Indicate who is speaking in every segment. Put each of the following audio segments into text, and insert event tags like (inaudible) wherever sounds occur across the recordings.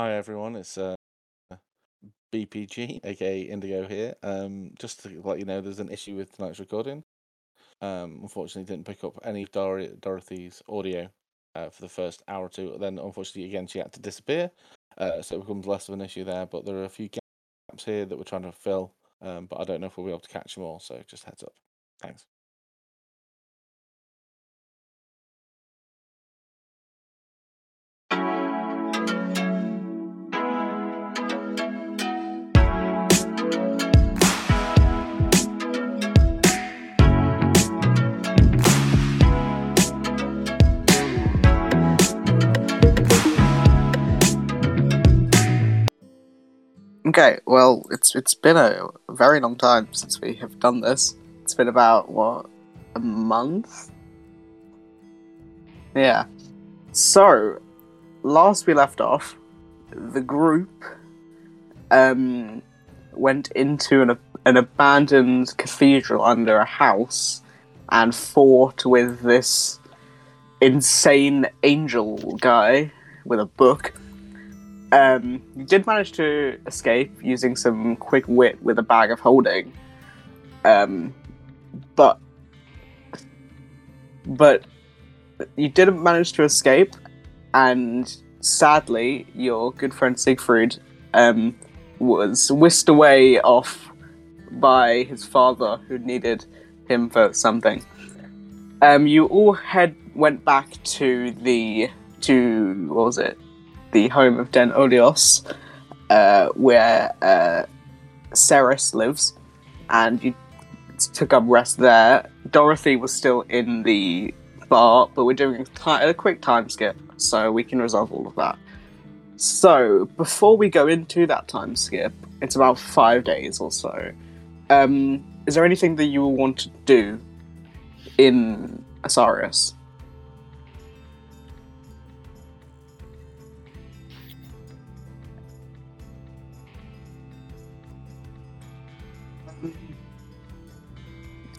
Speaker 1: Hi everyone, it's uh, BPG, aka Indigo here. Um, just to let you know, there's an issue with tonight's recording. Um, unfortunately, didn't pick up any of Dor- Dorothy's audio uh, for the first hour or two. Then, unfortunately, again, she had to disappear, uh, so it becomes less of an issue there. But there are a few gaps here that we're trying to fill, um, but I don't know if we'll be able to catch them all. So just heads up. Thanks.
Speaker 2: Okay, well, it's it's been a very long time since we have done this. It's been about what a month. Yeah. So, last we left off, the group um went into an an abandoned cathedral under a house and fought with this insane angel guy with a book um, you did manage to escape using some quick wit with a bag of holding. Um, but but you didn't manage to escape, and sadly, your good friend Siegfried um, was whisked away off by his father, who needed him for something. Um, you all head went back to the to what was it? the home of Den Olios, uh, where uh, Ceres lives, and you took up rest there. Dorothy was still in the bar, but we're doing a, ti- a quick time skip, so we can resolve all of that. So, before we go into that time skip, it's about five days or so. Um, is there anything that you will want to do in Asarius?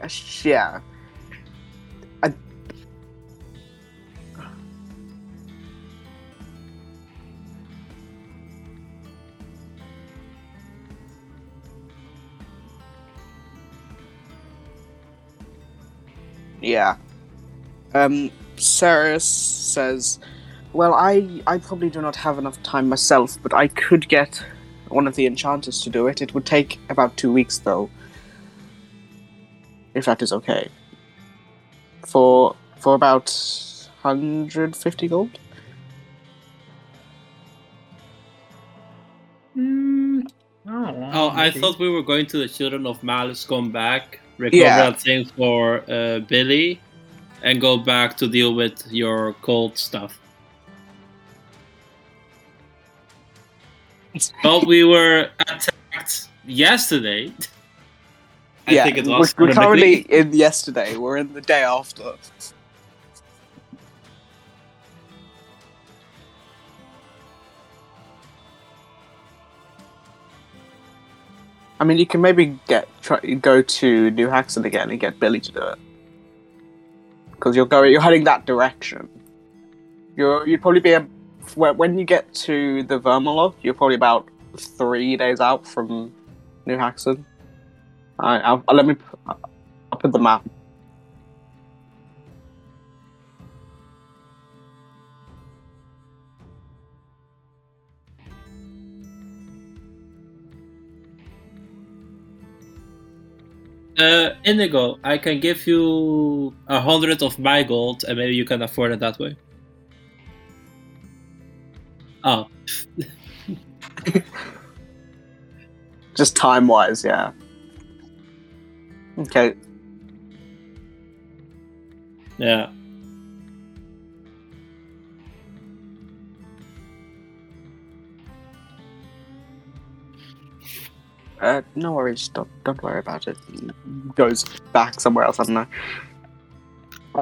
Speaker 2: Uh, sh- Yeah. I... Yeah. Um, Ceres says, "Well, I I probably do not have enough time myself, but I could get one of the enchanters to do it. It would take about two weeks, though, if that is okay. For for about hundred fifty gold.
Speaker 3: Hmm,
Speaker 4: Mm, I don't know.
Speaker 5: Oh,
Speaker 2: Um,
Speaker 5: I
Speaker 4: maybe.
Speaker 5: thought we were going to the Children of Malice come back, recover
Speaker 2: Yeah.
Speaker 5: that thing for uh, Billy, and go back to deal with your cold
Speaker 2: (laughs)
Speaker 5: stuff. But we were attacked yesterday. I think it was.
Speaker 2: we're, we're currently
Speaker 5: ironically.
Speaker 2: in yesterday. We're in the day after. I mean, you can maybe get try, go to New Haxton again and get Billy to do it because you're going, you're heading that direction. You're you'd probably be a, when when you get to the Vermalog, you're probably about three days out from New Haxton. I, I'll, let me I'll put the map.
Speaker 5: Uh, Indigo, I can give you a hundred of my gold, and maybe you can afford it that way. Oh,
Speaker 2: Just time wise, yeah. Okay.
Speaker 5: yeah.
Speaker 2: Uh, no worries. Don't don't worry about it. Goes back somewhere else. I don't know.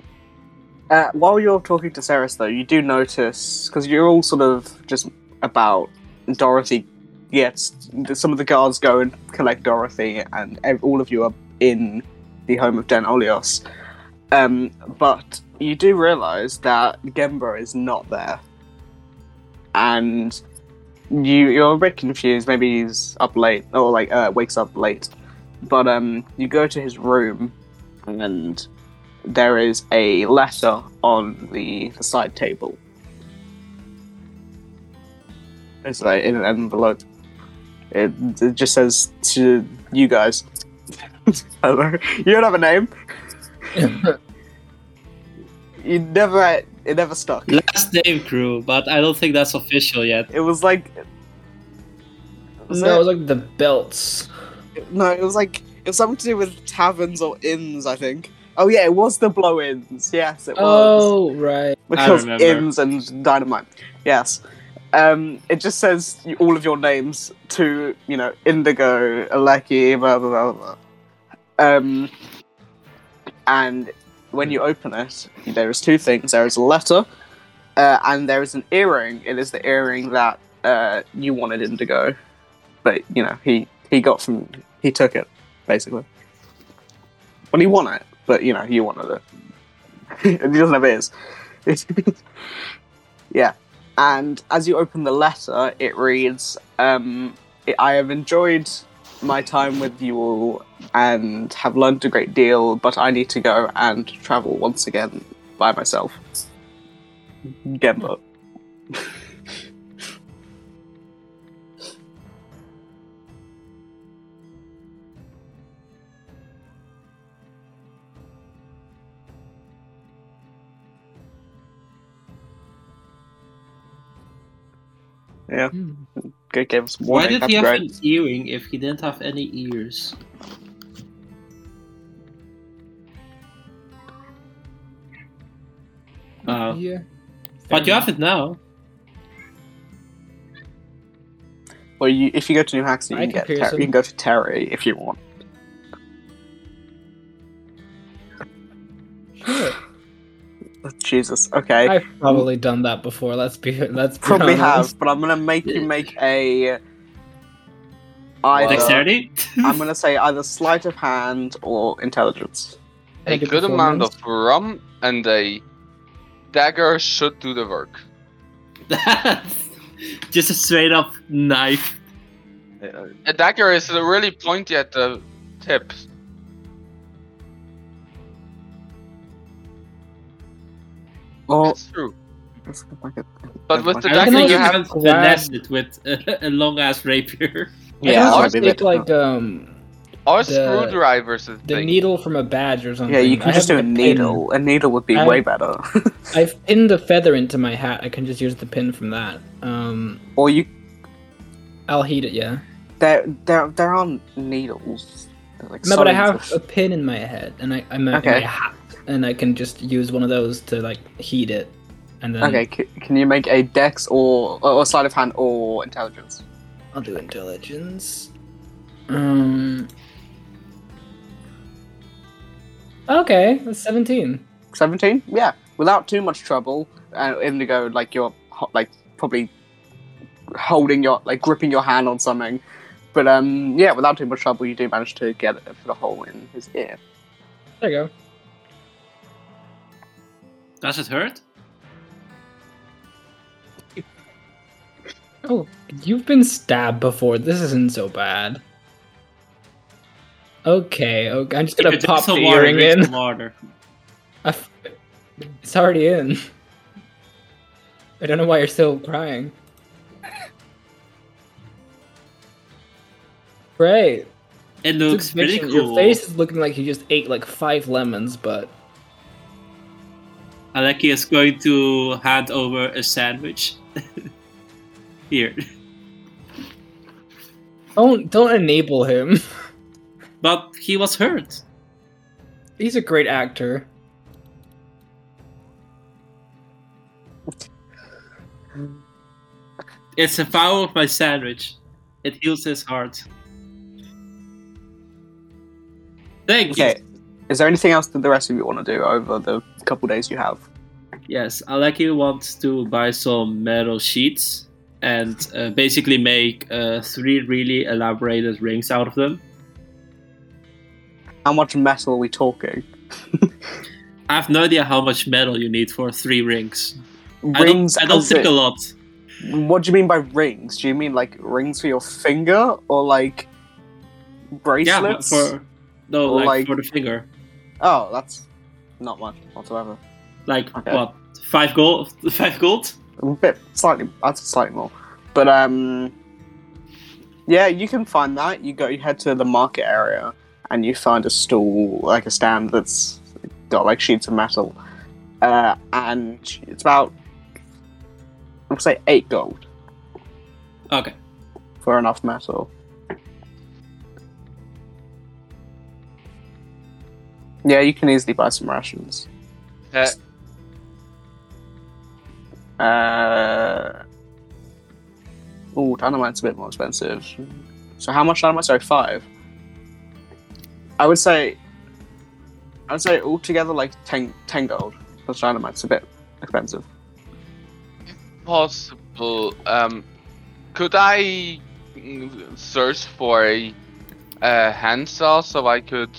Speaker 2: Uh, while you're talking to Ceres, though, you do notice because you're all sort of just about. Dorothy gets some of the guards go and collect Dorothy, and ev- all of you are in the home of Den Olios. Um, but you do realize that Gemba is not there, and you you're a bit confused. Maybe he's up late or like uh, wakes up late. But um, you go to his room, and there is a letter on the, the side table. It's like in an envelope. It, it just says to you guys. (laughs) Hello. You don't have a name. you never. It never stuck.
Speaker 5: Last name crew, but I don't think that's official yet.
Speaker 2: It was like. Was
Speaker 3: No,
Speaker 2: it-
Speaker 3: it was like the belts.
Speaker 2: No, it was like it was something to do with taverns or inns, I think. Oh yeah, it was the blow-ins. Yes, it was.
Speaker 3: Oh right.
Speaker 2: (laughs) because
Speaker 5: remember.
Speaker 2: inns and dynamite. Yes. Um, it just says y- all of your names to you know Indigo, Aleki, blah blah blah. blah. Um, and when you open it, there is two things. There is a letter, uh, and there is an earring. It is the earring that uh, you wanted Indigo, but you know he he got from he took it basically. Well, he won it, but you know you wanted (laughs) it, and he doesn't have ears. (laughs) yeah. And as you open the letter, it reads, um, I have enjoyed my time with you all and have learned a great deal, but I need to go and travel once again by myself. Gemba.
Speaker 5: Oh.
Speaker 2: Yeah,
Speaker 3: Hmm,
Speaker 2: good games.
Speaker 5: Why
Speaker 2: Warning,
Speaker 5: did he have
Speaker 2: copyright.
Speaker 5: an earring if he didn't have any ears? Oh.
Speaker 3: Yeah.
Speaker 5: But you have it now.
Speaker 2: Well, you, if you go to New Hackson, you
Speaker 3: I
Speaker 2: can,
Speaker 3: can
Speaker 2: get
Speaker 3: pierce
Speaker 2: Ter- you
Speaker 3: him.
Speaker 2: can go to Terry if you want.
Speaker 3: Sure.
Speaker 2: Jesus. Okay.
Speaker 3: I've probably done that before. Let's be let's be
Speaker 2: probably
Speaker 3: honest.
Speaker 2: have, but I'm gonna make you make a.
Speaker 3: Uh,
Speaker 2: Either,
Speaker 5: Dexterity? (laughs)
Speaker 2: I'm gonna say either sleight of hand or intelligence.
Speaker 6: A
Speaker 3: Take
Speaker 6: good amount of
Speaker 3: performance.
Speaker 6: rum and a dagger should do the work.
Speaker 5: Just a straight up knife.
Speaker 6: A dagger is really pointy at the tip.
Speaker 2: Or
Speaker 6: It's true.
Speaker 2: let's go back at-
Speaker 6: But with the
Speaker 2: I
Speaker 5: I don't
Speaker 6: dagger,
Speaker 5: know
Speaker 3: think
Speaker 6: you
Speaker 5: you
Speaker 6: have
Speaker 5: can
Speaker 3: have grass.
Speaker 5: finesse it with (laughs) a, a long ass rapier.
Speaker 3: I can
Speaker 2: Yeah,
Speaker 3: also
Speaker 6: that'd
Speaker 2: be
Speaker 3: take
Speaker 2: better.
Speaker 3: like um
Speaker 6: our
Speaker 3: the-
Speaker 6: screwdrivers. I
Speaker 3: the
Speaker 6: think.
Speaker 3: needle from a badge or something.
Speaker 2: yeah, you
Speaker 3: I
Speaker 2: can just do
Speaker 3: have
Speaker 2: a
Speaker 3: the pin.
Speaker 2: needle. A needle would be
Speaker 3: I-
Speaker 2: way better. (laughs)
Speaker 3: I've pinned the feather into my hat. I can just use the pin from that. Um,
Speaker 2: or you
Speaker 3: I'll heat it. Yeah.
Speaker 2: there there there aren't needles. They're Like
Speaker 3: No, but I
Speaker 2: sawing
Speaker 3: have a pin in my head, and I I'm a, in
Speaker 2: Okay.
Speaker 3: my hat, and I can just use one of those to like heat it, and then
Speaker 2: Okay, c- can you make a dex or or sleight of hand or intelligence?
Speaker 3: I'll do intelligence. Um. Okay, that's seventeen.
Speaker 2: Seventeen? Yeah, without too much trouble. Uh, Indigo, like you're ho- like probably holding your like gripping your hand on something, but um yeah, without too much trouble, you do manage to get it for the hole in his ear.
Speaker 3: There you go.
Speaker 5: Does it hurt?
Speaker 3: Oh, you've been stabbed before. This isn't so bad. Okay, okay. I'm just gonna
Speaker 5: If it
Speaker 3: pop
Speaker 5: is a
Speaker 3: the
Speaker 5: water,
Speaker 3: earring
Speaker 5: it's
Speaker 3: in. (laughs)
Speaker 5: water.
Speaker 3: I f- It's already in. I don't know why you're still crying. Great.
Speaker 5: It looks
Speaker 3: Just make
Speaker 5: pretty
Speaker 3: sure-
Speaker 5: cool.
Speaker 3: Your face is looking like you just ate like five lemons, but
Speaker 5: Aleki is going to hand over a sandwich. (laughs) Here.
Speaker 3: don't don't enable him. (laughs)
Speaker 5: But he was hurt.
Speaker 3: He's a great actor.
Speaker 5: It's the power of my sandwich. It heals his heart. Thank
Speaker 2: Okay, is there anything else that the rest of you want to do over the couple days you have?
Speaker 5: you. Yes, Aleki wants to buy some metal sheets and uh, basically make uh, three really elaborated rings out of them.
Speaker 2: How much metal are we talking?
Speaker 5: I have no idea how much metal you need for three rings. I don't,
Speaker 2: Rings.
Speaker 5: I don't
Speaker 2: as
Speaker 5: think
Speaker 2: in-
Speaker 5: a lot.
Speaker 2: What do you mean by rings? Do you mean like rings for your finger or like
Speaker 5: yeah, but
Speaker 2: bracelets?
Speaker 5: for no,
Speaker 2: Or
Speaker 5: like,
Speaker 2: like-
Speaker 5: for the finger,
Speaker 2: Oh, that's not much whatsoever.
Speaker 5: like
Speaker 2: Okay.
Speaker 5: what five gold, (laughs) five gold.
Speaker 2: a bit slightly that's slightly more but um yeah you can find that you go you head to the market area and you find a stall like a stand that's got like sheets of metal uh, and it's about i would say eight gold
Speaker 5: Okay,
Speaker 2: for enough metal yeah you can easily buy some rations
Speaker 6: Uh,
Speaker 2: Uh, oh, dynamite's a bit more expensive. So how much dynamite? Sorry, five. I would say, I would say altogether like 10, 10 gold. Plus dynamite's a bit expensive.
Speaker 6: possible. Um, could I mm, search for a, a handsaw so I could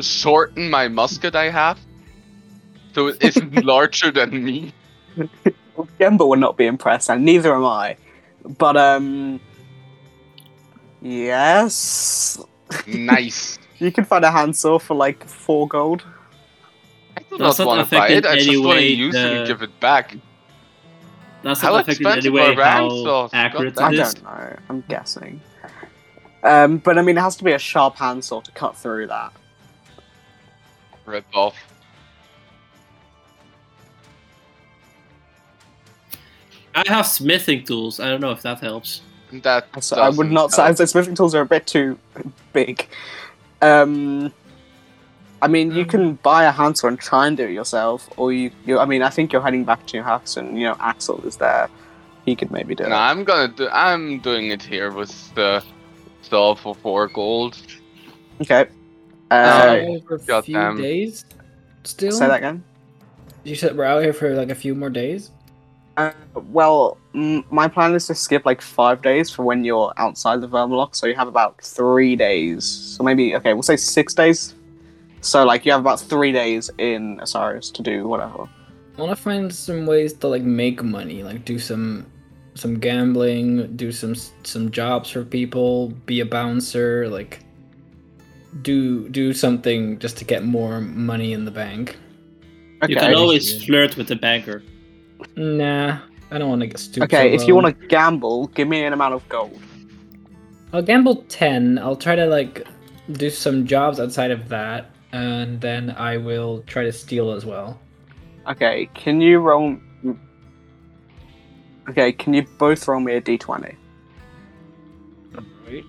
Speaker 6: shorten my musket I have, so
Speaker 3: (laughs)
Speaker 6: it isn't larger than me?
Speaker 2: Gemba would not be impressed, and neither am I. But um, yes,
Speaker 6: Nice.
Speaker 2: you can find a handsaw for like four gold.
Speaker 6: I do
Speaker 5: Does
Speaker 6: not
Speaker 5: that
Speaker 6: want to
Speaker 5: affect
Speaker 6: buy
Speaker 5: in
Speaker 6: it. I
Speaker 5: any
Speaker 6: just want to
Speaker 5: way
Speaker 6: use it
Speaker 5: the-
Speaker 6: and give it back.
Speaker 5: that's
Speaker 6: How
Speaker 5: not affecting in any
Speaker 6: expensive
Speaker 5: way
Speaker 6: are round
Speaker 5: how
Speaker 6: swords?
Speaker 5: accurate
Speaker 6: God
Speaker 2: I
Speaker 5: it is.
Speaker 2: don't know. I'm guessing. Um, but I mean, it has to be a sharp handsaw to cut through that.
Speaker 6: Rip off.
Speaker 5: I have smithing tools. I don't know if that helps.
Speaker 6: That
Speaker 2: So I would
Speaker 6: doesn't
Speaker 2: not say
Speaker 6: help.
Speaker 2: the smithing tools are a bit too big. Um, I mean, you can buy a handsaw and try and do it yourself, or you. you I mean, I think you're heading back to your house, and you know Axel is there. He could maybe do
Speaker 6: No,
Speaker 2: it.
Speaker 6: I'm gonna do. I'm doing it here with the saw for four gold.
Speaker 2: Okay.
Speaker 3: So
Speaker 2: Uh,
Speaker 3: over a few
Speaker 6: goddamn.
Speaker 3: days. Still,
Speaker 2: say that again.
Speaker 3: you said we're out here for like a few more days.
Speaker 2: Uh, well, m- my plan is to skip like five days for when you're outside the Vermalock, so you have about three days. So maybe okay, we'll say six days. So like you have about three days in Asarius to do whatever.
Speaker 3: I want to find some ways to like make money, like do some some gambling, do some some jobs for people, be a bouncer, like do do something just to get more money in the bank.
Speaker 2: Okay.
Speaker 5: You can always
Speaker 3: Yeah.
Speaker 5: flirt with the banker.
Speaker 3: Nah, I don't want to get stupid.
Speaker 2: Okay, if you
Speaker 3: um,
Speaker 2: want to gamble, give me an amount of gold.
Speaker 3: to, I'll gamble ten. I'll try to like do some jobs outside of that, and then I will try to steal as well.
Speaker 2: Okay, can you roll? Okay, can you both roll me a d20?
Speaker 3: Right.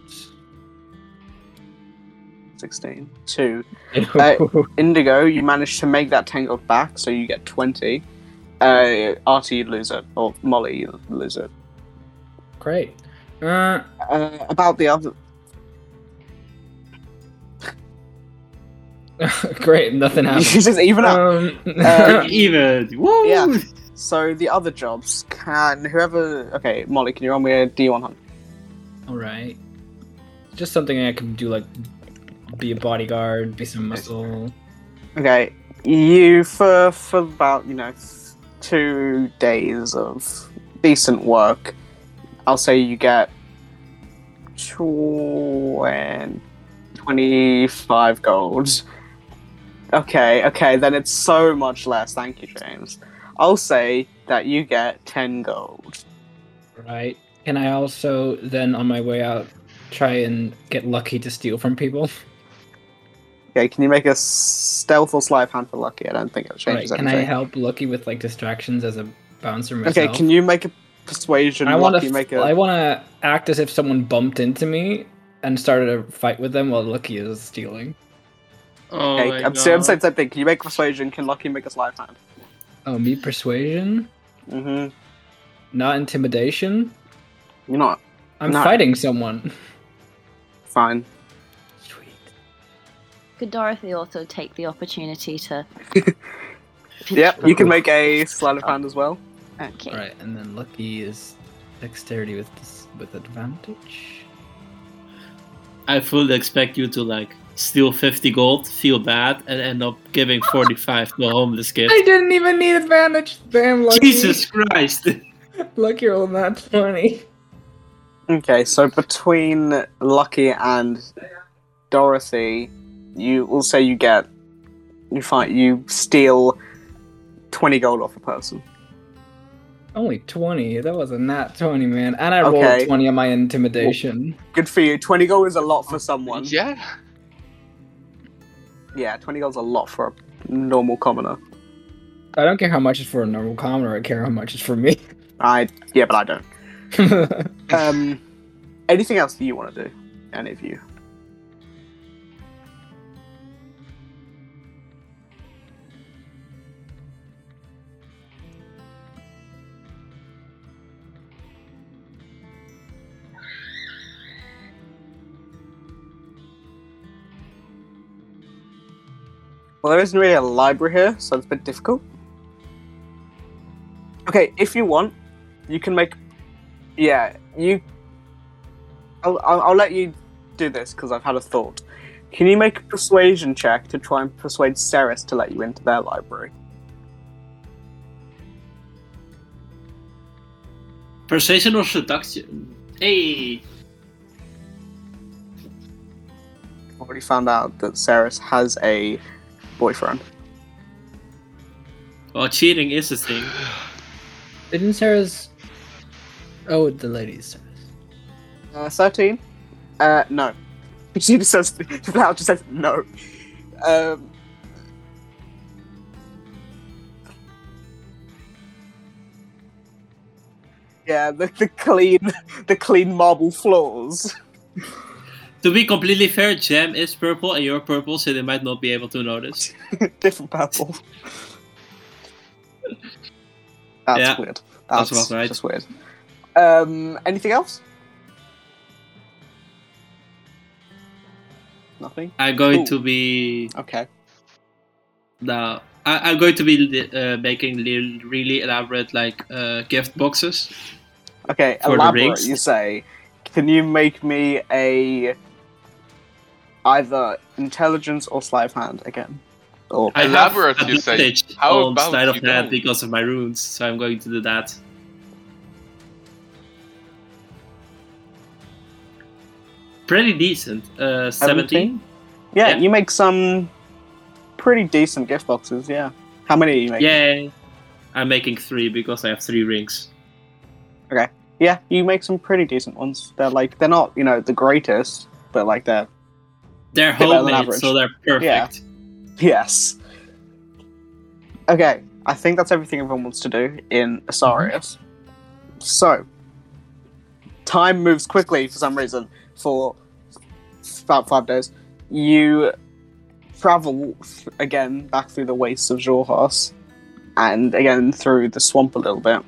Speaker 2: 16. Two. Indigo, you managed to make that 10 gold back, so you get 20. Uh, Artie, you lose it, or Molly, you lose it.
Speaker 3: (laughs) Great. Uh, (laughs)
Speaker 2: Uh, about the other. (laughs) (laughs)
Speaker 3: great. Nothing
Speaker 2: you
Speaker 3: happened.
Speaker 2: just even up.
Speaker 3: Um,
Speaker 2: Uh,
Speaker 5: Even woo.
Speaker 2: Yeah. So the other jobs can. Whoever. Okay, Molly, can you roll me a d100?
Speaker 3: (laughs) All right. Just something I can do, like be a bodyguard, be some muscle.
Speaker 2: Okay, you for for about you know two days of decent work, I'll say you get twen- 25 gold. Okay, okay, then it's so much less. Thank you, James. I'll say that you get 10 gold.
Speaker 3: Right. Can I also then, on my way out, try and get lucky to steal from people?
Speaker 2: Okay, can you make a stealth or sleight of hand for lucky? I don't think it
Speaker 3: Right.
Speaker 2: changes
Speaker 3: Can I
Speaker 2: anything.
Speaker 3: help Lucky with like distractions as a bouncer myself?
Speaker 2: okay, can you make a persuasion?
Speaker 3: I want
Speaker 2: lucky
Speaker 3: to.
Speaker 2: make a.
Speaker 3: I want to act as if someone bumped into me and started a fight with them while Lucky is stealing.
Speaker 5: Oh
Speaker 2: Okay,
Speaker 5: my
Speaker 2: I'm, so I'm
Speaker 5: God.
Speaker 2: saying same thing. Can you make persuasion? Can Lucky make a sleight of hand?
Speaker 3: Oh, me persuasion,
Speaker 2: Mm-hmm.
Speaker 3: not intimidation.
Speaker 2: You're not
Speaker 3: I'm
Speaker 2: No.
Speaker 3: fighting someone.
Speaker 2: fine.
Speaker 3: Sweet.
Speaker 7: Could Dorothy also take the opportunity to?
Speaker 2: Yep, you can make a sleight of hand as well.
Speaker 7: Okay.
Speaker 3: All right, and then Lucky is dexterity with dis- with advantage.
Speaker 5: I fully expect you to like steal 50 gold, feel bad, and end up giving
Speaker 2: (laughs)
Speaker 5: 45 to a homeless kid.
Speaker 3: didn't even need advantage. Damn,
Speaker 5: Jesus Christ! (laughs)
Speaker 3: Lucky roll of that 20.
Speaker 2: Okay, so between Lucky and Dorothy, you will say you get you find you steal twenty gold off a person.
Speaker 3: Only 20. That was a nat 20, man. And I rolled
Speaker 2: Okay.
Speaker 3: 20 on my intimidation.
Speaker 2: Good for you. Twenty gold is a lot for someone.
Speaker 6: Yeah.
Speaker 2: Yeah, twenty gold's a lot for a normal commoner.
Speaker 3: I don't care how much it's for a normal commoner. I care how much it's for me. (laughs)
Speaker 2: I yeah, but I don't.
Speaker 3: I
Speaker 2: Um, anything else that you want to do, any of you? Well, there isn't really a library here, so it's a bit difficult. Okay, if you want, you can make yeah, you. I'll, I'll, I'll let you do this because I've had a thought. Can you make a persuasion check to try and persuade Ceres to let you into their library?
Speaker 5: Persuasion or seduction? Hey,
Speaker 2: I've already found out that Ceres has a boyfriend.
Speaker 5: well, Oh, cheating is a thing.
Speaker 3: Didn't Sarah's. Oh, the ladies.
Speaker 2: Uh, 13? Uh, no. (laughs) She just says, (laughs) she flat out just says no. Um, yeah, the, the clean, (laughs) the clean marble floors.
Speaker 5: To be completely fair, Jam is purple and you're purple, so they might not be able to notice.
Speaker 2: (laughs) different purple. That's
Speaker 5: Yeah,
Speaker 2: weird.
Speaker 5: that's
Speaker 2: That's,
Speaker 5: about right.
Speaker 2: just weird. Um, anything else? Nothing.
Speaker 5: I'm going
Speaker 2: Ooh.
Speaker 5: to be
Speaker 2: Okay.
Speaker 5: now. I, I'm going to be uh, making li- really elaborate like uh, gift boxes.
Speaker 2: Okay.
Speaker 5: For the
Speaker 2: elaborate.
Speaker 5: rings.
Speaker 2: You say. Can you make me a either intelligence or sleight of hand again? Or
Speaker 5: I
Speaker 6: Elaborate,
Speaker 5: have
Speaker 6: you say.
Speaker 5: advantage
Speaker 6: How
Speaker 5: on
Speaker 6: about
Speaker 5: sleight of
Speaker 6: you
Speaker 5: hand
Speaker 6: don't?
Speaker 5: because of my runes, so I'm going to do that. Pretty decent. Uh, 17?
Speaker 2: yeah,
Speaker 5: yeah.
Speaker 2: you make some pretty decent gift boxes. Yeah. How many are you making?
Speaker 5: Yay! I'm making three because I have three rings.
Speaker 2: yeah, you make some pretty decent ones. They're like they're not, you know, the greatest, but like they're
Speaker 5: They're
Speaker 2: better than
Speaker 5: homemade,
Speaker 2: average.
Speaker 5: so they're perfect.
Speaker 2: Yeah. (laughs) yes. Okay, I think that's everything everyone wants to do in Asarius. So, time moves quickly for some reason. For about five days, you travel f- again back through the wastes of Jorhas, and again through the swamp a little bit,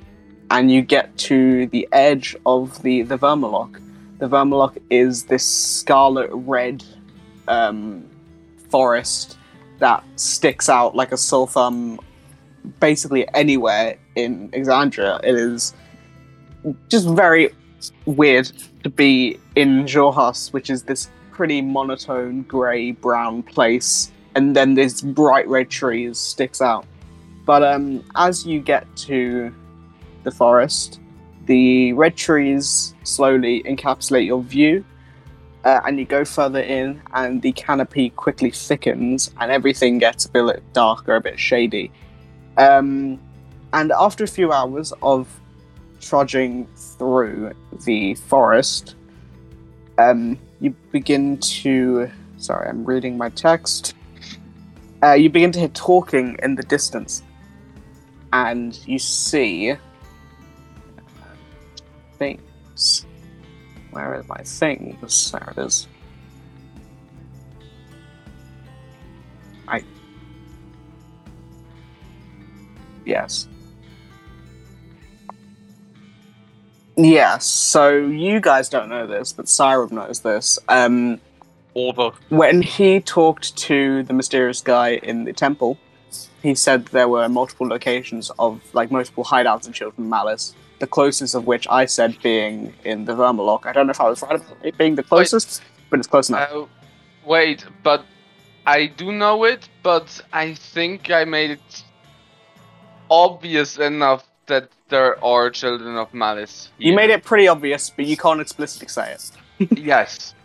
Speaker 2: and you get to the edge of the the Vermaloch. The Vermaloch is this scarlet red um, forest that sticks out like a sore thumb basically anywhere in Exandria. It is just very weird to be in Jorhas, which is this pretty monotone grey brown place, and then this bright red trees sticks out. But um, as you get to the forest, the red trees slowly encapsulate your view, uh, and you go further in, and the canopy quickly thickens, and everything gets a bit darker, a bit shady. Um, and after a few hours of trudging through the forest, um, you begin to. Sorry, I'm reading my text. Uh, you begin to hear talking in the distance, and you see uh, things. Where is my things? There it is. I. Yes. Yes, so you guys don't know this, but Cyrub knows this. Um,
Speaker 6: Order.
Speaker 2: when he talked to the mysterious guy in the temple, he said there were multiple locations of like multiple hideouts of children of malice. The closest of which I said being in the Vermaloch. I don't know if I was right about it being the closest, but it's close enough.
Speaker 6: Uh, wait, but I do know it, but I think I made it obvious enough that there are children of malice.
Speaker 2: You made it pretty obvious, but you can't explicitly say it.
Speaker 6: yes.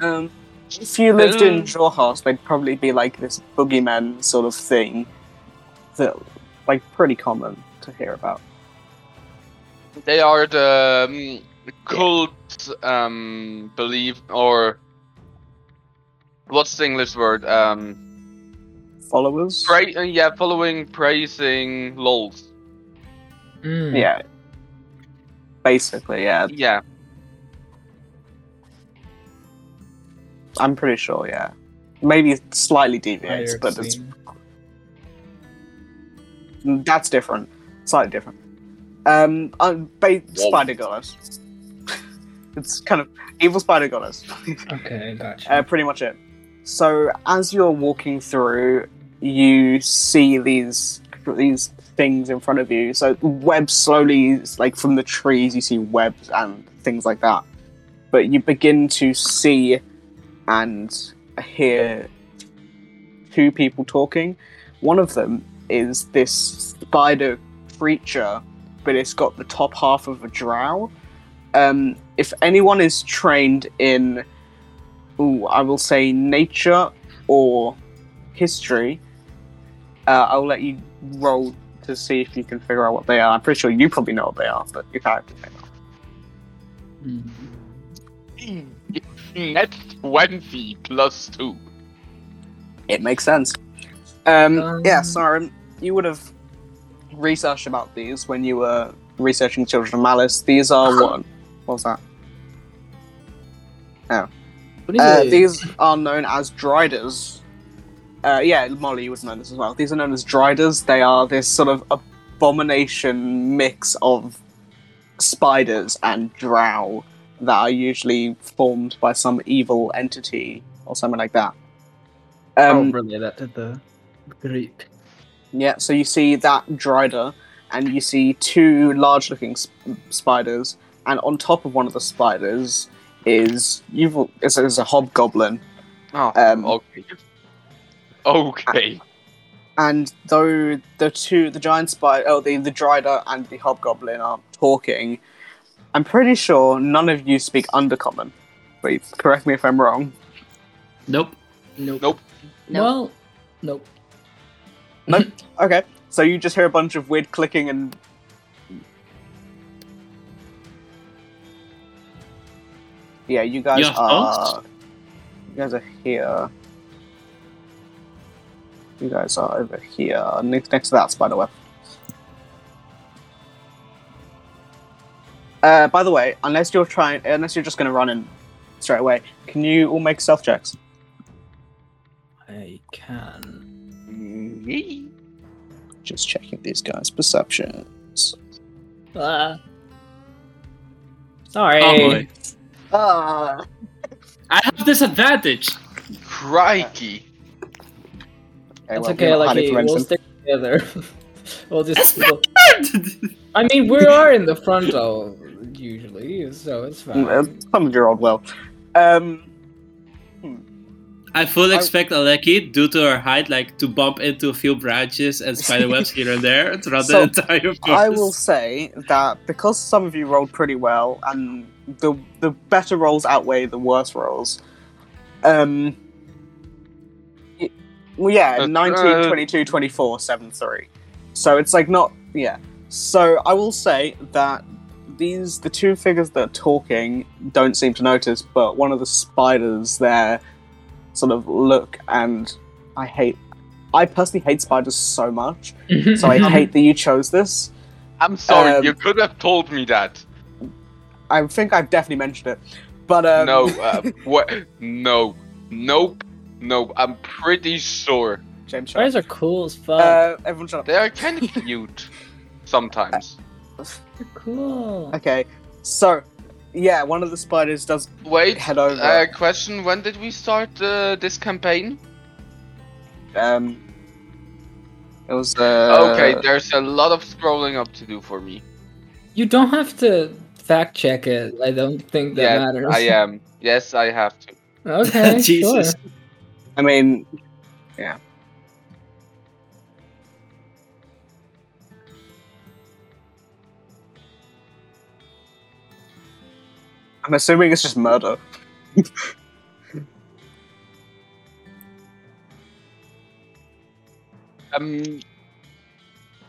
Speaker 2: Um, if you lived in
Speaker 6: Mm.
Speaker 2: Jorhas, they'd probably be like this boogeyman sort of thing that, like, pretty common to hear about.
Speaker 6: They are the um, cult um believe or what's the English word? Um
Speaker 2: Followers?
Speaker 6: pra- uh, yeah, following praising lols.
Speaker 3: Mm.
Speaker 2: Yeah. Basically, yeah.
Speaker 6: Yeah.
Speaker 2: I'm pretty sure, yeah. Maybe slightly deviates,
Speaker 3: Higher
Speaker 2: but it's,
Speaker 3: scene.
Speaker 2: that's different. Slightly different. Um, uh, ba- spider goddess. (laughs) it's kind of evil spider goddess.
Speaker 3: Okay, gotcha.
Speaker 2: Uh, pretty much it. So as you're walking through, you see these these things in front of you. So webs slowly, like from the trees, you see webs and things like that. But you begin to see and hear two people talking. One of them is this spider creature, but it's got the top half of a drow. Um, if anyone is trained in ooh, I will say nature or history. Uh, I'll let you roll to see if you can figure out what they are. I'm pretty sure you probably know what they are, but your character may not.
Speaker 3: Mm.
Speaker 2: uh,
Speaker 6: Net twenty plus two.
Speaker 2: It makes sense. Um,
Speaker 3: Um,
Speaker 2: yeah, Saren, you would have researched about these when you were researching Children of Malice. These (coughs) are what? What was that?
Speaker 3: What is
Speaker 2: Uh,
Speaker 3: it?
Speaker 2: these are known as driders. Uh, yeah, Molly, you would know this as well. These are known as driders. They are this sort of abomination mix of spiders and drow that are usually formed by some evil entity or something like that.
Speaker 3: oh,
Speaker 2: Um,
Speaker 3: related to the grape.
Speaker 2: yeah, so you see that drider, and you see two large looking sp- spiders, and on top of one of the spiders is you've is, is a hobgoblin.
Speaker 6: Oh
Speaker 2: Um,
Speaker 6: okay. Okay.
Speaker 2: and though the two the giant spider oh the the drider and the hobgoblin are talking i'm pretty sure none of you speak undercommon but correct me if i'm wrong
Speaker 5: Nope.
Speaker 3: Nope.
Speaker 6: Nope.
Speaker 7: Nope.
Speaker 3: Well, nope.
Speaker 2: okay so you just hear a bunch of weird clicking and yeah you guys
Speaker 5: Yeah,
Speaker 2: are you guys are here you guys are over here next, next to that spider web Uh, by the way, unless you're trying, unless you're just going to run in straight away, can you all make stealth checks?
Speaker 3: I can.
Speaker 2: Just checking these guys' perception.
Speaker 3: Ah. Sorry.
Speaker 5: Oh boy.
Speaker 2: Ah,
Speaker 5: I
Speaker 2: (laughs)
Speaker 5: have disadvantage.
Speaker 6: Crikey.
Speaker 2: okay,
Speaker 3: It's
Speaker 2: well,
Speaker 3: okay,
Speaker 2: we're not hiding from
Speaker 3: Lucky. We'll
Speaker 2: anything.
Speaker 3: stick together. (laughs) we'll just. we'll- I mean, we are in the front though, usually, so it's fine.
Speaker 2: Uh, Some of your old will. Um,
Speaker 5: I fully
Speaker 2: I-
Speaker 5: expect Aleki, due to her height, like to bump into a few branches and spider webs here and there throughout
Speaker 2: So,
Speaker 5: the entire forest.
Speaker 2: I
Speaker 5: (laughs)
Speaker 2: will say that because some of you rolled pretty well, and the the better rolls outweigh the worse rolls. Um, y- well, yeah,
Speaker 6: Uh,
Speaker 2: 19,
Speaker 6: uh,
Speaker 2: 22, 24, 7, 3. So it's like not, yeah. So I will say that these the two figures that are talking don't seem to notice, but one of the spiders there sort of look and I hate. I personally hate spiders so much,
Speaker 6: (laughs)
Speaker 2: so I hate that you chose this.
Speaker 6: I'm sorry,
Speaker 2: um,
Speaker 6: you could have told me that.
Speaker 2: I think I've definitely mentioned it, but um, (laughs)
Speaker 6: no, uh, what? No, nope, nope. I'm pretty sure
Speaker 2: James, shut
Speaker 3: Spiders
Speaker 2: up.
Speaker 3: are cool as fuck.
Speaker 2: Uh, everyone, shut
Speaker 6: they are kind
Speaker 2: (laughs)
Speaker 6: of cute sometimes.
Speaker 2: up.
Speaker 3: They're cool.
Speaker 2: Okay, so yeah, one of the spiders does
Speaker 6: Wait,
Speaker 2: head over.
Speaker 6: uh, question: When did we start uh, this campaign?
Speaker 2: um, It was uh,
Speaker 6: Okay, there's a lot of scrolling up to do for me.
Speaker 3: You don't have to fact check it. I don't think that
Speaker 6: Yeah, (laughs)
Speaker 3: matters. (laughs)
Speaker 6: I am. Yes, I have to.
Speaker 3: Okay,
Speaker 5: Jesus.
Speaker 3: sure.
Speaker 2: I mean, I'm assuming it's just murder.
Speaker 6: Um,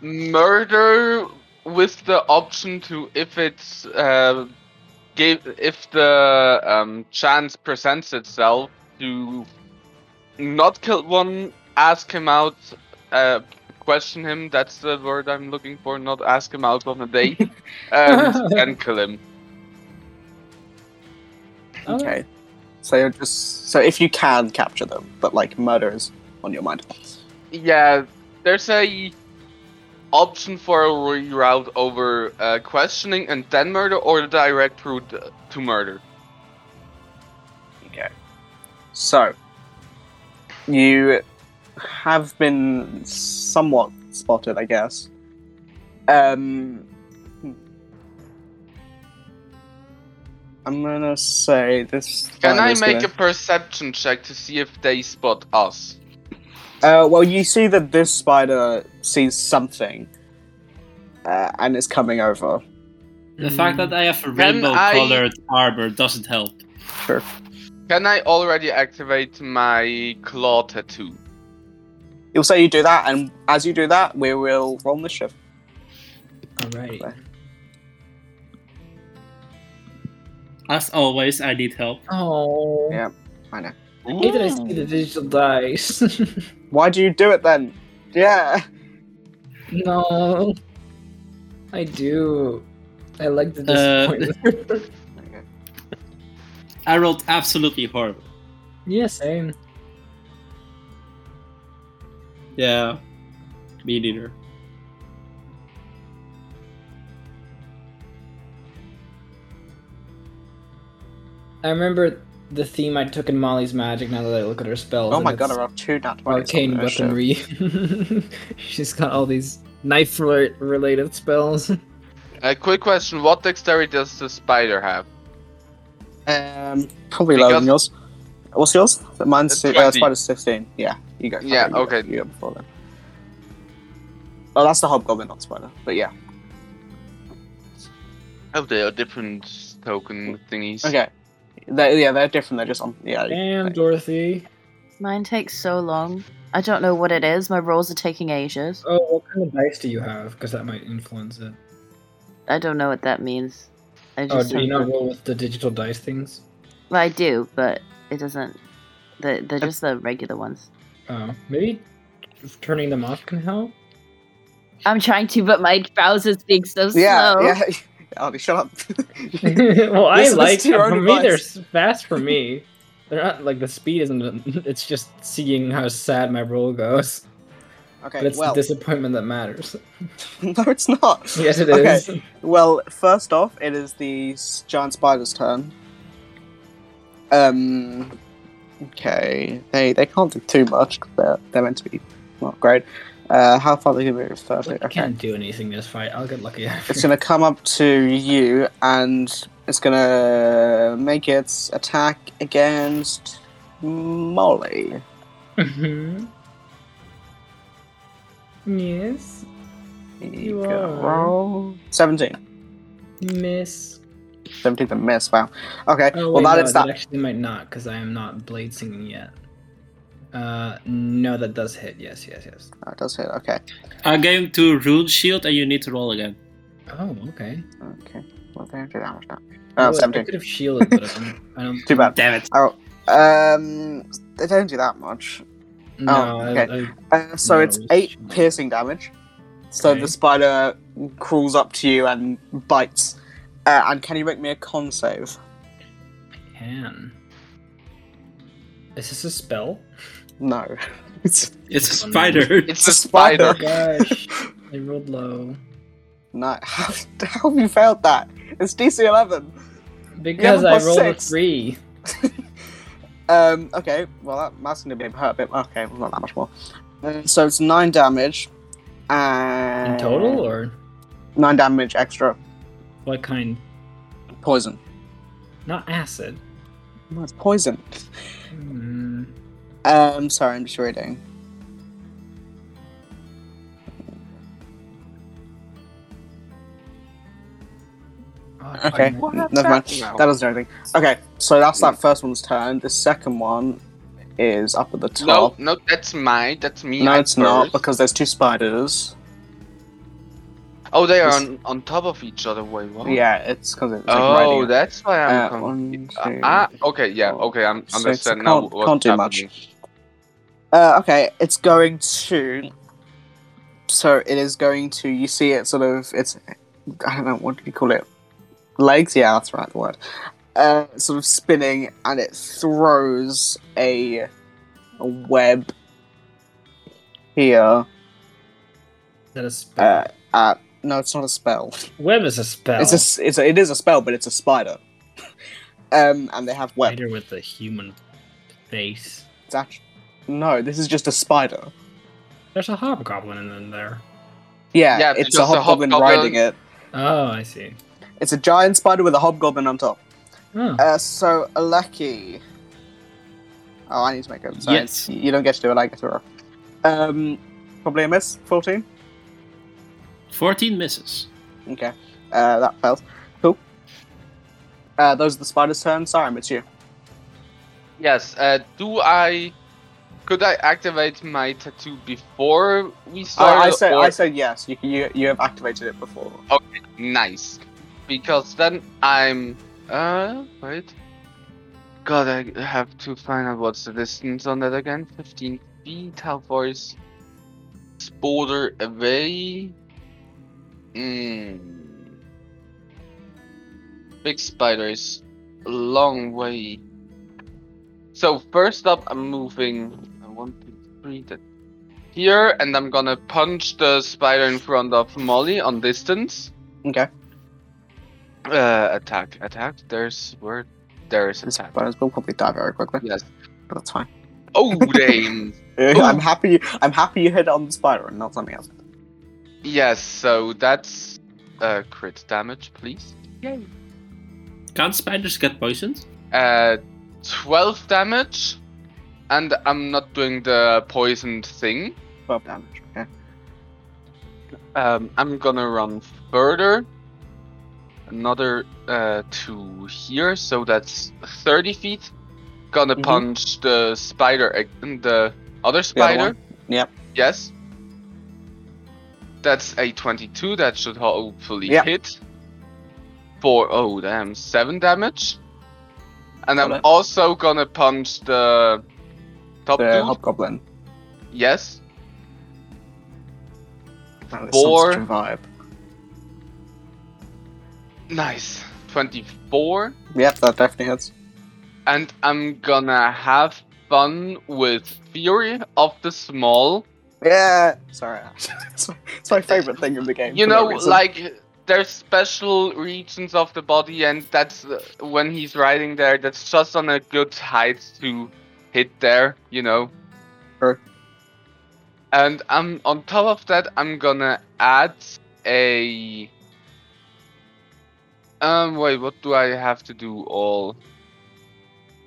Speaker 6: murder with the option to if it's uh, gave if the um, chance presents itself to not kill one, ask him out, uh, question him. That's the word I'm looking for. Not ask him out on a date and, and kill him.
Speaker 3: Okay.
Speaker 2: Okay. So you're just so if you can capture them, but like murder is on your mind.
Speaker 6: Yeah, there's a option for a reroute over uh, questioning and then murder, or the direct route to murder.
Speaker 2: So you have been somewhat spotted, I guess. Um, I'm gonna say this.
Speaker 6: Can
Speaker 2: time
Speaker 6: I
Speaker 2: is
Speaker 6: make
Speaker 2: gonna-
Speaker 6: a perception check to see if they spot us?
Speaker 2: Uh, well, you see that this spider sees something, uh, and is coming over.
Speaker 5: The fact that I have a
Speaker 6: Can
Speaker 5: rainbow colored armor doesn't help.
Speaker 6: Can I already activate my claw tattoo?
Speaker 2: You'll say you do that, and as you do that, we will roll the shift.
Speaker 3: Alrighty.
Speaker 5: As always, I need help.
Speaker 3: Oh.
Speaker 2: Yeah.
Speaker 3: Hey, did I see the digital dice? (laughs)
Speaker 2: Why do you do it then? Yeah.
Speaker 3: no. I do. I like
Speaker 2: (laughs)
Speaker 3: the
Speaker 5: Uh,
Speaker 3: disappointment.
Speaker 5: I rolled absolutely horrible.
Speaker 3: yeah, same.
Speaker 5: Yeah, me neither.
Speaker 3: I remember the theme I took in Molly's magic now that I look at her spells.
Speaker 2: Oh
Speaker 3: and
Speaker 2: my god, I
Speaker 3: it's
Speaker 2: rolled two nat 20s on
Speaker 3: Arcane
Speaker 2: this Oh, shit.
Speaker 3: weaponry. (laughs) She's got all these knife rela- related spells. (laughs)
Speaker 6: A quick question: What dexterity does the spider have?
Speaker 2: Um, probably lower than yours. What's yours? Mine's
Speaker 6: Uh,
Speaker 2: uh,
Speaker 6: 20.
Speaker 2: Spider's 15. Yeah, you go.
Speaker 6: Yeah,
Speaker 2: you go-
Speaker 6: okay.
Speaker 2: You go before then. Oh, that's the Hobgoblin, not Spider. But yeah.
Speaker 6: Oh, they are different token thingies.
Speaker 2: Okay. They're, yeah, they're different. They're just on. Yeah.
Speaker 3: Damn, Dorothy.
Speaker 7: Mine takes so long. I don't know what it is. My rolls are taking ages.
Speaker 3: Oh, what kind of dice do you have? Because that might influence it.
Speaker 7: I don't know what that means. I
Speaker 3: Oh,
Speaker 7: just
Speaker 3: do you
Speaker 7: have-
Speaker 3: not roll with the digital dice things?
Speaker 7: Well, I do, but it doesn't. They're, they're just the regular ones.
Speaker 3: Oh, maybe turning them off
Speaker 2: (laughs)
Speaker 3: can help. (laughs)
Speaker 7: I'm trying to, but my browser's being so
Speaker 2: Yeah,
Speaker 7: slow.
Speaker 2: yeah. (laughs) Ollie, shut up. (laughs)
Speaker 3: well, I
Speaker 2: This is
Speaker 3: like
Speaker 2: your
Speaker 3: for
Speaker 2: own
Speaker 3: me. They're
Speaker 2: advice.
Speaker 3: s- fast for me. They're not like the speed isn't. (laughs) It's just seeing how sad my roll goes. But
Speaker 2: okay,
Speaker 3: it's
Speaker 2: well.
Speaker 3: the disappointment that matters.
Speaker 2: (laughs)
Speaker 3: (laughs)
Speaker 2: no, it's not.
Speaker 3: Yes, it
Speaker 2: Okay. (laughs)
Speaker 3: is.
Speaker 2: Well, first off, it is the s- giant spider's turn. Um. Okay, they they can't do too much. 'cause They're they're meant to be not great. Uh, how far they can move? Thirty.
Speaker 3: I
Speaker 2: Okay.
Speaker 3: can't do anything this fight. I'll get lucky. (laughs)
Speaker 2: It's gonna come up to you, and it's gonna make its attack against Molly.
Speaker 3: Mhm. Yes, You
Speaker 2: You can
Speaker 3: are.
Speaker 2: roll seventeen.
Speaker 3: miss.
Speaker 2: Seventeen to miss. Wow. Okay.
Speaker 3: Oh,
Speaker 2: well,
Speaker 3: wait,
Speaker 2: that
Speaker 3: no,
Speaker 2: is
Speaker 3: that
Speaker 2: that.
Speaker 3: actually might not because I am not blade singing yet. Uh, no, that does hit. Yes, yes, yes.
Speaker 2: Oh, it does hit. Okay.
Speaker 5: I game to rune shield, and you need to roll again.
Speaker 3: Oh, okay.
Speaker 2: Okay. Well, they don't do that much now.
Speaker 3: Oh,
Speaker 2: Uh,
Speaker 3: I
Speaker 2: seventeen.
Speaker 3: could have shielded, but I don't.
Speaker 2: (laughs)
Speaker 3: I don't
Speaker 2: Too bad.
Speaker 5: Damn it!
Speaker 2: Um, they don't do that much.
Speaker 3: No,
Speaker 2: Oh,
Speaker 3: I-
Speaker 2: okay.
Speaker 3: I-
Speaker 2: Uh, so
Speaker 3: No,
Speaker 2: it's
Speaker 3: it's
Speaker 2: eight
Speaker 3: not.
Speaker 2: piercing damage. So
Speaker 3: Okay.
Speaker 2: the spider crawls up to you and bites. Uh, and can you make me a con save?
Speaker 3: can. Is this a spell?
Speaker 2: No. (laughs) It's
Speaker 5: It's a spider. (laughs)
Speaker 6: It's a
Speaker 3: Oh
Speaker 6: spider.
Speaker 3: gosh, I rolled low.
Speaker 2: no. (laughs) How, how have you failed that? It's DC eleven.
Speaker 3: Because I
Speaker 2: plus
Speaker 3: rolled
Speaker 2: six.
Speaker 3: a three.
Speaker 2: Um. Okay. Well, that, that's going to be hurt a bit. Okay. Well, not that much more. Uh, so it's nine damage, And
Speaker 3: in total, or
Speaker 2: nine damage extra
Speaker 3: what kind?
Speaker 2: poison.
Speaker 3: Not acid.
Speaker 2: No, it's poison.
Speaker 3: Mm,
Speaker 2: Um, sorry, I'm just reading.
Speaker 3: oh,
Speaker 2: Okay,
Speaker 3: fuck.
Speaker 2: never mind. That doesn't do anything. Okay, so that's that first one's turn. The second one is up at the
Speaker 6: No,
Speaker 2: top.
Speaker 6: no, that's mine. That's me.
Speaker 2: no
Speaker 6: I'm
Speaker 2: it's not
Speaker 6: first.
Speaker 2: because there's two spiders.
Speaker 6: Oh, they are
Speaker 2: This-
Speaker 6: on, on top of each other. Wait, what?
Speaker 2: Yeah, it's because it's like
Speaker 6: oh,
Speaker 2: riding-
Speaker 6: that's why
Speaker 2: Uh,
Speaker 6: I'm. confused.
Speaker 2: one,
Speaker 6: Uh,
Speaker 2: two,
Speaker 6: ah, okay, yeah,
Speaker 2: four,
Speaker 6: okay, I'm
Speaker 2: six.
Speaker 6: understand
Speaker 2: It
Speaker 6: now.
Speaker 2: can't-
Speaker 6: what's
Speaker 2: can't do much.
Speaker 6: happening.
Speaker 2: Uh, okay, it's going to. So it is going to. You see it sort of. It's. I don't know what do you call it. Legs. Yeah, that's right. The word. Uh, sort of spinning, and it throws a, a web here.
Speaker 3: Is that a spell?
Speaker 2: Uh, at, no, it's not a spell.
Speaker 3: Web is a spell.
Speaker 2: It's a. s- It's a, It is a spell, but it's a spider. um, and they have web.
Speaker 3: spider with a human face.
Speaker 2: It's actually, no, this is just a spider.
Speaker 3: There's a hobgoblin in there.
Speaker 2: Yeah,
Speaker 6: Yeah,
Speaker 2: it's
Speaker 6: because
Speaker 2: a
Speaker 6: the
Speaker 2: hobgoblin,
Speaker 6: hobgoblin-
Speaker 2: riding it.
Speaker 3: Oh, I see.
Speaker 2: It's a giant spider with a hobgoblin on top.
Speaker 3: Oh.
Speaker 2: Uh, so Aleki. Oh, I need to make a science.
Speaker 5: Yes.
Speaker 2: You don't get to do it. I get to roll. Um, probably a miss. Fourteen.
Speaker 5: 14 misses.
Speaker 2: Okay. Uh, that fails. Cool. Uh, those are the spider's turn. Sorry, it's you.
Speaker 6: Yes, uh, do I. Could I activate my tattoo before we start?
Speaker 2: I, I said.
Speaker 6: or-
Speaker 2: I said yes. You, you you have activated it before.
Speaker 6: Nice. Because then I'm. Uh, wait. God, I have to find out what's the distance on that again. 15 feet. How far is this border away? Mm. Big spider is a long way. So, first up, I'm moving. uh, One, two, three, that. Here, and I'm gonna punch the spider in front of Molly on distance.
Speaker 2: Okay.
Speaker 6: Uh, attack, attack. There's word. There is
Speaker 2: This
Speaker 6: attack.
Speaker 2: spider will probably die very quickly.
Speaker 6: Yes.
Speaker 2: but that's fine.
Speaker 6: Oh damn.
Speaker 2: Uh, I'm happy. I'm happy you hit on the spider and not something else.
Speaker 6: (laughs) yes. So that's uh crit damage, please.
Speaker 5: Can't spiders get poisoned?
Speaker 6: Uh, twelve damage, and I'm not doing the poisoned thing.
Speaker 2: Twelve damage. Okay.
Speaker 6: Um, I'm gonna run further. Another uh, two here, so that's 30 feet. Gonna
Speaker 2: Mhm.
Speaker 6: punch the spider, ag- the other spider.
Speaker 2: one? Yep.
Speaker 6: Yes. That's a 22. That should hopefully
Speaker 2: Yep.
Speaker 6: hit. For oh damn, seven damage. And
Speaker 2: Got
Speaker 6: I'm
Speaker 2: it.
Speaker 6: also gonna punch the top
Speaker 2: The
Speaker 6: dude.
Speaker 2: hobgoblin.
Speaker 6: yes.
Speaker 2: That is
Speaker 6: Four.
Speaker 2: such a vibe.
Speaker 6: Nice. 24.
Speaker 2: Yep, that definitely hits.
Speaker 6: And I'm gonna have fun with Fury of the Small.
Speaker 2: Yeah. Sorry, (laughs) it's my, it's my favorite thing in the game.
Speaker 6: You
Speaker 2: for no
Speaker 6: know,
Speaker 2: reason.
Speaker 6: like there's special regions of the body, and that's uh, when he's riding there. That's just on a good height to hit there. You know.
Speaker 2: Sure.
Speaker 6: And I'm on top of that. I'm gonna add a. Um. Wait. What do I have to do? All.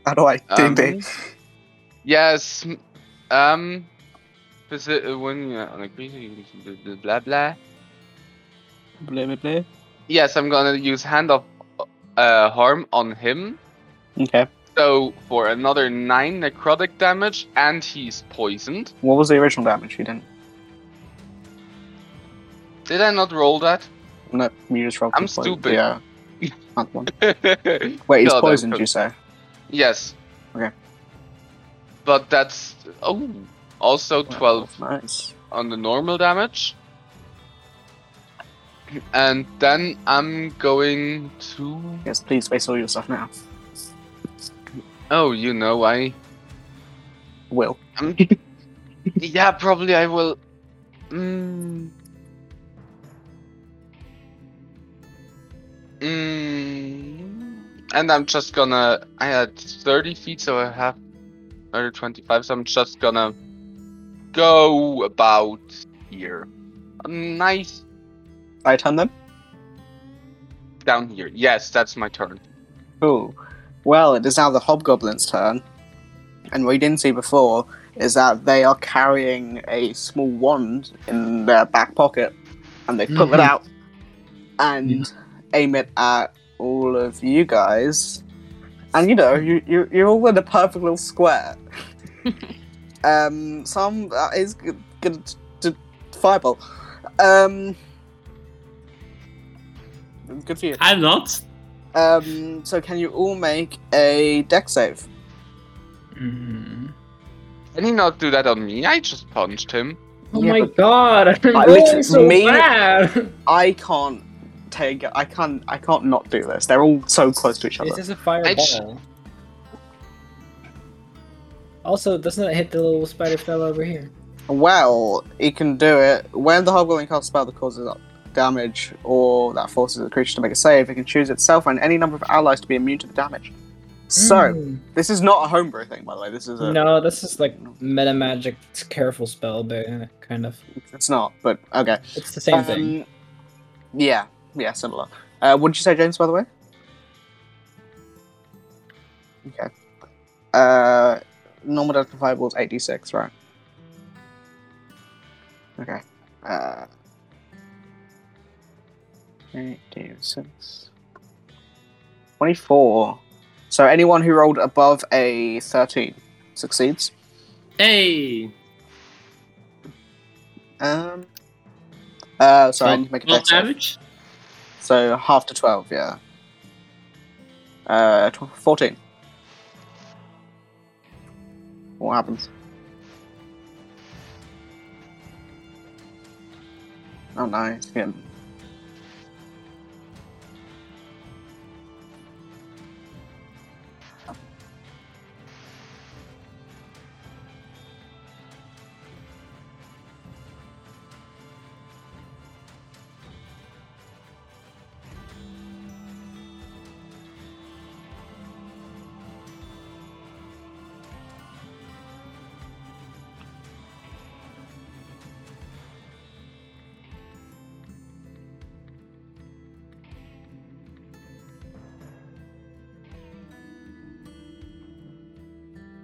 Speaker 2: how do I
Speaker 6: Um,
Speaker 2: D&D?
Speaker 6: Yes. m- Um. visit- uh, When you're on a creature, you can do the blah blah.
Speaker 2: Blah blah blah.
Speaker 6: Yes, I'm gonna use hand of uh, harm on him.
Speaker 2: Okay.
Speaker 6: So for another nine necrotic damage, and he's poisoned.
Speaker 2: What was the original damage? You didn't.
Speaker 6: Did I not roll that?
Speaker 2: No, you just rolled.
Speaker 6: I'm
Speaker 2: two points.
Speaker 6: stupid.
Speaker 2: Yeah. Not one. (laughs) Wait, he's
Speaker 6: God, I'm
Speaker 2: poisoned.
Speaker 6: so-
Speaker 2: You say.
Speaker 6: yes.
Speaker 2: Okay.
Speaker 6: But that's oh, also twelve
Speaker 2: Nice.
Speaker 6: on the normal damage. And then I'm going to
Speaker 2: Yes, please waste all your stuff now.
Speaker 6: Oh, you know, I.
Speaker 2: Will.
Speaker 6: I'm- yeah, probably I will. Mm. Mm. And I'm just gonna. I had 30 feet, so I have another 25, so I'm just gonna go about here. Nice
Speaker 2: I turn them.
Speaker 6: down here. Yes, that's my turn.
Speaker 2: Cool. Well, it is now the hobgoblin's turn, and what you didn't see before is that they are carrying a small wand in their back pocket, and they pull it
Speaker 3: Mhm.
Speaker 2: out and aim it at all of you guys. And you know, you you you're all in a perfect little square. um, some uh, is g- gonna t- t- fireball. Um, good for you.
Speaker 5: I'm not.
Speaker 2: Um, so can you all make a deck save?
Speaker 3: Mm.
Speaker 6: Can he not do that on me? I just punched him.
Speaker 3: Oh
Speaker 2: Yeah,
Speaker 3: my
Speaker 2: but-
Speaker 3: god, I'm
Speaker 2: I
Speaker 3: rolling
Speaker 2: literally-
Speaker 3: so
Speaker 2: me-
Speaker 3: bad.
Speaker 2: I can't take. I can't. I can't not do this. They're all so close to each other.
Speaker 3: This is a fireball. Also, doesn't it hit the little spider fella over here?
Speaker 2: Well, he can do it when the hobgoblin casts a spell that causes damage or that forces the creature to make a save. It can choose itself and any number of allies to be immune to the damage. So
Speaker 3: Mm.
Speaker 2: this is not a homebrew thing, by the way. This is a.
Speaker 3: no, this is like meta magic careful spell, but uh, kind of
Speaker 2: It's not. But okay.
Speaker 3: it's the same thing.
Speaker 2: Um, Yeah. Yeah. Similar. Uh, what did you say, James? By the way. Okay. Uh, normal damage from fireball is eight d six, right? Okay. Uh, eight d six. Twenty four. So anyone who rolled above a thirteen succeeds.
Speaker 5: Hey,
Speaker 2: Um. Uh, sorry, I need to make a
Speaker 5: not
Speaker 2: dex save.
Speaker 5: damage.
Speaker 2: So half to 12, yeah. Uh, tw- 14. What happens? Oh no, it's getting.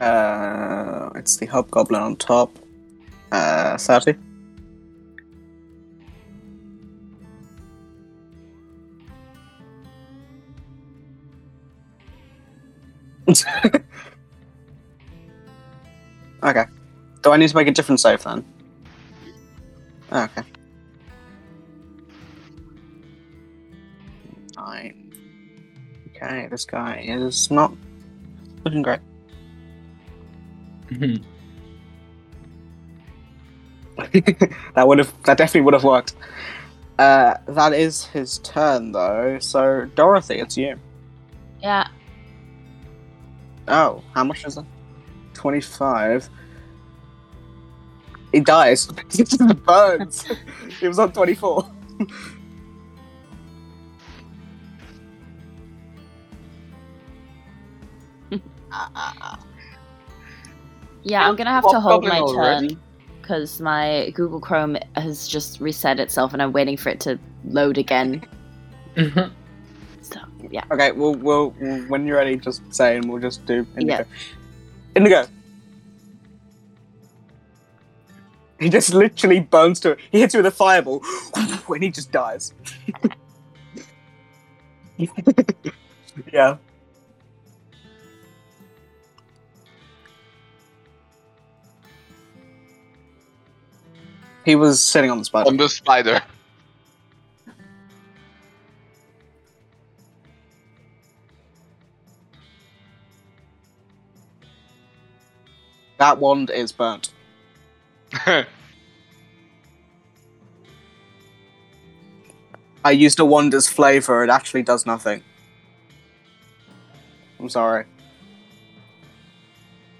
Speaker 2: Uh, it's the hobgoblin on top. Uh, 30. (laughs) okay. Do I need to make a different save then? Okay. Nine. Okay, this guy is not looking great.
Speaker 3: Mhm.
Speaker 2: (laughs) that would have that definitely would have worked. Uh, that is his turn though. So Dorothy, it's you.
Speaker 7: Yeah.
Speaker 2: Oh, how much is it? Twenty-five. He dies. (laughs) he just burns. he was on twenty-four.
Speaker 7: Yeah, I'm gonna have to
Speaker 6: Well,
Speaker 7: hold
Speaker 6: probably
Speaker 7: my
Speaker 6: already.
Speaker 7: turn because my Google Chrome has just reset itself, and I'm waiting for it to load again.
Speaker 3: Mhm.
Speaker 7: So yeah,
Speaker 2: Okay, we'll, we'll we'll- when you're ready, just say and we'll just do
Speaker 7: Yeah.
Speaker 2: indigo. Indigo. He just literally burns to it. He hits you with a fireball, (gasps) and he just dies. yeah. He was sitting on the spider.
Speaker 6: On the spider. (laughs)
Speaker 2: That wand is burnt. I used a wand as flavor. It actually does nothing. I'm sorry.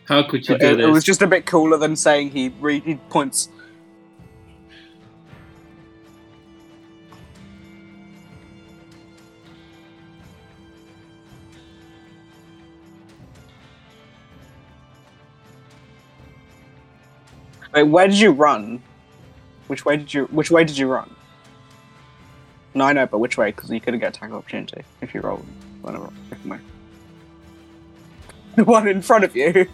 Speaker 5: How could you
Speaker 2: It,
Speaker 5: do
Speaker 2: it
Speaker 5: this?
Speaker 2: was just a bit cooler than saying he re- he points. Wait, where did you run? Which way did you Which way did you run? No, I know, but which way? Because you couldn't get attack of opportunity if you rolled one of different way. (laughs) The one in front of you.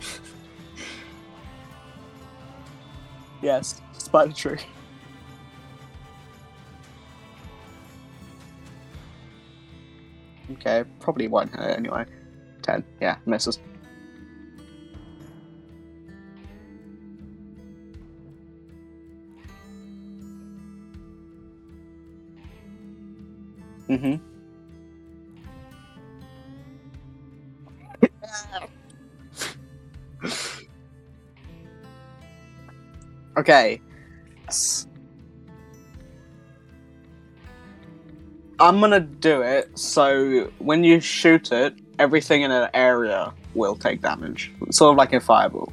Speaker 2: yes, spider tree. Okay, probably won't hurt anyway. Ten, yeah, misses. hmm okay. S- I'm gonna do it so when you shoot it, everything in an area will take damage. Sort of like a fireball.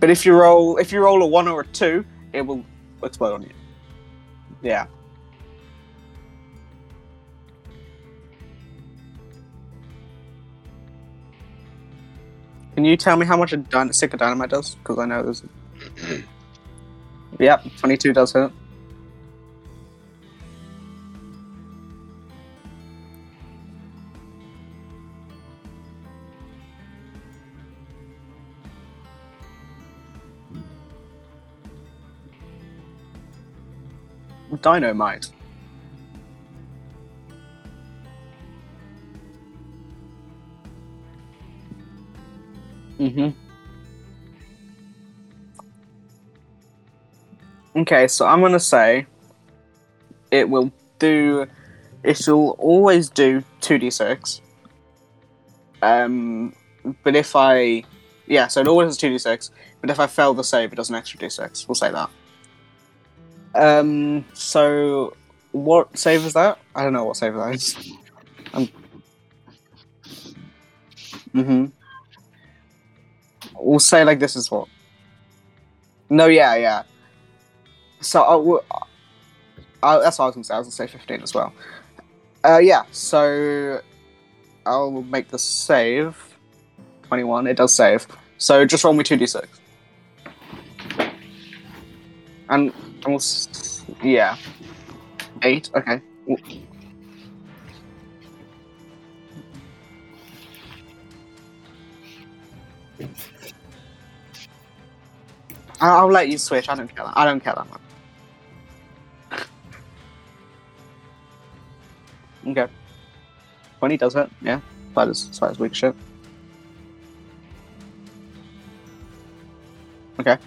Speaker 2: But if you roll if you roll a one or a two, it will explode on you. Yeah. Can you tell me how much a dyn- stick of dynamite does? Because I know there's. yep, 22 does hit. Dynamite. Mm-hmm. Okay, so I'm gonna say it will do. It will always do two d six. Um, but if I, yeah, so it always does two d six. But if I fail the save, it does an extra d six. We'll say that. Um, so what save is that? I don't know what save that is. Um, mm-hmm we'll say like this is what. No, yeah, yeah. So I w- I, that's what I was gonna say. I was gonna say fifteen as well. Uh, yeah. So I'll make the save. Twenty-one. It does save. So just roll me two d six. And and we'll s- yeah. Eight. Okay. W- I- I'll let you switch. I don't care. That. I don't care that much. Okay. Twenty does it. Yeah. That is that is weak shit. Okay.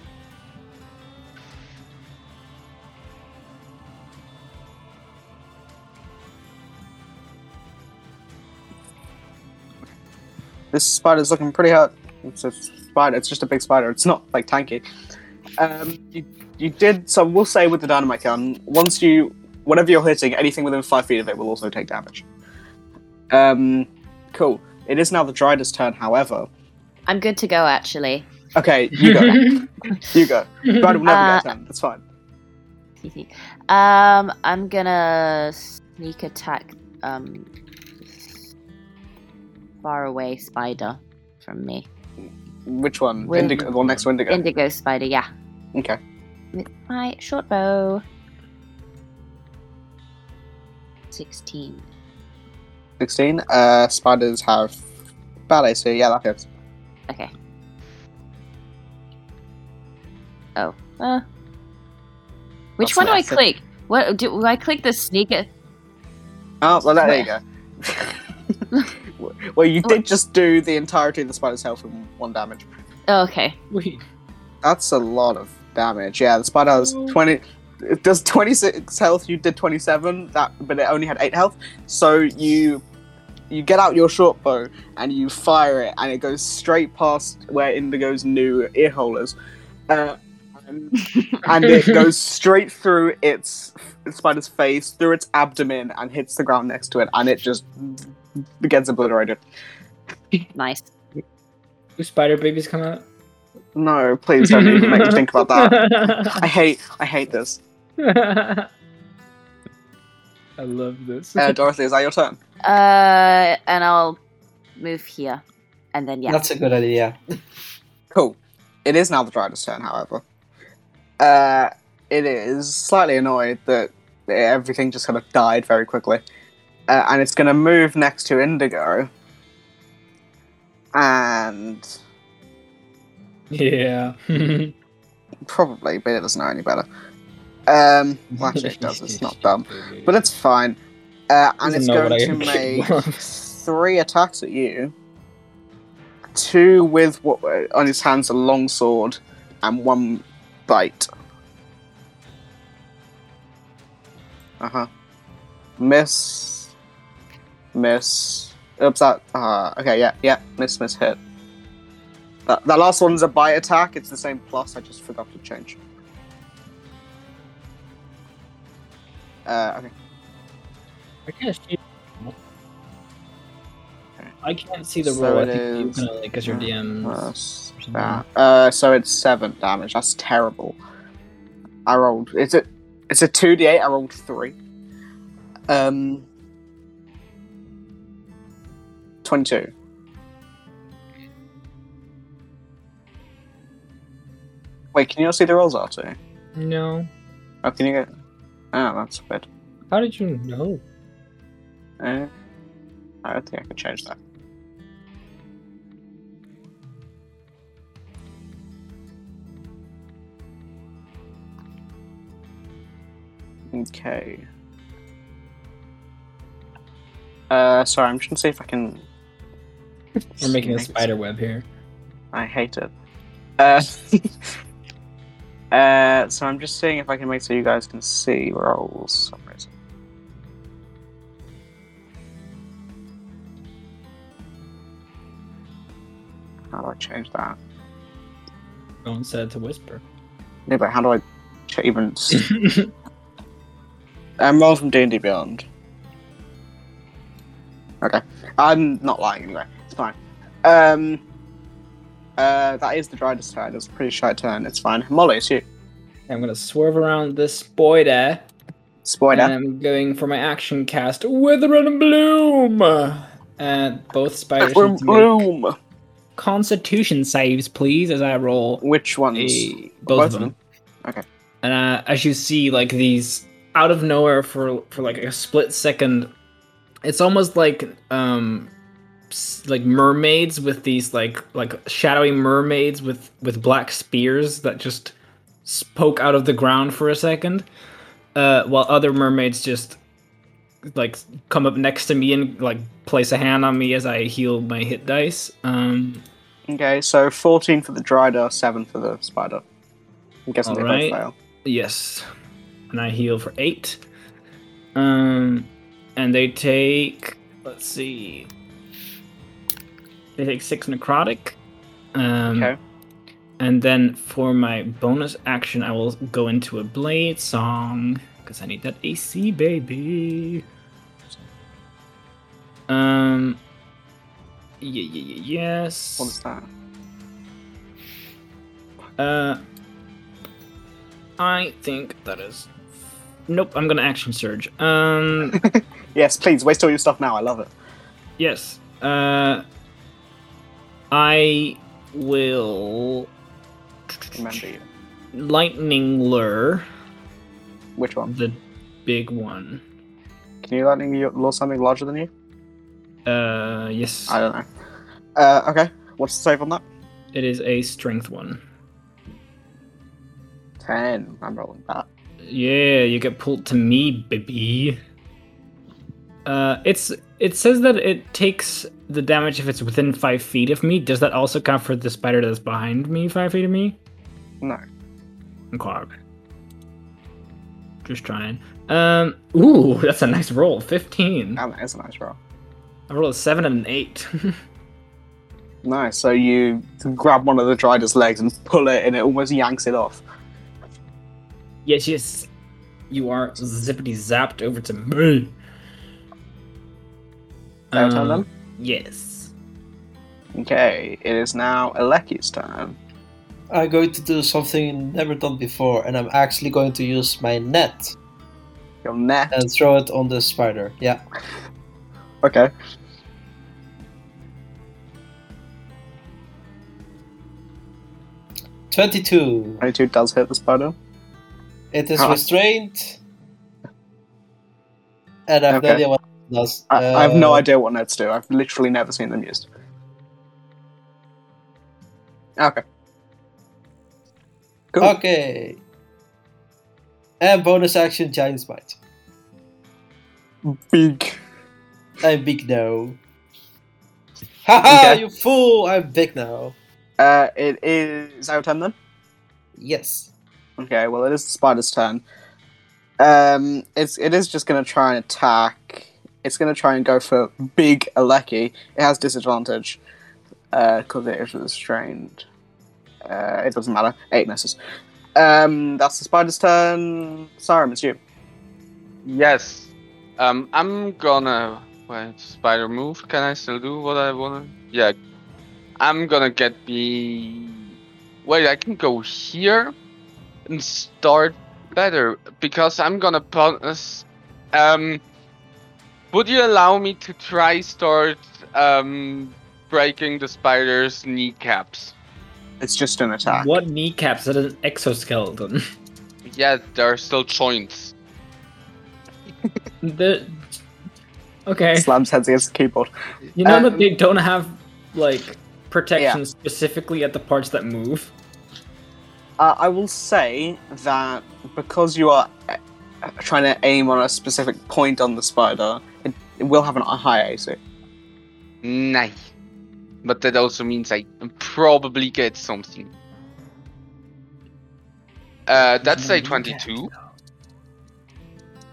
Speaker 2: This spider's looking pretty hot. It's a spider. It's just a big spider. It's not like tanky. Um, you, you did. So we'll say with the dynamite gun, once you, whenever you're hitting, anything within five feet of it will also take damage. Um, cool. It is now the Dryder's turn. However,
Speaker 7: I'm good to go, actually.
Speaker 2: okay, you go. you go. Dryder will never get a turn. That's fine.
Speaker 7: um, I'm gonna sneak attack um far away spider from me.
Speaker 2: Which one?
Speaker 7: Win-
Speaker 2: Indigo. The one next to Indigo.
Speaker 7: Indigo spider, yeah.
Speaker 2: okay.
Speaker 7: With my short bow. Sixteen.
Speaker 2: Sixteen. Uh, spiders have bad AC. Yeah, that hits.
Speaker 7: Okay. Oh. Uh. Which
Speaker 2: That's
Speaker 7: one do I
Speaker 2: nice.
Speaker 7: click? What do, do I click the sneak? a-
Speaker 2: Oh, well, there you go. (laughs) well, you did just do the entirety of the spider's health in one damage.
Speaker 7: Oh, okay.
Speaker 3: Wait.
Speaker 2: That's a lot of damage. Yeah, the spider has 20. It does 26 health, you did 27, that, but it only had 8 health. So you you get out your short bow and you fire it, and it goes straight past where Indigo's new ear hole is. Uh, and, and it goes straight through its the spider's face, through its abdomen, and hits the ground next to it, and it just gets obliterated.
Speaker 7: Nice.
Speaker 3: Do spider babies come out?
Speaker 2: No, please don't even make me think about
Speaker 3: (laughs)
Speaker 2: that. I hate, I hate this.
Speaker 3: I love this.
Speaker 2: Uh, Dorothy, is that your turn?
Speaker 7: Uh, and I'll move here, and then yeah.
Speaker 5: That's a good idea.
Speaker 2: Cool. It is now the Dryder's turn, however. Uh, it is slightly annoyed that everything just kind of died very quickly. Uh, and it's going to move next to Indigo. And
Speaker 3: (laughs)
Speaker 4: Yeah.
Speaker 2: probably, but it doesn't know any better. Um, well, actually, it does.
Speaker 3: (laughs)
Speaker 2: It's not dumb. But it's fine. Uh, and it's
Speaker 4: Doesn't
Speaker 2: going
Speaker 4: know (laughs) what I
Speaker 2: to
Speaker 4: am
Speaker 2: make
Speaker 4: capable of.
Speaker 2: three attacks at you. Two with what uh, on his hands a long sword, and one bite. Uh huh. Miss. Miss. Oops. That. Uh, okay. Yeah. Yeah. Miss. Miss. Hit. That, that last one's a bite attack. It's the same plus. I just forgot to change. Uh, okay.
Speaker 4: I can't see. I can't see the
Speaker 2: So
Speaker 4: roll. I
Speaker 2: it
Speaker 4: think you
Speaker 2: is-
Speaker 4: can only because your DM. 's-
Speaker 2: Plus that. Uh, so it's seven damage. That's terrible. I rolled. It's a it's a two d eight. I rolled three. Um, twenty two. Wait, can you not see the rolls are too?
Speaker 4: No.
Speaker 2: How can you get? Oh, that's weird.
Speaker 4: How did you know?
Speaker 2: Uh, I don't think I can change that. Okay. Uh, sorry, I'm just gonna see if I can.
Speaker 4: We're making a
Speaker 2: make it-
Speaker 4: spider web here.
Speaker 2: I hate it. Uh, (laughs) uh, so I'm just seeing if I can make so you guys can see rolls. for some reason. How do I change that?
Speaker 4: Don't say it to whisper.
Speaker 2: No, but how do I ch- even? s-
Speaker 4: (laughs)
Speaker 2: um, rolls from D and D Beyond. Okay, I'm not lying anyway. It's fine. Um, uh, that is the driest turn. It's a pretty shy turn. It's fine. Molly, it's you.
Speaker 4: I'm gonna swerve around this spider,
Speaker 2: Spoiler.
Speaker 4: and I'm going for my action cast, Wither and Bloom. And both spiders
Speaker 2: We're
Speaker 4: need to make
Speaker 2: bloom.
Speaker 4: Constitution saves, please, as I roll
Speaker 2: Which ones?
Speaker 4: a, both of them.
Speaker 2: Okay.
Speaker 4: And uh, as you see, like these out of nowhere for for like a split second, it's almost like um s- like mermaids with these like like shadowy mermaids with with black spears that just s- poke out of the ground for a second, uh, while other mermaids just like come up next to me and like place a hand on me as I heal my hit dice. Um,
Speaker 2: Okay, so 14 for the Dryder, 7 for the Spider. I'm guessing they
Speaker 4: Alright.
Speaker 2: both fail.
Speaker 4: Yes. And I heal for eight. Um, and they take. Let's see. They take six necrotic. Um,
Speaker 2: Okay.
Speaker 4: And then for my bonus action, I will go into a blade song because I need that AC, baby. Um. Yeah, yeah, yeah, yes.
Speaker 2: What is that?
Speaker 4: Uh, I think that is. Nope, I'm gonna action surge. Um,
Speaker 2: Yes, please, waste all your stuff now. I love it.
Speaker 4: yes. Uh, I will
Speaker 2: Remember you.
Speaker 4: lightning lure
Speaker 2: Which one?
Speaker 4: the big one.
Speaker 2: Can you lightning you lure something larger than you?
Speaker 4: Uh, yes,
Speaker 2: I don't know. Uh, okay, what's the save on that?
Speaker 4: it is a strength one.
Speaker 2: 10. I'm rolling that.
Speaker 4: Yeah, you get pulled to me, baby. Uh, it's it says that it takes the damage if it's within five feet of me. Does that also count for the spider that's behind me, five feet of me?
Speaker 2: No.
Speaker 4: Okay. Just trying. Um, ooh, (laughs) that's a nice roll. Fifteen.
Speaker 2: Damn, that is a nice roll.
Speaker 4: I rolled a seven and an eight. (laughs)
Speaker 2: Nice, so you grab one of the Dryder's legs and pull it, and it almost yanks it off.
Speaker 4: yes, yes. You are zippity zapped over to me. Um,
Speaker 2: Fair
Speaker 3: Um,
Speaker 2: turn then?
Speaker 4: Yes.
Speaker 2: Okay, it is now Aleki's turn.
Speaker 8: I'm going to do something never done before, and I'm actually going to use my net
Speaker 2: Your net.
Speaker 8: and throw it on the spider. Yeah.
Speaker 2: Okay.
Speaker 8: Twenty-two.
Speaker 2: 22 does hit the spider.
Speaker 8: It is
Speaker 2: Ah.
Speaker 8: restrained. And I have no
Speaker 2: Okay.
Speaker 8: idea what it does.
Speaker 2: I, I have no
Speaker 8: Uh,
Speaker 2: idea what notes do. I've literally never seen them used. Okay. Cool.
Speaker 8: Okay. And bonus action, Giant's Bite.
Speaker 2: Big.
Speaker 8: I'm big now. Haha,
Speaker 2: Okay.
Speaker 8: you fool! I'm big now.
Speaker 2: Uh, it is our turn then.
Speaker 8: Yes.
Speaker 2: Okay, well it is the spider's turn. Um, it's it is just gonna try and attack. It's gonna try and go for big Aleki. It has disadvantage because it is restrained. Uh, it doesn't matter. Eight misses. Um, that's the spider's turn. Sarum, it's you.
Speaker 6: Yes. Um, I'm gonna wait. Spider move. Can I still do what I wanna? Yeah. I'm gonna get the. Wait, I can go here and start better because I'm gonna punish. Um, would you allow me to try start um breaking the spider's kneecaps?
Speaker 2: It's just an attack.
Speaker 3: What kneecaps? That is an exoskeleton. (laughs)
Speaker 6: Yeah, there are still joints.
Speaker 3: the... Okay.
Speaker 2: Slams heads against the keyboard.
Speaker 3: You know
Speaker 2: Um,
Speaker 3: that they don't have like protection specifically at the parts that move.
Speaker 2: Uh, I will say that because you are uh, trying to aim on a specific point on the spider, it, it will have an- a high AC.
Speaker 6: Nice. But that also means I probably get something. Uh, that's a 22.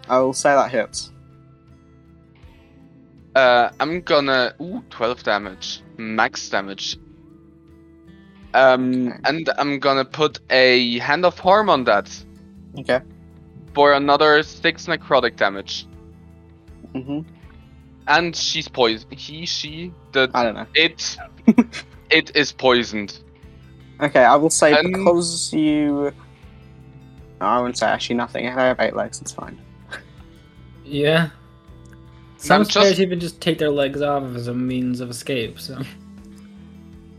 Speaker 2: I will say that hits.
Speaker 6: Uh, I'm gonna. Ooh, 12 damage. Max damage. Um,
Speaker 2: Okay.
Speaker 6: and I'm gonna put a Hand of Harm on that
Speaker 2: Okay.
Speaker 6: for another 6 necrotic damage.
Speaker 2: hmm
Speaker 6: And she's poisoned. He, she, the.
Speaker 2: I don't know.
Speaker 6: It. it is poisoned.
Speaker 2: Okay, I will say
Speaker 6: Um,
Speaker 2: because you. No, I wouldn't say actually nothing. I have eight legs. It's fine.
Speaker 3: Yeah. Some
Speaker 6: just-
Speaker 3: spiders even just take their legs off as a means of escape. So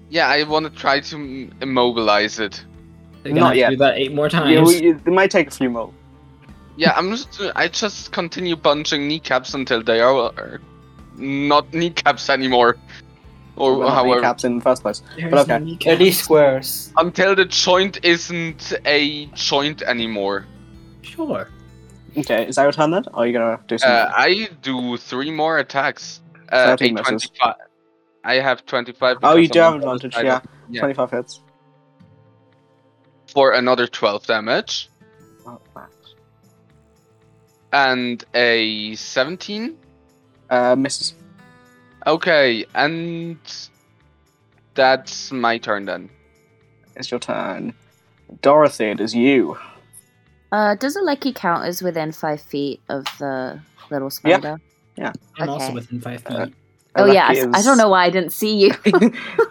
Speaker 6: Yeah, I wanna try to m- immobilize it.
Speaker 3: they're gonna
Speaker 2: Not
Speaker 3: have to
Speaker 2: yet.
Speaker 3: do that eight more times.
Speaker 2: Yeah, we, it might take a few more.
Speaker 6: Yeah, I'm just. I just continue punching kneecaps until they are uh, not kneecaps anymore, or
Speaker 2: Well,
Speaker 6: however,
Speaker 2: caps in the first place.
Speaker 3: There's
Speaker 2: but okay.
Speaker 3: no
Speaker 8: Are
Speaker 3: kneecaps.
Speaker 8: these squares?
Speaker 6: until the joint isn't a joint anymore.
Speaker 3: Sure.
Speaker 2: Okay, is that your turn then? Or are you gonna do something?
Speaker 6: Uh, I do three more attacks. Uh,
Speaker 2: 13
Speaker 6: a
Speaker 2: misses.
Speaker 6: 25 I have 25.
Speaker 2: oh, you
Speaker 6: because
Speaker 2: do
Speaker 6: I'm
Speaker 2: have
Speaker 6: on the
Speaker 2: advantage.
Speaker 6: side
Speaker 2: Yeah,
Speaker 6: of- yeah.
Speaker 2: twenty-five hits.
Speaker 6: For another 12 damage
Speaker 2: Oh, wow.
Speaker 6: and a 17.
Speaker 2: Uh, misses.
Speaker 6: Okay, and that's my turn then.
Speaker 2: It's your turn. Dorothy, it is you.
Speaker 7: Uh, does a lucky count as within five feet of the little spider?
Speaker 3: I'm also
Speaker 7: Okay.
Speaker 3: within five feet.
Speaker 2: Uh,
Speaker 7: Oh yeah, I,
Speaker 2: Aleki
Speaker 7: I don't
Speaker 2: is- (laughs)
Speaker 7: know why I didn't see you. (laughs)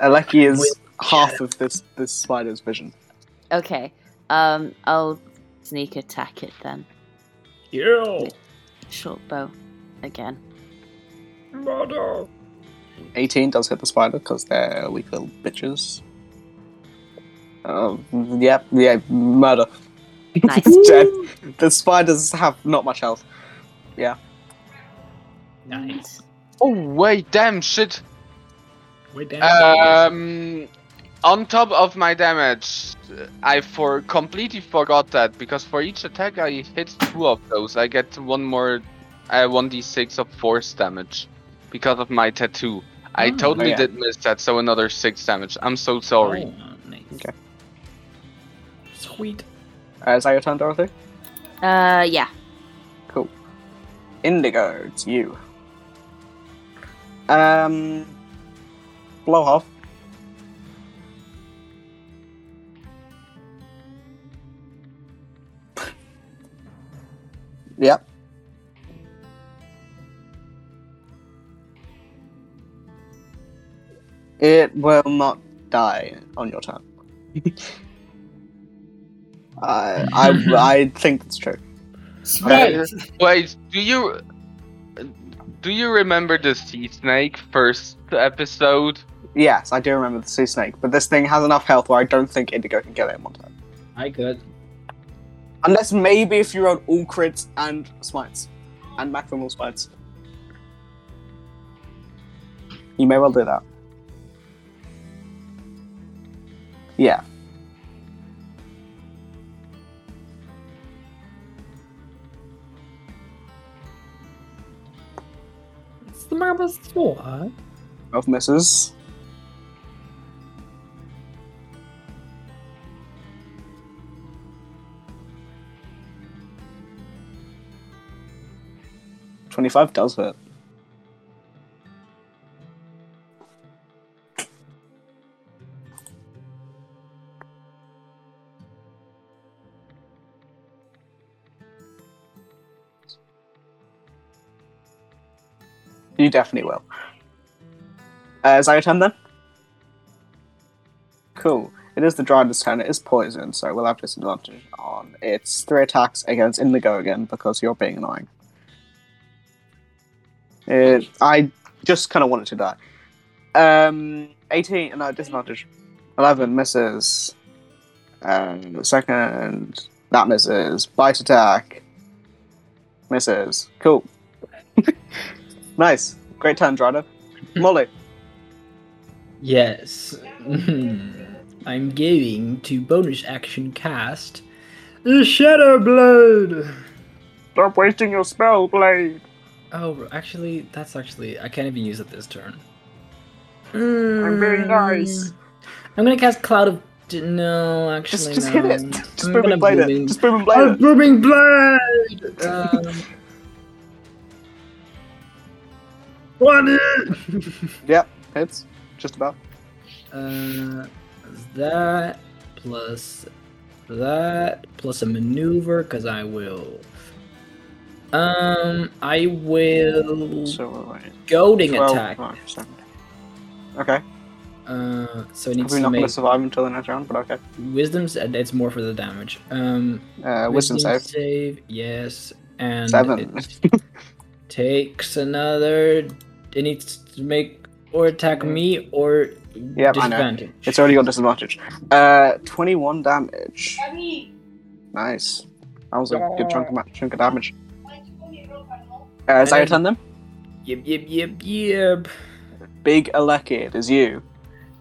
Speaker 2: Aleki is half of this this spider's vision.
Speaker 7: okay, um, I'll sneak attack it then.
Speaker 3: Yo,
Speaker 7: Short bow, again.
Speaker 3: murder.
Speaker 2: Eighteen does hit the spider because they're weak little bitches. Um, yep, yeah, murder. (laughs)
Speaker 7: Nice.
Speaker 2: It's dead. The spiders have not much health.
Speaker 3: Nice.
Speaker 6: Oh wait, damn shit!
Speaker 3: Wait down.
Speaker 2: Uh,
Speaker 6: Um, on top of my damage, I for completely forgot that because for each attack I hit two of those, I get one more, uh, one d6 of force damage because of my tattoo. I
Speaker 3: Oh.
Speaker 6: totally
Speaker 2: Oh, yeah.
Speaker 6: did miss that, so another six damage. I'm so sorry.
Speaker 3: Oh, nice.
Speaker 2: Okay.
Speaker 3: Sweet.
Speaker 2: Uh, is that your turn, Dorothy?
Speaker 7: Uh, yeah.
Speaker 2: Cool. Indigo, it's you. Um, blow off. yep. It will not die on your turn. I, I, I think that's true. Oh,
Speaker 8: Smite!
Speaker 6: (laughs) Wait, do you do you remember the sea snake first episode?
Speaker 2: Yes, I do remember the sea snake, but this thing has enough health where I don't think Indigo can kill it in one turn.
Speaker 3: I could.
Speaker 2: Unless maybe if you rolled all crits and smites, and macromal smites. You may well do that. Yeah.
Speaker 4: It's the marble sword.
Speaker 2: Both misses. Twenty-five does hit. You definitely will. Uh, is that your turn then? Cool. It is the driver's turn. It is poison, so we'll have disadvantage on its three attacks against Indigo again because you're being annoying. It, I just kind of wanted to die. Um, 18, no, disadvantage. 11 misses. Um, second, that misses. Bite attack. Misses. Cool. (laughs) nice. Great turn, Dryden. Molly.
Speaker 3: Yes. (laughs) I'm going to bonus action cast the Shadow Blade.
Speaker 2: Stop wasting your spell, Blade.
Speaker 3: Oh, actually, that's actually I can't even use it this turn.
Speaker 2: I'm very nice.
Speaker 3: Mm, I'm gonna cast Cloud of D- No, actually,
Speaker 2: Just, just
Speaker 3: no.
Speaker 2: hit it. Just
Speaker 3: I'm
Speaker 2: boom
Speaker 3: gonna
Speaker 2: and blade
Speaker 3: booming-
Speaker 2: it. Just boom and
Speaker 3: Oh,
Speaker 2: blade it.
Speaker 3: booming blade.
Speaker 2: (laughs)
Speaker 3: Um, One.
Speaker 2: Yep, hits. Just about.
Speaker 3: Uh, that plus that plus a maneuver because I will. Um, I will
Speaker 2: So we're right.
Speaker 3: goading
Speaker 2: 12
Speaker 3: attack.
Speaker 2: mark, so- Okay.
Speaker 3: Uh, so it needs
Speaker 2: Probably not
Speaker 3: to
Speaker 2: going
Speaker 3: make
Speaker 2: to survive until the next round, but okay.
Speaker 3: wisdom's. and It's more for the damage. Um,
Speaker 2: Uh, wisdom save.
Speaker 3: yes, and
Speaker 2: Seven. (laughs)
Speaker 3: it takes another. It needs to make or attack me or
Speaker 2: Yep, I know.
Speaker 3: disadvantage.
Speaker 2: It's already got disadvantage. Uh, 21 damage. Nice. That was a good chunk of, ma- chunk of damage. Uh, is that your turn then?
Speaker 3: Yep, yep, yep, yep.
Speaker 2: Big Aleki, it is you.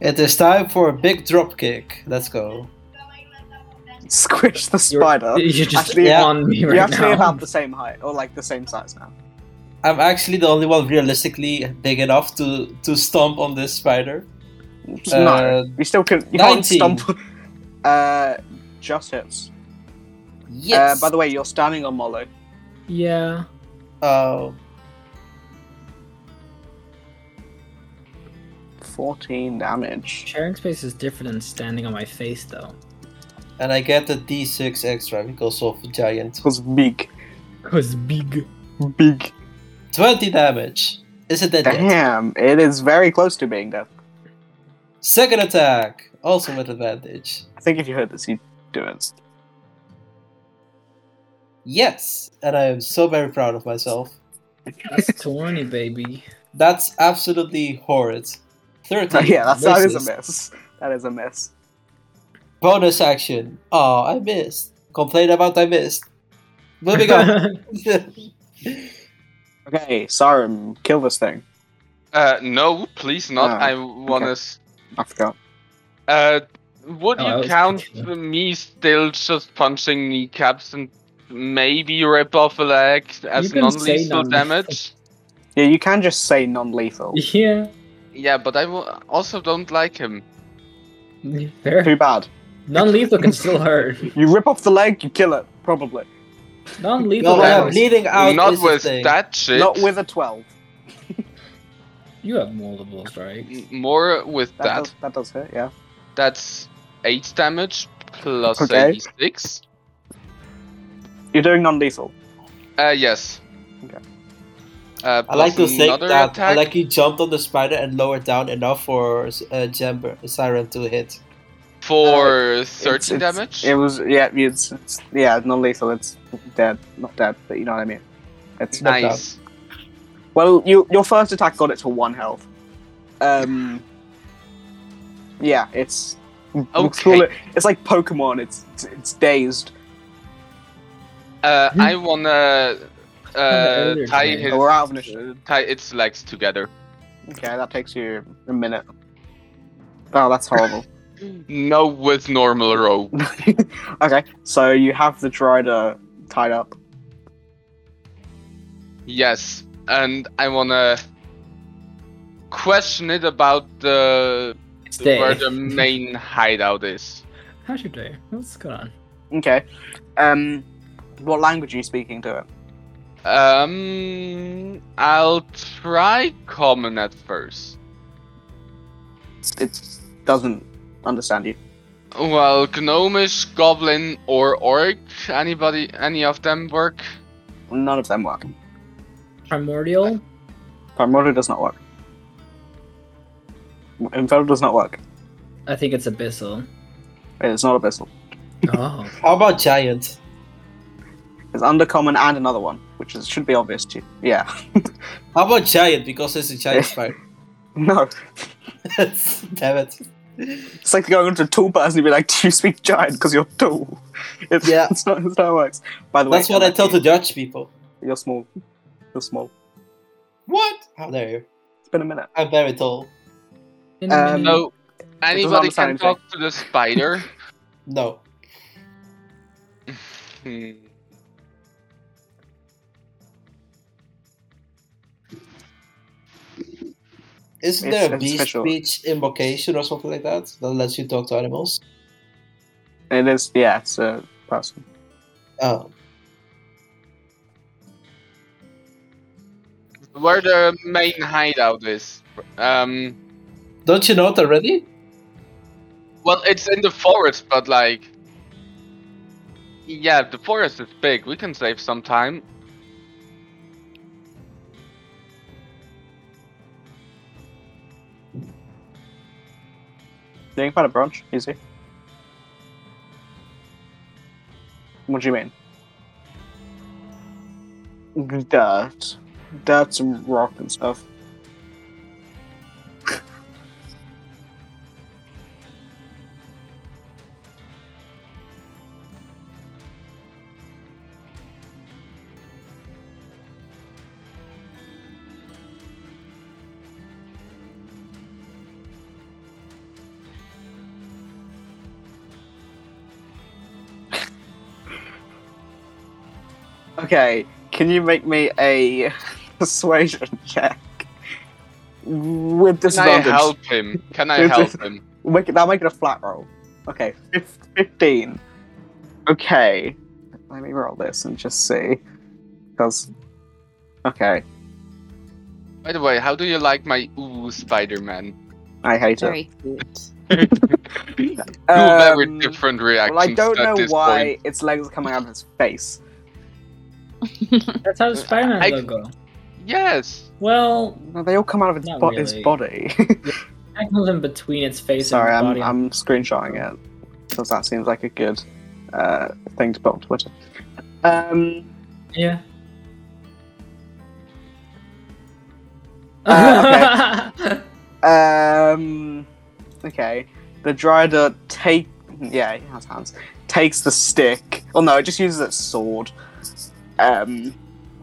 Speaker 8: It is time for a big drop kick. Let's go.
Speaker 2: Squish the
Speaker 3: You're- (laughs)
Speaker 2: spider.
Speaker 3: Oh, You're, just
Speaker 2: Actually,
Speaker 8: yeah.
Speaker 3: on me
Speaker 2: You're
Speaker 3: (laughs) right
Speaker 2: actually
Speaker 3: now.
Speaker 2: about the same height, or like the same size now.
Speaker 8: I'm actually the only one realistically big enough to to stomp on this spider. Uh,
Speaker 2: no, you still can. You can't
Speaker 8: 19.
Speaker 2: stomp. (laughs) Uh, just hits.
Speaker 8: Yes.
Speaker 2: Uh, by the way, you're standing on Molo.
Speaker 3: yeah.
Speaker 8: Uh,
Speaker 2: 14 damage.
Speaker 3: Sharing space is different than standing on my face, though.
Speaker 8: and I get a D6 extra because of giant.
Speaker 2: was big.
Speaker 3: Cause big.
Speaker 2: Big.
Speaker 8: 20 damage. Is it dead yet?
Speaker 2: Damn, it is very close to being dead.
Speaker 8: Second attack, also with advantage.
Speaker 2: I think if you heard this, you'd do it. (laughs)
Speaker 8: Yes, and I am so very proud of myself.
Speaker 2: (laughs)
Speaker 3: That's twenty, baby.
Speaker 8: That's absolutely horrid.
Speaker 2: (laughs)
Speaker 8: 13.
Speaker 2: yeah, that's, that is
Speaker 8: misses.
Speaker 2: a miss. That is a miss.
Speaker 8: Bonus action. Oh, I missed. Complain about I missed. Moving on.
Speaker 2: (laughs)
Speaker 8: (laughs)
Speaker 2: Okay, Sarum, kill this thing.
Speaker 6: Uh, no, please not.
Speaker 2: Ah,
Speaker 6: I wanna.
Speaker 2: okay.
Speaker 6: s
Speaker 2: I forgot.
Speaker 6: Uh, would
Speaker 3: Oh, I
Speaker 6: you
Speaker 3: was
Speaker 6: count
Speaker 3: confused.
Speaker 6: me still just punching kneecaps and maybe rip off a leg as
Speaker 3: can say
Speaker 6: non-lethal
Speaker 3: non-lethal.
Speaker 6: damage?
Speaker 2: Yeah, you can just say non-lethal.
Speaker 3: yeah.
Speaker 6: Yeah, but I wa- also don't like him.
Speaker 3: Fair.
Speaker 2: Too bad.
Speaker 3: Non-lethal can still hurt.
Speaker 2: You rip off the leg, you kill it, probably.
Speaker 3: Non-lethal.
Speaker 8: no,
Speaker 6: Well,
Speaker 8: no,
Speaker 3: damage.
Speaker 8: bleeding out
Speaker 6: not
Speaker 8: is
Speaker 6: with
Speaker 8: a thing.
Speaker 6: that shit.
Speaker 2: Not with a 12.
Speaker 3: You have multiple strikes.
Speaker 6: M- More with
Speaker 2: That,
Speaker 6: that.
Speaker 2: Does, that does hit, yeah.
Speaker 6: That's eight damage plus
Speaker 2: Okay.
Speaker 6: eighty-six.
Speaker 2: You're doing non-lethal.
Speaker 6: Uh, yes.
Speaker 2: Okay.
Speaker 6: Uh,
Speaker 8: I like to
Speaker 6: plus
Speaker 8: think
Speaker 6: another
Speaker 8: that
Speaker 6: attack.
Speaker 8: like you jumped on the spider and lowered down enough for uh, Jamber, Siren to hit. uh,
Speaker 6: for 13
Speaker 2: It's- it's-
Speaker 6: damage.
Speaker 2: It was, yeah, it's, it's yeah, non-lethal. It's dead. Not dead, but you know what I mean. It's not dead.
Speaker 6: nice.
Speaker 2: Well, you, your first attack got it to one health. Um, yeah, it's. let's
Speaker 6: Okay.
Speaker 2: it- it's like Pokemon. It's it's dazed.
Speaker 6: Uh, I
Speaker 3: (laughs)
Speaker 6: wanna uh,
Speaker 3: earlier
Speaker 6: tie
Speaker 3: today.
Speaker 6: his
Speaker 2: Oh, we're out of initiative.
Speaker 6: tie its legs together.
Speaker 2: Okay, that takes you a minute. Oh, that's horrible.
Speaker 6: (laughs) No, with normal rope.
Speaker 2: okay, so you have the Drider tied up.
Speaker 6: Yes, and I wanna question it about the
Speaker 3: It's
Speaker 6: where
Speaker 3: day.
Speaker 6: the main hideout is.
Speaker 3: How's your day? What's going on?
Speaker 2: Okay. Um, what language are you speaking to it?
Speaker 6: Um, I'll try common at first.
Speaker 2: It doesn't understand you.
Speaker 6: Well, gnomish, goblin, or orc. Anybody, any of them work?
Speaker 2: None of them work.
Speaker 3: Primordial?
Speaker 2: Primordial does not work. Infernal does not work.
Speaker 3: I think it's abyssal.
Speaker 2: It's not abyssal.
Speaker 3: Oh.
Speaker 8: How about giant?
Speaker 2: It's undercommon and another one, which is, should be obvious to you. Yeah. (laughs)
Speaker 8: How about giant? Because it's a giant spider. (laughs)
Speaker 2: No.
Speaker 8: Damn it.
Speaker 2: It's like going to a tool person and be like, "Do you speak giant? Because you're tall." (laughs) It's,
Speaker 8: Yeah.
Speaker 2: it's not it's not how it works. By the way,
Speaker 8: That's what I tell the Dutch people.
Speaker 2: You're small. You're small.
Speaker 8: What? How dare you?
Speaker 2: It's been a minute.
Speaker 8: I'm very tall.
Speaker 3: In
Speaker 2: Um,
Speaker 3: many-
Speaker 6: No. Anybody can
Speaker 2: understand
Speaker 6: talk to the spider.
Speaker 8: No.
Speaker 6: Hmm.
Speaker 8: Isn't
Speaker 2: It's-
Speaker 8: there a
Speaker 2: it's
Speaker 8: beast
Speaker 2: special.
Speaker 8: speech invocation or something like that that lets you talk to animals?
Speaker 2: It is. Yeah, it's a person.
Speaker 8: Oh,
Speaker 6: Where the main hideout is. Um,
Speaker 8: don't you know it already?
Speaker 6: well, it's in the forest, but like, yeah, the forest is big. We can save some time.
Speaker 2: You can find a branch. Easy. What do you mean? Dirt, dirt, and rock and stuff. Okay, can you make me a (laughs) persuasion check with
Speaker 6: Can I
Speaker 2: disadvantage?
Speaker 6: help him? Can I
Speaker 2: It's
Speaker 6: help
Speaker 2: just-
Speaker 6: him?
Speaker 2: Make it, now make it a flat roll. Okay, fif- 15. Okay. Let me roll this and just see. Because. Okay,
Speaker 6: By the way, how do you like my ooh, Spider-Man?
Speaker 2: I hate it.
Speaker 7: Very cute.
Speaker 6: Two very
Speaker 2: Um,
Speaker 6: different reactions.
Speaker 2: well, I don't
Speaker 6: at
Speaker 2: know
Speaker 6: this
Speaker 2: why
Speaker 6: Point.
Speaker 2: its legs are coming out of its face.
Speaker 3: That's how the Spider Man
Speaker 6: I-
Speaker 3: logo.
Speaker 6: Yes.
Speaker 3: Well,
Speaker 2: No, they all come out of its,
Speaker 3: Not
Speaker 2: bo- its
Speaker 3: really. (laughs)
Speaker 2: body. (laughs)
Speaker 3: tackles in between its face
Speaker 2: Sorry,
Speaker 3: and
Speaker 2: I'm,
Speaker 3: body.
Speaker 2: I'm screenshotting it. Because that seems like a good uh, thing to put on Twitter. Um,
Speaker 3: Yeah.
Speaker 2: Uh,
Speaker 3: (laughs)
Speaker 2: Um. Okay. The Dryder take. Yeah, it has hands. Takes the stick. Oh no, it just uses its sword. Um.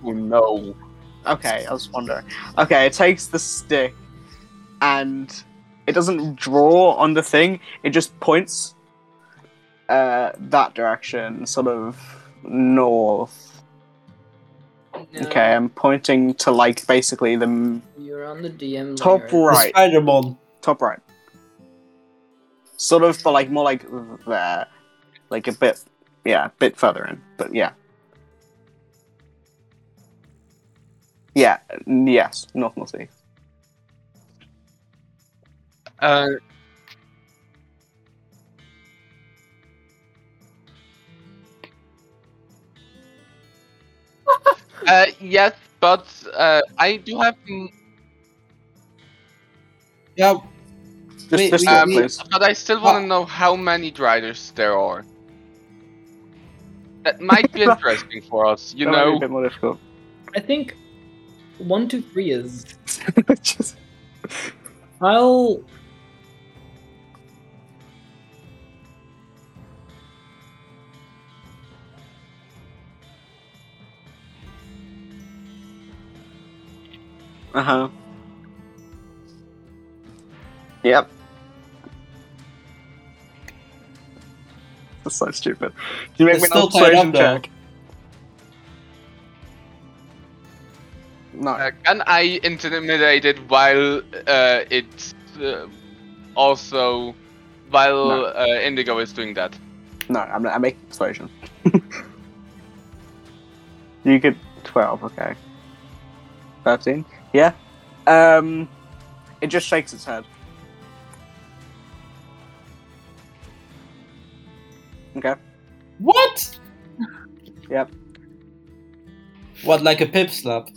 Speaker 6: Oh no.
Speaker 2: Okay, I was wondering. Okay, it takes the stick, and it doesn't draw on the thing. It just points. Uh, that direction, sort of north. Okay, I'm pointing to like basically the m-
Speaker 3: You're on the DM.
Speaker 2: top
Speaker 3: layer.
Speaker 8: The
Speaker 2: right.
Speaker 8: Spider-Man.
Speaker 2: top right. Sort of, but like more like there, like a bit, yeah, a bit further in. But yeah, yeah, n- yes, north north east.
Speaker 6: Uh, uh, yes, but uh, I do have. mm,
Speaker 8: Yeah,
Speaker 2: Just
Speaker 8: We-
Speaker 2: this
Speaker 8: we-
Speaker 2: way,
Speaker 6: we-
Speaker 2: please.
Speaker 6: But I still want to know how many driders there are. That might
Speaker 2: (laughs)
Speaker 6: be interesting for us, you
Speaker 2: That might be a
Speaker 6: know.
Speaker 2: bit more difficult.
Speaker 3: I think one, two, three is.
Speaker 2: Just-
Speaker 3: I'll.
Speaker 2: Uh huh.
Speaker 8: Uh-huh.
Speaker 2: Yep. That's so stupid. Do you make
Speaker 8: It's
Speaker 2: me an
Speaker 8: still tied
Speaker 2: persuasion
Speaker 8: up, though.
Speaker 2: check? No.
Speaker 6: Uh, can I intimidate it while uh, it's uh, also while
Speaker 2: No.
Speaker 6: uh, Indigo is doing that?
Speaker 2: No, I'm, I'm making persuasion. (laughs) you get 12, okay. 13? Yeah. Um, it just shakes its head. Okay.
Speaker 8: What?
Speaker 2: Yep.
Speaker 8: What, like a pip slap?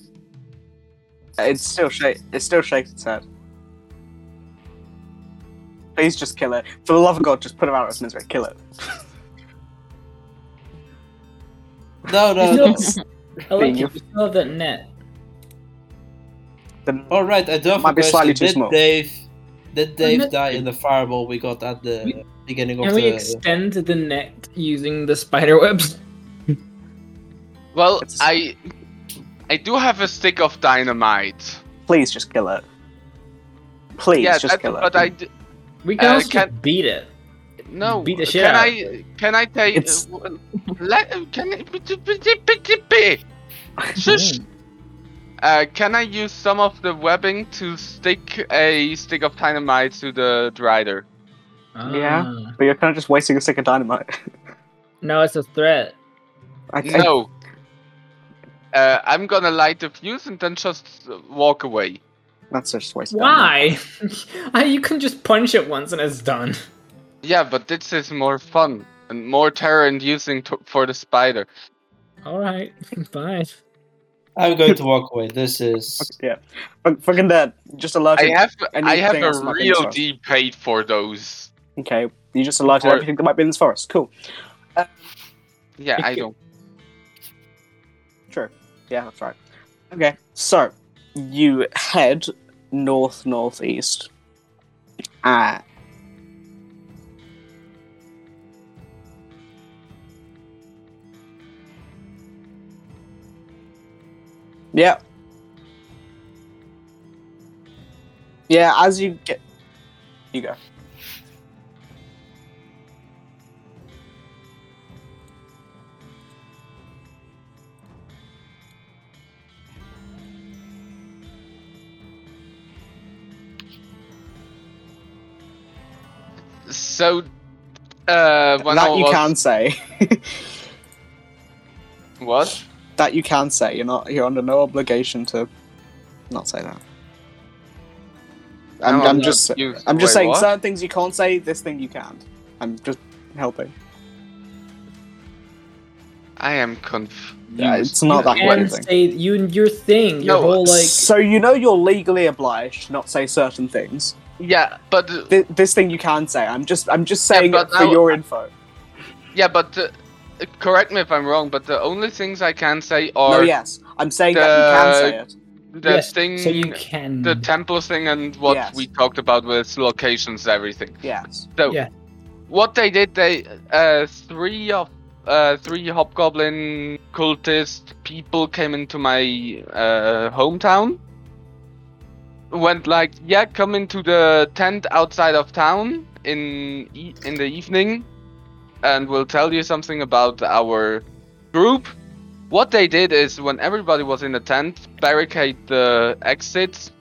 Speaker 2: It still shake. It still shakes its head. Please just kill it. For the love of God, just put him out of his misery. Kill it.
Speaker 8: No, no,
Speaker 3: You
Speaker 8: no.
Speaker 3: still- I like
Speaker 2: you.
Speaker 3: it. You still have that net.
Speaker 2: Then
Speaker 8: All right, I do have
Speaker 2: Might
Speaker 8: a
Speaker 2: be slightly
Speaker 8: question.
Speaker 2: too
Speaker 8: Did
Speaker 2: small.
Speaker 8: Dave, did Dave
Speaker 3: not-
Speaker 8: die in the fireball we got at the beginning of
Speaker 3: Can
Speaker 8: the?
Speaker 3: we extend the net using the spider webs?
Speaker 6: Well,
Speaker 2: It's-
Speaker 6: I I do have a stick of dynamite.
Speaker 2: please just kill it. Please
Speaker 6: yeah,
Speaker 2: just
Speaker 6: that-
Speaker 2: kill it.
Speaker 6: but I d-
Speaker 3: We can
Speaker 6: Uh,
Speaker 3: also
Speaker 6: can-
Speaker 3: beat it.
Speaker 6: no.
Speaker 3: Beat the shit out
Speaker 6: can
Speaker 3: of
Speaker 6: I can I take?
Speaker 2: It's-
Speaker 6: Let, can
Speaker 3: (laughs)
Speaker 6: I? Shush. Uh, can I use some of the webbing to stick a stick of dynamite to the rider?
Speaker 2: Yeah.
Speaker 3: Ah.
Speaker 2: But you're kind of just wasting a stick of dynamite. (laughs)
Speaker 3: No, it's a
Speaker 6: (laughs)
Speaker 3: threat.
Speaker 2: I, I-
Speaker 6: No. Uh, I'm gonna light the fuse and then just uh, walk away.
Speaker 2: that's just wasting.
Speaker 3: Why? (laughs) I, you can just punch it once and it's done.
Speaker 6: Yeah, but this is more fun and more terror-inducing to- for the spider.
Speaker 3: All right, (laughs) fine.
Speaker 8: I'm going to walk away. This is
Speaker 2: Yeah. Fuck- Fucking dead. Just
Speaker 6: I
Speaker 2: alerted.
Speaker 6: have
Speaker 2: and
Speaker 6: I
Speaker 2: you
Speaker 6: have
Speaker 2: think that's
Speaker 6: a
Speaker 2: not being
Speaker 6: real
Speaker 2: soft.
Speaker 6: deep hate for those.
Speaker 2: okay. You just alerted
Speaker 6: Or-
Speaker 2: everything that might be in this forest. Cool.
Speaker 6: Yeah,
Speaker 3: (laughs)
Speaker 6: I don't.
Speaker 2: True. Yeah, that's right. Okay, so you head north northeast. Uh, yeah. Yeah, as you get. You go.
Speaker 6: So, uh, when I
Speaker 2: that you
Speaker 6: was,
Speaker 2: can say.
Speaker 6: what?
Speaker 2: that you can say. You're not. You're under no obligation to not say that. I'm,
Speaker 6: No,
Speaker 2: I'm
Speaker 6: no,
Speaker 2: just.
Speaker 6: you-
Speaker 2: I'm just
Speaker 6: wait,
Speaker 2: saying
Speaker 6: what?
Speaker 2: certain things you can't say. This thing you can. I'm just helping.
Speaker 6: I am confused.
Speaker 2: Yeah, it's not that kind
Speaker 3: And
Speaker 2: of thing.
Speaker 3: say you your thing, your
Speaker 6: No,
Speaker 3: whole like.
Speaker 2: so you know you're legally obliged to not say certain things.
Speaker 6: Yeah, but uh,
Speaker 2: Th- this thing you can say. I'm just. I'm just saying
Speaker 6: but
Speaker 2: it for
Speaker 6: now-
Speaker 2: your info.
Speaker 6: yeah, but uh, correct me if I'm wrong. But the only things I can say are
Speaker 2: No, yes, I'm saying that you can say it.
Speaker 6: the
Speaker 3: yes,
Speaker 6: thing,
Speaker 3: so you can.
Speaker 6: the temple thing, and what
Speaker 2: Yes.
Speaker 6: we talked about with locations, everything.
Speaker 2: Yes.
Speaker 6: So
Speaker 3: Yeah.
Speaker 6: what they did, they uh, three of uh, three hobgoblin cultist people came into my uh, hometown. Went like, yeah, come into the tent outside of town in e- in the evening, and we'll tell you something about our group. What they did is, when everybody was in the tent, barricade the exits,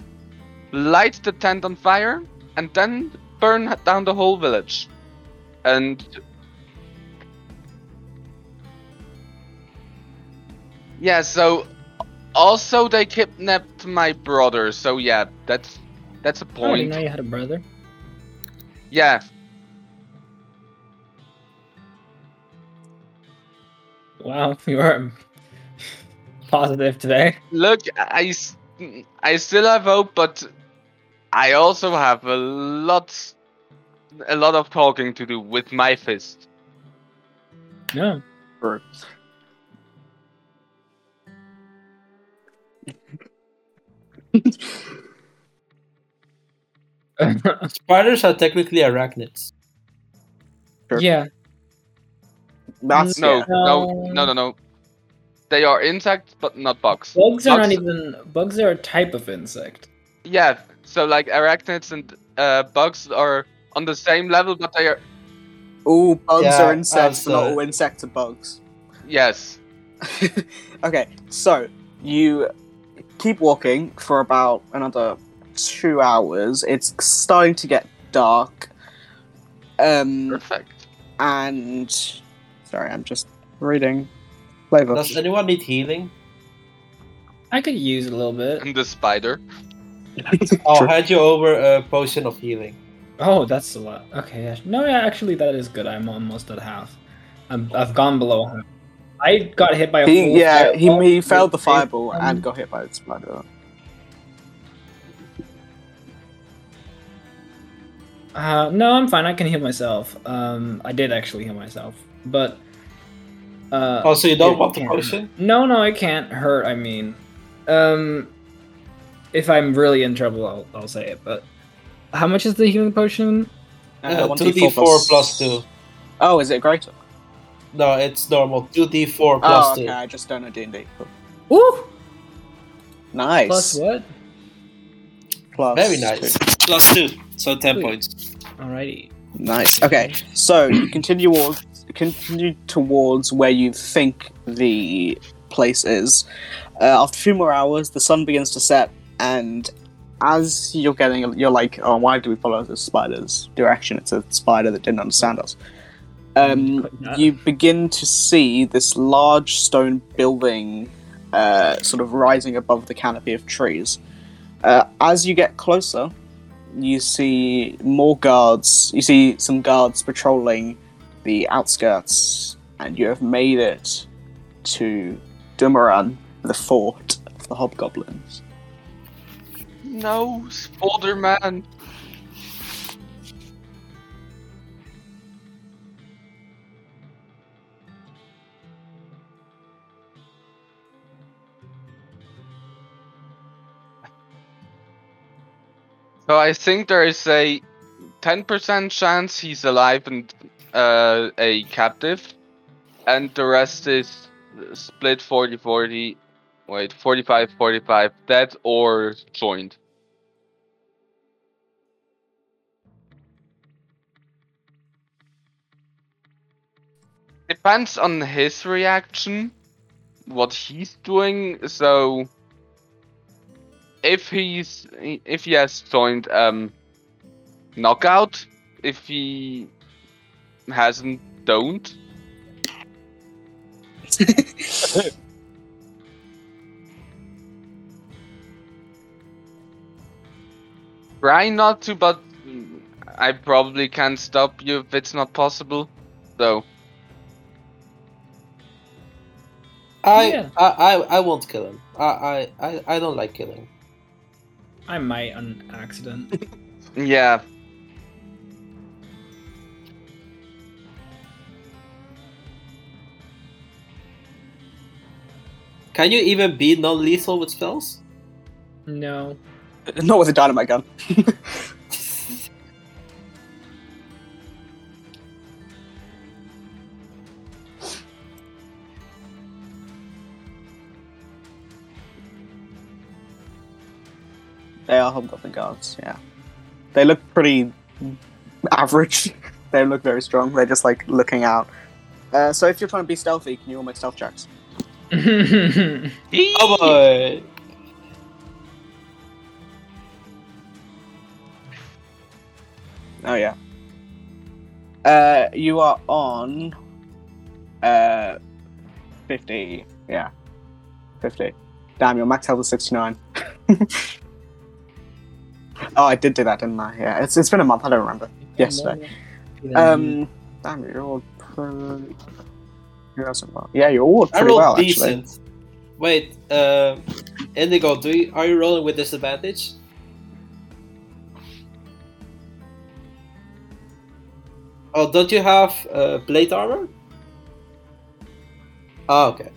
Speaker 6: light the tent on fire, and then burn down the whole village. And yeah, so also they kidnapped my brother. So yeah, that's that's a
Speaker 3: Oh, I didn't
Speaker 6: point.
Speaker 3: know you had a brother.
Speaker 6: Yeah,
Speaker 3: Wow, (laughs) you are positive today.
Speaker 6: look, I s- I still have hope, but I also have a lot a lot of talking to do with my fist.
Speaker 3: No,
Speaker 2: Or-
Speaker 8: spiders are technically arachnids.
Speaker 2: Sure.
Speaker 3: yeah,
Speaker 2: That's
Speaker 6: No,
Speaker 2: yeah.
Speaker 6: no, no, no, no. They are insects, but not bugs.
Speaker 3: Bugs are not
Speaker 6: Bugs-
Speaker 3: even. Bugs are a type of insect.
Speaker 6: Yeah, so like arachnids and uh, bugs are on the same level, but they are
Speaker 2: All bugs
Speaker 8: Yeah,
Speaker 2: are insects, but not
Speaker 8: also-
Speaker 2: all insects are bugs.
Speaker 6: yes.
Speaker 2: (laughs) okay, so you keep walking for about another two hours. It's starting to get dark. Um,
Speaker 6: Perfect.
Speaker 2: and sorry, I'm just reading. Flavor.
Speaker 8: Does anyone need healing?
Speaker 3: I could use a little bit.
Speaker 6: And the spider.
Speaker 8: I'll hand you over a potion of healing.
Speaker 3: Oh, that's a lot. Okay. yeah. No, yeah, actually, that is good. I'm almost at half. I'm, I've gone below half. I got hit by a.
Speaker 2: He,
Speaker 3: full Oh,
Speaker 2: yeah, he,
Speaker 3: fireball.
Speaker 2: he failed the fireball
Speaker 3: Um,
Speaker 2: and got hit by the spider.
Speaker 3: Uh, no, I'm fine. I can heal myself. Um, I did actually heal myself, but. Uh,
Speaker 8: Oh, so you don't
Speaker 3: it
Speaker 8: want the
Speaker 3: can't-
Speaker 8: potion?
Speaker 3: No, no, it can't hurt. I mean, um, if I'm really in trouble, I'll, I'll say it. But how much is the healing potion? (laughs)
Speaker 8: Uh,
Speaker 2: 1d4
Speaker 8: 2d4 plus... plus 2.
Speaker 2: Oh, is it greater?
Speaker 8: No, it's normal. 2d4 plus
Speaker 2: Oh,
Speaker 8: 2.
Speaker 2: okay, I just don't know D&D.
Speaker 3: Ooh,
Speaker 2: Nice.
Speaker 3: plus what?
Speaker 2: Plus
Speaker 8: Very nice. Plus 2. So 10
Speaker 3: Sweet.
Speaker 8: points.
Speaker 3: Alrighty.
Speaker 2: Nice. Okay, so you continue towards, continue towards where you think the place is. Uh, after a few more hours, the sun begins to set, and as you're getting, you're like, "Oh, why do we follow the spider's direction? It's a spider that didn't understand us." Um, you begin to see this large stone building, uh, sort of rising above the canopy of trees. Uh, as you get closer, you see more guards. You see some guards patrolling the outskirts, and you have made it to Dumaran, the fort of the hobgoblins.
Speaker 6: No, spider man. So I think there is a 10% chance he's alive and uh, a captive, and the rest is split 40 40 Wait, 45, 45, dead or joined. Depends on his reaction, what he's doing. So, if he's if he has joined um, knockout, if he hasn't, don't. Try not to, but mm, I probably can't stop you if it's not possible. So,
Speaker 8: I,
Speaker 3: Yeah.
Speaker 8: I, I, I won't kill him. I, I, I, I don't like killing.
Speaker 3: I might on accident.
Speaker 6: yeah.
Speaker 8: Can you even be non-lethal with spells?
Speaker 3: no.
Speaker 2: (laughs) Not with a dynamite gun. They are hobgoblin guards, yeah. They look pretty average. (laughs) they don't look very strong. They're just like looking out. Uh, so if you're trying to be stealthy, can you all make stealth checks?
Speaker 8: Oh boy!
Speaker 2: Oh yeah. Uh, you are on. Uh, fifty. Yeah, fifty. Damn, your max health is sixty-nine. (laughs) oh, I did do that, didn't I? Yeah, it's, it's been a month. I don't remember. Yesterday. Um, damn, you're all. Pretty... You're also well. Yeah, you're all
Speaker 8: I
Speaker 2: pretty
Speaker 8: rolled
Speaker 2: well actually.
Speaker 8: decent. Wait, uh, Indigo, do you, are you rolling with disadvantage? Oh, don't you have uh, plate armor? Oh, okay.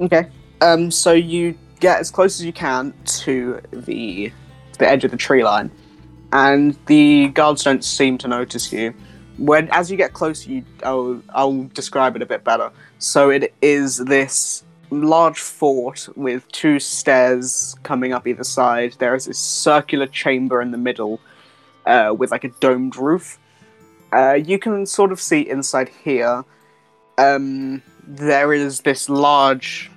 Speaker 2: Okay. Um, so you get as close as you can to the the edge of the tree line, and the guards don't seem to notice you. When as you get close, you I'll, I'll describe it a bit better. So it is this large fort with two stairs coming up either side. There is a circular chamber in the middle uh, with like a domed roof. Uh, you can sort of see inside here. Um, there is this large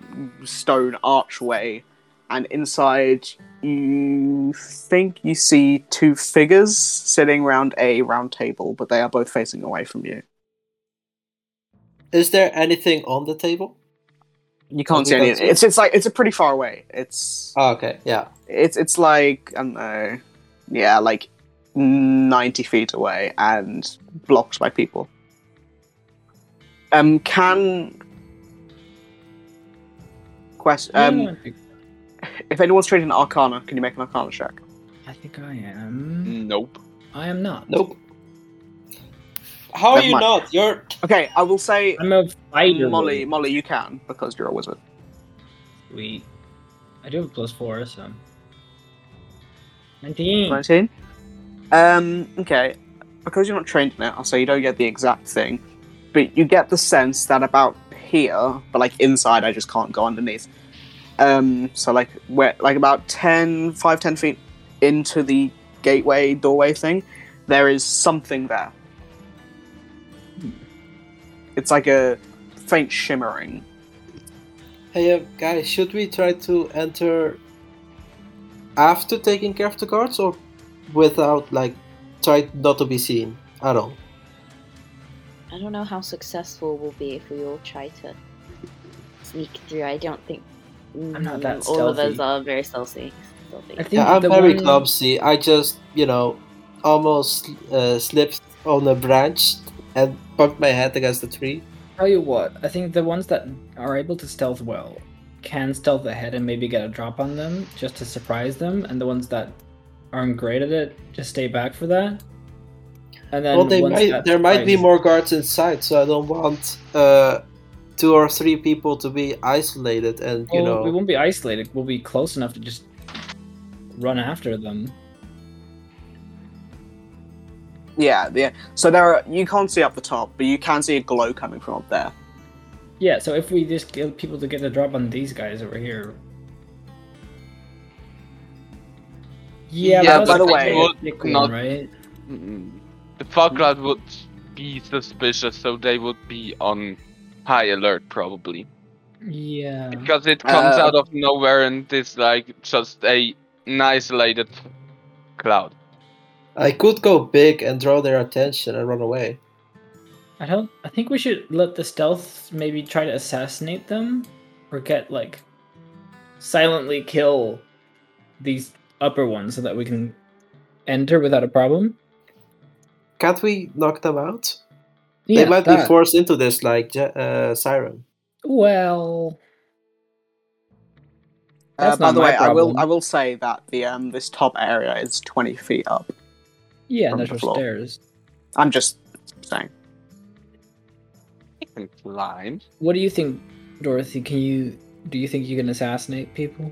Speaker 2: stone archway, and inside you think you see two figures sitting round a round table, but they are both facing away from you.
Speaker 8: Is there anything on the table?
Speaker 2: You can't see
Speaker 8: we
Speaker 2: any.
Speaker 8: don't see-
Speaker 2: It's it's like it's a pretty far away. It's
Speaker 8: Oh, okay, yeah.
Speaker 2: it's it's like I don't know, yeah, like ninety feet away and blocked by people. Um, can question um,
Speaker 3: Yeah, I think-
Speaker 2: if anyone's trading an Arcana, can you make an Arcana check?
Speaker 3: I think I am.
Speaker 6: Nope.
Speaker 3: I am not.
Speaker 8: Nope. How are
Speaker 2: Never
Speaker 8: you
Speaker 2: mind.
Speaker 8: not? Oh, You're
Speaker 2: Okay, I will say
Speaker 3: I'm a fighter.
Speaker 2: Molly, Molly, you can because you're a wizard.
Speaker 3: Sweet. I do have a plus four, so.
Speaker 4: Hmm.
Speaker 3: 19.
Speaker 2: Nineteen. Um, okay, because you're not trained in it, I'll say you don't get the exact thing, but you get the sense that about here, but like inside, I just can't go underneath. Um, so like where, like about 10, 5, 10 feet into the gateway doorway thing, there is something there. It's like a faint shimmering.
Speaker 8: Hey, uh, guys, should we try to enter after taking care of the guards or without, like, try not to be seen at all?
Speaker 7: I don't know how successful we'll be if we all try to sneak through. I don't think
Speaker 3: I'm not that
Speaker 7: Mm, all of us
Speaker 3: stealthy.
Speaker 7: are very stealthy. stealthy.
Speaker 3: I think
Speaker 8: Yeah, I'm
Speaker 3: the
Speaker 8: very
Speaker 3: one-
Speaker 8: clumsy. I just, you know, almost uh, slipped on a branch and bumped my head against the tree.
Speaker 3: Tell you what, I think the ones that are able to stealth well can stealth ahead and maybe get a drop on them just to surprise them, and the ones that aren't great at it just stay back for that. And then
Speaker 8: well, they
Speaker 3: once
Speaker 8: might,
Speaker 3: that
Speaker 8: there might be
Speaker 3: surprise-
Speaker 8: more guards inside, so I don't want uh, two or three people to be isolated and, you
Speaker 3: Well, we
Speaker 8: know.
Speaker 3: won't be isolated. We'll be close enough to just run after them.
Speaker 2: Yeah, yeah. So there are you can't see up the top, but you can see a glow coming from up there.
Speaker 3: Yeah, so if we just get people to get a drop on these guys over here. Yeah,
Speaker 6: Yeah,
Speaker 2: by
Speaker 3: but that
Speaker 2: the
Speaker 3: was
Speaker 2: way,
Speaker 3: a thick one,
Speaker 6: not-
Speaker 3: right?
Speaker 6: Mm-mm. The Falkrad would be suspicious, so they would be on high alert probably.
Speaker 3: Yeah.
Speaker 4: Uh-huh.
Speaker 6: Because it comes
Speaker 2: Uh,
Speaker 6: out of nowhere and it's like just a an isolated cloud.
Speaker 8: I could go big and draw their attention and run away.
Speaker 3: I don't. I think we should let the stealth maybe try to assassinate them, or get like silently kill these upper ones so that we can enter without a problem.
Speaker 8: Can't we knock them out?
Speaker 3: Yeah,
Speaker 8: they might be
Speaker 3: that.
Speaker 8: forced into this, like Ja- uh, Siren.
Speaker 3: Well,
Speaker 2: Uh,
Speaker 3: That's
Speaker 2: by
Speaker 3: not
Speaker 2: the
Speaker 3: my
Speaker 2: way, I will
Speaker 3: problem.
Speaker 2: I will say that the um this top area is twenty feet up.
Speaker 3: yeah,
Speaker 2: From
Speaker 3: there's
Speaker 2: the
Speaker 3: no
Speaker 2: floor.
Speaker 3: stairs.
Speaker 2: I'm just saying.
Speaker 6: And climb.
Speaker 3: What do you think, Dorothy? Can you do you think you can assassinate people?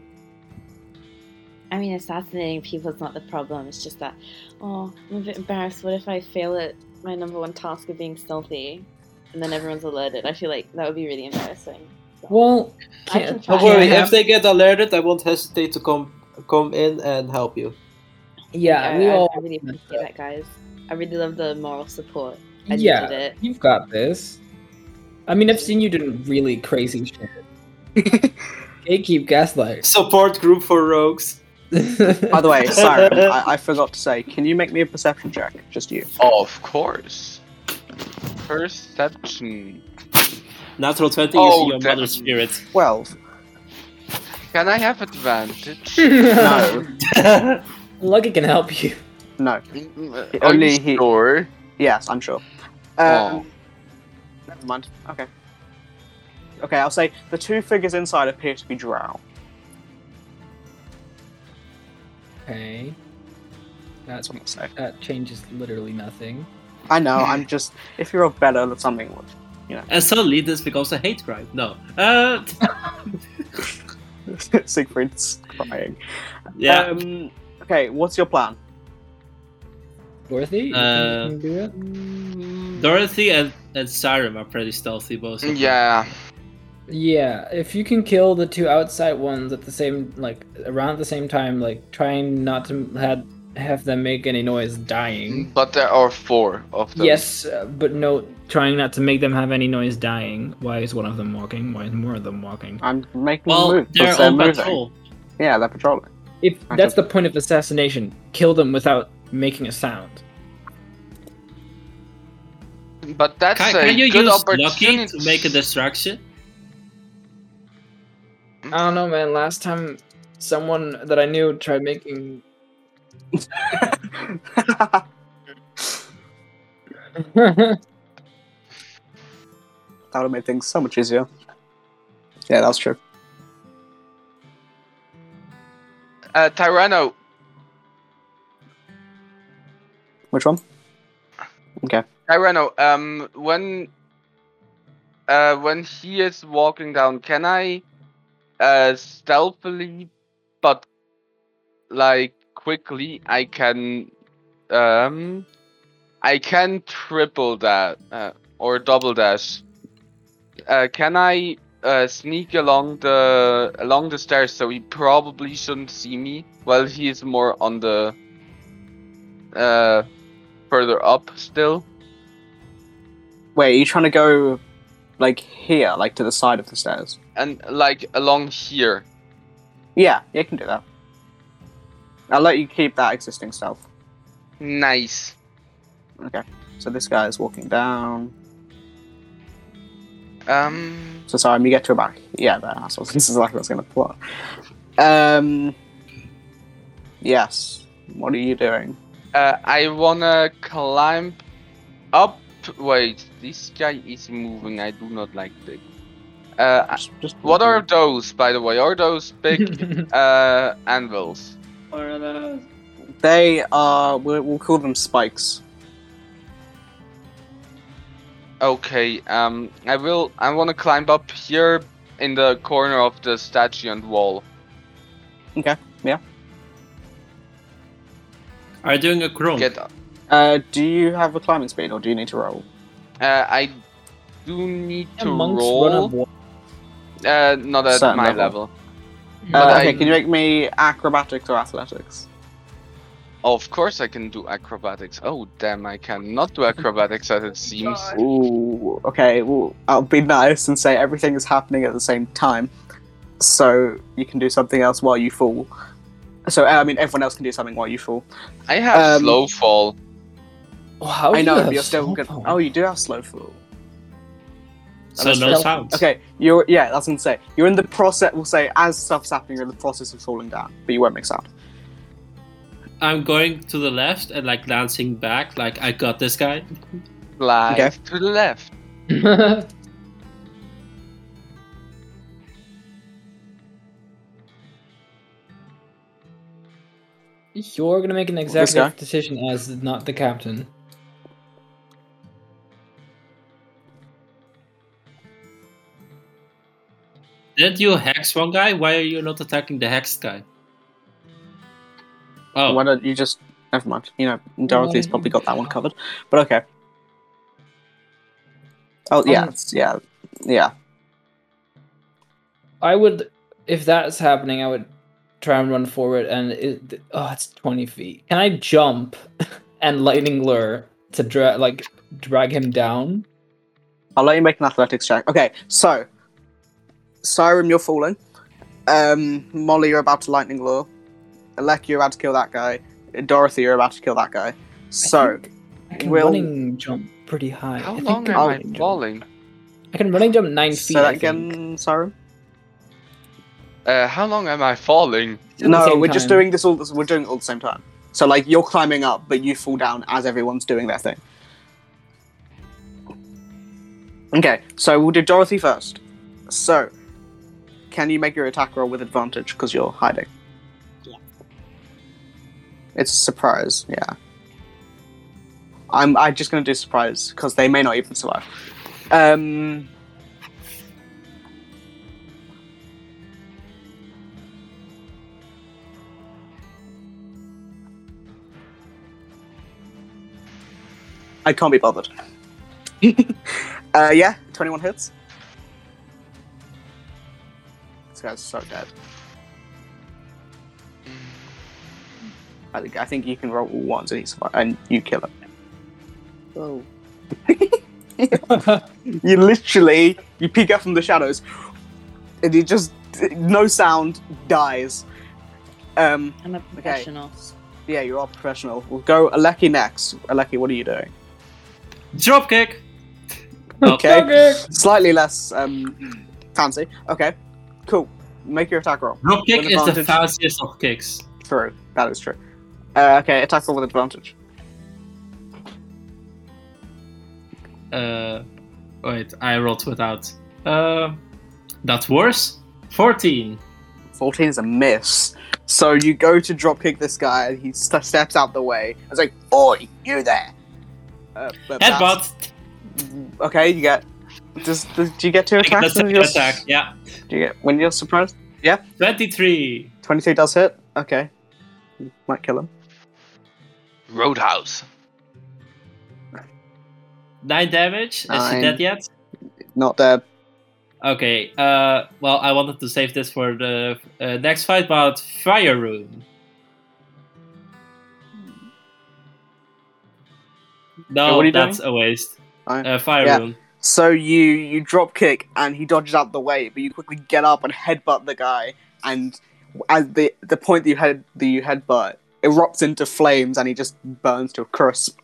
Speaker 7: I mean, assassinating people is not the problem. It's just that, oh, I'm a bit embarrassed. What if I fail at my number one task of being stealthy, and then everyone's alerted? I feel like that would be really embarrassing.
Speaker 3: Well,
Speaker 7: I
Speaker 3: can't,
Speaker 7: can
Speaker 8: Don't
Speaker 7: Right.
Speaker 8: worry,
Speaker 3: can't
Speaker 8: if they get alerted, I won't hesitate to come come in and help you.
Speaker 3: yeah,
Speaker 7: I,
Speaker 3: we
Speaker 7: I,
Speaker 3: all
Speaker 7: I really appreciate that, guys. I really love the moral support. I
Speaker 3: yeah,
Speaker 7: needed it.
Speaker 3: you've got this. I mean, I've seen you doing really crazy shit.
Speaker 2: (laughs)
Speaker 3: They keep gaslight.
Speaker 8: Support group for rogues.
Speaker 2: By the way, Siren, I, I forgot to say, can you make me a perception check? Just you.
Speaker 6: Of course. Perception.
Speaker 8: Natural 20
Speaker 6: Oh,
Speaker 8: using your
Speaker 6: damn.
Speaker 8: mother spirit.
Speaker 3: (laughs)
Speaker 2: Twelve.
Speaker 6: Can I have advantage?
Speaker 2: No,
Speaker 3: (laughs) Lucky can help you.
Speaker 2: no.
Speaker 6: Mm, Are
Speaker 2: (laughs) Only
Speaker 6: you
Speaker 2: he-
Speaker 6: sure?
Speaker 2: Yes, I'm sure. Um,
Speaker 6: Oh.
Speaker 2: Never mind. Okay. Okay, I'll say the two figures inside appear to be drow.
Speaker 3: Okay. That's
Speaker 2: That's what I'll say.
Speaker 3: that changes literally nothing.
Speaker 2: I know.
Speaker 3: (laughs)
Speaker 2: I'm just. If you're a better at something, (laughs)
Speaker 8: and suddenly this becomes a hate crime. No. Uh,
Speaker 2: Siegfried's crying. Um, okay, what's your plan?
Speaker 3: Dorothy, you think
Speaker 8: Uh,
Speaker 3: you can do it?
Speaker 8: Dorothy and, and Siren are pretty stealthy, both. of them.
Speaker 6: Yeah.
Speaker 3: Is Yeah, if you can kill the two outside ones at the same like around the same time, like trying not to had have them make any noise
Speaker 2: Mm-hmm.
Speaker 3: dying.
Speaker 6: But there are four of them.
Speaker 3: Yes, uh, but no, trying not to make them have any noise dying. Why is one of them walking? Why is more of them walking?
Speaker 2: I'm making a
Speaker 5: Well,
Speaker 2: move. 'cause
Speaker 5: they're
Speaker 2: they're
Speaker 5: on
Speaker 2: moving.
Speaker 5: patrol.
Speaker 2: Yeah, they're patrolling.
Speaker 3: If
Speaker 2: I just-
Speaker 3: that's the point of assassination, kill them without making a sound.
Speaker 6: But that's
Speaker 5: Can,
Speaker 6: a
Speaker 5: can you
Speaker 6: good
Speaker 5: use
Speaker 6: opportunity
Speaker 5: lucky to make a distraction?
Speaker 3: I don't know, man. Last time someone that I knew tried making
Speaker 6: (laughs)
Speaker 3: (laughs)
Speaker 2: that would have made things so much easier. Yeah, that's true.
Speaker 6: uh, Tyranno,
Speaker 2: Which one?
Speaker 6: Tyranno, um, when uh, when he is walking down, can I uh, stealthily, but like quickly, I can um, I can triple that uh, or double dash. Uh, can I uh, sneak along the along the stairs so he probably shouldn't see me? Well, he is more on the uh, further up still.
Speaker 2: Wait, are you trying to go like here, like to the side of the stairs?
Speaker 6: and like along here.
Speaker 2: Yeah, you can do that. I'll let you keep that existing stealth.
Speaker 6: Nice.
Speaker 2: So this guy is walking down.
Speaker 6: Um,
Speaker 2: So sorry, you get to about yeah, there. That's what, (laughs) this is like what's gonna plot. Um. Yes. What are you doing?
Speaker 6: uh, I wanna climb up. Wait, this guy is moving. I do not like big. Uh, I-
Speaker 2: Just, just
Speaker 6: what are
Speaker 3: Mm-hmm.
Speaker 6: those, by the way? Are those big
Speaker 3: (laughs)
Speaker 6: uh anvils?
Speaker 2: they? Are we'll, we'll call them spikes.
Speaker 6: Okay. Um, I will. I wanna climb up here in the corner of the statue and wall.
Speaker 5: Are you doing a
Speaker 3: Oh.
Speaker 5: chrome?
Speaker 6: Get. Uh,
Speaker 2: Uh, do you have a climbing speed, or do you need to roll?
Speaker 6: Uh, I do need to
Speaker 3: monks run up
Speaker 6: roll.
Speaker 3: walls.
Speaker 6: Uh, not at
Speaker 2: Certain
Speaker 6: my
Speaker 2: level.
Speaker 6: level.
Speaker 2: Uh,
Speaker 3: Mm-hmm.
Speaker 6: I-
Speaker 2: okay, can you make me acrobatics or athletics?
Speaker 6: Of course I can do acrobatics. Oh damn, I cannot do acrobatics as it seems.
Speaker 2: Ooh, okay. Well, I'll be nice and say everything is happening at the same time, so you can do something else while you fall. So uh, I mean, everyone else can do something while you fall.
Speaker 6: I have
Speaker 2: Um,
Speaker 6: slow fall.
Speaker 3: Oh, how
Speaker 2: I
Speaker 3: do
Speaker 2: know,
Speaker 3: you
Speaker 2: but
Speaker 3: have
Speaker 2: you're still
Speaker 3: slow
Speaker 2: good.
Speaker 3: power?
Speaker 2: Oh, you do have slow fall.
Speaker 5: so no
Speaker 3: stealth.
Speaker 5: sounds.
Speaker 2: Okay, you're yeah. That's what I'm saying. You're in the process. We'll say as stuff's happening, you're in the process of falling down, but you won't mix up.
Speaker 5: I'm going to the left and like glancing back, like I got this guy.
Speaker 6: Slide
Speaker 2: Okay.
Speaker 6: to the left.
Speaker 3: (laughs) You're gonna make an
Speaker 2: This
Speaker 3: executive
Speaker 2: guy?
Speaker 3: decision as not the captain.
Speaker 5: Did you hex one guy? Why are you not attacking the hexed guy? Oh,
Speaker 2: Why don't you just? Never mind. You know, Dorothy's
Speaker 3: no,
Speaker 2: probably
Speaker 3: you-
Speaker 2: got that one covered. But okay. Oh yeah,
Speaker 3: Um,
Speaker 2: it's- yeah, yeah.
Speaker 3: I would, if that's happening, I would try and run forward. And it, oh, it's twenty feet. Can I jump (laughs) and lightning lure to drag like drag him down?
Speaker 2: I'll let you make an athletics check. Okay, so Siren, you're falling. Um, Molly, you're about to lightning lure. Alec, you're about to kill that guy. Dorothy, you're about to kill that guy. So
Speaker 3: I, think I can
Speaker 2: we'll-
Speaker 3: running jump pretty high. I
Speaker 6: How
Speaker 3: think
Speaker 6: long
Speaker 3: I
Speaker 6: am
Speaker 3: can
Speaker 6: I
Speaker 3: running jump-
Speaker 6: falling?
Speaker 3: I can running jump nine feet.
Speaker 2: say that
Speaker 3: I think.
Speaker 2: again, Siren.
Speaker 6: Uh, how long am I falling?
Speaker 3: At the
Speaker 2: No,
Speaker 3: same
Speaker 2: we're just
Speaker 3: time.
Speaker 2: doing this all. This, we're doing it all at the same time. So like you're climbing up, but you fall down as everyone's doing their thing. Okay, so we'll do Dorothy first. So, can you make your attack roll with advantage because you're hiding? It's a surprise, yeah. I'm I'm just gonna do surprise because they may not even survive. Um. I can't be bothered. uh, yeah, 21 hits. guys are so dead. I think I think you can roll ones and he's and you kill him.
Speaker 7: Whoa.
Speaker 2: You literally you peek out from the shadows, and you just no sound dies. Um,
Speaker 7: I'm a professional.
Speaker 2: yeah, you are professional. We'll go Aleki next. Aleki, what are you doing?
Speaker 5: Drop kick.
Speaker 2: (laughs) Okay. Slightly less um, fancy. Okay, cool. Make your attack roll.
Speaker 5: Drop kick
Speaker 2: With
Speaker 5: Oh, is the
Speaker 2: advantage.
Speaker 5: fanciest of kicks.
Speaker 2: True. That is true. Uh, okay, attack roll with advantage.
Speaker 5: Uh, wait, I rolled without. Uh, that's worse. Fourteen.
Speaker 2: 14 is a miss. So you go to drop kick this guy, and he st- steps out the way. It's like, Oi, you there! Uh, but that's-
Speaker 5: Headbutt.
Speaker 2: Okay, you get. Does, does do you get two
Speaker 5: I get the
Speaker 2: attacks? when
Speaker 5: second
Speaker 2: you're-
Speaker 5: attack. Yeah.
Speaker 2: Do you get when you're surprised?
Speaker 5: Twenty-three.
Speaker 2: Twenty-two does hit. Okay, might kill him.
Speaker 6: Roadhouse.
Speaker 5: Nine damage. Is she
Speaker 2: Nine.
Speaker 5: dead yet?
Speaker 2: Not dead.
Speaker 5: Okay. Uh, well, I wanted to save this for the uh, next fight, but fire room.
Speaker 2: Hey, Hmm.
Speaker 5: No,
Speaker 2: what are you
Speaker 5: that's a waste.
Speaker 2: Fine.
Speaker 5: Uh, fire
Speaker 2: Yeah.
Speaker 5: room.
Speaker 2: So you you drop kick and he dodges out the way, but you quickly get up and headbutt the guy. And at the the point that you head that you headbutt erupts into flames, and he just burns to a crisp.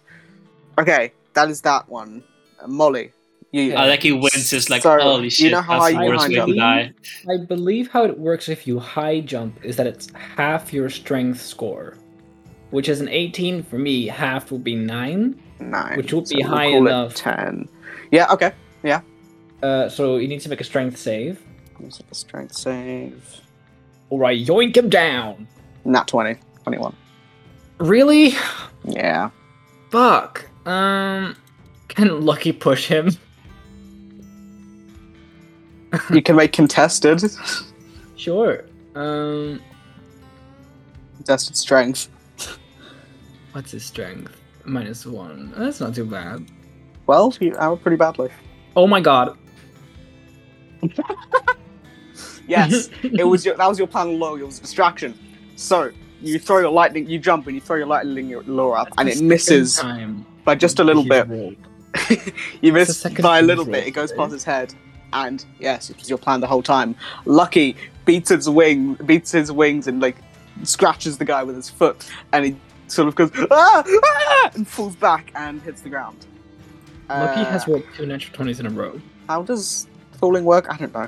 Speaker 2: Okay, that is that one. Uh, Molly, you.
Speaker 5: I like he wins. It's like
Speaker 2: So,
Speaker 5: holy shit.
Speaker 2: you know how
Speaker 5: that's
Speaker 2: I
Speaker 5: the worst
Speaker 2: high
Speaker 5: way
Speaker 2: jump?
Speaker 5: to die.
Speaker 3: I believe how it works if you high jump is that it's half your strength score, which is an 18 for me. Half will be nine.
Speaker 2: Nine,
Speaker 3: Which would
Speaker 2: so
Speaker 3: be
Speaker 2: we'll
Speaker 3: high
Speaker 2: call it
Speaker 3: enough.
Speaker 2: Ten. Yeah. Okay.
Speaker 3: Uh, so you need to make a strength save,
Speaker 2: Strength save.
Speaker 3: or I yoink him down.
Speaker 2: Not 20. 21.
Speaker 3: Really? (laughs)
Speaker 2: Yeah.
Speaker 3: Fuck. Um, can Lucky push him? (laughs)
Speaker 2: you can make contested.
Speaker 3: Sure. Um,
Speaker 2: Contested strength.
Speaker 3: what's his strength? Minus one. That's not too bad.
Speaker 2: Well, you are pretty badly.
Speaker 3: Oh my god.
Speaker 2: Yes. it was your, that was your plan all along. It was a distraction. So you throw your lightning, you jump and you throw your lightning lure up, and it misses
Speaker 3: Time.
Speaker 2: by just a little
Speaker 3: He's
Speaker 2: bit.
Speaker 3: rolled.
Speaker 2: you
Speaker 3: It's the
Speaker 2: miss
Speaker 3: second
Speaker 2: by a
Speaker 3: time
Speaker 2: little
Speaker 3: he's
Speaker 2: bit.
Speaker 3: rolled
Speaker 2: It goes
Speaker 3: today.
Speaker 2: past his head, and yes, it was your plan the whole time. Lucky beats his wing, beats his wings, and like scratches the guy with his foot, and he sort of goes ah, ah!" and falls back and hits the ground.
Speaker 3: Lucky
Speaker 2: Uh,
Speaker 3: has rolled two natural twenties in a row.
Speaker 2: How does falling work? I don't know.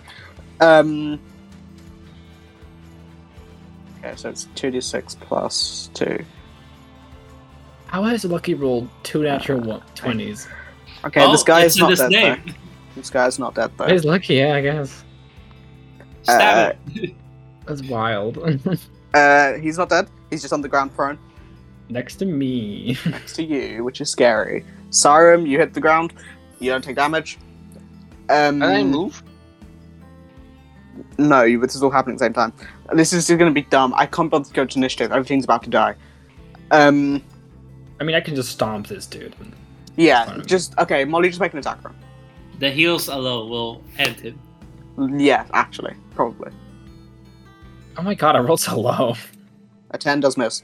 Speaker 2: Um. Okay, so it's two d six plus two.
Speaker 3: How has Lucky rolled two natural
Speaker 2: uh,
Speaker 3: one- twenties?
Speaker 2: Okay, this
Speaker 5: Oh,
Speaker 2: guy
Speaker 5: it's
Speaker 2: is
Speaker 5: in
Speaker 2: not
Speaker 5: his
Speaker 2: dead
Speaker 5: name.
Speaker 2: though. This guy is not dead though.
Speaker 3: He's lucky, yeah, I guess.
Speaker 5: Stab him.
Speaker 3: That's wild. (laughs)
Speaker 2: Uh, he's not dead. He's just on the ground prone
Speaker 3: Next to me. (laughs)
Speaker 2: next to you, which is scary. Sirum, you hit the ground. You don't take damage. Um,
Speaker 6: And I move.
Speaker 2: No, you- this is all happening at the same time. This is going to be dumb. I can't bother to go to initiative. Everything's about to die. Um,
Speaker 3: I mean, I can just stomp this dude.
Speaker 2: yeah,
Speaker 3: Fine.
Speaker 2: just okay. Molly, just make an attack roll.
Speaker 5: The heels alone will end him.
Speaker 2: Yeah, actually, probably.
Speaker 3: Oh my god, I rolled so low. (laughs)
Speaker 2: A 10 does miss.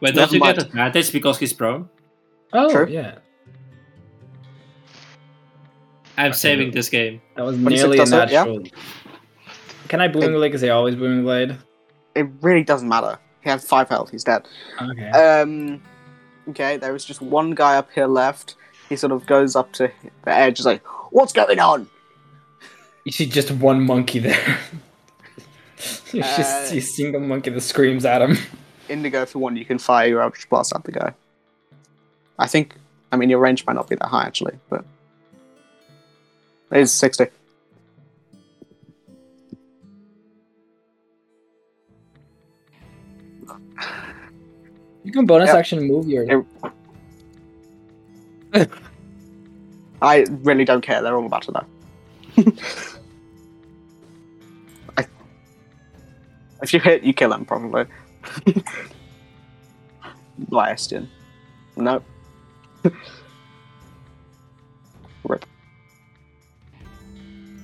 Speaker 5: Wait,
Speaker 2: Never
Speaker 5: don't you
Speaker 2: mind.
Speaker 5: get advantage because he's prone?
Speaker 3: Oh
Speaker 2: True.
Speaker 3: yeah,
Speaker 5: I'm
Speaker 3: Okay.
Speaker 5: saving this game.
Speaker 3: that was
Speaker 2: 26
Speaker 3: nearly a
Speaker 2: does it, yeah?
Speaker 3: natural. Can I booming blade? Because they always booming blade.
Speaker 2: It really doesn't matter. He had 5 health, he's dead.
Speaker 3: Okay.
Speaker 2: Um, okay, there was just one guy up here left. He sort of goes up to the edge, is like, What's going on?
Speaker 3: you see just one monkey there. (laughs) you
Speaker 2: Uh,
Speaker 3: just see a single monkey that screams at him. (laughs)
Speaker 2: Indigo, for one, you can fire your Eldritch Blast at the guy. I think, I mean, your range might not be that high actually, but. It is 60.
Speaker 3: You can bonus
Speaker 2: Yep.
Speaker 3: action move your.
Speaker 2: Yep. I really don't care, they're all about to die. I- if you hit, you kill him, probably. (laughs) Blastian. Nope. (laughs) Rip.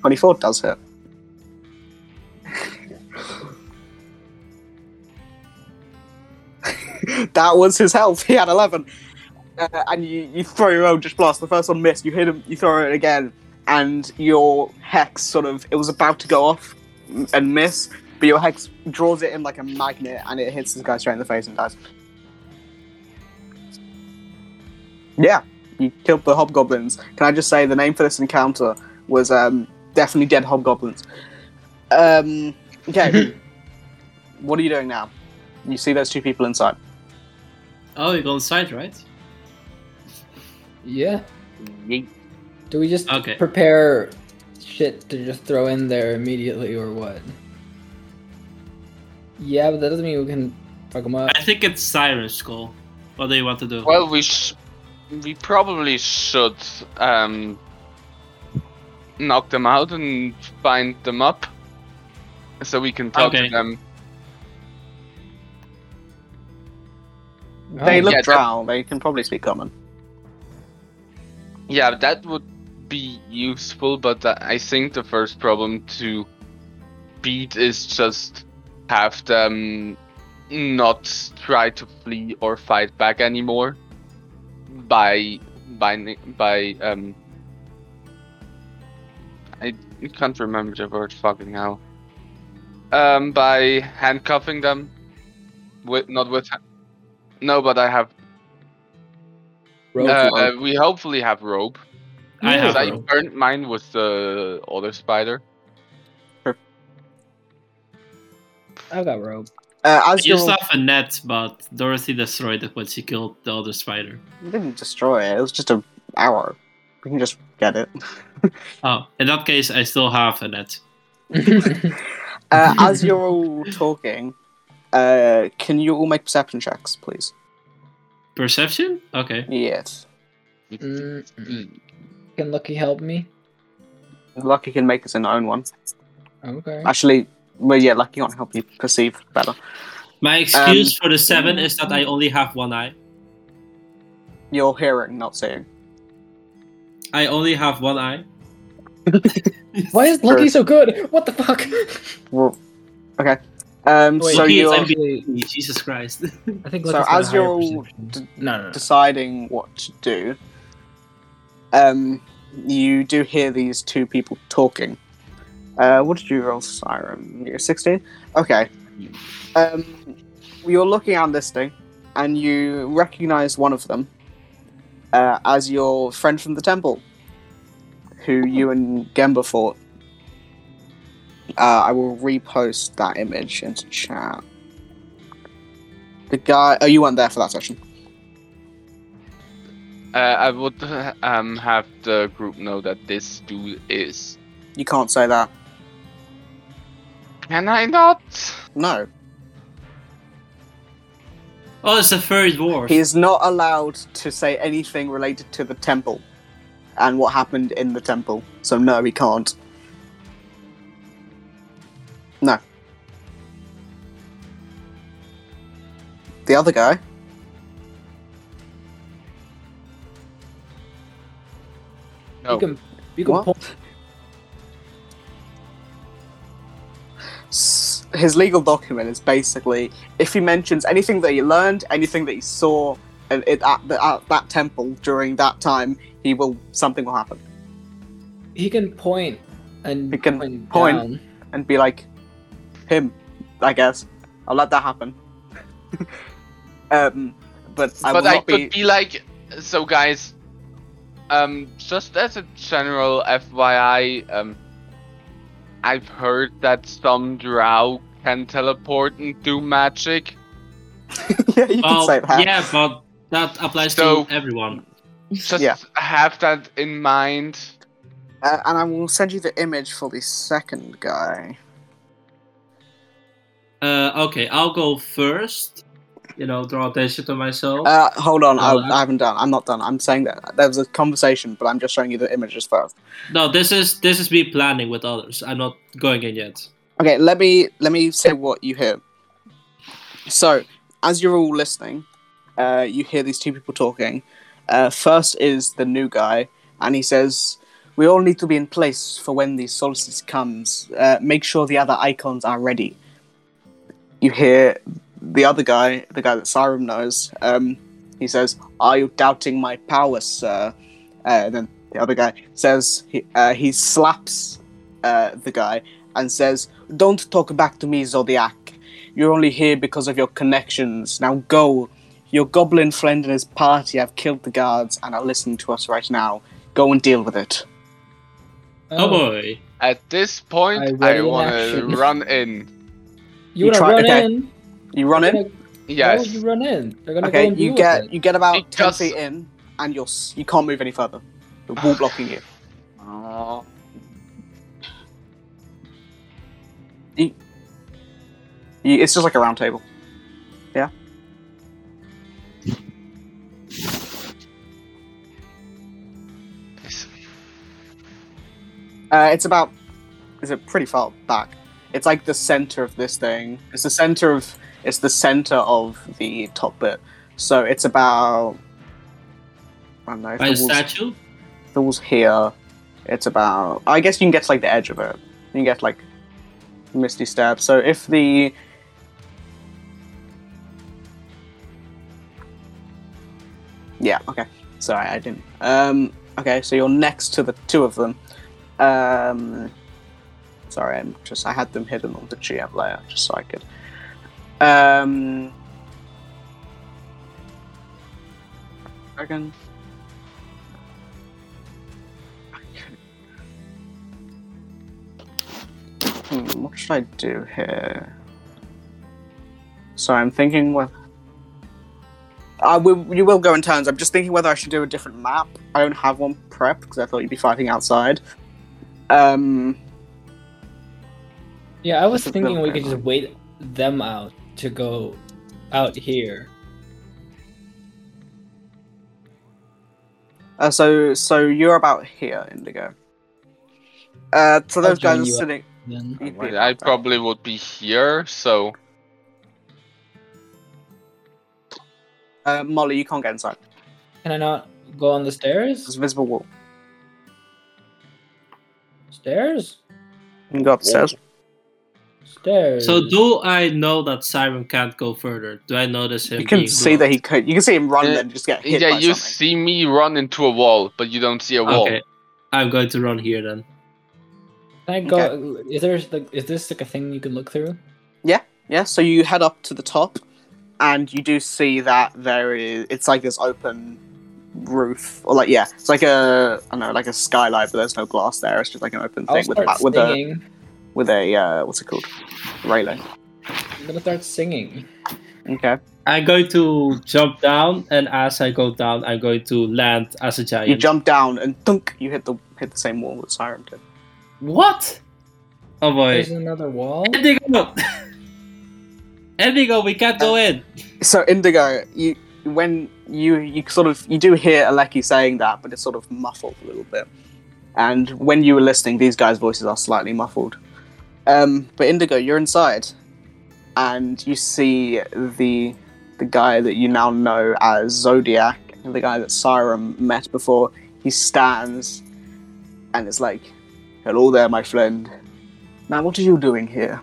Speaker 2: 24 does hit. (laughs) That was his health. He had 11. Uh, and you, you throw your own just blast. The first one missed. You hit him. You throw it again. And your hex sort of, it was about to go off m- and miss. But your hex draws it in like a magnet and it hits this guy straight in the face and dies. Yeah, you killed the hobgoblins. Can I just say the name for this encounter was um, definitely Dead Hobgoblins. Um, okay, what are you doing now? You see those two people inside.
Speaker 5: Oh, you go inside, right?
Speaker 3: Yeah. Do we just
Speaker 5: Okay.
Speaker 3: prepare shit to just throw in there immediately or what? Yeah, but that doesn't mean we can fuck them up.
Speaker 5: I think it's Cyrus' call. What do you want to do?
Speaker 6: Well, we sh- we probably should um, knock them out and bind them up, so we can talk
Speaker 5: Okay.
Speaker 6: to them.
Speaker 2: They
Speaker 3: Oh,
Speaker 2: look
Speaker 6: Yeah, that-
Speaker 2: drow. They can probably speak common.
Speaker 6: Yeah, that would be useful, but uh, I think the first problem to beat is just have them not try to flee or fight back anymore by by ni- by um I can't remember the word fucking hell. Um by handcuffing them with not with ha- no but I have
Speaker 3: rope
Speaker 6: uh,
Speaker 3: rope.
Speaker 6: we hopefully have rope
Speaker 5: I have
Speaker 6: because I
Speaker 5: rope.
Speaker 6: burnt mine with the other spider.
Speaker 3: I've got rope.
Speaker 2: Uh, as
Speaker 5: You
Speaker 2: you're,
Speaker 5: still have a net, but Dorothy destroyed it when she killed the other spider.
Speaker 2: you didn't destroy it. It was just a arrow. We can just get it.
Speaker 5: Oh, in that case, I still have a net.
Speaker 3: (laughs)
Speaker 2: Uh, as you're all talking, uh, can you all make perception checks, please?
Speaker 5: Perception? Okay.
Speaker 2: Yes.
Speaker 3: (laughs) Mm,
Speaker 2: Mm-hmm.
Speaker 3: mm. Can Lucky help me?
Speaker 2: Lucky can make us an own one.
Speaker 3: Okay.
Speaker 2: Actually, well, yeah, Lucky can't help you perceive better.
Speaker 5: My
Speaker 2: Um,
Speaker 5: excuse for the seven is that I only have one eye.
Speaker 2: You're hearing, not seeing.
Speaker 5: I only have one eye.
Speaker 3: Why is Lucky so good? What the fuck?
Speaker 2: Well, okay. Um,
Speaker 3: Wait,
Speaker 2: so
Speaker 5: Lucky is
Speaker 2: you're
Speaker 5: I'm-
Speaker 3: Actually,
Speaker 5: Jesus Christ. (laughs)
Speaker 3: I think
Speaker 2: So
Speaker 3: Lucky's got a
Speaker 2: as
Speaker 3: higher
Speaker 2: you're all
Speaker 3: perception. no, no, no.
Speaker 2: deciding what to do. Um, you do hear these two people talking. Uh, what did you roll, Siren? You're 16? Okay. Um, you're looking at this thing, and you recognize one of them uh, as your friend from the temple, who you and Gemba fought. Uh, I will repost that image into chat. The guy. Oh, you weren't there for that session.
Speaker 6: Uh, I would uh, um have the group know that this dude is.
Speaker 2: You can't say that.
Speaker 6: Can I not?
Speaker 2: No,
Speaker 5: Oh, it's the third dwarf.
Speaker 2: he is not allowed to say anything related to the temple and what happened in the temple. So no, he can't. No. The other guy.
Speaker 6: No.
Speaker 3: You can, you can
Speaker 2: What?
Speaker 3: pull
Speaker 2: s- his legal document is basically if he mentions anything that he learned, anything that he saw at, at, at, the, at that temple during that time, he will something will happen
Speaker 3: He can point and
Speaker 2: He can
Speaker 3: point.
Speaker 2: point.
Speaker 3: down.
Speaker 2: and be like him, I guess. I'll let that happen. (laughs) um, but I
Speaker 6: but
Speaker 2: will
Speaker 6: I
Speaker 2: not
Speaker 6: could
Speaker 2: be.
Speaker 6: be... like, so guys. Um, just as a general FYI, um, I've heard that some drow can teleport and
Speaker 2: (laughs)
Speaker 6: do magic.
Speaker 2: yeah, you can
Speaker 5: Well,
Speaker 2: say that.
Speaker 5: Oh, yeah, but that applies
Speaker 6: So-
Speaker 5: to everyone.
Speaker 6: Just
Speaker 2: Yeah.
Speaker 6: have that in mind.
Speaker 2: Uh, and I will send you the image for the second guy.
Speaker 5: Uh, okay, I'll go first. You know, draw attention to myself.
Speaker 2: Uh, hold on, I,
Speaker 5: Oh,
Speaker 6: Uh-huh.
Speaker 5: I-
Speaker 2: I haven't done. I'm not done. I'm saying that there was a conversation, but I'm just showing you the images first.
Speaker 5: no, this is this is me planning with others. I'm not going in yet.
Speaker 2: Okay, let me let me say what you hear. So, as you're all listening, uh, you hear these two people talking. Uh, first is the new guy, and he says, "We all need to be in place for when the solstice comes. Uh, make sure the other icons are ready." You hear the other guy, the guy that Siren knows, um, he says, "Are you doubting my power, sir?" Uh, and then the other guy says he uh, he slaps uh, the guy and says, "Don't talk back to me, Zodiac. You're only here because of your connections. Now go. Your goblin friend and his party have killed the guards and are listening to us right now. Go and deal with it."
Speaker 5: Oh, boy.
Speaker 6: At this point,
Speaker 4: I
Speaker 6: I,
Speaker 4: ready in
Speaker 6: want to
Speaker 4: action.
Speaker 6: run in.
Speaker 4: You,
Speaker 2: You
Speaker 4: wanna
Speaker 2: try-
Speaker 4: run
Speaker 2: okay.
Speaker 4: in?
Speaker 2: You run in.
Speaker 4: Yes.
Speaker 6: Yes.
Speaker 4: you run in? They're gonna go
Speaker 2: Okay,
Speaker 4: and
Speaker 2: you
Speaker 4: deal
Speaker 2: get
Speaker 4: with it.
Speaker 2: you get about
Speaker 6: It
Speaker 2: ten
Speaker 6: does-
Speaker 2: feet in, and you're s- you can't move any further. The wall blocking you.
Speaker 6: Oh,
Speaker 2: you. It's just like a round table.
Speaker 6: this-
Speaker 2: Uh, it's about is it pretty far back? It's like the center of this thing. It's the center of it's the center of the top bit. So it's about I don't know. If
Speaker 5: By
Speaker 2: the,
Speaker 5: the
Speaker 2: wall's,
Speaker 5: statue?
Speaker 2: if the wall's here. It's about. I guess you can get to like the edge of it. You can get to, like misty step. So if the Yeah, okay. Sorry, I didn't. Um, okay, so you're next to the two of them. Um, sorry, I'm just I had them hidden on the GM layer just so I could. Um, dragon. Hmm, what should I do here? So I'm thinking what. I will, you will go in turns. I'm just thinking whether I should do a different map. I don't have one prep because I thought you'd be fighting outside. Um,
Speaker 3: Yeah, I was
Speaker 2: It's a
Speaker 3: thinking we
Speaker 2: building.
Speaker 3: could just wait them out to go out here.
Speaker 2: uh, so so you're about here, Indigo. Uh, so those
Speaker 3: join
Speaker 2: guys are
Speaker 3: you up.
Speaker 2: sitting.
Speaker 3: Then
Speaker 2: you'd be
Speaker 6: I
Speaker 2: about there.
Speaker 6: probably would be here, so
Speaker 2: Uh, Molly, you can't get inside.
Speaker 3: can I not go on the
Speaker 2: There's
Speaker 3: stairs?
Speaker 2: a visible wall.
Speaker 3: Stairs?
Speaker 2: You can go up the stairs.
Speaker 3: Stairs.
Speaker 5: So do I know that Siren can't go further? Do I notice him?
Speaker 2: You can
Speaker 5: being
Speaker 2: see that he
Speaker 5: blocked?
Speaker 2: could. You can see him run
Speaker 6: Yeah.
Speaker 2: and then just get (laughs) hit
Speaker 6: yeah,
Speaker 2: by
Speaker 6: you
Speaker 2: something.
Speaker 6: see me run into a wall, but you don't see a wall.
Speaker 5: Okay, I'm going to run here then.
Speaker 3: Can I go? Is there like is this like a thing you can look through?
Speaker 2: Yeah, so you head up to the top, and you do see that there is. It's like this open roof, or like yeah, it's like a I don't know, like a skylight, but there's no glass there. It's just like an open
Speaker 3: I'll
Speaker 2: thing with a,
Speaker 3: start
Speaker 2: with a
Speaker 3: singing.
Speaker 2: with a uh, what's it called, railing.
Speaker 3: I'm gonna start singing.
Speaker 2: Okay,
Speaker 5: I'm going to jump down, and as I go down, I'm going to land as a giant.
Speaker 2: you jump down and thunk, you hit the hit the same wall that Siren did.
Speaker 5: What? Oh boy.
Speaker 3: There's another wall.
Speaker 5: (laughs) Indigo! Indigo, we can't go in!
Speaker 2: So Indigo, you when you you sort of you do hear Aleki saying that, but it's sort of muffled a little bit. And when you were listening, these guys' voices are slightly muffled. Um, but Indigo, you're inside, and you see the the guy that you now know as Zodiac, the guy that Sirum met before. He stands, and it's like, "Hello there, my friend. Now, what are you doing here?"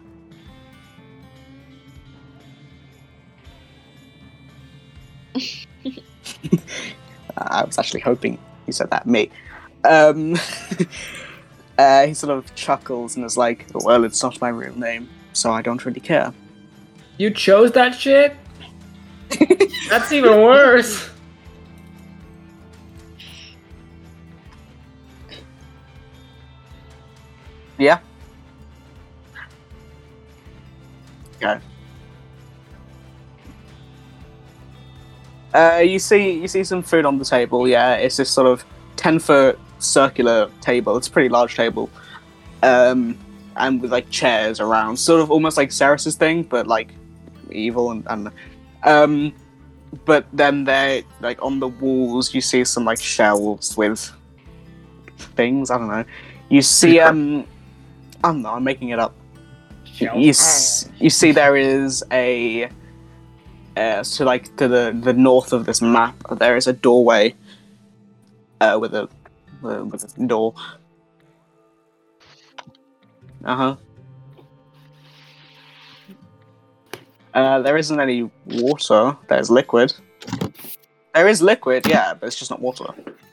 Speaker 2: I was actually hoping he said that me. Um, (laughs) uh, he sort of chuckles and is like, "Well, it's not my real name, so I don't really care."
Speaker 4: You chose that shit?
Speaker 2: (laughs)
Speaker 4: That's even worse.
Speaker 2: Uh, you see, you see some food on the table. Yeah, it's this sort of ten foot circular table. It's a pretty large table, um, and with like chairs around, sort of almost like Ceres's thing, but like evil and and. Um, but then they like on the walls, you see some like shelves with things. I don't know. You see, um, I don't know. I'm making it up. You, s- you see there is a uh, so like to the the north of this map there is a doorway uh, with a with a- with a door uh-huh Uh, there isn't any water. There's liquid. There is liquid, yeah, but it's just not water.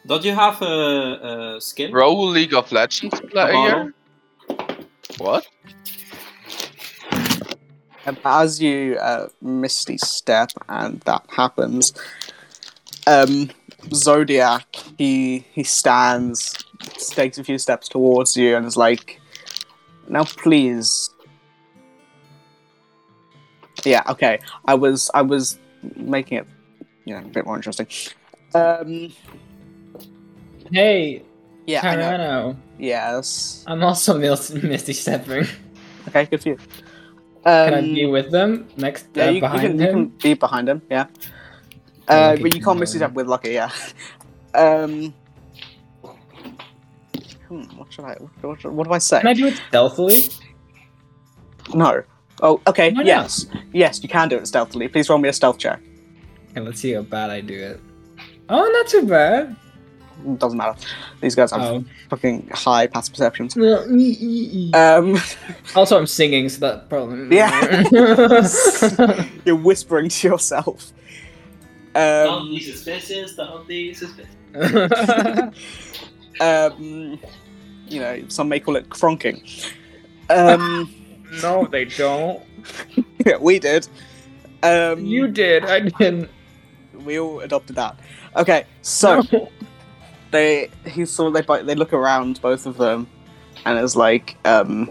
Speaker 5: Don't you have a, a skin?
Speaker 6: Roll League of Legends player.
Speaker 2: (laughs)
Speaker 6: What?
Speaker 2: Um, as you uh, misty step and that happens, um, Zodiac he he stands, takes a few steps towards you, and is like, "Now please." Yeah. Okay. I was I was making it, you know, a bit more interesting. Um.
Speaker 3: Hey,
Speaker 2: Yeah. I know.
Speaker 3: Tyranno.
Speaker 2: Yes.
Speaker 3: I'm also mil- misty stepping.
Speaker 2: Okay. Good for you.
Speaker 3: Can I
Speaker 2: Um,
Speaker 3: be with them next
Speaker 2: Yeah,
Speaker 3: uh,
Speaker 2: you, you
Speaker 3: behind
Speaker 2: can, you
Speaker 3: him?
Speaker 2: can be behind him, yeah.
Speaker 3: Yeah,
Speaker 2: Uh,
Speaker 3: you can
Speaker 2: but you can't miss it
Speaker 3: combine.
Speaker 2: up with Lucky, yeah. (laughs) Um, hmm, what should I? What, what, what do I say?
Speaker 3: Can I do it stealthily?
Speaker 2: No. Oh, okay.
Speaker 3: Why not?
Speaker 2: yes, yes, you can do it stealthily. Please roll me a stealth check.
Speaker 3: Okay, let's see how bad I do it. Oh, not too bad.
Speaker 2: Doesn't matter. These guys have
Speaker 3: Oh.
Speaker 2: fucking high pass perceptions.
Speaker 3: No, ee, ee, ee.
Speaker 2: Um, (laughs)
Speaker 3: Also, I'm singing, so that probably. (laughs)
Speaker 2: Yeah. you're whispering to yourself. Um,
Speaker 5: be suspicious. Don't be suspicious.
Speaker 3: (laughs)
Speaker 2: um, you know, some may call it cronking. Um,
Speaker 3: no, they don't.
Speaker 2: yeah, (laughs) we did. Um,
Speaker 3: You did. I didn't. (laughs)
Speaker 2: we all adopted that. Okay, so
Speaker 3: No.
Speaker 2: they he saw they bo- they look around both of them, and it's like um,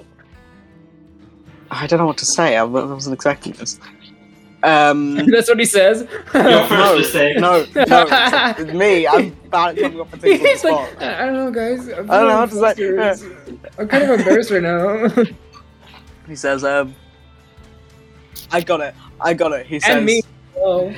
Speaker 2: I don't know what to say. I wa- I wasn't expecting this.
Speaker 3: (laughs)
Speaker 2: Um,
Speaker 3: That's what he says.
Speaker 5: Your first
Speaker 2: no,
Speaker 5: mistake.
Speaker 3: (laughs)
Speaker 2: no, no, it's, it's me. I'm bad at coming up with things on the
Speaker 3: He's
Speaker 2: spot.
Speaker 3: like, I I don't know, guys. I'm
Speaker 2: I don't know, it's like- eh.
Speaker 3: feeling flustered. I'm kind of embarrassed right now. (laughs)
Speaker 2: He says, um, "I got it, I got it." He says,
Speaker 3: and me. Oh.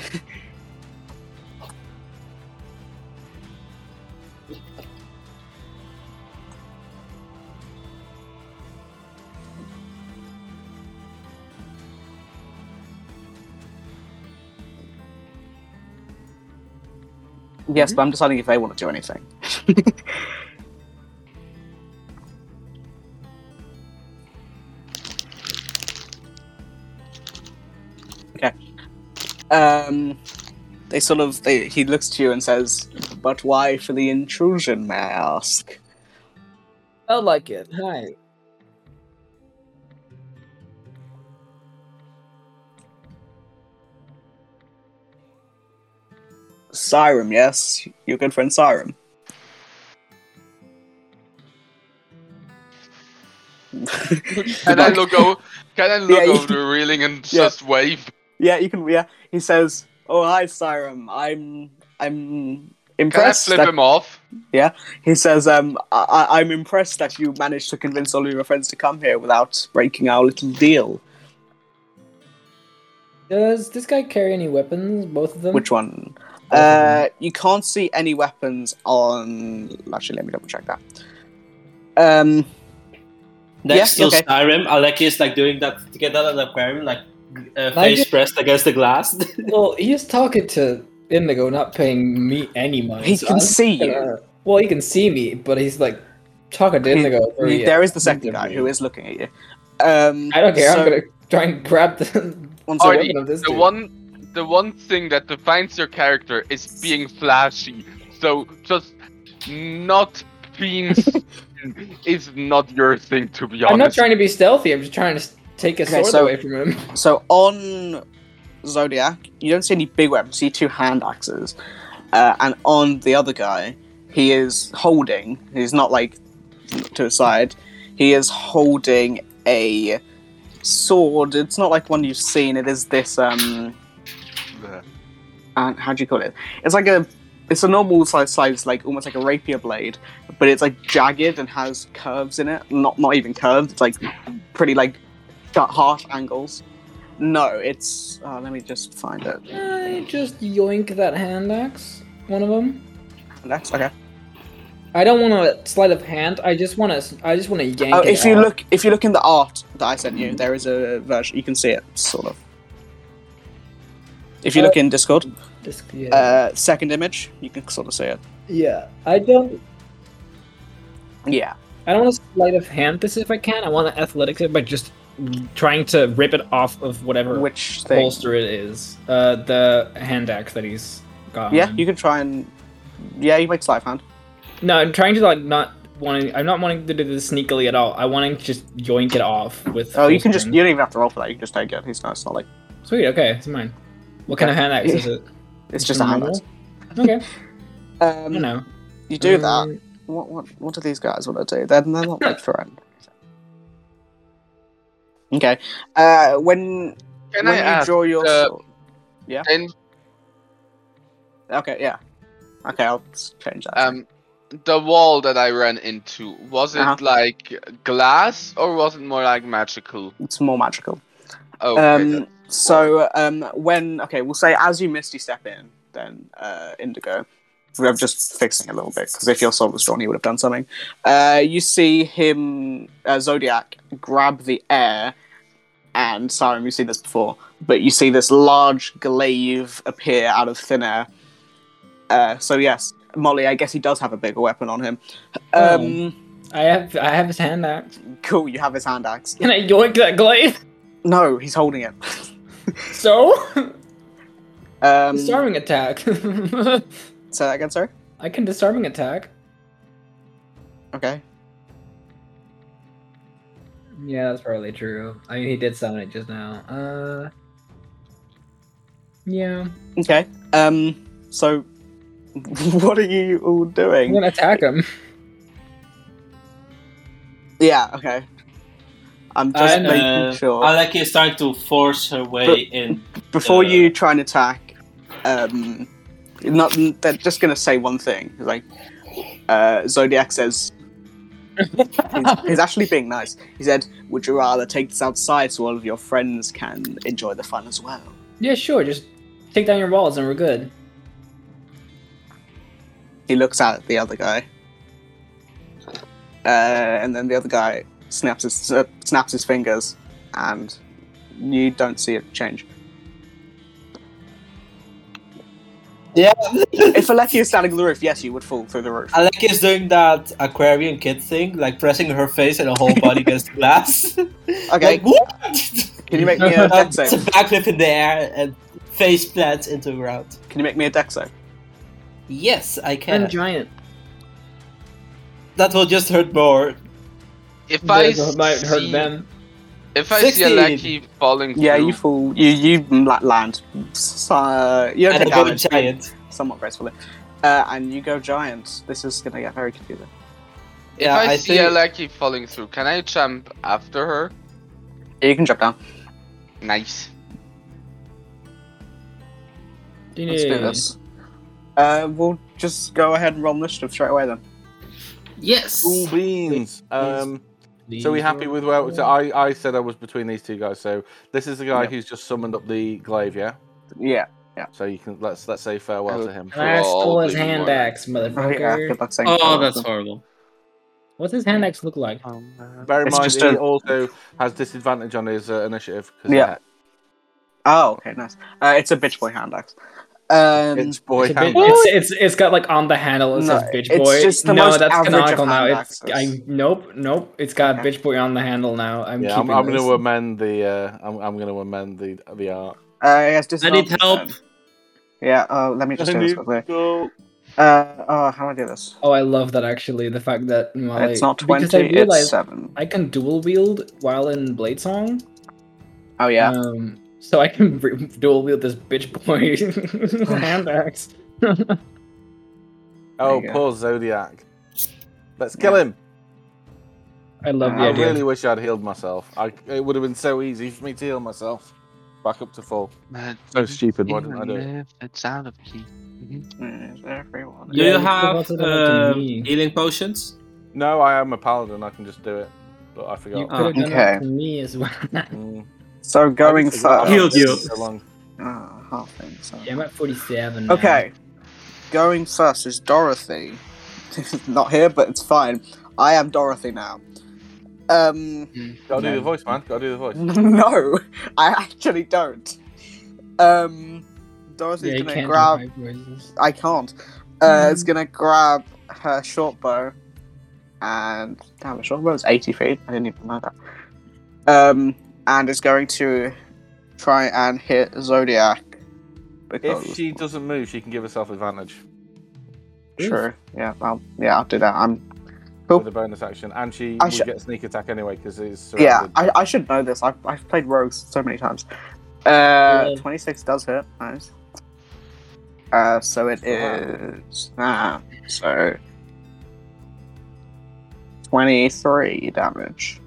Speaker 2: "Yes," but I'm deciding if they want to do anything. (laughs) um, they sort of they, he looks to you and says, "But why for the intrusion, may I ask?"
Speaker 3: I like it. Hi.
Speaker 2: Siren, yes, your good friend Siren.
Speaker 6: Can I
Speaker 2: (laughs)
Speaker 6: look over? Can I look
Speaker 2: Yeah, you-
Speaker 6: over the railing and
Speaker 2: Yeah.
Speaker 6: just wave?
Speaker 2: yeah, you can. Yeah, he says, "Oh hi, Siren. I'm I'm
Speaker 6: Can I
Speaker 2: impressed."
Speaker 6: flip
Speaker 2: that-
Speaker 6: him off?
Speaker 2: He says, um, I- I- I'm impressed that you managed to convince all of your friends to come here without breaking our little deal.
Speaker 3: Does this guy carry any weapons? Both of them.
Speaker 2: Which one?
Speaker 3: Both of
Speaker 2: Uh,
Speaker 3: them.
Speaker 2: you can't see any weapons on. Actually, let me double check that. Um,
Speaker 5: Next
Speaker 2: Yeah,
Speaker 5: to
Speaker 2: okay.
Speaker 5: Skyrim, Aleki is like doing that to get out of the aquarium, like uh,
Speaker 3: Like
Speaker 5: face
Speaker 3: it-
Speaker 5: pressed against the glass. (laughs)
Speaker 3: Well, he is talking to Indigo, not paying me any money.
Speaker 2: he
Speaker 3: so
Speaker 2: can
Speaker 3: I'm
Speaker 2: see you.
Speaker 3: gonna- Well, he can see me, but he's like talking to
Speaker 2: He-
Speaker 3: Indigo. over
Speaker 2: You-
Speaker 3: here.
Speaker 2: There is the second guy who is looking at you. Um,
Speaker 3: Oh, I don't care.
Speaker 2: so- Oh,
Speaker 3: I'm gonna try and grab the. (laughs)
Speaker 2: one
Speaker 3: the
Speaker 2: second.
Speaker 6: Already,
Speaker 3: weapon of this
Speaker 6: The
Speaker 3: dude.
Speaker 6: one, the one thing that defines your character is being flashy. So just not being seen is not your thing, to be honest.
Speaker 3: I'm not trying to be stealthy. I'm just trying to s- take his
Speaker 2: Okay,
Speaker 3: sword
Speaker 2: so-
Speaker 3: away from him. (laughs)
Speaker 2: So on Zodiac, you don't see any big weapons. You see two hand axes, uh, and on the other guy, he is holding. He's not like to his side. He is holding a sword. It's not like one you've seen. It is this um, uh, how do you call it? It's like a, it's a normal size size, like almost like a rapier blade, but it's like jagged and has curves in it. Not not even curved. It's like pretty like sharp- harsh angles. No, it's. Uh, let me just find it.
Speaker 3: I just yoink that hand axe. One of them.
Speaker 2: That's okay.
Speaker 3: I don't want a sleight of hand. I just want to. I just want to yank.
Speaker 2: Oh,
Speaker 3: it
Speaker 2: if you
Speaker 3: out.
Speaker 2: look, if you look in the art that I sent you, there is a version. You can see it, sort of. If you look in Discord,
Speaker 3: Just- Uh, yeah.
Speaker 2: uh, second image, you can sort of see it.
Speaker 3: yeah. I don't.
Speaker 2: Yeah.
Speaker 3: I don't want to sleight of hand this if I can. I want to athletics it by just trying to rip it off of whatever
Speaker 2: Which thing?
Speaker 3: holster it is. Uh, the hand axe that he's got.
Speaker 2: Yeah,
Speaker 3: on.
Speaker 2: you can try and. Yeah, you make sleight of hand.
Speaker 3: No, I'm trying to like not wanting. I'm not wanting to do this sneakily at all. I want to just yoink it off with.
Speaker 2: Oh, you can
Speaker 3: full
Speaker 2: just.
Speaker 3: strength.
Speaker 2: You don't even have to roll for that. You can just take it. It's not, it's not like.
Speaker 3: Sweet. Okay, it's mine. What kind of hand axe (laughs) is it?
Speaker 2: It's just a hand axe.
Speaker 3: Okay, I
Speaker 2: (laughs)
Speaker 3: don't
Speaker 2: Um,
Speaker 3: know.
Speaker 2: you do that.
Speaker 3: Um,
Speaker 2: What, what what do these guys want to do? They're, they're not like threatened. Okay. Uh, when
Speaker 6: Can
Speaker 2: when
Speaker 6: I
Speaker 2: you
Speaker 6: ask?
Speaker 2: draw your
Speaker 6: uh,
Speaker 2: sword-
Speaker 6: then,
Speaker 2: Okay. Yeah. Okay, I'll s- change that.
Speaker 6: um, the wall that I ran into was it
Speaker 2: Uh-huh.
Speaker 6: like glass or was it more like magical?
Speaker 2: it's more magical.
Speaker 6: Oh, okay,
Speaker 2: Um, so um, when okay, we'll say as you misty step in, then uh, Indigo. We're just fixing a little bit because if your sword was drawn, he would have done something. Uh, you see him, uh, Zodiac, grab the air, and Siren, we've seen this before, but you see this large glaive appear out of thin air. Uh, so yes, Molly, I guess he does have a bigger weapon on him. Um,
Speaker 3: I have I have his hand axe.
Speaker 2: Cool, you have his hand axe.
Speaker 3: Can I yoink that glaive? (laughs)
Speaker 2: No, he's holding it. (laughs)
Speaker 3: So (laughs)
Speaker 2: Um, Sorry.
Speaker 3: disarming attack. (laughs)
Speaker 2: Say that again, sorry.
Speaker 3: I can disarming attack.
Speaker 2: Okay.
Speaker 3: Yeah, that's probably true. I mean, he did summon it just now. Uh, yeah,
Speaker 2: Okay. Um. So, (laughs) what are you all
Speaker 3: I'm
Speaker 2: doing?
Speaker 3: gonna attack him.
Speaker 2: Yeah. Okay. I'm just
Speaker 3: I know.
Speaker 2: making sure
Speaker 5: Aleki is trying
Speaker 2: (laughs)
Speaker 5: to force her way in.
Speaker 2: before
Speaker 5: uh,
Speaker 2: you try and attack. Um. Not. They're just gonna say one thing. Like, uh, Zodiac says. he's, he's actually being nice. He said, "Would you rather take this outside so all of your friends can enjoy the fun as well?"
Speaker 3: Yeah, sure. Just take down your walls and we're good.
Speaker 2: He looks at the other guy, uh, and then the other guy snaps his uh, snaps his fingers, and you don't see it change.
Speaker 8: Yeah,
Speaker 2: If Aleki is standing on the roof, yes, you would fall through the roof.
Speaker 8: Aleki is doing that aquarium kid thing, like pressing her face and her whole body against
Speaker 5: (laughs)
Speaker 8: glass.
Speaker 2: (laughs) Okay,
Speaker 8: Like, what?
Speaker 2: can you make me a deck
Speaker 8: It's
Speaker 2: save?
Speaker 8: a backflip in the air and face plants into the ground.
Speaker 2: Can you make me a deck save?
Speaker 8: Yes, I can.
Speaker 3: I'm giant.
Speaker 8: that will just hurt more.
Speaker 6: if I
Speaker 3: Might might hurt
Speaker 6: see-
Speaker 3: them.
Speaker 6: If I see
Speaker 8: 16.
Speaker 6: a lackey falling
Speaker 2: Yeah,
Speaker 6: through,
Speaker 2: you fall. You you la- land. S- Uh, you don't
Speaker 8: And
Speaker 2: take
Speaker 8: I go
Speaker 2: damage,
Speaker 8: giant.
Speaker 2: somewhat gracefully, uh, and you go giant. This is gonna get very confusing.
Speaker 6: if
Speaker 8: Yeah,
Speaker 6: I,
Speaker 8: I
Speaker 6: see
Speaker 8: think-
Speaker 6: a lackey falling through, can I jump after her?
Speaker 2: Yeah, you can jump down.
Speaker 6: Nice.
Speaker 2: Let's do this. Uh, we'll just go ahead and roll initiative straight away then.
Speaker 5: Yes.
Speaker 1: Cool beans. Um, so we happy with where? So I, I said I was between these two guys. So this is the guy
Speaker 2: Yep.
Speaker 1: who's just summoned up the glaive. Yeah.
Speaker 2: Yeah.
Speaker 1: So you can let's let's say farewell to him.
Speaker 3: And I stole his
Speaker 6: Probably
Speaker 3: hand
Speaker 6: won't.
Speaker 3: axe,
Speaker 2: Yeah,
Speaker 3: motherfucker.
Speaker 2: good luck saying
Speaker 5: Oh,
Speaker 2: farewell
Speaker 5: that's
Speaker 2: then.
Speaker 5: horrible.
Speaker 3: What's his hand axe look like?
Speaker 1: Oh, Bear in
Speaker 2: It's
Speaker 1: mind,
Speaker 2: just
Speaker 1: he
Speaker 2: a-
Speaker 1: also has disadvantage on his uh, initiative. 'cause
Speaker 2: Yeah.
Speaker 1: of
Speaker 2: Oh, okay, nice. Uh, it's a bitch boy hand axe.
Speaker 1: that.
Speaker 2: Um,
Speaker 1: It's boy
Speaker 3: It's, a bit-
Speaker 1: hand.
Speaker 3: it's, it's it's got like on the handle it
Speaker 2: No,
Speaker 3: says bitch
Speaker 2: it's
Speaker 3: boy.
Speaker 2: just the
Speaker 3: no,
Speaker 2: most
Speaker 3: that's
Speaker 2: average of
Speaker 3: canonical now.
Speaker 2: hand
Speaker 3: It's
Speaker 2: axes.
Speaker 3: I nope nope. It's got
Speaker 2: Okay.
Speaker 3: bitch boy on the handle now. I'm
Speaker 1: Yeah, I'm,
Speaker 3: keeping
Speaker 1: I'm
Speaker 3: this.
Speaker 1: going to amend the. Uh, I'm, I'm going to amend the the art.
Speaker 2: uh, yes,
Speaker 5: I
Speaker 2: disadvantage
Speaker 5: need help.
Speaker 2: then. Yeah, uh, let me just do this quickly.
Speaker 1: go.
Speaker 2: Uh, oh, how do I do this?
Speaker 3: Oh, I love that actually. The fact that Molly,
Speaker 2: it's not
Speaker 3: because
Speaker 2: 20,
Speaker 3: I realized
Speaker 2: it's 7.
Speaker 3: I can dual wield while in Blade Song.
Speaker 2: Oh, yeah.
Speaker 3: Um, so I can re- dual wield this bitch (laughs) boy hand axe.
Speaker 1: Oh,
Speaker 2: There you go.
Speaker 1: poor Zodiac. Let's kill him.
Speaker 3: I love the
Speaker 1: I
Speaker 3: idea.
Speaker 1: really wish I'd healed myself. I, it would have been so easy for me to heal myself. Back up to full. So stupid. Why didn't I do it?
Speaker 6: It's out of key.
Speaker 2: Mm, is everyone-
Speaker 5: Do
Speaker 3: Yeah,
Speaker 5: you
Speaker 3: you
Speaker 5: have
Speaker 3: could've also done it to
Speaker 5: um,
Speaker 6: Uh,
Speaker 3: me.
Speaker 5: healing potions?
Speaker 1: No, I am a paladin. I can just do it, but I
Speaker 3: You
Speaker 1: forgot.
Speaker 3: could have done
Speaker 2: Okay.
Speaker 3: that to me as well. (laughs)
Speaker 1: Mm.
Speaker 2: So, going
Speaker 1: I forgot
Speaker 2: first.
Speaker 1: I
Speaker 5: Healed
Speaker 1: did
Speaker 5: you.
Speaker 1: so long.
Speaker 2: Ah, half thing, so-
Speaker 3: yeah, I'm at 47. now.
Speaker 2: Okay. Going first is Dorothy. (laughs) Not here, but it's fine. I am Dorothy now. Um,
Speaker 1: Gotta do
Speaker 2: No.
Speaker 1: the voice, man. Gotta do the voice.
Speaker 2: (laughs) no, I actually don't. Um, Dorothy's
Speaker 3: Yeah, you
Speaker 2: gonna
Speaker 3: can't
Speaker 2: grab
Speaker 3: do high voices.
Speaker 2: I can't. Uh, It's
Speaker 1: Mm.
Speaker 2: gonna grab her short bow, and damn, her short bow is eighty feet. I didn't even know that. Um, and is going to try and hit Zodiac.
Speaker 1: If
Speaker 2: Because
Speaker 1: she doesn't move, she can give herself advantage
Speaker 2: true, yeah, I'll, yeah, I'll do that. I'm Cool.
Speaker 1: with a bonus action, and she
Speaker 2: I
Speaker 1: will
Speaker 2: sh-
Speaker 1: get sneak attack anyway because it's
Speaker 2: yeah.
Speaker 1: surrounded.
Speaker 2: I, I should know this. I've, I've played rogues so many times. Uh,
Speaker 4: Yeah.
Speaker 2: twenty six does hit. Nice. Uh, so it
Speaker 1: Wow.
Speaker 2: is ah, so twenty three damage.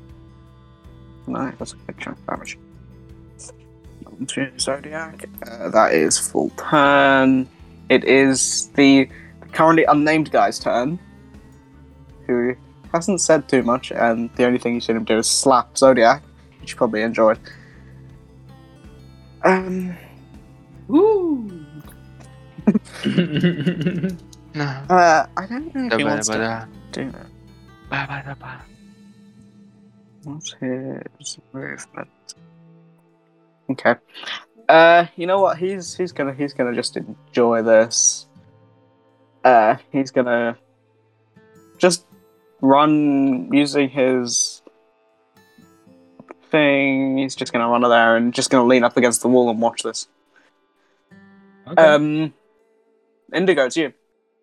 Speaker 2: No, that's a good chunk of damage. To Zodiac. Uh, that is full turn. It is the currently unnamed guy's turn, who hasn't said too much, and the only thing he's seen him do is slap Zodiac, which you probably enjoyed. Um,
Speaker 5: Woo!
Speaker 6: No.
Speaker 2: uh, I don't know if he wants to
Speaker 6: Ba-ba-da-ba-da.
Speaker 2: do that.
Speaker 6: Ba-ba-da-ba.
Speaker 2: What's his movement? Okay. Uh, you know what? He's he's gonna he's gonna just enjoy this. Uh, he's gonna just run using his thing. He's just gonna run over there and just gonna lean up against the wall and watch this. Um, Indigo, it's you.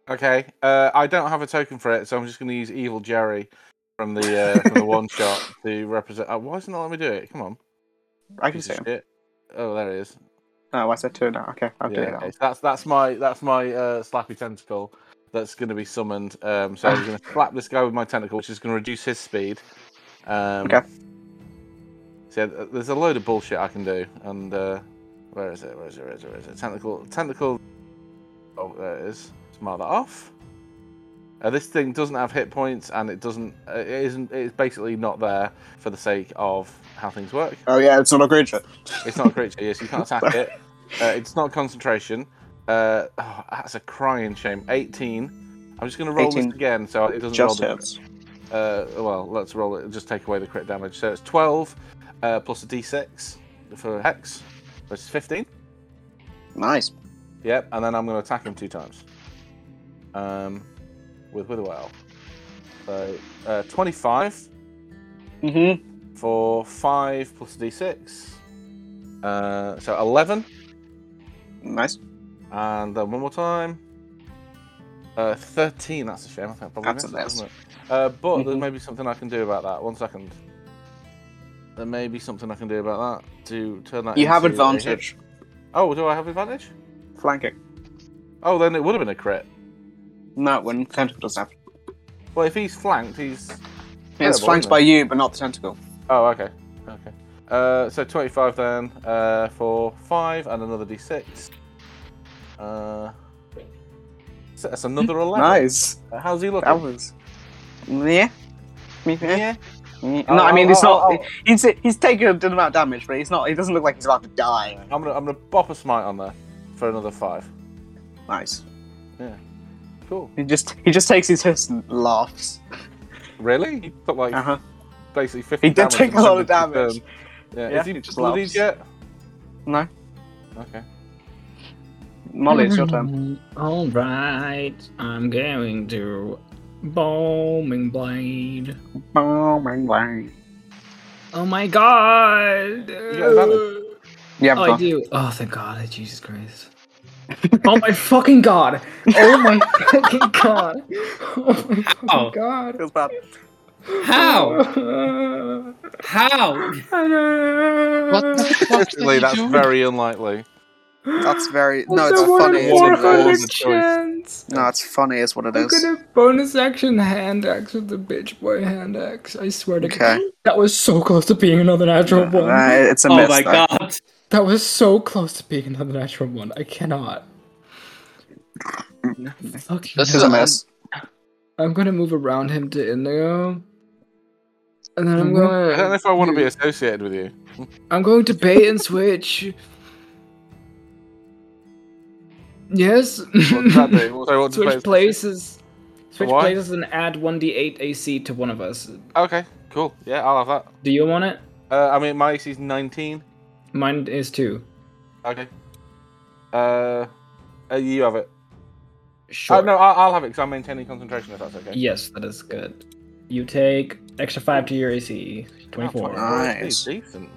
Speaker 1: Okay. Uh, I don't have a token for it, so I'm just going to use Evil Jerry from the uh, from the
Speaker 2: (laughs)
Speaker 1: one shot to represent. Oh, why isn't it letting me do it? Come on.
Speaker 2: I can
Speaker 1: piece
Speaker 2: see
Speaker 1: of
Speaker 2: him.
Speaker 1: shit. Oh, there it is.
Speaker 2: No, I said two now. Okay, I'll do
Speaker 1: yeah,
Speaker 2: that.
Speaker 1: okay. So that's that's my that's my uh, slappy tentacle that's going to be summoned. Um, so I'm going to slap this guy with my tentacle, which is going to reduce his speed. Um,
Speaker 2: Okay.
Speaker 1: So th- there's a load of bullshit I can do, and uh, where is it? Where is it? Where is it? Where is it? Tentacle, tentacle. Oh, there it is. Let's mark that off. Uh, this thing doesn't have hit points, and it doesn't. uh, It isn't. It's basically not there for the sake of how things work.
Speaker 2: Oh yeah, it's not a creature.
Speaker 1: It's not a creature, yes, you can't attack it. Uh, it's not concentration. Uh, oh, that's a crying shame. 18. I'm just going to roll
Speaker 2: 18.
Speaker 1: this again so it doesn't
Speaker 2: Just
Speaker 1: roll the.
Speaker 2: hits.
Speaker 1: Uh, well, let's roll it. Just take away the crit damage. So it's 12 uh, plus a d6 for hex, which is 15.
Speaker 2: Nice.
Speaker 1: Yep, and then I'm going to attack him two times. Um, with Witherwell. So uh, 25
Speaker 2: Mm-hmm.
Speaker 1: for 5 plus a d6. Uh, so 11.
Speaker 2: Nice.
Speaker 1: And then one more time. Uh, 13, that's a shame. I think I probably
Speaker 2: That's a
Speaker 1: missed that,
Speaker 2: miss.
Speaker 1: wasn't it? Uh, but there
Speaker 2: Mhm.
Speaker 1: may be something I can do about that. One second. There may be something I can do about that to turn that
Speaker 2: You have
Speaker 1: into a hit.
Speaker 2: advantage.
Speaker 1: Oh, do I have advantage?
Speaker 2: Flanking.
Speaker 1: Oh, then it would have been a crit.
Speaker 2: No, when tentacle doesn't have.
Speaker 1: Well, if he's flanked, he's.
Speaker 2: it's
Speaker 1: Terrible,
Speaker 2: flanked
Speaker 1: isn't it?
Speaker 2: by you, but not the tentacle.
Speaker 1: Oh, okay. Okay. Uh, so 25 then uh, for 5 and another d6. Uh, so that's another 11.
Speaker 2: Nice.
Speaker 1: Uh, How's he looking?
Speaker 2: That was. Yeah. Me- Yeah. Mm,
Speaker 1: Oh,
Speaker 2: No, I mean
Speaker 1: oh,
Speaker 2: it's
Speaker 1: oh,
Speaker 2: not.
Speaker 1: oh.
Speaker 2: He's he's taken a good amount of damage, but he's not. He doesn't look like he's about to die.
Speaker 1: I'm gonna I'm gonna bop a smite on there for another five.
Speaker 2: Nice.
Speaker 1: Cool.
Speaker 2: He just he just takes his hits and laughs.
Speaker 1: Really? He took like
Speaker 2: Uh huh.
Speaker 1: basically fifty.
Speaker 2: He did
Speaker 1: damage
Speaker 2: take
Speaker 1: in
Speaker 2: a lot of
Speaker 1: turn.
Speaker 2: damage.
Speaker 1: Yeah.
Speaker 2: Yeah,
Speaker 1: Is he,
Speaker 2: he just
Speaker 1: bloodied
Speaker 2: laughs.
Speaker 1: yet?
Speaker 2: No.
Speaker 1: Okay.
Speaker 2: Molly, it's your turn.
Speaker 3: (laughs) All right, I'm going to bombing blade.
Speaker 2: Oh my god.
Speaker 3: Oh my god!
Speaker 1: got advantage.
Speaker 2: Yeah,
Speaker 3: Oh, I do. Oh, thank God. Jesus Christ. oh my fucking
Speaker 2: (laughs)
Speaker 3: god. Oh my fucking god. Oh my fucking
Speaker 5: How?
Speaker 3: god.
Speaker 2: feels bad.
Speaker 5: How? How?
Speaker 6: (laughs)
Speaker 1: Unfortunately, that's very unlikely.
Speaker 2: That's very no. It's
Speaker 3: a one
Speaker 2: funny.
Speaker 3: in
Speaker 2: It's
Speaker 1: four
Speaker 2: a
Speaker 1: hundred
Speaker 2: bonus.
Speaker 3: 400
Speaker 1: choice.
Speaker 3: chance.
Speaker 2: No, it's funny. Is what it
Speaker 3: I'm
Speaker 2: is.
Speaker 3: gonna (laughs) bonus action hand axe with the bitch boy hand axe. I swear to
Speaker 2: Okay.
Speaker 3: God. That was so close to being another natural one.
Speaker 2: Uh, it's a
Speaker 5: oh
Speaker 2: miss.
Speaker 5: my
Speaker 2: though.
Speaker 5: god.
Speaker 3: That was so close to being another natural one. I cannot. Fucking
Speaker 6: This
Speaker 2: This is
Speaker 3: hell.
Speaker 2: a miss.
Speaker 3: I'm gonna move around him to Indigo. And then I'm
Speaker 2: Mhm.
Speaker 1: I
Speaker 3: gonna
Speaker 1: don't know (laughs) if I want to be associated with you.
Speaker 3: I'm going to bait and switch. Yes.
Speaker 1: What does that
Speaker 3: (laughs)
Speaker 1: do? What- Sorry, what does
Speaker 3: switch
Speaker 1: players-
Speaker 3: places. Switch
Speaker 1: Why?
Speaker 3: places and add 1d8 AC to one of us.
Speaker 1: Okay. Cool. Yeah, I'll have that.
Speaker 3: Do you want it?
Speaker 1: Uh, I mean, my AC's nineteen.
Speaker 3: Mine is two.
Speaker 1: Okay. Uh, uh, you have it.
Speaker 3: Sure.
Speaker 1: Oh, no, I'll, I'll have it because I'm maintaining concentration. If that's okay.
Speaker 3: Yes, that is good. You take extra five to your AC.
Speaker 1: Oh,
Speaker 3: 24.
Speaker 2: Nice.
Speaker 1: Decent.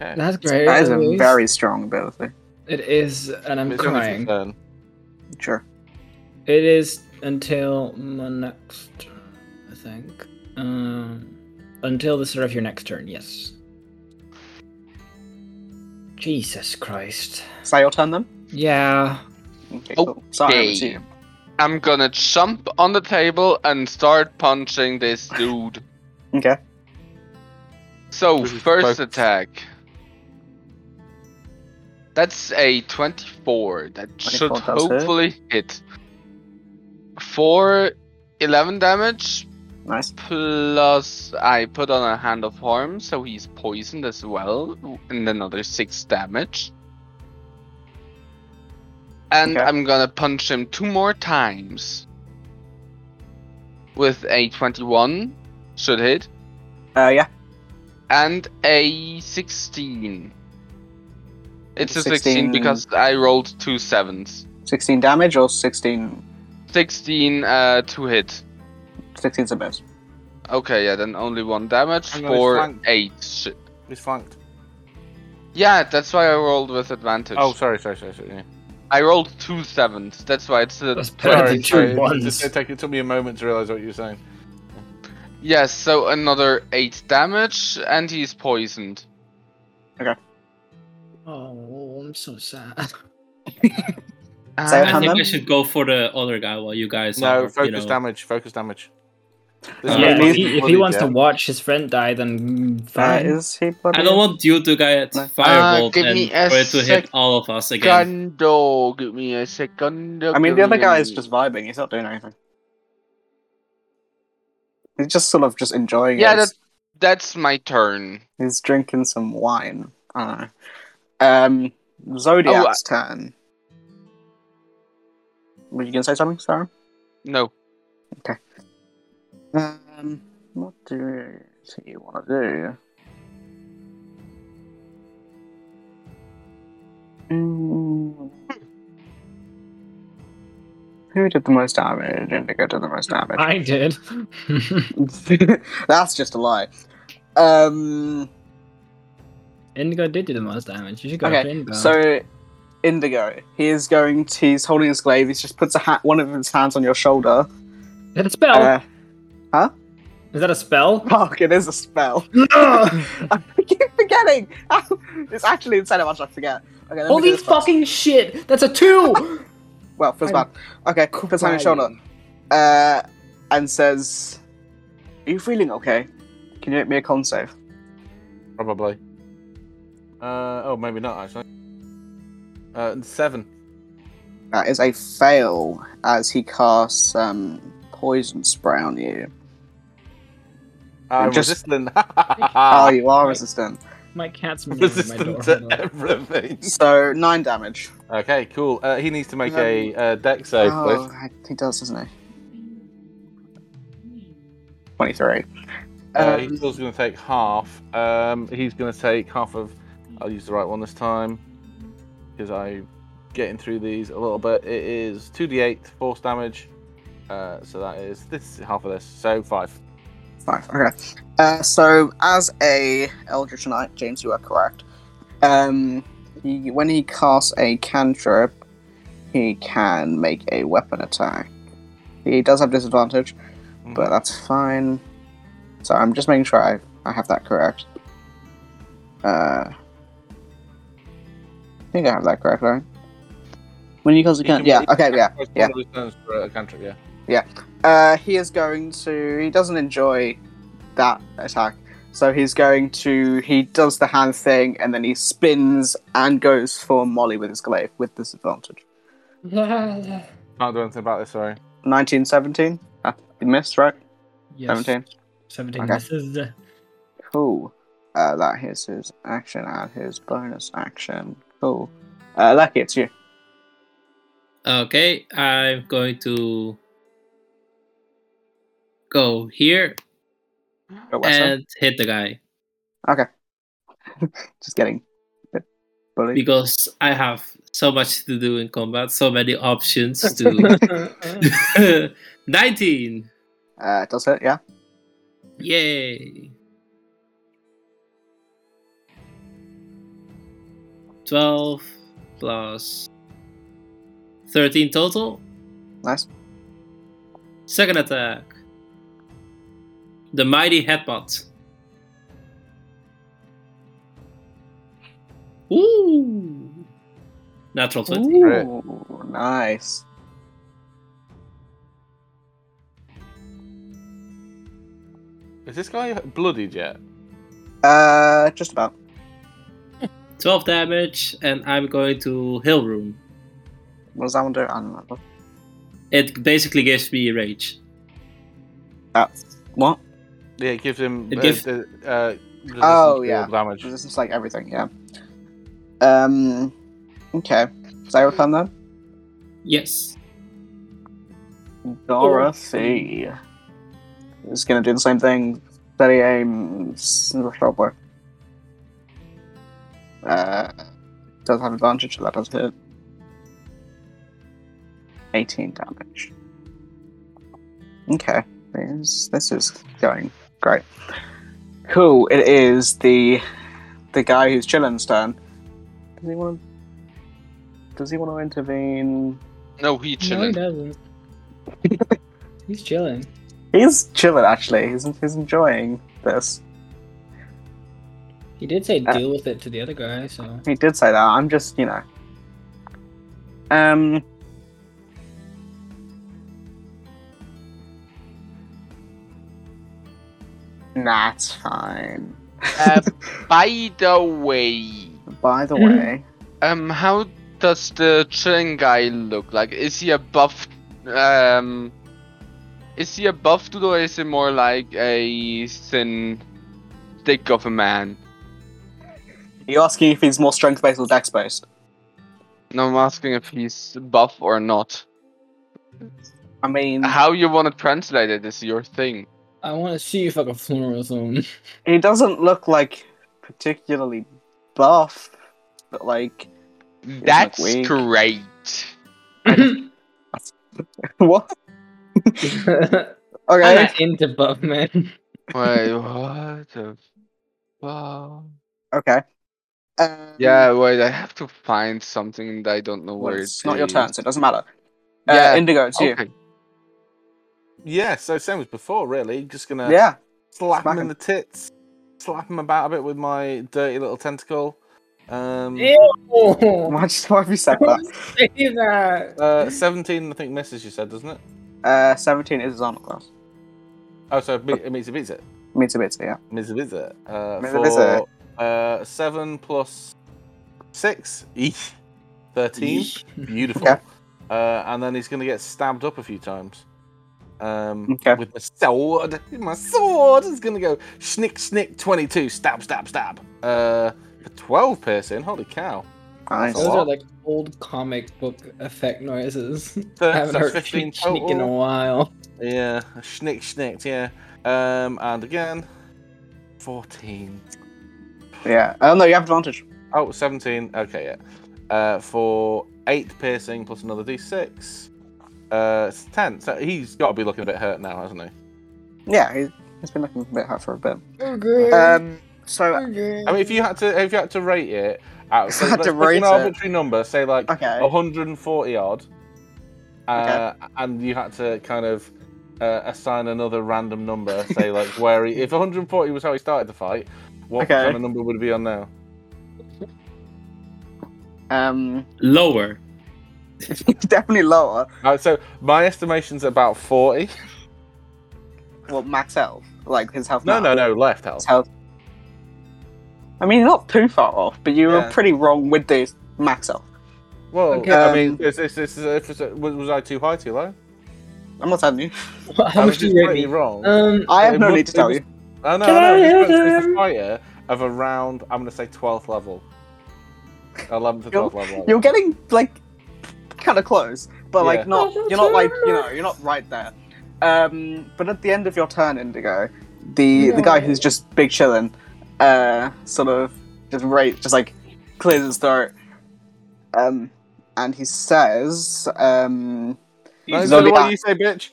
Speaker 1: Okay.
Speaker 3: That's great.
Speaker 2: that is a
Speaker 3: Louise.
Speaker 2: very strong ability.
Speaker 3: It is, and I'm
Speaker 1: It's Jonathan's
Speaker 3: crying.
Speaker 1: turn.
Speaker 2: Sure.
Speaker 3: It is until my next, turn, I think. Um, until the start of your next turn, yes. Jesus Christ.
Speaker 2: So your turn then?
Speaker 3: Yeah.
Speaker 2: Okay, cool. Sorry, over to
Speaker 6: Okay.
Speaker 2: you.
Speaker 6: I'm gonna jump on the table and start punching this dude.
Speaker 2: Okay.
Speaker 6: So,
Speaker 1: This is
Speaker 6: first
Speaker 1: both-
Speaker 6: attack. That's a 24.
Speaker 2: 24
Speaker 6: That should
Speaker 2: does hit.
Speaker 6: hopefully hit. 4 11 damage,
Speaker 2: Nice.
Speaker 6: plus I put on a hand of harm, so he's poisoned as well, and another 6 damage. And
Speaker 2: Okay.
Speaker 6: I'm gonna punch him two more times. With a 21, should hit
Speaker 2: Uh, yeah.
Speaker 6: and a 16. It's a 16,
Speaker 2: 16.
Speaker 6: because I rolled two sevens.
Speaker 2: 16 damage or 16.
Speaker 6: 16 uh, to hit.
Speaker 2: 16's a miss.
Speaker 6: Okay, yeah, then only one damage
Speaker 1: Hang on, it's
Speaker 6: for
Speaker 1: flanked.
Speaker 6: eight. Shit.
Speaker 1: He's flanked.
Speaker 6: Yeah, that's why I rolled with advantage.
Speaker 1: Oh, sorry, sorry, sorry. sorry. yeah.
Speaker 6: I rolled two sevens. That's why it's a
Speaker 3: That's
Speaker 6: 20.
Speaker 3: Sorry, sorry,
Speaker 1: It,
Speaker 3: two ones.
Speaker 1: it- it took- it took me a moment to realize what you were saying.
Speaker 6: Yes, so another eight damage, and he's poisoned.
Speaker 3: Oh, I'm so sad.
Speaker 2: So
Speaker 6: And-
Speaker 5: Uh, I think
Speaker 2: Hammond?
Speaker 5: I should go for the other guy while you guys
Speaker 1: No,
Speaker 5: are,
Speaker 1: focus
Speaker 5: you know.
Speaker 1: damage. Focus damage.
Speaker 5: Uh,
Speaker 1: is
Speaker 3: yeah,
Speaker 1: not
Speaker 3: if he, if
Speaker 1: bloody
Speaker 3: he wants to
Speaker 1: yet.
Speaker 3: watch his friend die, then mm,
Speaker 2: Uh,
Speaker 3: fine.
Speaker 2: is he bloody?
Speaker 5: I don't want you to get
Speaker 2: Uh,
Speaker 5: firebolt
Speaker 6: give
Speaker 5: and
Speaker 6: me a
Speaker 5: for it to hit
Speaker 6: sec-
Speaker 5: all of us again.
Speaker 6: Gundo, give me a second.
Speaker 2: I mean, the other guy is just vibing. He's not doing anything. He's just sort of just enjoying
Speaker 6: Yeah,
Speaker 2: it.
Speaker 6: that- That's my turn.
Speaker 2: He's drinking some wine. I don't know. Um, Zodiac's
Speaker 6: Oh,
Speaker 2: turn. Were you gonna say something, Sarah?
Speaker 6: No.
Speaker 2: Um, what do you want to do? Mm. Who did the most damage? Indigo did the most damage.
Speaker 3: I did. (laughs)
Speaker 2: (laughs) That's just a lie. Um,
Speaker 3: Indigo did do the most damage. You should go
Speaker 2: Okay,
Speaker 3: for Indigo.
Speaker 2: so Indigo, he is going. To, he's holding his glaive. He just puts a ha- one of his hands on your shoulder.
Speaker 3: is that a spell?
Speaker 2: Uh, (laughs)
Speaker 3: is that a spell?
Speaker 2: fuck! It is a spell. (laughs) I keep forgetting. (laughs) it's actually insane how much I forget. Okay, let me do
Speaker 3: Holy
Speaker 2: this first.
Speaker 3: fucking shit! That's a two.
Speaker 2: (laughs) Well, first one. Okay, puts hand on your shoulder. Uh, and says, "Are you feeling okay? Can you make me a con save?"
Speaker 1: Probably. Uh, oh, maybe not actually. Uh, seven.
Speaker 2: That is a fail as he casts um, poison spray on you.
Speaker 1: I'm
Speaker 2: Just-
Speaker 1: Uh, resistant. (laughs) Ah.
Speaker 2: oh, you are resistant.
Speaker 3: My cat's meowing at my door.
Speaker 1: resistant
Speaker 3: Hold
Speaker 1: to
Speaker 3: on.
Speaker 1: everything.
Speaker 2: So nine damage.
Speaker 1: Okay, cool. Uh, he needs to make a uh, deck save,
Speaker 2: oh,
Speaker 1: please.
Speaker 2: he does, doesn't he? Twenty-three.
Speaker 1: Uh,
Speaker 2: Um,
Speaker 1: he's also going to take half. Um, he's going to take half of. I'll use the right one this time because I'm getting through these a little bit. It is 2d8 force damage. Uh, so that is this is half of this. So five.
Speaker 2: Five. Okay. Uh, so as a Eldritch Knight, James, you are correct. Um, he, when he casts a cantrip, he can make a weapon attack. He does have disadvantage, but that's fine. So I'm just making sure I, I have that correct. Uh, I think I have that correct, right? When he calls a
Speaker 1: He can
Speaker 2: can, yeah,
Speaker 1: make-
Speaker 2: okay, yeah,
Speaker 1: One of
Speaker 2: yeah.
Speaker 1: his turns for a cantrip, yeah.
Speaker 2: Uh, he is going to. He doesn't enjoy that attack, so he's going to. He does the hand thing, and then he spins and goes for Molly with his glaive with disadvantage.
Speaker 3: (laughs)
Speaker 1: Can't do anything about this, sorry.
Speaker 2: Nineteen seventeen. Ah, you missed, right?
Speaker 3: Yes.
Speaker 2: Seventeen.
Speaker 3: Seventeen.
Speaker 2: Okay.
Speaker 3: This is the- (laughs)
Speaker 2: Cool. Uh, that is his action and his bonus action. Cool. Uh, Lucky, it's you.
Speaker 5: Okay, I'm going to go here
Speaker 2: Go west, huh?
Speaker 5: and hit the guy
Speaker 2: Just getting a bit bullied.
Speaker 5: because I have so much to do in combat, so many options to. (laughs) 19!
Speaker 2: Uh, does it? Yeah.
Speaker 5: Yay! 12 plus 13 total.
Speaker 2: Nice.
Speaker 5: Second attack. The mighty headbutt. Ooh. Natural 20.
Speaker 2: Ooh, nice.
Speaker 1: Is this guy bloodied yet?
Speaker 2: Uh, just about.
Speaker 5: 12 damage, and I'm going to Hill Room.
Speaker 2: What does that one do? I don't remember.
Speaker 5: It basically gives me rage.
Speaker 2: That's what?
Speaker 1: Yeah, it gives him.
Speaker 5: It
Speaker 1: uh,
Speaker 5: gives-
Speaker 1: the, uh, resistance
Speaker 2: Oh,
Speaker 1: to
Speaker 2: yeah.
Speaker 1: all Damage.
Speaker 2: Resistance like everything. Yeah. Um. Okay. Seraphim then.
Speaker 5: Yes.
Speaker 2: Dorothy is gonna do the same thing. Steady aim. Stopper. Uh, does have advantage, so that does hit. 18 damage. Okay, this, this is going great. Cool, it is the the guy who's chillin's turn. Does he want to, does he want to intervene?
Speaker 3: No,
Speaker 6: No, he
Speaker 3: he
Speaker 6: chilling.
Speaker 3: doesn't. (laughs) He's chilling.
Speaker 2: He's chilling actually. He's, he's enjoying this.
Speaker 3: He did say
Speaker 2: Uh,
Speaker 3: deal with it to the other guy, so
Speaker 2: He did say that. I'm just, you know. Um. Nah, it's fine.
Speaker 6: uh, by the way,
Speaker 2: By the way,
Speaker 6: um, how does the chilling guy look like? Is he above? Um, is he above to or is he more like a thin dick of a man?
Speaker 2: you asking if he's more strength based or dex based?
Speaker 6: No, I'm asking if he's buff or not.
Speaker 2: I mean,
Speaker 6: How you want to translate it is your thing.
Speaker 3: I want to see if I can floor
Speaker 2: (laughs)
Speaker 3: with him.
Speaker 2: he doesn't look like particularly buff, but like
Speaker 6: That's
Speaker 2: weak.
Speaker 6: great.
Speaker 2: (laughs) what?
Speaker 3: I'm
Speaker 2: Okay,
Speaker 3: not into buff, man.
Speaker 1: (laughs)
Speaker 6: Wait, what the fuck?
Speaker 2: okay. Um,
Speaker 6: Yeah, wait, I have to find something that I don't know
Speaker 2: well,
Speaker 6: where
Speaker 2: it's not your
Speaker 6: is.
Speaker 2: turn, so it doesn't matter.
Speaker 6: Yeah,
Speaker 2: uh, Indigo, it's you.
Speaker 6: okay.
Speaker 1: Yeah, so same as before, really. Just gonna
Speaker 2: Yeah, (laughs)
Speaker 1: slap
Speaker 2: smack
Speaker 1: him in
Speaker 2: him.
Speaker 1: the tits, slap him about a bit with my dirty little tentacle. Um,
Speaker 4: Oh,
Speaker 3: Ew!
Speaker 2: why, just, why have you said that?
Speaker 3: Say that.
Speaker 1: uh, 17, I think, misses, you said, doesn't it?
Speaker 2: Uh, 17 is his armor class.
Speaker 1: Oh, so it be- it means it beats it.
Speaker 2: Meets a bit, yeah.
Speaker 1: Means it beats it. Uh,
Speaker 2: Means it
Speaker 1: for,
Speaker 2: beats it.
Speaker 1: Uh, 7 plus 6, eesh, 13. Beautiful.
Speaker 2: Okay.
Speaker 1: Uh, and then he's going to get stabbed up a few times. Um,
Speaker 2: Okay.
Speaker 1: With my sword. My sword is going to go snick, snick, 22, stab, stab, stab. Uh, for 12 piercing. Holy cow.
Speaker 2: Nice.
Speaker 3: Those
Speaker 1: What?
Speaker 3: are like old comic book effect
Speaker 4: (laughs)
Speaker 3: noises.
Speaker 1: So
Speaker 3: I haven't
Speaker 1: that's
Speaker 3: heard (laughs)
Speaker 1: 15
Speaker 3: sneak sneak in a
Speaker 1: total.
Speaker 3: while.
Speaker 1: Yeah, schnick schnicked, yeah. Um, and again, 14.
Speaker 2: Yeah. Oh no, you have advantage.
Speaker 1: Oh, 17. Okay, yeah. Uh, for 8 piercing plus another d6. Uh, it's 10. So he's got to be looking a bit hurt now, hasn't he?
Speaker 2: Yeah, he's, he's been looking a bit hurt for a bit.
Speaker 3: Okay.
Speaker 2: Um, so
Speaker 3: okay.
Speaker 1: I mean, if you had to, if you had to rate it, out,
Speaker 2: If
Speaker 1: so
Speaker 2: I had
Speaker 1: let's
Speaker 2: to
Speaker 1: pick
Speaker 2: rate
Speaker 1: an
Speaker 2: it.
Speaker 1: arbitrary number, say like
Speaker 2: okay,
Speaker 1: 140 odd, uh, and you had to kind of uh, assign another random number, say like where he, if 140 was how he started the fight, what
Speaker 2: Okay.
Speaker 1: kind of number would it be on now? Oh.
Speaker 2: um, (laughs)
Speaker 5: Lower.
Speaker 2: definitely lower.
Speaker 1: Uh, so my estimation's about 40.
Speaker 2: Well, max health, like his health.
Speaker 1: No,
Speaker 2: now.
Speaker 1: no, no, left
Speaker 2: His
Speaker 1: health.
Speaker 2: health. I mean, you're not too far off, but you were
Speaker 1: Yeah.
Speaker 2: pretty wrong with the max health.
Speaker 1: Well,
Speaker 3: Okay.
Speaker 1: I mean,
Speaker 2: Um,
Speaker 1: is, is, is, is, is, uh, was, was I too high, too low?
Speaker 2: I'm not telling you.
Speaker 1: I
Speaker 3: How
Speaker 1: was
Speaker 3: much do
Speaker 1: just
Speaker 3: you rate
Speaker 1: pretty
Speaker 3: me?
Speaker 1: wrong.
Speaker 3: Um,
Speaker 2: I have
Speaker 1: It
Speaker 2: no
Speaker 1: was-
Speaker 2: need to
Speaker 1: it
Speaker 2: tell
Speaker 1: was-
Speaker 2: you.
Speaker 1: Oh no,
Speaker 3: Can
Speaker 1: no,
Speaker 3: I
Speaker 1: it's, it's a
Speaker 3: have
Speaker 1: fighter of around. I'm gonna say twelfth level, eleventh to
Speaker 2: You're-
Speaker 1: twelfth level.
Speaker 2: You're getting like kind of close, but
Speaker 1: Yeah.
Speaker 2: like not. You're not like you know. You're not right there. Um, but at the end of your turn, Indigo, the the guy who's just big chillin', uh, sort of just right, just like clears his throat, um, and he says, um,
Speaker 1: No, so
Speaker 2: Zodiac.
Speaker 1: what do you say, bitch?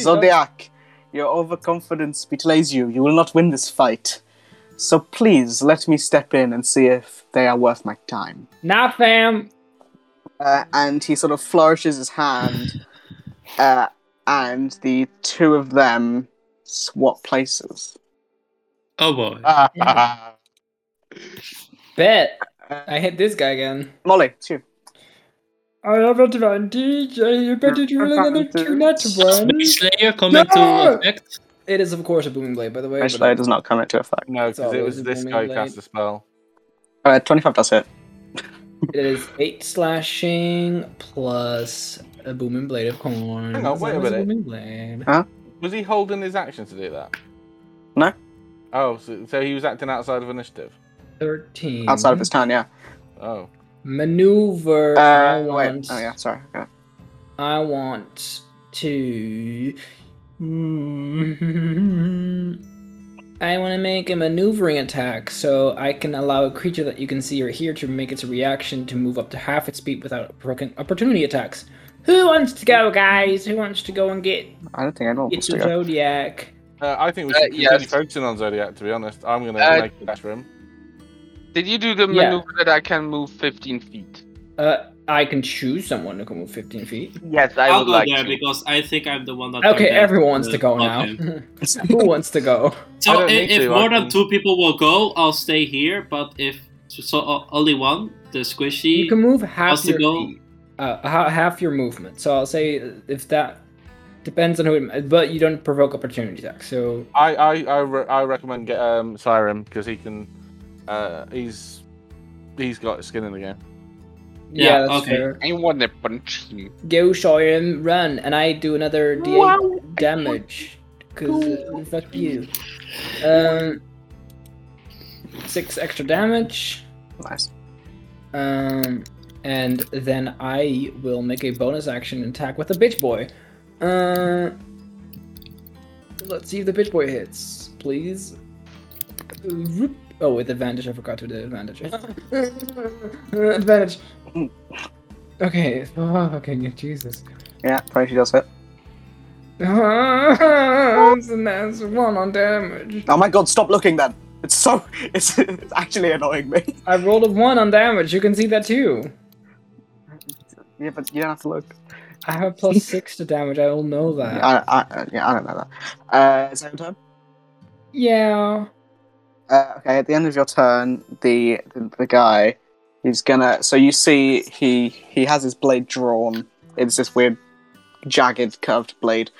Speaker 2: "Zodiac, your overconfidence belays you. You will not win this fight. So please let me step in and see if they are worth my time.
Speaker 4: Nah, fam.
Speaker 2: Uh, and he sort of flourishes his hand, uh, and the two of them swap places.
Speaker 5: Oh boy.
Speaker 2: Ah.
Speaker 4: Bet. I hit this guy again.
Speaker 2: Molly, it's you.
Speaker 4: I have advantage. I better do another two net
Speaker 5: Smash Slayer coming
Speaker 4: No!
Speaker 5: to effect.
Speaker 4: It is, of course, a booming blade, by the way.
Speaker 2: Actually,
Speaker 4: but
Speaker 2: does not come into effect.
Speaker 1: No,
Speaker 4: It's
Speaker 1: because it
Speaker 4: always
Speaker 1: was
Speaker 4: a
Speaker 1: this
Speaker 4: booming
Speaker 1: guy who
Speaker 4: blade.
Speaker 1: cast the spell.
Speaker 2: Uh, 25 does
Speaker 4: Mm-hmm.
Speaker 2: hit.
Speaker 4: It is eight slashing plus a booming blade of corn.
Speaker 1: Hang on, wait a
Speaker 4: That was
Speaker 1: minute.
Speaker 4: booming blade.
Speaker 1: Was he holding his action to do that?
Speaker 2: No.
Speaker 1: Oh, so, so he was acting outside of initiative.
Speaker 4: Thirteen.
Speaker 2: Outside of his turn, yeah.
Speaker 1: Oh,
Speaker 4: maneuver. I
Speaker 2: Uh, wait.
Speaker 4: want.
Speaker 2: Oh, yeah, sorry. Okay.
Speaker 4: I want to. (laughs) I want to make a maneuvering attack, so I can allow a creature that you can see or hear to make its reaction to move up to half its speed without provoking opportunity attacks. Who wants to go, guys? Who wants to go and get
Speaker 2: I don't think anyone wants to
Speaker 4: get your
Speaker 2: go.
Speaker 4: zodiac?
Speaker 1: uh, I think we
Speaker 6: Uh,
Speaker 1: should continue
Speaker 6: yes.
Speaker 1: focusing on Zodiac. To be honest, I'm gonna
Speaker 6: Uh,
Speaker 1: make a dash for him.
Speaker 6: Did you do the
Speaker 4: Yeah.
Speaker 6: maneuver that I can move 15 feet?
Speaker 4: Uh, I can choose someone to come with 15 feet.
Speaker 6: Yes, I
Speaker 5: I'll
Speaker 6: would
Speaker 5: go
Speaker 6: like
Speaker 5: there
Speaker 6: to.
Speaker 5: because I think I'm the one that.
Speaker 4: Okay,
Speaker 5: can get
Speaker 4: everyone wants
Speaker 5: the
Speaker 4: to go now.
Speaker 5: button.
Speaker 4: (laughs) Who wants to go?
Speaker 1: I
Speaker 5: So
Speaker 1: don't
Speaker 5: i-
Speaker 1: need
Speaker 5: if,
Speaker 1: to, I
Speaker 5: more than
Speaker 1: can-
Speaker 5: two people will go, I'll stay here. But if so, so o- only one, the squishy.
Speaker 4: You can move half
Speaker 5: wants to
Speaker 4: your
Speaker 5: go.
Speaker 4: feet, uh, ha- half your movement. So I'll say if that depends on who, it, but you don't provoke opportunity attack. So
Speaker 1: I I I, re- I recommend get um Siren because he can, uh, he's he's got skin in the game.
Speaker 4: yeah,
Speaker 5: Yeah,
Speaker 4: that's
Speaker 5: okay.
Speaker 4: fair.
Speaker 6: I want to punch him.
Speaker 4: Go, Shorim, run, and I do another d8 damage because uh, fuck you. Um, six extra damage.
Speaker 2: (laughs) Nice.
Speaker 4: Um, and then I will make a bonus action attack with the bitch boy. Uh, let's see if the bitch boy hits, please. Whoop. Oh, with advantage, I forgot to do advantage. uh, advantage. Okay. Oh, okay. yeah, Jesus. (laughs)
Speaker 2: Yeah, 22 does hit.
Speaker 4: and that's one
Speaker 2: (laughs)
Speaker 4: on damage.
Speaker 2: Oh my god, stop looking then! It's so. (laughs) It's, it's actually annoying me.
Speaker 4: I rolled a one on damage. You can see that too.
Speaker 2: Yeah, but you don't have to look.
Speaker 4: I have
Speaker 2: (laughs)
Speaker 4: a plus six to damage. I all know that.
Speaker 2: I, I, yeah, I don't know that. Uh, second turn?
Speaker 4: Yeah.
Speaker 2: Uh, okay, at the end of your turn, the, the the guy, he's gonna. So you see, he he has his blade drawn. It's this weird, jagged, curved blade,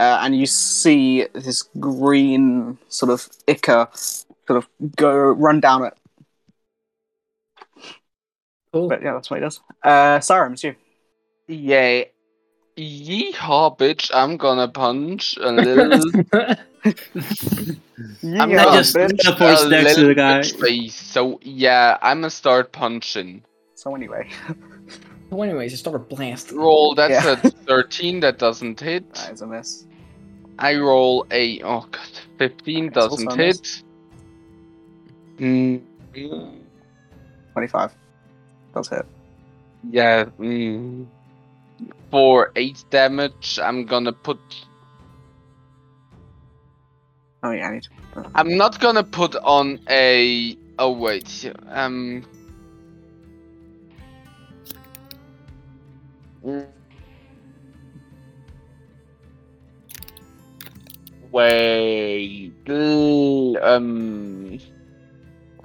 Speaker 2: uh, and you see this green sort of ichor sort of go run down it.
Speaker 4: Cool.
Speaker 2: But yeah, that's what he does. Uh, Sarum, it's you.
Speaker 6: Yay. Yeehaw, bitch, I'm gonna punch a little. I'm
Speaker 5: Yeah,
Speaker 6: gonna
Speaker 5: just
Speaker 6: punch
Speaker 5: teleport
Speaker 6: a
Speaker 5: next to
Speaker 6: little
Speaker 5: the guy.
Speaker 6: bitch face. So, yeah, I'm gonna start punching.
Speaker 2: So anyway,
Speaker 4: Well, anyways, you start blasting.
Speaker 6: Roll, that's
Speaker 2: Yeah.
Speaker 6: a 13, that doesn't hit.
Speaker 2: that is a miss.
Speaker 6: I roll a oh god, fifteen
Speaker 2: That's
Speaker 6: doesn't
Speaker 2: also a
Speaker 6: hit. Mm,
Speaker 2: Twenty-five. That's it.
Speaker 6: yeah, mm. for eight damage, I'm gonna put.
Speaker 2: Oh yeah, I need. To...
Speaker 6: I'm not gonna put on a. Oh wait, yeah, um. mm. Wait, l- um,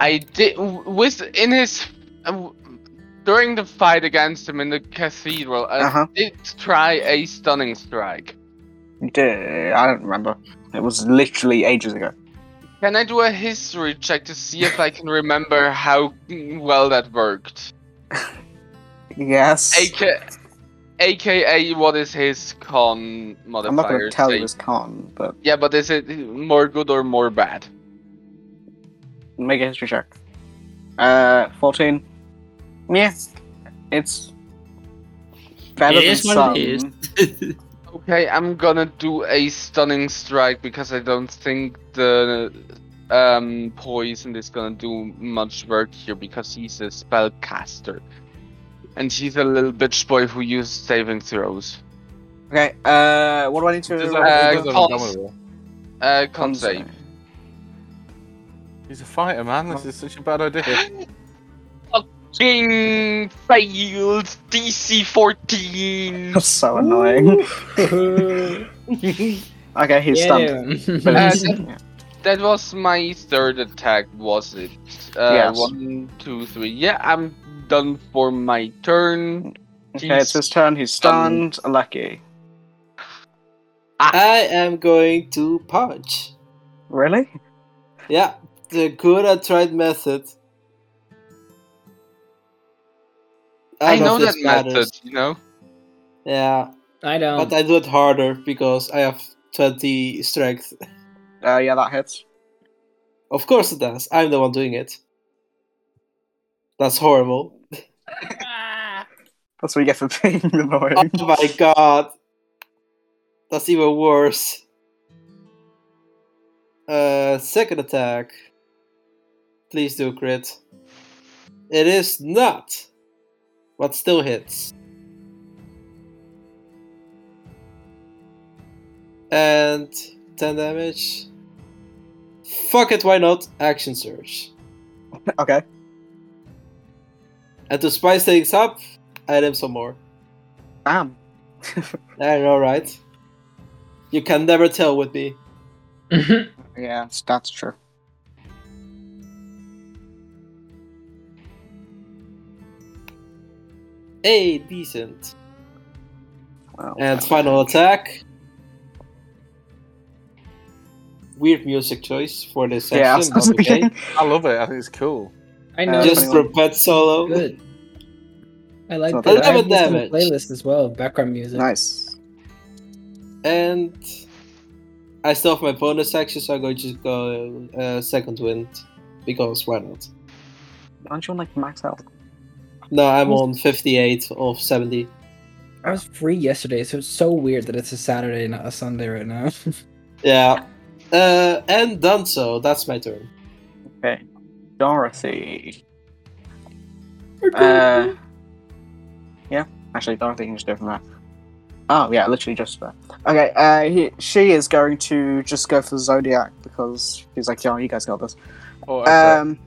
Speaker 6: I did with in his uh, during the fight against him in the cathedral.
Speaker 5: Uh,
Speaker 6: I
Speaker 2: Uh-huh.
Speaker 6: did try a stunning strike.
Speaker 2: Duh, I don't remember. It was literally ages ago.
Speaker 6: Can I do a history check to see if I can remember how well that worked?
Speaker 2: Yes.
Speaker 6: AK, AKA, what is his con modifier?
Speaker 2: I'm not going to tell you
Speaker 6: say?
Speaker 2: this con, but
Speaker 6: Yeah, but is it more good or more bad?
Speaker 2: make a history check. Uh, 14. Yeah, it's better
Speaker 5: It
Speaker 2: than
Speaker 5: is what
Speaker 2: some.
Speaker 5: it is.
Speaker 6: Okay, I'm gonna do a stunning strike because I don't think the um, poison is gonna do much work here because he's a spellcaster. And he's a little bitch boy who uses saving throws.
Speaker 2: Okay. Uh, what do I need to?
Speaker 1: It does
Speaker 2: roll?
Speaker 1: have- it does have a
Speaker 6: cons.
Speaker 1: dominable.
Speaker 6: Uh, con
Speaker 2: Con
Speaker 6: save.
Speaker 2: save.
Speaker 1: He's a fighter, man. This is such a bad idea.
Speaker 6: King failed DC
Speaker 2: (laughs)
Speaker 6: 14.
Speaker 2: That's so annoying. okay, he's
Speaker 5: Uh,
Speaker 2: stunned. But it's-
Speaker 4: (laughs)
Speaker 5: (laughs)
Speaker 6: That was my third attack, was it? Uh,
Speaker 2: Yes.
Speaker 6: One, two, three. Yeah, I'm done for my turn.
Speaker 2: okay, it's his turn. He's stunned. Lucky.
Speaker 8: I am going to punch.
Speaker 2: Really?
Speaker 8: Yeah, the good I tried method.
Speaker 6: I
Speaker 8: don't
Speaker 6: know that
Speaker 8: if this matters.
Speaker 6: method, you know?
Speaker 8: Yeah,
Speaker 3: I don't.
Speaker 8: but I do it harder because I have 20 strength.
Speaker 2: Uh, yeah, that hits.
Speaker 8: Of course it does. I'm the one doing it. That's horrible.
Speaker 7: Ah.
Speaker 2: That's what you get for (laughs) being
Speaker 8: Oh
Speaker 2: annoying. (laughs)
Speaker 8: my god. That's even worse. Uh, second attack. Please do crit. It is not, but still hits. And 10 damage. Fuck it, why not? Action surge.
Speaker 2: Okay.
Speaker 8: And to spice things up, add him some more.
Speaker 2: Damn.
Speaker 8: I know, right? You can never tell with me.
Speaker 2: Yeah, that's- that's true.
Speaker 8: Hey, decent.
Speaker 2: Wow.
Speaker 8: And final attack. Weird music choice for this section,
Speaker 2: yeah, (laughs)
Speaker 8: but okay.
Speaker 1: I love it. I think it's cool.
Speaker 3: I
Speaker 2: Uh,
Speaker 3: know.
Speaker 8: Just for
Speaker 2: 21.
Speaker 8: pet solo.
Speaker 3: good. I like
Speaker 2: It's not
Speaker 3: that.
Speaker 8: bad.
Speaker 3: I have this in my
Speaker 8: Eleven damage.
Speaker 3: playlist as well. Background music.
Speaker 2: nice.
Speaker 8: And I still have my bonus action, so I'm going to go uh, second wind. Because why not?
Speaker 2: Aren't you on like max health?
Speaker 8: No, I'm on 58 of 70.
Speaker 3: I was free yesterday, so it's so weird that it's a Saturday, not a Sunday right now. (laughs)
Speaker 8: Yeah. Uh, and done so. That's my turn.
Speaker 2: Dorothy. Uh, yeah, actually, Dorothy can just do it from there. Oh, yeah, literally just there. Okay, uh, he, she is going to just go for Zodiac because she's like, yeah, you guys got this.
Speaker 1: Oh, okay.
Speaker 2: Um,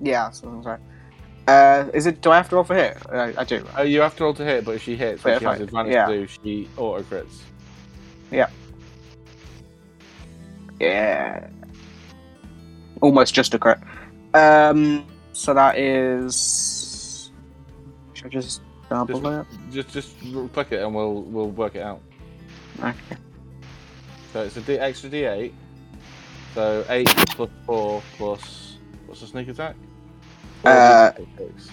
Speaker 2: yeah, so I'm sorry. Uh, is it? Do I have to roll for hit? I, I do.
Speaker 1: Uh, you have to roll to hit, but if she hits, which
Speaker 2: Yeah,
Speaker 1: she has
Speaker 2: fine.
Speaker 1: advantage
Speaker 2: Yeah.
Speaker 1: to do, she auto crits.
Speaker 2: Yeah. Almost just a crit. Um, so that is. Should I just double
Speaker 1: Just,
Speaker 2: it?
Speaker 1: just just click it and we'll we'll work it out.
Speaker 2: Okay.
Speaker 1: So it's a D, extra D8. So 8 plus 4 plus. What's the sneak attack? Four
Speaker 2: Uh,
Speaker 1: D six.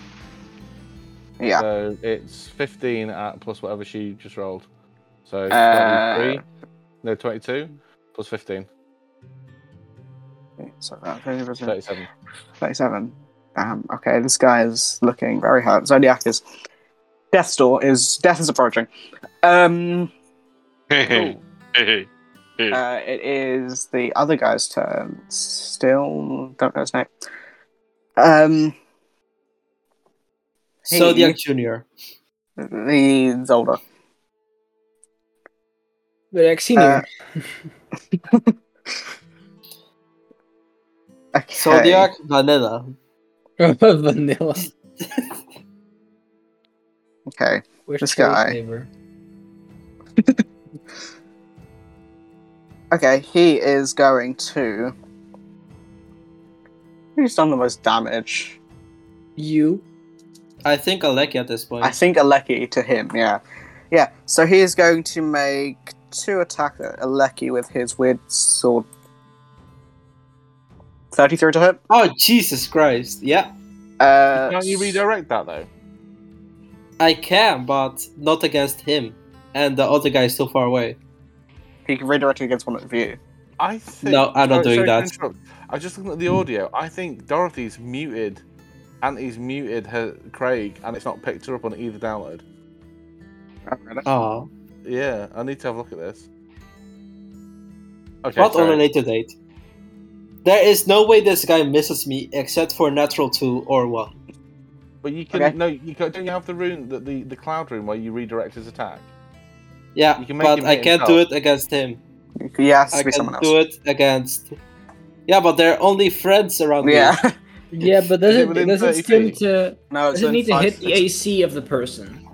Speaker 2: Yeah.
Speaker 1: So it's 15 at plus whatever she just rolled. So
Speaker 2: Uh,
Speaker 1: 23. No, 22 plus 15.
Speaker 2: So uh, that's 37.
Speaker 1: 37.
Speaker 2: 37. Damn. Okay, this guy is looking very hurt. Zodiac is. Death's door is. Death is approaching. Um,
Speaker 1: Cool.
Speaker 2: uh, it is the other guy's turn. Still. Don't know his name. Um, Hey.
Speaker 8: Zodiac Junior.
Speaker 2: the Zolder.
Speaker 3: but I've seen
Speaker 2: Uh,
Speaker 3: (laughs) you.
Speaker 2: Okay.
Speaker 8: Zodiac Vanilla. (laughs)
Speaker 3: Vanilla.
Speaker 2: Okay.
Speaker 3: Where's
Speaker 2: This
Speaker 3: cherry
Speaker 2: guy.
Speaker 3: Flavor?
Speaker 2: Okay, he is going to. Who's done the most damage?
Speaker 3: You.
Speaker 8: I think I like it at this point.
Speaker 2: I think Aleki to him, yeah. Yeah, so he is going to make two attack at Aleki with his weird sword. 33 to hit.
Speaker 8: Oh Jesus Christ! Yeah,
Speaker 2: Uh,
Speaker 1: Can't you redirect that though?
Speaker 8: I can, but not against him. And the other guy is so far away.
Speaker 2: He can redirect it against one of you.
Speaker 1: I think.
Speaker 8: No, I'm not
Speaker 1: Sorry-
Speaker 8: doing
Speaker 1: sorry
Speaker 8: that.
Speaker 1: to interrupt. I was just looking at the audio. I think Dorothy's muted. Auntie's muted her Craig, and it's not picked her up on either download.
Speaker 8: Oh,
Speaker 1: Yeah, I need to have a look at this. Okay,
Speaker 8: but on
Speaker 1: sorry.
Speaker 8: a later date. There is no way this guy misses me except for natural two or one.
Speaker 1: but you can
Speaker 2: Okay.
Speaker 1: no, you can, don't you have the room the, the the cloud room where you redirect his attack?
Speaker 8: Yeah,
Speaker 1: You can make
Speaker 8: but
Speaker 1: him
Speaker 8: I
Speaker 1: hit
Speaker 8: can't do it against him.
Speaker 2: Yeah, it has
Speaker 8: I
Speaker 2: to be
Speaker 8: can
Speaker 2: someone else.
Speaker 8: do it against Yeah, but they're only friends around me.
Speaker 2: Yeah.
Speaker 3: Yeah, but
Speaker 1: Is it
Speaker 3: doesn't
Speaker 1: within
Speaker 3: does
Speaker 1: 30
Speaker 3: it still
Speaker 1: feet? Oh,
Speaker 3: to
Speaker 2: (laughs) No,
Speaker 3: does it
Speaker 2: in
Speaker 3: need to
Speaker 2: five-
Speaker 3: hit the AC of the person?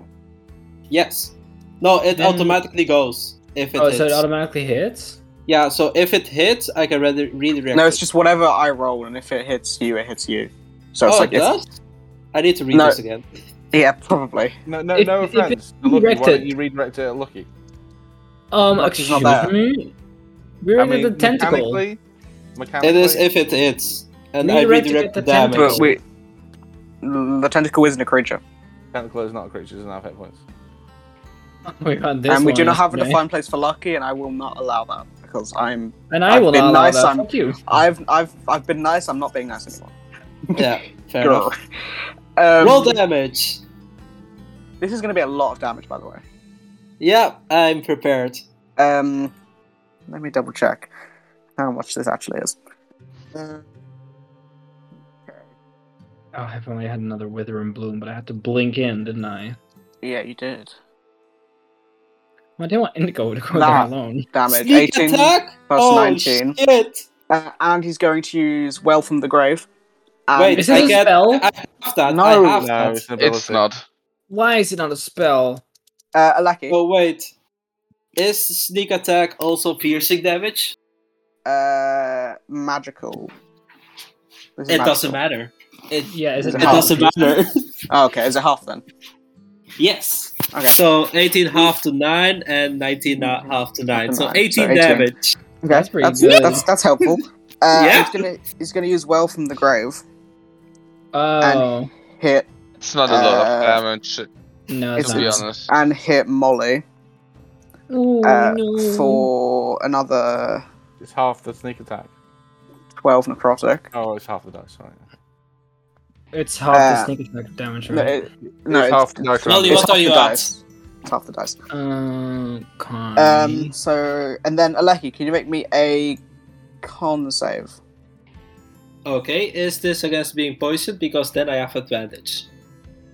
Speaker 8: Yes. No, it
Speaker 3: Then-
Speaker 8: automatically goes if it
Speaker 3: oh,
Speaker 8: hits.
Speaker 3: so it automatically hits.
Speaker 8: yeah, so if it hits, I can read redirect.
Speaker 2: No,
Speaker 8: it.
Speaker 2: it's just whatever I roll, and if it hits you, it hits you. So it's
Speaker 8: oh,
Speaker 2: like,
Speaker 8: it
Speaker 2: if-
Speaker 8: does. I need to read
Speaker 2: No.
Speaker 8: this again.
Speaker 2: yeah, probably.
Speaker 1: No, no,
Speaker 3: If-
Speaker 1: no
Speaker 3: if it's
Speaker 1: offense. to Lucky, why don't
Speaker 3: redirected-
Speaker 1: you redirect it at Lucky?
Speaker 3: Um,
Speaker 2: Look, she's
Speaker 3: excuse
Speaker 2: not there.
Speaker 3: me. We're
Speaker 1: I mean,
Speaker 3: the tentacle. (laughs)
Speaker 1: mechanically, mechanically,
Speaker 8: It is if it hits, and I
Speaker 3: Redirect it
Speaker 8: redirect
Speaker 3: at
Speaker 8: the
Speaker 3: the
Speaker 8: damage.
Speaker 3: tentacle.
Speaker 2: But we, the tentacle isn't a creature,
Speaker 1: tentacle is not a creature. It doesn't have hit points.
Speaker 3: Oh my god, this
Speaker 2: and we
Speaker 3: one
Speaker 2: do not
Speaker 3: is (laughs)
Speaker 2: have a
Speaker 3: nice.
Speaker 2: defined place for lucky, and I will not allow that because I'm,
Speaker 3: And I
Speaker 2: I've
Speaker 3: will
Speaker 2: been
Speaker 3: not allow
Speaker 2: nice,
Speaker 3: that.
Speaker 2: I'm-
Speaker 3: Fuck you.
Speaker 2: I've, I've, I've been nice. I'm not being nice anymore.
Speaker 8: yeah, fair
Speaker 2: Girl.
Speaker 8: enough.
Speaker 2: Um,
Speaker 8: Roll damage.
Speaker 2: this is going to be a lot of damage, by the way.
Speaker 8: Yeah, I'm prepared.
Speaker 2: Um, let me double check how much this actually is. Uh,
Speaker 3: Oh, if only I had another wither and bloom, but I had to blink in, didn't I?
Speaker 2: yeah, you did.
Speaker 3: Well, I didn't want Indigo to go
Speaker 2: Nah.
Speaker 3: there alone.
Speaker 2: Damage
Speaker 8: Sneak
Speaker 2: 18
Speaker 8: attack.
Speaker 2: plus
Speaker 8: oh
Speaker 2: 19.
Speaker 8: shit!
Speaker 2: Uh, and he's going to use Well from the Grave. And
Speaker 8: Wait,
Speaker 3: Is
Speaker 8: I
Speaker 3: it a
Speaker 8: get-
Speaker 3: spell?
Speaker 8: I have that.
Speaker 2: No.
Speaker 8: I have
Speaker 1: No,
Speaker 8: that.
Speaker 1: it's an ability.
Speaker 6: It's not.
Speaker 3: Why is it not a spell?
Speaker 2: uh, Alaki,
Speaker 8: Oh wait, is sneak attack also piercing damage?
Speaker 2: uh, magical. This is
Speaker 8: It
Speaker 2: magical.
Speaker 8: doesn't matter. It,
Speaker 3: Yeah, is
Speaker 2: It's
Speaker 3: it
Speaker 8: it
Speaker 2: a half.
Speaker 8: doesn't matter. (laughs)
Speaker 2: Oh, okay, is it half then?
Speaker 8: yes.
Speaker 2: Okay.
Speaker 8: So 18 half to 9 and 19 na- half to 9. So
Speaker 2: Half to
Speaker 8: 18
Speaker 2: nine. So 18.
Speaker 8: damage.
Speaker 2: Okay,
Speaker 3: That's pretty
Speaker 2: that's,
Speaker 3: good.
Speaker 2: That's, that's
Speaker 3: (laughs)
Speaker 2: helpful. Uh,
Speaker 8: Yeah.
Speaker 2: He's gonna he's gonna use well from the grove.
Speaker 3: Oh
Speaker 2: Hit
Speaker 6: It's not a lot of
Speaker 2: Uh,
Speaker 6: damage, to
Speaker 3: no,
Speaker 2: it's
Speaker 3: it's
Speaker 2: a
Speaker 6: be
Speaker 3: not.
Speaker 6: honest.
Speaker 2: and hit Molly
Speaker 3: Ooh,
Speaker 2: uh,
Speaker 3: Oh, no.
Speaker 2: for another
Speaker 1: It's half the sneak attack.
Speaker 2: twelve necrotic.
Speaker 1: Oh, it's half the dice. Sorry.
Speaker 3: It's half
Speaker 2: uh,
Speaker 3: the sneak attack damage,
Speaker 2: No,
Speaker 3: right?
Speaker 2: it, no,
Speaker 1: it's
Speaker 2: it's,
Speaker 1: half the dice.
Speaker 8: Well,
Speaker 1: round.
Speaker 8: you-
Speaker 2: it's
Speaker 8: what
Speaker 2: half
Speaker 8: are
Speaker 2: the
Speaker 8: at?
Speaker 2: dice. It's half the dice.
Speaker 3: Uh, con.
Speaker 2: Um, so and then Aleki, can you make me a con save?
Speaker 8: Okay, is this against being poisoned? Because then I have advantage.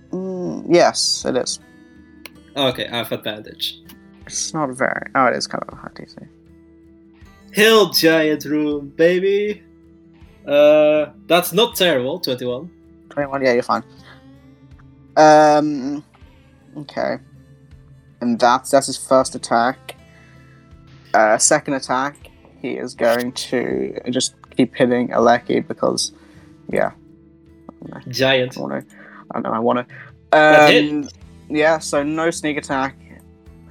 Speaker 2: Mm, yes, it is.
Speaker 8: Okay, I have advantage.
Speaker 2: It's not very. Oh, it is kind of a high DC.
Speaker 8: Hill Giant Room, baby! Uh, that's not terrible, 21.
Speaker 2: Twenty-one. Yeah, you're fine. Um, okay. And that's that's his first attack. Uh, second attack, he is going to just keep hitting Aleki because, yeah,
Speaker 8: Giant.
Speaker 2: I want to. I don't know. I want
Speaker 8: That
Speaker 2: to. Um,
Speaker 8: hit.
Speaker 2: yeah. So no sneak attack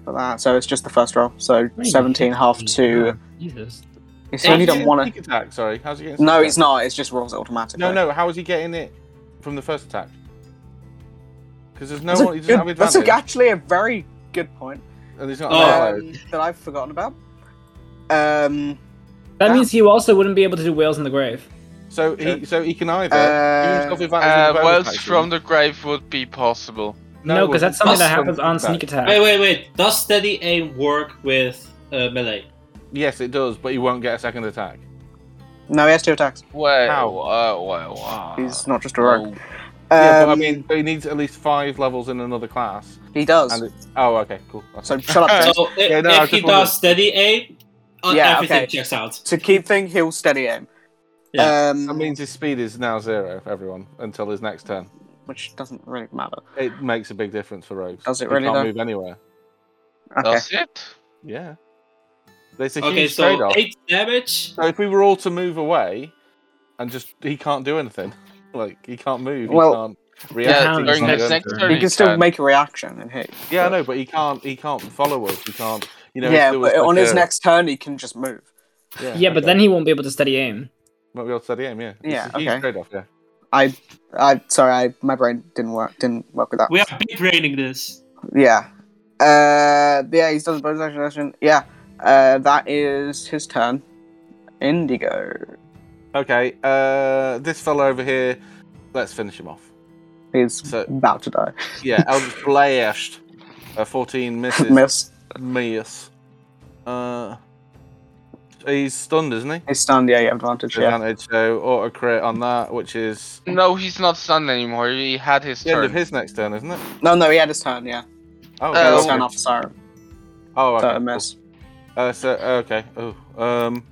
Speaker 2: for that. So it's just the first roll. So seventeen half two.
Speaker 3: Jesus.
Speaker 2: He's
Speaker 1: How's
Speaker 2: only
Speaker 1: he
Speaker 2: done
Speaker 1: getting
Speaker 2: one.
Speaker 1: sneak attack. Sorry, how's he getting?
Speaker 2: No,
Speaker 1: sneak
Speaker 2: it's
Speaker 1: attack?
Speaker 2: not. It's just rolls automatically.
Speaker 1: No, no. How is he getting it from the first attack? Because there's no
Speaker 2: That's,
Speaker 1: one.
Speaker 2: a
Speaker 1: He doesn't have
Speaker 2: good, that's a-
Speaker 1: advantage.
Speaker 2: actually a very good point
Speaker 1: And he's not.
Speaker 8: Oh.
Speaker 1: allied.
Speaker 2: um, that I've forgotten about. Um,
Speaker 3: That
Speaker 2: Ah.
Speaker 3: means he also wouldn't be able to do whales in the grave.
Speaker 1: So he, so he can either. give
Speaker 2: uh,
Speaker 1: himself advantage on
Speaker 6: Uh,
Speaker 1: the bonus
Speaker 6: wells
Speaker 1: action.
Speaker 6: from the grave would be possible.
Speaker 3: No, because
Speaker 1: well,
Speaker 3: that's something that
Speaker 1: from
Speaker 3: happens on
Speaker 1: that.
Speaker 3: sneak attack.
Speaker 8: Wait, wait, wait. Does steady aim work with uh, melee?
Speaker 1: Yes, it does, but he won't get a second
Speaker 2: Um,
Speaker 1: attack.
Speaker 2: no, he has two attacks.
Speaker 6: Well,
Speaker 1: How?
Speaker 6: Uh, well, uh,
Speaker 2: He's not just a rogue.
Speaker 6: oh,
Speaker 1: yeah, but I
Speaker 2: Um,
Speaker 1: mean, but he needs at least five levels in another class.
Speaker 2: he does.
Speaker 1: And it, oh, okay, cool. That's
Speaker 2: so
Speaker 1: it.
Speaker 2: shut
Speaker 1: (laughs)
Speaker 2: up. James.
Speaker 8: So i-
Speaker 1: Yeah, no, I was
Speaker 8: if he
Speaker 1: just wondering.
Speaker 8: does steady aim, uh,
Speaker 2: Yeah,
Speaker 8: everything
Speaker 2: okay.
Speaker 8: checks out.
Speaker 2: to keep thing, he'll steady aim.
Speaker 8: Yeah.
Speaker 2: Um,
Speaker 1: that means his speed is now zero, everyone, until his next turn.
Speaker 2: which doesn't really matter.
Speaker 1: It makes a big difference for rogues.
Speaker 2: Does it
Speaker 1: They
Speaker 2: really,
Speaker 1: Can't
Speaker 2: though?
Speaker 1: move anywhere.
Speaker 2: Okay.
Speaker 6: That's it.
Speaker 1: Yeah, there's a
Speaker 8: Okay,
Speaker 1: huge
Speaker 8: so
Speaker 1: trade-off.
Speaker 8: 8 damage.
Speaker 1: So if we were all to move away, and just he can't do anything. (laughs) Like he can't move. He
Speaker 2: Well-
Speaker 1: can't react.
Speaker 3: Yeah,
Speaker 1: he
Speaker 3: during
Speaker 1: can't
Speaker 3: his
Speaker 1: do
Speaker 6: next
Speaker 1: anything.
Speaker 6: turn.
Speaker 2: He can still make a reaction and hit.
Speaker 1: Yeah, I know, but he can't. He can't follow us. He can't. You know. if
Speaker 2: yeah,
Speaker 1: there was
Speaker 2: but on
Speaker 1: like
Speaker 2: his
Speaker 1: a-
Speaker 2: next turn, he can just move.
Speaker 1: Yeah,
Speaker 3: yeah, but
Speaker 1: okay.
Speaker 3: then he won't be able to steady aim.
Speaker 1: Might be able to study him, yeah.
Speaker 2: Yeah,
Speaker 1: It's a huge
Speaker 2: okay.
Speaker 1: trade-off, yeah.
Speaker 2: I, I, sorry, I, my brain didn't work. Didn't work with that.
Speaker 8: We are big raining this.
Speaker 2: Yeah. Uh, yeah, he's done the bonus action, action. Yeah. Uh, that is his turn. Indigo.
Speaker 1: Okay, uh, this fella over here, let's finish him off.
Speaker 2: He's
Speaker 1: So-
Speaker 2: about to die.
Speaker 1: Yeah, (laughs) Eldritch Blast. Uh,
Speaker 2: (laughs)
Speaker 1: 14 misses.
Speaker 2: Miss.
Speaker 1: Miss. Uh, he's stunned, isn't he?
Speaker 2: He's stunned. Yeah, you have advantage. Yeah.
Speaker 1: Advantage, so auto crit on that, which is
Speaker 6: No, he's not stunned anymore. He had his
Speaker 1: the end
Speaker 6: turn.
Speaker 1: of his next turn, isn't it?
Speaker 2: No, no, he had his turn. Yeah.
Speaker 1: Oh,
Speaker 6: Uh,
Speaker 2: He had his
Speaker 1: okay.
Speaker 2: turn off Siren.
Speaker 1: Oh,
Speaker 2: So
Speaker 1: okay.
Speaker 2: a miss.
Speaker 1: cool. Uh, so, okay. Oh, um,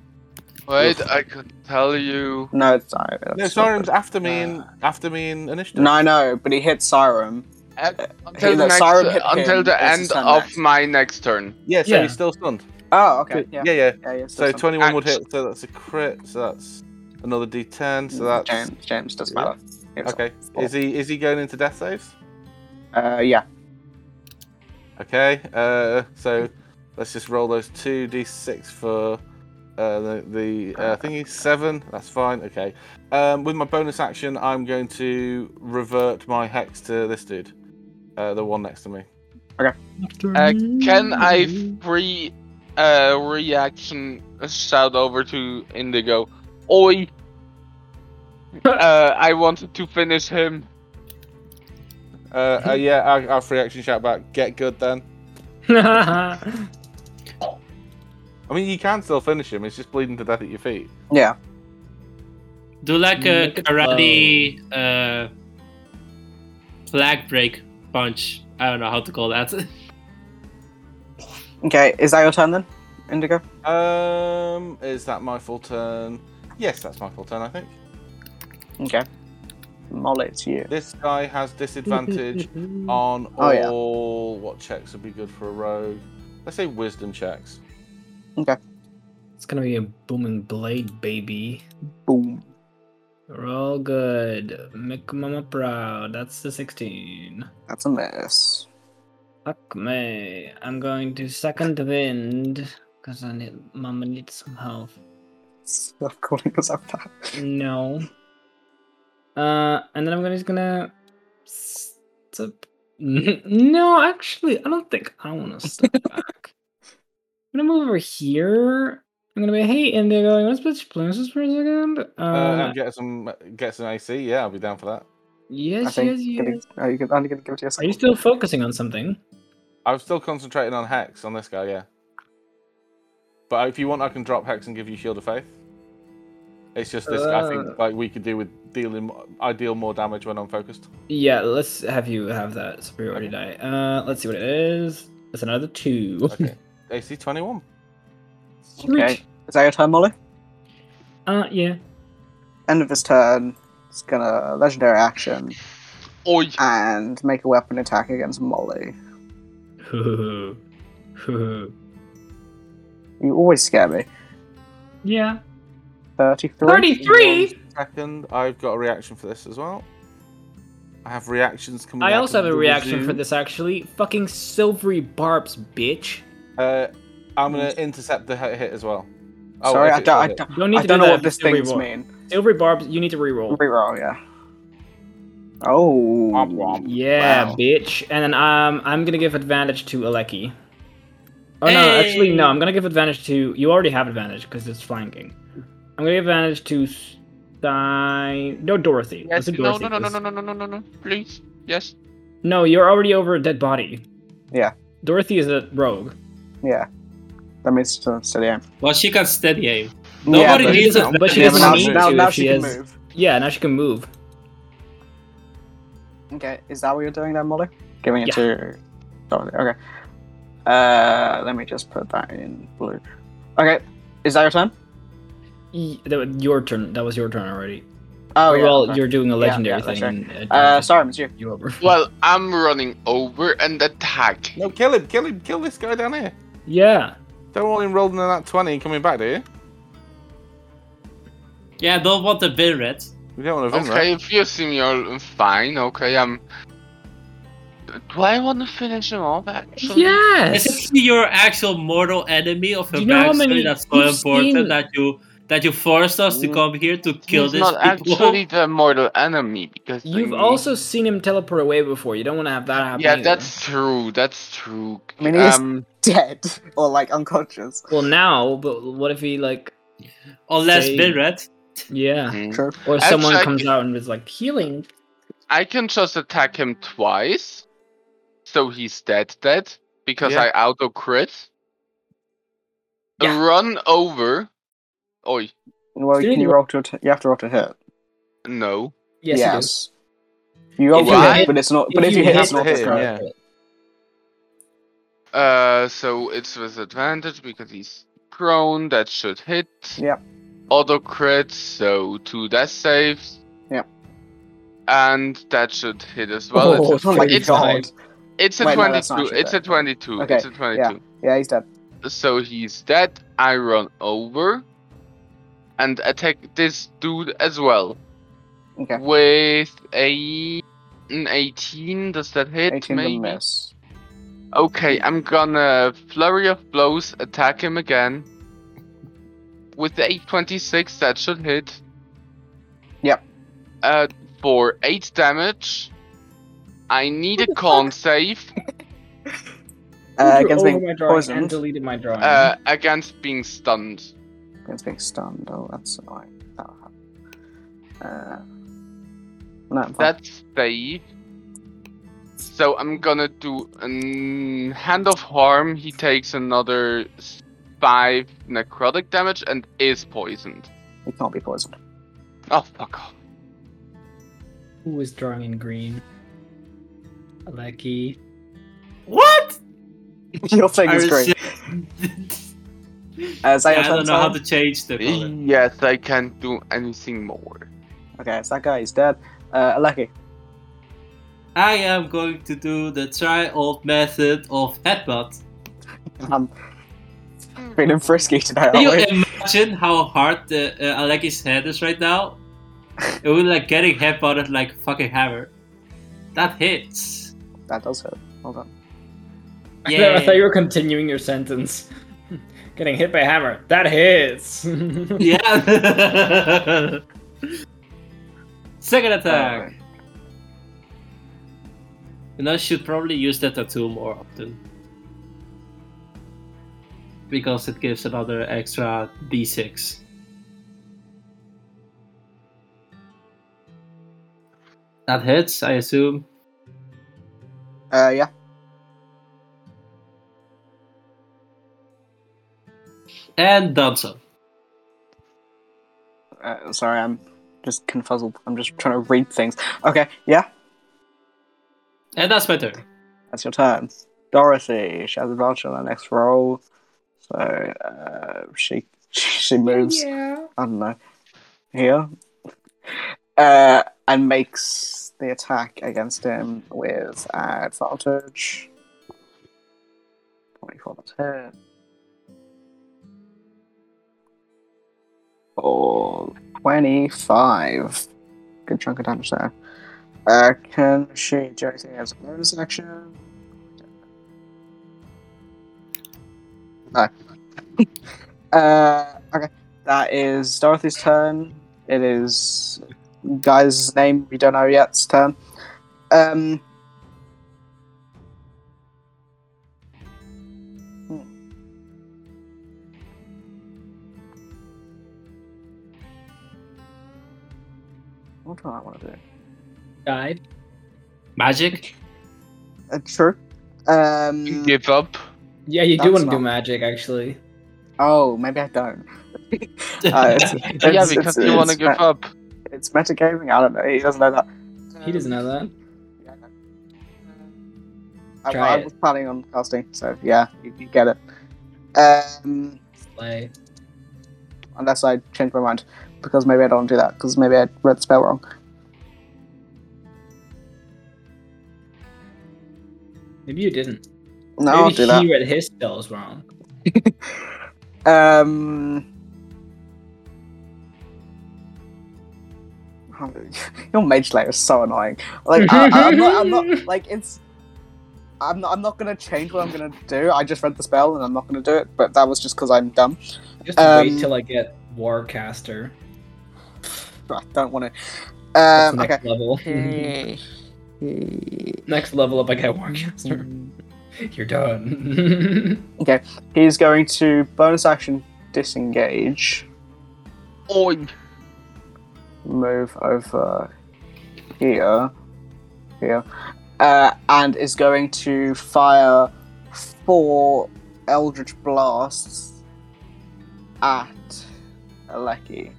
Speaker 6: Wait, I could tell you.
Speaker 2: No, it's not.
Speaker 1: No,
Speaker 2: That's not
Speaker 1: Siren's
Speaker 2: good. Uh,
Speaker 1: after me and after me and initiative.
Speaker 2: No, I know, but he hit Siren.
Speaker 6: At-
Speaker 2: Hey,
Speaker 6: Until, the
Speaker 2: look,
Speaker 6: next,
Speaker 2: Siren hit
Speaker 6: until
Speaker 2: him.
Speaker 6: the
Speaker 2: It's his
Speaker 6: end
Speaker 2: turn
Speaker 6: of
Speaker 2: next.
Speaker 6: my next turn.
Speaker 1: Yeah, so
Speaker 3: Yeah.
Speaker 1: he's still stunned.
Speaker 2: Oh, okay. Yeah.
Speaker 1: yeah.
Speaker 2: yeah, yeah,
Speaker 1: So
Speaker 2: so some-
Speaker 1: 21 would hit, so that's a crit, so that's another d10, so that's
Speaker 2: James, James doesn't
Speaker 1: Yeah.
Speaker 2: matter. It's-
Speaker 1: Okay.
Speaker 2: four.
Speaker 1: Is he is he going into death saves?
Speaker 2: Uh, yeah.
Speaker 1: Okay. Uh so let's just roll those 2 d6 for uh, the, the uh, thingy seven. That's fine. Okay. Um, with my bonus action, I'm going to revert my hex to this dude, uh, the one next to me.
Speaker 6: Uh, can I free uh, reaction uh, shout over to Indigo? Oi! uh, I wanted to finish him.
Speaker 1: Uh, uh, yeah, our, our free action shout back. Get good then. I mean, you can still finish him. It's just bleeding to death at your feet.
Speaker 2: Yeah.
Speaker 5: Do like a
Speaker 4: Look at-
Speaker 5: karate uh, flag break punch. I don't know how to call that. (laughs)
Speaker 2: Okay, is that your turn then, Indigo?
Speaker 1: Um, is that my full turn? Yes, that's my full turn. I think
Speaker 2: Okay. Molly, it's you.
Speaker 1: this guy has disadvantage
Speaker 3: Mm-hmm.
Speaker 1: on all
Speaker 2: Oh, yeah.
Speaker 1: what checks would be good for a rogue. Let's say wisdom checks.
Speaker 3: (laughs) It's gonna be a booming blade, baby.
Speaker 2: Boom.
Speaker 3: Roll good. Make mama proud. That's the 16.
Speaker 2: That's a (laughs) miss.
Speaker 3: Fuck me. I'm going to second wind. Because I need mama needs some help.
Speaker 2: Stop calling yourself that.
Speaker 3: No. Uh, and then I'm gonna just gonna. Step... (laughs) N- No, actually, I don't think
Speaker 2: (laughs)
Speaker 3: I want to step back. I'm gonna move over here. I'm gonna be hey, Indigo. You want to switch places for a second? Uh,
Speaker 1: Uh, and get some get some AC. Yeah, I'll be down for that.
Speaker 2: I
Speaker 3: yes,
Speaker 2: think.
Speaker 3: yes,
Speaker 2: gonna-
Speaker 3: yes.
Speaker 2: Are you gonna- only going to give it to yourself?
Speaker 3: Are you still focusing on something?
Speaker 1: I'm still concentrating on hex on this guy. Yeah. But if you want, I can drop hex and give you shield of faith. It's just this. I
Speaker 3: Uh.
Speaker 1: think like we could do with dealing. I deal more damage when I'm focused.
Speaker 3: Yeah, let's have you have that superiority die. Uh, let's see what it is. It's another two. (laughs)
Speaker 1: Okay. AC 21.
Speaker 2: Okay. Is that your turn, Molly?
Speaker 3: Uh, yeah.
Speaker 2: End of his turn, it's gonna legendary action
Speaker 6: Oi!
Speaker 2: and make a weapon attack against Molly. You always scare me.
Speaker 3: (laughs) yeah.
Speaker 2: 33?
Speaker 1: One Second, I've got a reaction for this as well. I have reactions coming.
Speaker 3: I
Speaker 1: out
Speaker 3: also
Speaker 1: of
Speaker 3: have a
Speaker 1: the
Speaker 3: reaction
Speaker 1: zoo.
Speaker 3: for this actually. Fucking silvery barbs, bitch.
Speaker 1: Uh, I'm gonna intercept the hit hit as well. Oh,
Speaker 2: Mm. Sorry,
Speaker 1: if
Speaker 2: I
Speaker 1: it
Speaker 2: don't, I
Speaker 1: hit.
Speaker 2: don't,
Speaker 3: You don't need
Speaker 2: I
Speaker 3: to
Speaker 2: don't
Speaker 3: do
Speaker 2: know
Speaker 3: that
Speaker 2: what
Speaker 3: if
Speaker 2: these
Speaker 3: you
Speaker 2: things
Speaker 3: reroll.
Speaker 2: mean.
Speaker 3: Silvery barbs, you need to reroll.
Speaker 2: Reroll, yeah. Oh.
Speaker 1: Womp womp.
Speaker 3: Yeah,
Speaker 1: Wow.
Speaker 3: bitch. And then um, I'm gonna give advantage to Aleki. Oh no, actually no. I'm gonna give advantage to. You already have advantage because it's flanking. I'm gonna give advantage to. Stein... No, Dorothy.
Speaker 6: Yes,
Speaker 3: Let's do
Speaker 6: no,
Speaker 3: Dorothy,
Speaker 6: no, no, no,
Speaker 3: 'cause-
Speaker 6: no, no, no, no, no, no, please. Yes.
Speaker 3: No, you're already over a dead body.
Speaker 2: Yeah.
Speaker 3: Dorothy is a rogue.
Speaker 2: Yeah. That means still, still yeah.
Speaker 5: well, she can steady aim.
Speaker 2: yeah,
Speaker 5: Nobody
Speaker 2: but,
Speaker 5: needs
Speaker 3: but- but
Speaker 5: advantage.
Speaker 3: she
Speaker 2: yeah, but
Speaker 3: doesn't
Speaker 2: now,
Speaker 3: need
Speaker 2: now,
Speaker 3: to
Speaker 2: now
Speaker 3: if
Speaker 2: she
Speaker 3: she
Speaker 2: can
Speaker 3: is-
Speaker 2: move.
Speaker 3: Yeah, now she can move.
Speaker 2: Okay, is that what you're doing then, Molly? Giving it
Speaker 3: Yeah.
Speaker 2: to Dorothy. Okay. Uh, let me just put that in blue. Okay, is that your turn?
Speaker 3: Y- that was your turn. That was your turn already.
Speaker 2: Oh,
Speaker 3: Oh,
Speaker 2: yeah.
Speaker 3: well,
Speaker 2: okay.
Speaker 3: you're doing a
Speaker 2: Yeah,
Speaker 3: legendary
Speaker 2: yeah,
Speaker 3: thing.
Speaker 2: legendary.
Speaker 3: And,
Speaker 2: Uh, sorry, it's you. (laughs)
Speaker 3: you over.
Speaker 6: Well, I'm running over and attack.
Speaker 1: No, kill him, kill him, kill this guy down here.
Speaker 3: (laughs) yeah.
Speaker 1: Don't want him rolling in that 20 and coming back, do you?
Speaker 5: Yeah, don't want the bin red.
Speaker 1: We don't want to win,
Speaker 6: Okay, if you see me, all fine. Okay, I'm. Do I want to finish him off? Actually,
Speaker 5: Is it your actual mortal enemy of
Speaker 3: Do
Speaker 5: your
Speaker 3: you know how
Speaker 5: backstory
Speaker 3: many-
Speaker 5: that's so
Speaker 3: you've
Speaker 5: important
Speaker 3: seen-
Speaker 5: that you that you forced us to
Speaker 6: Mm.
Speaker 5: come here to kill
Speaker 6: He's
Speaker 5: this
Speaker 6: not
Speaker 5: people? (laughs)
Speaker 6: actually the mortal enemy because they
Speaker 3: You've
Speaker 6: need-
Speaker 3: also seen him teleport away before. You don't want to have that happen.
Speaker 6: Yeah,
Speaker 3: either.
Speaker 6: that's true. That's true.
Speaker 2: I mean, he is-
Speaker 6: um,
Speaker 2: Dead or like unconscious.
Speaker 3: Well, now, but what if he like,
Speaker 5: Unless
Speaker 3: Same.
Speaker 5: bin red.
Speaker 3: yeah,
Speaker 6: mm.
Speaker 2: True.
Speaker 3: or someone
Speaker 6: Actually, I
Speaker 3: comes
Speaker 6: can-
Speaker 3: out and is like healing.
Speaker 6: I can just attack him twice, so he's dead, dead because
Speaker 1: Yeah.
Speaker 6: I auto crit.
Speaker 3: Yeah.
Speaker 6: Run over. Oi,
Speaker 2: Well,
Speaker 3: Still
Speaker 2: can you
Speaker 3: you-
Speaker 2: roll to? att- You have to roll to hit.
Speaker 6: no.
Speaker 3: Yes, he does.
Speaker 2: You roll
Speaker 6: If
Speaker 2: to
Speaker 6: you
Speaker 2: hit,
Speaker 6: hit-
Speaker 2: but it's not. But if, you hit, it's not
Speaker 1: hit
Speaker 2: just
Speaker 1: him,
Speaker 2: correct.
Speaker 1: yeah.
Speaker 6: Uh, so it's with advantage because he's prone. That should hit.
Speaker 2: Yep.
Speaker 6: auto crit, so two death saves.
Speaker 2: Yeah.
Speaker 6: And that should hit as well.
Speaker 2: Oh,
Speaker 6: it's,
Speaker 2: oh my
Speaker 6: it's,
Speaker 2: god.
Speaker 6: it's a
Speaker 2: Wait, no, that's not
Speaker 6: 22.
Speaker 2: true,
Speaker 6: it's a
Speaker 2: though.
Speaker 6: 22.
Speaker 2: Okay,
Speaker 6: It's a 22.
Speaker 2: Yeah, he's dead.
Speaker 6: So he's dead. I run over and attack this dude as well.
Speaker 2: Okay.
Speaker 6: With a an 18. Does that hit?
Speaker 2: 18
Speaker 6: maybe?
Speaker 2: will miss.
Speaker 6: Okay, I'm gonna flurry of blows attack him again. With the 826, that should hit.
Speaker 2: Yep.
Speaker 6: Uh, for 8 damage. I need a con save
Speaker 2: Uh,
Speaker 4: Drew
Speaker 2: against
Speaker 4: over
Speaker 2: being
Speaker 4: my drawing and
Speaker 2: poisoned.
Speaker 4: deleted my drawing.
Speaker 6: uh, against being stunned.
Speaker 2: Against being stunned. Oh, that's annoying. That'll happen. Uh, no, I'm fine.
Speaker 6: That's save. So I'm gonna do um, hand of harm. He takes another s- five necrotic damage and is poisoned.
Speaker 2: he can't be poisoned.
Speaker 6: Oh fuck off!
Speaker 3: Who was drawing in green? Aleki.
Speaker 5: What?
Speaker 2: (laughs) Your thing is great.
Speaker 5: (laughs)
Speaker 2: Uh, is that
Speaker 5: I
Speaker 2: your
Speaker 5: don't
Speaker 2: turn,
Speaker 5: know how
Speaker 2: Simon?
Speaker 5: to change the color.
Speaker 6: Yes, I can't do anything more.
Speaker 2: Okay, so that guy is dead. Uh, Aleki.
Speaker 5: I am going to do the try old method of headbutt.
Speaker 2: I'm feeling frisky today, aren't
Speaker 5: Can you
Speaker 2: we?
Speaker 5: imagine how hard the, uh, Aleki's head is right now? It would like getting headbutted like a fucking hammer. That hits.
Speaker 2: That does hurt. Hold on.
Speaker 5: Yeah.
Speaker 3: I thought you were continuing your sentence. (laughs) Getting hit by a hammer. That hits. (laughs)
Speaker 5: (laughs) yeah. (laughs) Second attack.
Speaker 2: Alright.
Speaker 5: And I should probably use that tattoo more often. Because it gives another extra d6. That hits, I assume.
Speaker 2: Uh, yeah.
Speaker 5: And done so.
Speaker 2: Uh, sorry, I'm just confuzzled. I'm just trying to read things. Okay, yeah.
Speaker 5: And that's my turn.
Speaker 2: That's your turn. Dorothy, she has advantage on her next roll. So uh, she she moves. I don't know. Here. Uh, and makes the attack against him with advantage. 24 that's hit. Oh, 25. Good chunk of damage there. Uh, can she do anything as a bonus action? No. (laughs) uh, okay. That is Dorothy's turn. It is guy's name we don't know yet's turn. Um. hmm. What do I want to do?
Speaker 3: Died.
Speaker 5: Magic?
Speaker 2: Uh, true. Um,
Speaker 6: Give up.
Speaker 3: Yeah, you
Speaker 2: That's
Speaker 3: do want to do
Speaker 2: not-
Speaker 3: magic, actually.
Speaker 2: Oh, maybe I don't. Uh, it's, it's,
Speaker 6: yeah, because
Speaker 2: it's,
Speaker 6: you want to
Speaker 2: it's
Speaker 6: give
Speaker 2: me-
Speaker 6: up.
Speaker 2: It's metagaming. I don't know. He doesn't know that.
Speaker 3: He doesn't know that.
Speaker 2: Yeah, I know. I,
Speaker 3: Try
Speaker 2: I
Speaker 3: it.
Speaker 2: was planning on casting, so yeah, you, you get it. Um,
Speaker 3: Slay.
Speaker 2: unless I change my mind, because maybe I don't want to do that, because maybe I read the spell wrong.
Speaker 3: Maybe you didn't.
Speaker 2: No,
Speaker 3: Maybe
Speaker 2: I'll do that.
Speaker 3: he read his spells wrong.
Speaker 2: Um. (laughs) Your mage layer is so annoying. Like I, I, am not, I'm not like it's. I'm not, I'm not gonna change what I'm gonna do. I just read the spell and I'm not gonna do it. But that was just because I'm dumb.
Speaker 3: Just
Speaker 2: Um, uh,
Speaker 3: wait till I get Warcaster.
Speaker 2: I don't want to.
Speaker 3: That's
Speaker 2: Um,
Speaker 3: next
Speaker 2: okay.
Speaker 3: level. (laughs) next level up, I
Speaker 2: (laughs)
Speaker 3: get Warcaster. You're done. (laughs)
Speaker 2: He's going to bonus action disengage,
Speaker 6: Oink.
Speaker 2: move over here, here, uh, and is going to fire four Eldritch Blasts at Aleki.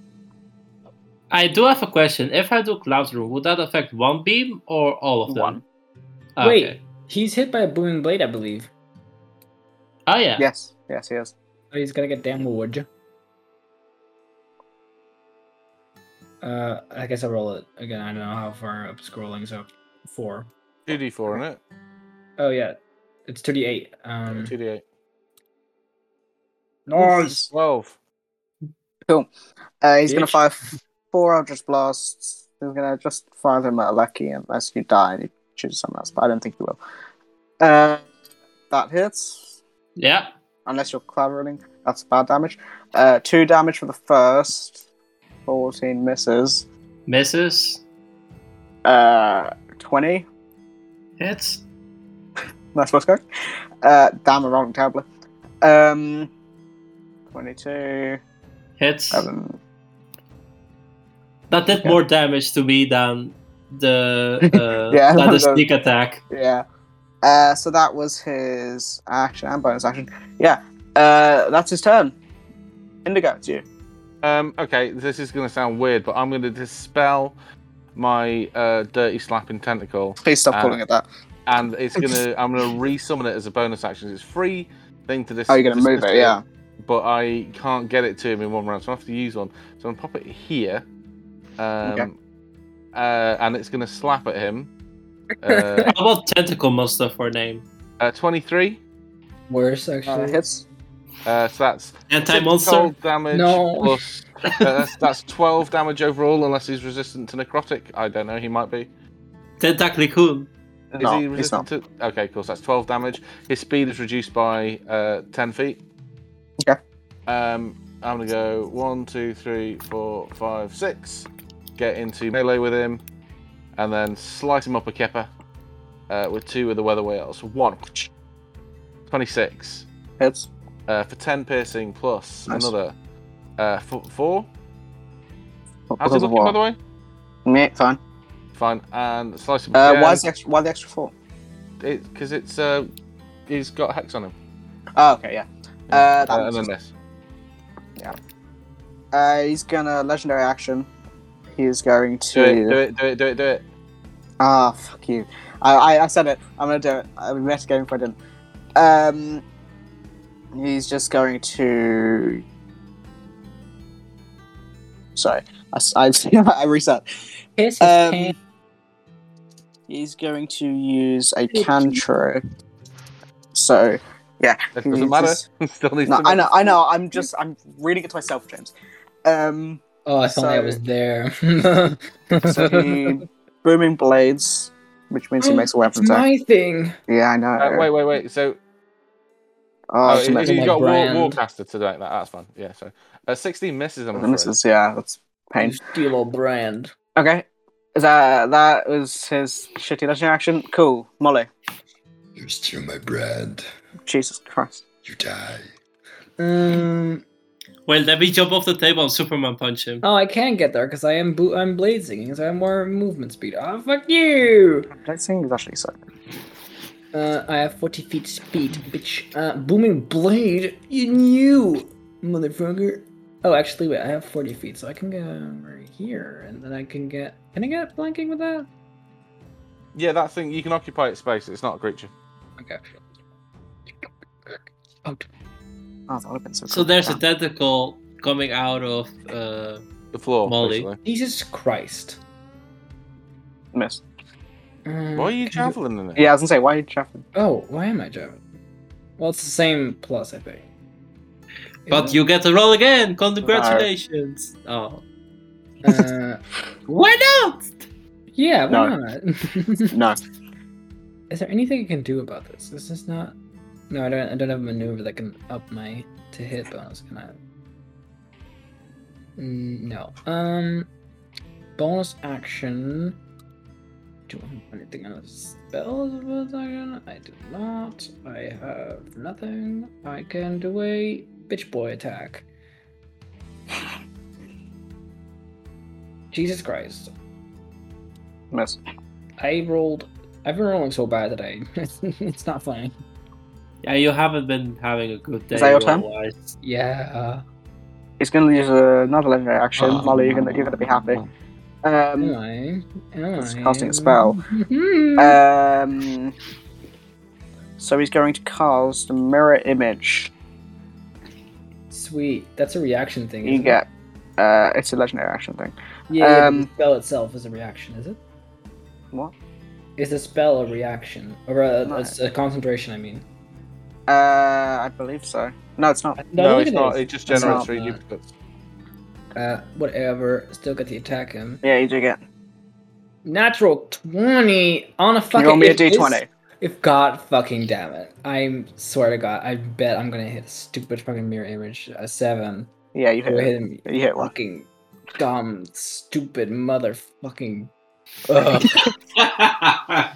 Speaker 5: (laughs) I do have a question. If I do cloud rule, would that affect one beam or all of them? Ah,
Speaker 2: One.
Speaker 5: Okay.
Speaker 3: Wait. He's hit by a booming blade, I believe.
Speaker 5: Oh yeah.
Speaker 2: Yes, yes, he is.
Speaker 3: Oh, he's gonna get damn wood. Uh, I guess I roll it again. I don't know how far up scrolling's up. Four.
Speaker 1: Two D four in it.
Speaker 3: Oh yeah, it's two D eight.
Speaker 2: Mm.
Speaker 3: Um,
Speaker 1: Two D eight.
Speaker 3: nice.
Speaker 1: Twelve.
Speaker 2: Uh, he's going to
Speaker 3: Bitch.
Speaker 2: fire f- four Eldritch Blasts. He's going to just fire them at Lucky unless you die and he chooses someone else, but I don't think he will. Uh, that hits,
Speaker 5: Yeah.
Speaker 2: unless you're cloud rolling. That's bad damage. Uh, two damage for the first. 14 misses.
Speaker 5: Misses.
Speaker 2: Uh, 20.
Speaker 5: Hits.
Speaker 2: That's what's going. Uh, damn, I'm wrong tablet. Um, 22.
Speaker 5: Hits.
Speaker 2: Seven.
Speaker 5: That did
Speaker 2: Okay.
Speaker 5: more damage to me than the
Speaker 2: (laughs)
Speaker 5: uh,
Speaker 2: Yeah,
Speaker 5: than the
Speaker 2: that-
Speaker 5: sneak attack.
Speaker 2: Yeah. Uh, so that was his action and bonus action. Yeah. Uh, that's his turn. Indigo, it's you.
Speaker 1: Um, okay, this is going to sound weird, but I'm going to dispel my uh, dirty slapping tentacle,
Speaker 2: Please stop
Speaker 1: Uh,
Speaker 2: calling it that.
Speaker 1: and it's going to I'm going to resummon it as a bonus action. It's free thing to this.
Speaker 2: Oh, you're going to move it, yeah.
Speaker 1: But I can't get it to him in one round, so I have to use one. So I'm gonna pop it here, um,
Speaker 2: Okay.
Speaker 1: uh, and it's going to slap at him. Uh,
Speaker 5: How about tentacle monster for name?
Speaker 1: uh, 23.
Speaker 3: Worse
Speaker 2: Uh,
Speaker 3: actually.
Speaker 2: hits.
Speaker 1: Uh, so that's
Speaker 5: Anti
Speaker 1: Cold
Speaker 5: monster.
Speaker 1: damage
Speaker 3: No.
Speaker 1: plus uh, that's, that's 12 damage overall, unless he's resistant to necrotic. I don't know, he might be.
Speaker 5: Tentaclicoon.
Speaker 1: Is
Speaker 2: No,
Speaker 1: he
Speaker 2: he's
Speaker 1: resistant to? Okay, cool. So that's twelve damage. His speed is reduced by uh, ten feet.
Speaker 2: Okay.
Speaker 1: Um, I'm gonna go one, two, three, four, five, six. Get into melee with him, and then slice him up a kepper uh, with two of the weather whales. One. 26
Speaker 2: Hits.
Speaker 1: uh, for 10 piercing plus
Speaker 2: Nice.
Speaker 1: another uh, fo- four. How's he
Speaker 2: Because of
Speaker 1: looking, by the
Speaker 2: what?
Speaker 1: way?
Speaker 2: Yeah, fine.
Speaker 1: Fine. And slice him
Speaker 2: Uh,
Speaker 1: again.
Speaker 2: why, is the extra, why the extra four?
Speaker 1: Because it's uh, he's got hex on him.
Speaker 2: Oh, okay, yeah. Uh, that
Speaker 1: and
Speaker 2: makes
Speaker 1: then
Speaker 2: sense.
Speaker 1: this.
Speaker 2: Uh, he's going to legendary action. He's going to.
Speaker 1: Do it, do it, do it, do it, do it.
Speaker 2: Ah, fuck you. I, I, I said it. I'm gonna do it. I'm metagaming if I didn't. Um, he's just going to. Sorry, I, s- I, (laughs) I reset.
Speaker 3: Kiss his
Speaker 2: Um,
Speaker 3: hand.
Speaker 2: He's going to use a cantrip. So
Speaker 1: It
Speaker 2: he
Speaker 1: doesn't matter.
Speaker 2: uses-
Speaker 1: (laughs) Still needs
Speaker 2: No,
Speaker 1: to.
Speaker 2: I know, I know. I'm just, I'm reading it to myself, James. Um,
Speaker 3: Oh, if only I was
Speaker 2: so-
Speaker 3: there.
Speaker 4: (laughs)
Speaker 2: so he booming blades, which means he makes a weapon
Speaker 3: it's
Speaker 2: attack.
Speaker 3: my thing.
Speaker 2: Yeah, I know.
Speaker 1: Uh, wait, wait, wait. So
Speaker 2: Oh,
Speaker 1: oh,
Speaker 2: it's
Speaker 1: he-
Speaker 2: amazing.
Speaker 1: he's
Speaker 3: my
Speaker 1: got war,
Speaker 3: brand.
Speaker 1: warcaster to like that. That's fine. Yeah. So uh, 16 misses. I'm afraid.
Speaker 2: Misses, yeah, that's pain.
Speaker 4: You steal our brand.
Speaker 2: Okay. Is that that was his shitty legendary action? Cool. Molly.
Speaker 9: You steal my brand.
Speaker 2: Jesus Christ.
Speaker 9: You die.
Speaker 3: Um.
Speaker 5: Wait, let me jump off the table and Superman punch him.
Speaker 4: Oh, I can get there because I am bo- I'm blazing, so I have more movement speed. Ah, fuck you!
Speaker 2: Blitzing is actually so.
Speaker 4: Uh, I have 40 feet speed, bitch. Uh, booming blade in you, motherfucker. Oh, actually, wait, I have 40 feet, so I can get over here, and then I can get. Can I get flanking with that?
Speaker 1: Yeah, that thing. You can occupy its space. It's not a creature.
Speaker 4: Okay.
Speaker 2: Oh, that would have been so cool.
Speaker 5: So there's a
Speaker 2: Damn.
Speaker 5: tentacle coming out of. Uh,
Speaker 1: The floor.
Speaker 5: Molly.
Speaker 1: basically.
Speaker 4: Jesus Christ.
Speaker 2: miss.
Speaker 4: Um,
Speaker 1: Why are you
Speaker 4: can
Speaker 1: javelin in it?
Speaker 2: Yeah, I was gonna say, why are you traveling?
Speaker 4: Oh, why am I javelin? Well, it's the same plus, I think.
Speaker 5: but you get to roll again. Congratulations. Oh.
Speaker 4: Uh,
Speaker 5: Why not?
Speaker 4: yeah, why
Speaker 2: No.
Speaker 4: not?
Speaker 2: No.
Speaker 4: (laughs) Is there anything I can do about this? This is not. No, I don't. I don't have a maneuver that can up my to hit bonus. Can I? Mm, No. Um, bonus action. Do I have anything on spells? of bonus action? I do not. I have nothing. I can do a bitch boy attack. (laughs) Jesus Christ!
Speaker 2: Miss.
Speaker 4: I rolled. I've been rolling so bad today. (laughs) it's not funny.
Speaker 5: Yeah, you haven't been having a good day.
Speaker 2: Is that your turn?
Speaker 5: roll-wise.
Speaker 4: Yeah. uh,
Speaker 2: He's gonna use another legendary action.
Speaker 1: Oh,
Speaker 2: Molly, you're gonna you're gonna be happy.
Speaker 4: Am
Speaker 2: Um
Speaker 4: I? Am
Speaker 2: It's
Speaker 4: I?
Speaker 2: casting a spell.
Speaker 4: Mhm.
Speaker 2: Um So he's going to cast a mirror image.
Speaker 4: Sweet. That's a reaction thing.
Speaker 2: You
Speaker 4: isn't
Speaker 2: get Uh, it's a legendary action thing.
Speaker 4: Yeah,
Speaker 2: Um,
Speaker 4: the spell itself is a reaction, is it?
Speaker 2: What?
Speaker 4: Is the spell a reaction or a,
Speaker 2: No.
Speaker 4: a s- a concentration? I mean,
Speaker 2: Uh, I believe so. No, it's not.
Speaker 1: No,
Speaker 4: I
Speaker 1: it's
Speaker 4: think
Speaker 1: not.
Speaker 4: is.
Speaker 1: It just
Speaker 2: It's
Speaker 1: generates
Speaker 2: not,
Speaker 1: three
Speaker 4: uh,
Speaker 1: duplicates.
Speaker 4: Uh, whatever. Still got the attack him.
Speaker 2: Yeah, you do get.
Speaker 4: Natural twenty on a fucking.
Speaker 2: You roll me a
Speaker 4: if this-
Speaker 2: d20.
Speaker 4: If God fucking damn it, I swear to God, I bet I'm gonna hit a stupid fucking mirror image. A seven.
Speaker 2: Yeah, you hit.
Speaker 4: Go
Speaker 2: it.
Speaker 4: ahead and
Speaker 2: You hit one.
Speaker 4: fucking dumb, stupid
Speaker 2: (laughs)
Speaker 4: motherfucking. Ugh.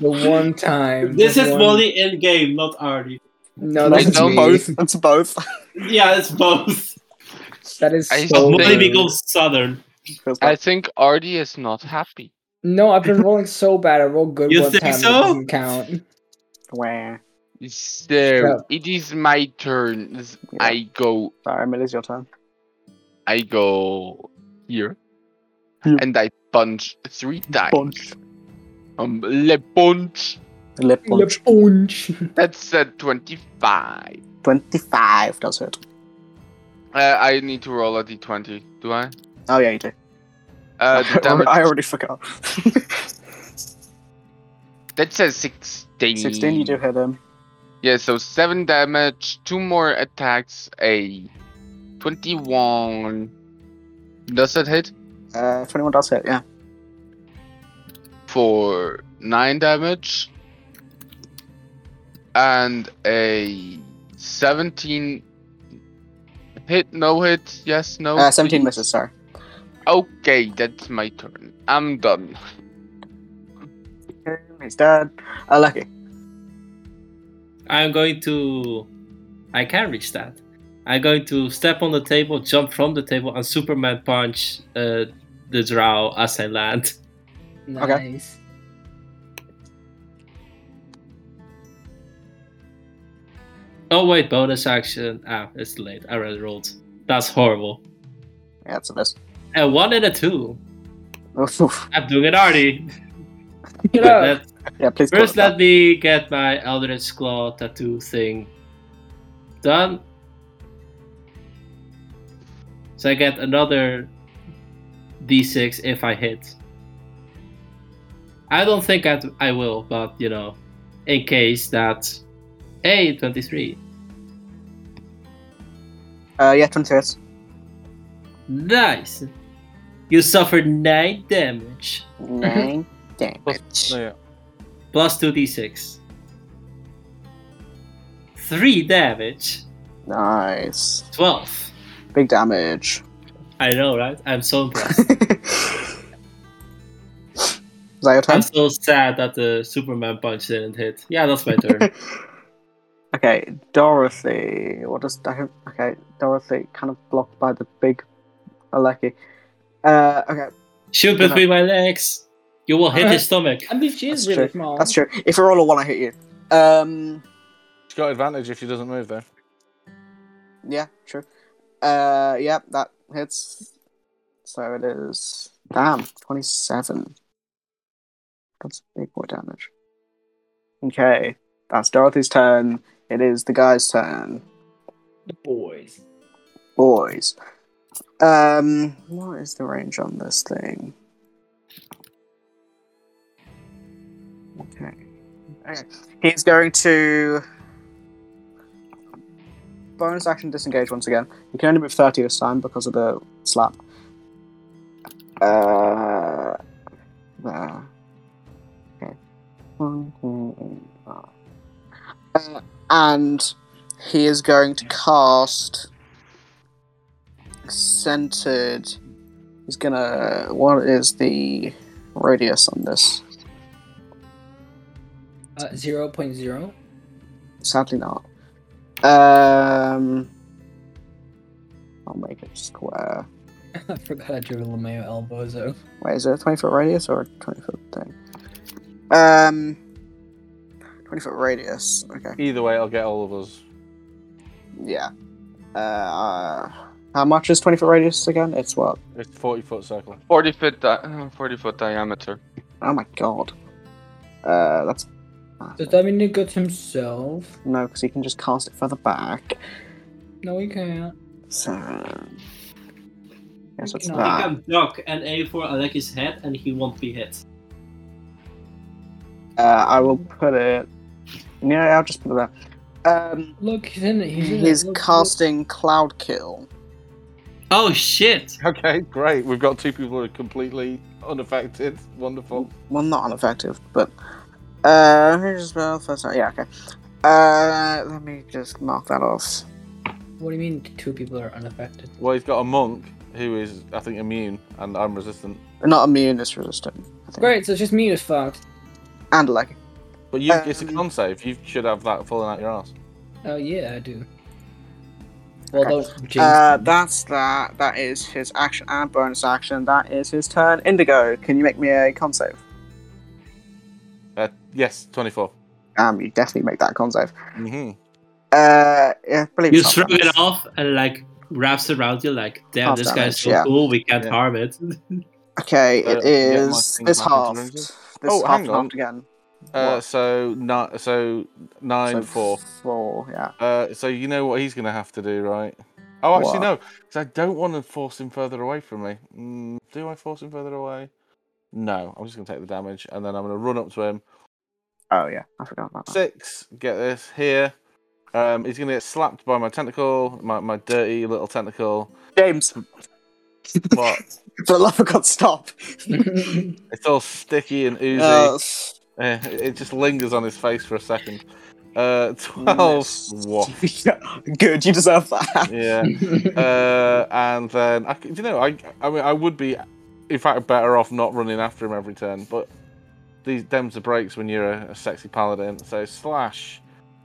Speaker 4: the one time.
Speaker 5: (laughs) this
Speaker 4: the
Speaker 5: is
Speaker 4: one-
Speaker 5: only in game, not RD.
Speaker 4: No,
Speaker 2: Wait,
Speaker 4: that's
Speaker 6: It's
Speaker 2: no,
Speaker 6: me.
Speaker 2: both. (laughs) It's both.
Speaker 5: Yeah, it's both.
Speaker 4: That is
Speaker 6: I think-
Speaker 4: so.
Speaker 5: Molly
Speaker 6: Molly
Speaker 5: becomes southern.
Speaker 2: Feels
Speaker 6: I
Speaker 2: bad.
Speaker 6: think Artie is not happy.
Speaker 4: No, I've been rolling so bad. I rolled good
Speaker 5: You
Speaker 4: one
Speaker 5: think
Speaker 4: time.
Speaker 5: so?
Speaker 4: It doesn't count.
Speaker 2: Wah.
Speaker 6: So
Speaker 4: Yeah.
Speaker 6: it is my turn. I go,
Speaker 2: Sorry, Mill, it's your turn.
Speaker 6: I go here,
Speaker 2: Yeah.
Speaker 6: and I punch three times.
Speaker 2: Punch.
Speaker 6: Um, le punch.
Speaker 2: Lip punch.
Speaker 6: That's a twenty-five.
Speaker 2: 25 does hit.
Speaker 6: Uh, I need to roll a d20. Do I?
Speaker 2: Oh, yeah, you do. (laughs)
Speaker 6: Uh, the damage.
Speaker 2: I already forgot. (laughs)
Speaker 6: That's a sixteen.
Speaker 2: 16, you do hit him.
Speaker 6: Yeah, so seven damage, two more attacks, a twenty-one. Does that hit?
Speaker 2: Uh, 21 does hit, yeah.
Speaker 6: for nine damage and a 17 hit no hit yes no
Speaker 2: Uh, 17
Speaker 6: please.
Speaker 2: misses, sorry.
Speaker 6: okay that's my turn i'm done
Speaker 2: He's dead. Uh, lucky.
Speaker 5: I'm going to. I can reach that. I'm going to step on the table, jump from the table, and Superman punch uh, the drow as I land. (laughs)
Speaker 2: Okay.
Speaker 4: Nice.
Speaker 5: Oh wait, bonus action. Ah, it's late. I already rolled. That's horrible.
Speaker 2: Yeah, it's a miss.
Speaker 5: A one and a two.
Speaker 2: Oof, oof.
Speaker 5: I'm doing it already. (laughs)
Speaker 4: Get out.
Speaker 5: Let-
Speaker 2: Yeah, please call
Speaker 5: First,
Speaker 2: it that.
Speaker 5: let me get my Eldritch Claw tattoo thing done. So I get another d6 if I hit. I don't think I'd, I will, but you know, in case that. Hey, 23.
Speaker 2: Uh, yeah, 20 hits.
Speaker 5: Nice! You suffered 9 damage,
Speaker 2: 9
Speaker 1: No,
Speaker 2: damage.
Speaker 1: yeah.
Speaker 5: plus 2d6. 3 damage,
Speaker 2: Nice.
Speaker 5: 12.
Speaker 2: Big damage.
Speaker 5: I know, right? I'm so impressed.
Speaker 2: Is that your turn?
Speaker 5: I'm so sad that the Superman punch didn't hit. Yeah, that's my turn.
Speaker 2: (laughs) Okay, Dorothy. What does I don't- okay? Dorothy kind of blocked by the big Aleki. Uh, Uh-huh. okay,
Speaker 5: Shoot between my legs. You will hit his stomach.
Speaker 4: I mean, she is
Speaker 2: That's
Speaker 4: really
Speaker 2: true.
Speaker 4: small.
Speaker 2: that's true. If you roll a one, I hit you. Um,
Speaker 1: She's got advantage if she doesn't move though.
Speaker 2: yeah, true. Uh, yeah, that hits. So it is. Damn, twenty-seven. That's big boy damage. Okay, that's Dorothy's turn. It is the guy's turn.
Speaker 4: The boys.
Speaker 2: boys. Um, what is the range on this thing? Okay. Okay. He's going to bonus action disengage once again. You can only move thirty this time because of the slap. Uh, there. Okay. One, two, three, four. Uh, and he is going to cast centered. He's gonna. What is the radius on this?
Speaker 4: Uh, zero point zero. (laughs)
Speaker 2: Sadly, not. Um, I'll make it square.
Speaker 4: I forgot I drew a Lemayo Elbozo.
Speaker 2: Wait, is it a twenty foot radius or a twenty foot thing? Um, twenty foot radius. Okay.
Speaker 1: Either way, I'll get all of us.
Speaker 2: Yeah. Uh, how much is twenty foot radius again? It's what?
Speaker 1: It's forty foot circle. (laughs)
Speaker 6: 40 foot di- uh, 40 foot diameter
Speaker 2: Oh my god. Uh, that's
Speaker 4: Does that mean he got himself?
Speaker 2: no, because he can just cast it further back.
Speaker 4: No, he can't.
Speaker 2: So, guess that's
Speaker 5: I
Speaker 2: that.
Speaker 5: think I'm Doc and aim for Aleki's head, and he won't be hit.
Speaker 2: Uh, I will put it. Yeah, I'll just put it there. Um,
Speaker 4: Look, he's in it. He's in
Speaker 2: he's
Speaker 4: it. Look,
Speaker 2: casting Cloud Kill.
Speaker 5: Oh shit!
Speaker 1: Okay, great. We've got two people who are completely unaffected. Wonderful.
Speaker 2: Well, not uneffective, but uh, here's a spell first. Yeah, okay. Uh, let me just mark that off.
Speaker 4: look. What do you mean? Two people are unaffected.
Speaker 1: Well, he's got a monk who is, I think, immune, and I'm resistant.
Speaker 2: Not immune, it's resistant. I think.
Speaker 4: Great. So it's just me who's fucked.
Speaker 2: And like,
Speaker 1: But you, it's a
Speaker 2: Um,
Speaker 1: con save. You should have that falling out your ass.
Speaker 4: Oh yeah, I do. Well, don't jinx
Speaker 2: uh,
Speaker 4: me.
Speaker 2: that's that. That is his action and bonus action. That is his turn. Indigo, can you make me a con save?
Speaker 1: Uh, yes, 24.
Speaker 2: Um, you definitely make that con save.
Speaker 1: hmm
Speaker 2: Uh, yeah, I believe
Speaker 5: You
Speaker 2: it's
Speaker 5: shrug
Speaker 2: not
Speaker 5: it
Speaker 2: that.
Speaker 5: off and like wraps around you, like damn,
Speaker 2: Half
Speaker 5: this
Speaker 2: damage,
Speaker 5: guy's so
Speaker 2: yeah.
Speaker 5: cool. We can't
Speaker 1: Yeah.
Speaker 5: harm it.
Speaker 2: Okay,
Speaker 1: Uh,
Speaker 2: it
Speaker 1: yeah, my
Speaker 2: is.
Speaker 1: thing-
Speaker 2: It's
Speaker 1: my thing
Speaker 2: halved.
Speaker 1: turns
Speaker 2: This
Speaker 1: Oh,
Speaker 2: half
Speaker 1: hang on.
Speaker 2: halved again.
Speaker 1: Uh,
Speaker 2: What?
Speaker 1: so, ni- so 9
Speaker 2: So
Speaker 1: 4.
Speaker 2: Four, yeah.
Speaker 1: Uh, so you know what he's going to have to do, right? Oh, actually,
Speaker 2: What?
Speaker 1: no, because I don't want to force him further away from me. Mm, do I force him further away? No, I'm just going to take the damage, and then I'm going to run up to him.
Speaker 2: Oh, yeah. I forgot about that.
Speaker 1: Six, get this here. Um, he's going to get slapped by my tentacle, my, my dirty little tentacle.
Speaker 2: James,
Speaker 1: What?
Speaker 2: (laughs) for (laughs) the love of God, stop. (laughs)
Speaker 1: it's all sticky and oozy.
Speaker 2: Uh, s-
Speaker 1: Eh, (laughs) it it just lingers on his face for a second. Uh, (laughs) twelve. Woof.
Speaker 2: oh, (laughs) Good, you deserve that.
Speaker 1: (laughs) yeah. Uh, and then I, c- you know, I, I mean, I would be, in fact, better off not running after him every turn. But these them's the breaks when you're a, a sexy paladin. So slash,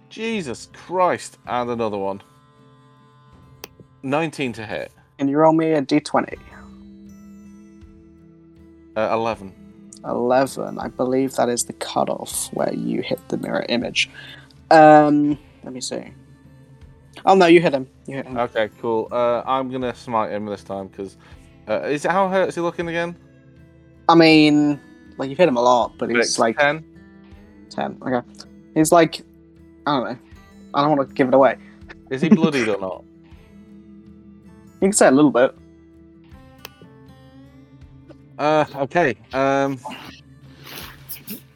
Speaker 1: Jesus Christ, and another one. Nineteen to hit.
Speaker 2: Can you roll me a d20?
Speaker 1: Uh, Eleven.
Speaker 2: 11. I believe that is the cutoff where you hit the mirror image. Um, let me see. Oh, no, you hit him. You hit him.
Speaker 1: Okay, cool. Uh, I'm gonna smite him this time because. Uh, is it how hurt is he looking again?
Speaker 2: I mean, like, you've hit him a lot, but he's
Speaker 1: Six,
Speaker 2: like
Speaker 1: ten.
Speaker 2: 10. Okay. He's like, I don't know. I don't want to give it away.
Speaker 1: Is he bloodied or not?
Speaker 2: You can say a little bit.
Speaker 1: Uh, okay. Um.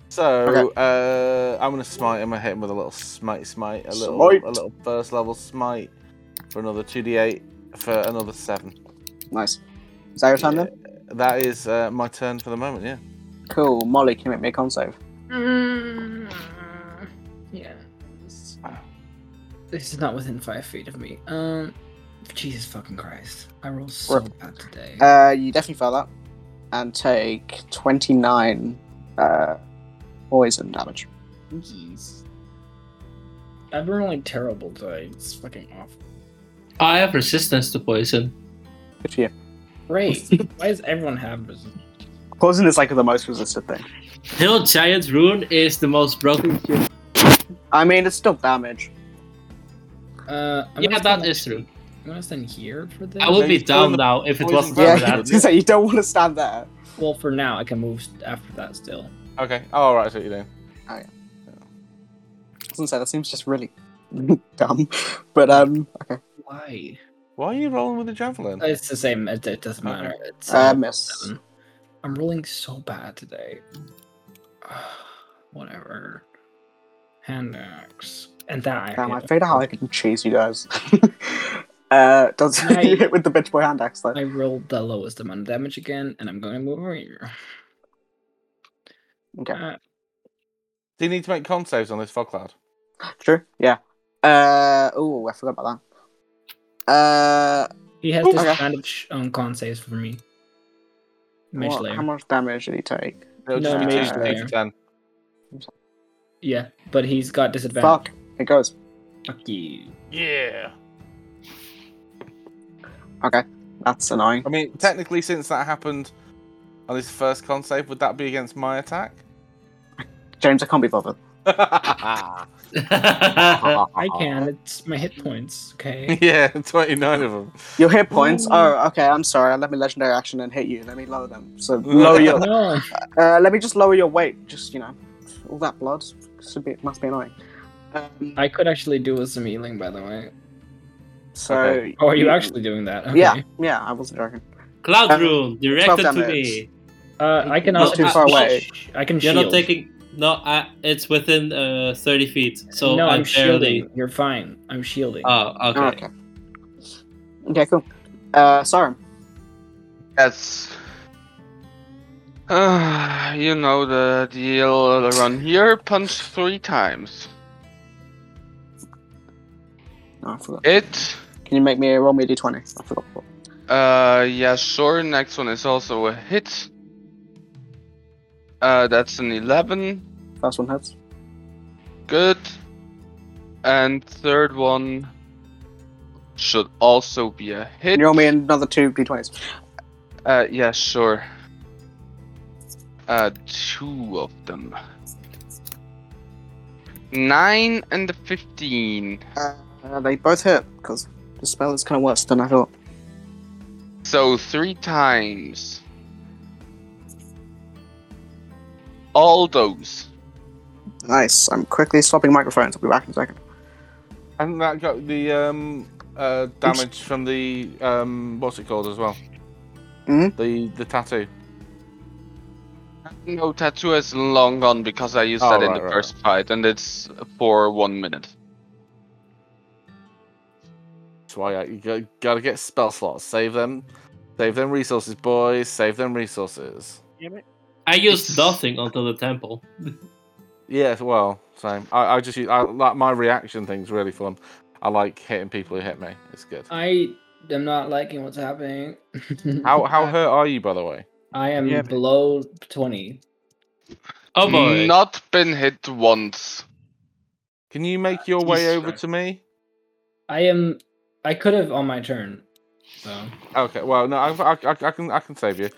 Speaker 1: So uh, I'm gonna smite him. I hit him with a little smite, smite, a little,
Speaker 2: Smite.
Speaker 1: a little first level smite for another two d8 for another seven.
Speaker 2: Nice. Is that your turn then?
Speaker 1: That is uh, my turn for the moment. Yeah.
Speaker 2: Cool. Molly, can you make me a con save?
Speaker 4: Mm, yeah. This this is not within five feet of me. Um, Jesus fucking Christ! I rolled so
Speaker 2: Rip.
Speaker 4: bad today.
Speaker 2: Uh, you definitely fail that, and take twenty nine uh, poison damage.
Speaker 4: Jeez. I've been rolling terrible today. It's fucking awful.
Speaker 5: I have resistance to poison.
Speaker 2: Good for you.
Speaker 5: (laughs)
Speaker 4: Great. Why does everyone have resistance?
Speaker 2: Poison is like the most resisted thing.
Speaker 5: Hill Giant Rune is the most broken.
Speaker 2: I mean, it's still damage.
Speaker 4: Uh, I'm
Speaker 5: yeah, that
Speaker 4: gonna stand-
Speaker 5: is true.
Speaker 4: I'm gonna stand here for this.
Speaker 5: I would be
Speaker 1: he's still in
Speaker 5: down
Speaker 1: the
Speaker 5: now if it
Speaker 1: poison
Speaker 5: wasn't
Speaker 1: Yeah,
Speaker 5: for
Speaker 1: zone.
Speaker 2: (laughs) Yeah,
Speaker 5: that. (laughs)
Speaker 1: that's-
Speaker 2: you don't want to stand there.
Speaker 4: Well, for now, I can move st- after that still.
Speaker 1: Okay. Oh, all right. I see what you're doing.
Speaker 2: Doesn't say that seems just really (laughs) dumb, but um, okay,
Speaker 4: Why?
Speaker 1: Why are you rolling with a
Speaker 3: Uh,
Speaker 1: javelin?
Speaker 4: (laughs) It's the same. It, it doesn't matter. It's
Speaker 2: uh,
Speaker 4: uh,
Speaker 2: miss.
Speaker 4: seven. I'm rolling so bad today. (sighs) Whatever. Hand axe. And that I
Speaker 2: Damn, I
Speaker 4: hit.
Speaker 2: figured out how I can cheese you guys. (laughs) uh, does
Speaker 4: Nice.
Speaker 2: you (laughs) hit with the bitch boy hand axe though?
Speaker 4: I rolled the lowest amount of damage again, and I'm going to move over here.
Speaker 2: Okay.
Speaker 4: Uh,
Speaker 1: Do you need to make con saves on this fog cloud?
Speaker 2: True. Yeah. Uh, oh, I forgot about that. Uh,
Speaker 4: he has
Speaker 2: Ooh, okay.
Speaker 4: disadvantage on con saves for me. Mage
Speaker 2: what,
Speaker 4: layer.
Speaker 2: how much damage did he take?
Speaker 1: It'll
Speaker 4: No,
Speaker 1: just be
Speaker 2: mage
Speaker 1: two d8 to
Speaker 4: layer.
Speaker 1: ten.
Speaker 4: Yeah, but he's got disadvantage.
Speaker 2: Fuck. It goes.
Speaker 4: Fuck, you.
Speaker 1: Yeah.
Speaker 2: That's annoying.
Speaker 1: I mean, technically, since that happened on his first con save, would that be against my attack? (laughs)
Speaker 2: James, I can't be bothered.
Speaker 4: I can. It's my hit points.
Speaker 2: (laughs)
Speaker 4: Okay.
Speaker 1: yeah, twenty-nine of them.
Speaker 2: Your hit points. Oh, okay. I'm sorry. I let me legendary action and hit you. Let me lower them. So lower your.
Speaker 4: no.
Speaker 2: Uh, let me just lower your weight. Just you know, all that blood should be must be annoying. Um,
Speaker 4: I could actually do with some healing, by the way.
Speaker 2: so.
Speaker 1: Okay.
Speaker 4: Oh, are you Oh, actually doing that? Okay.
Speaker 2: Yeah, yeah. I wasn't joking.
Speaker 5: Cloud
Speaker 2: Um,
Speaker 5: Rune, directed to
Speaker 2: damage.
Speaker 5: me.
Speaker 3: Uh, I can
Speaker 5: Not
Speaker 3: also
Speaker 5: too
Speaker 2: far
Speaker 3: sh-
Speaker 2: away.
Speaker 3: I can
Speaker 5: You're
Speaker 3: shield.
Speaker 5: not taking. No, I, it's within uh, 30 feet. So
Speaker 3: no, I'm,
Speaker 5: I'm, barely.
Speaker 3: shielding. You're fine. I'm shielding.
Speaker 5: Oh, okay.
Speaker 2: Oh, okay. Okay, cool. Uh, Sauron.
Speaker 6: That's. Uh, you know the deal. Run here, punch three times.
Speaker 2: Oh, I forgot.
Speaker 6: It.
Speaker 2: Can you make me roll me a d20? I forgot.
Speaker 6: Uh, yeah, sure. Next one is also a hit. Uh, that's an 11.
Speaker 2: First one hits.
Speaker 6: Good. And third one should also be a hit.
Speaker 2: Can you roll me another two d20s?
Speaker 6: Uh, yeah, sure. Uh, two of them. Nine and a fifteen.
Speaker 2: Uh, they both hit because the spell is kind of worse than I thought.
Speaker 6: So three times. All those.
Speaker 2: Nice. I'm quickly swapping microphones. I'll be back in a second.
Speaker 1: And that got the um, uh, damage from the um, what's it called as well?
Speaker 2: Mhm.
Speaker 1: The the tattoo.
Speaker 6: No tattoo is long gone because I used
Speaker 1: Oh,
Speaker 6: that in
Speaker 1: right,
Speaker 6: the
Speaker 1: right,
Speaker 6: first fight, and it's for one minute.
Speaker 1: That's why I, you go- gotta get spell slots. Save them, save them resources, boys. Save them resources.
Speaker 5: I
Speaker 6: Oh, It's-
Speaker 5: used nothing until the temple.
Speaker 1: Yes, well, same. I, I just use, I, like my reaction thing's really fun. I like hitting people who hit me. It's good.
Speaker 5: Um,
Speaker 4: I am not liking what's happening.
Speaker 1: How how hurt are you by the way?
Speaker 4: I am
Speaker 2: Yeah.
Speaker 4: below 20.
Speaker 5: Oh boy.
Speaker 6: Not been hit once.
Speaker 1: Can you make your way
Speaker 6: Jesus
Speaker 1: over
Speaker 6: Christ.
Speaker 1: to me?
Speaker 4: I am. I could have on my turn. So
Speaker 1: Okay. Well, no, I've, I, I, I can I can save you.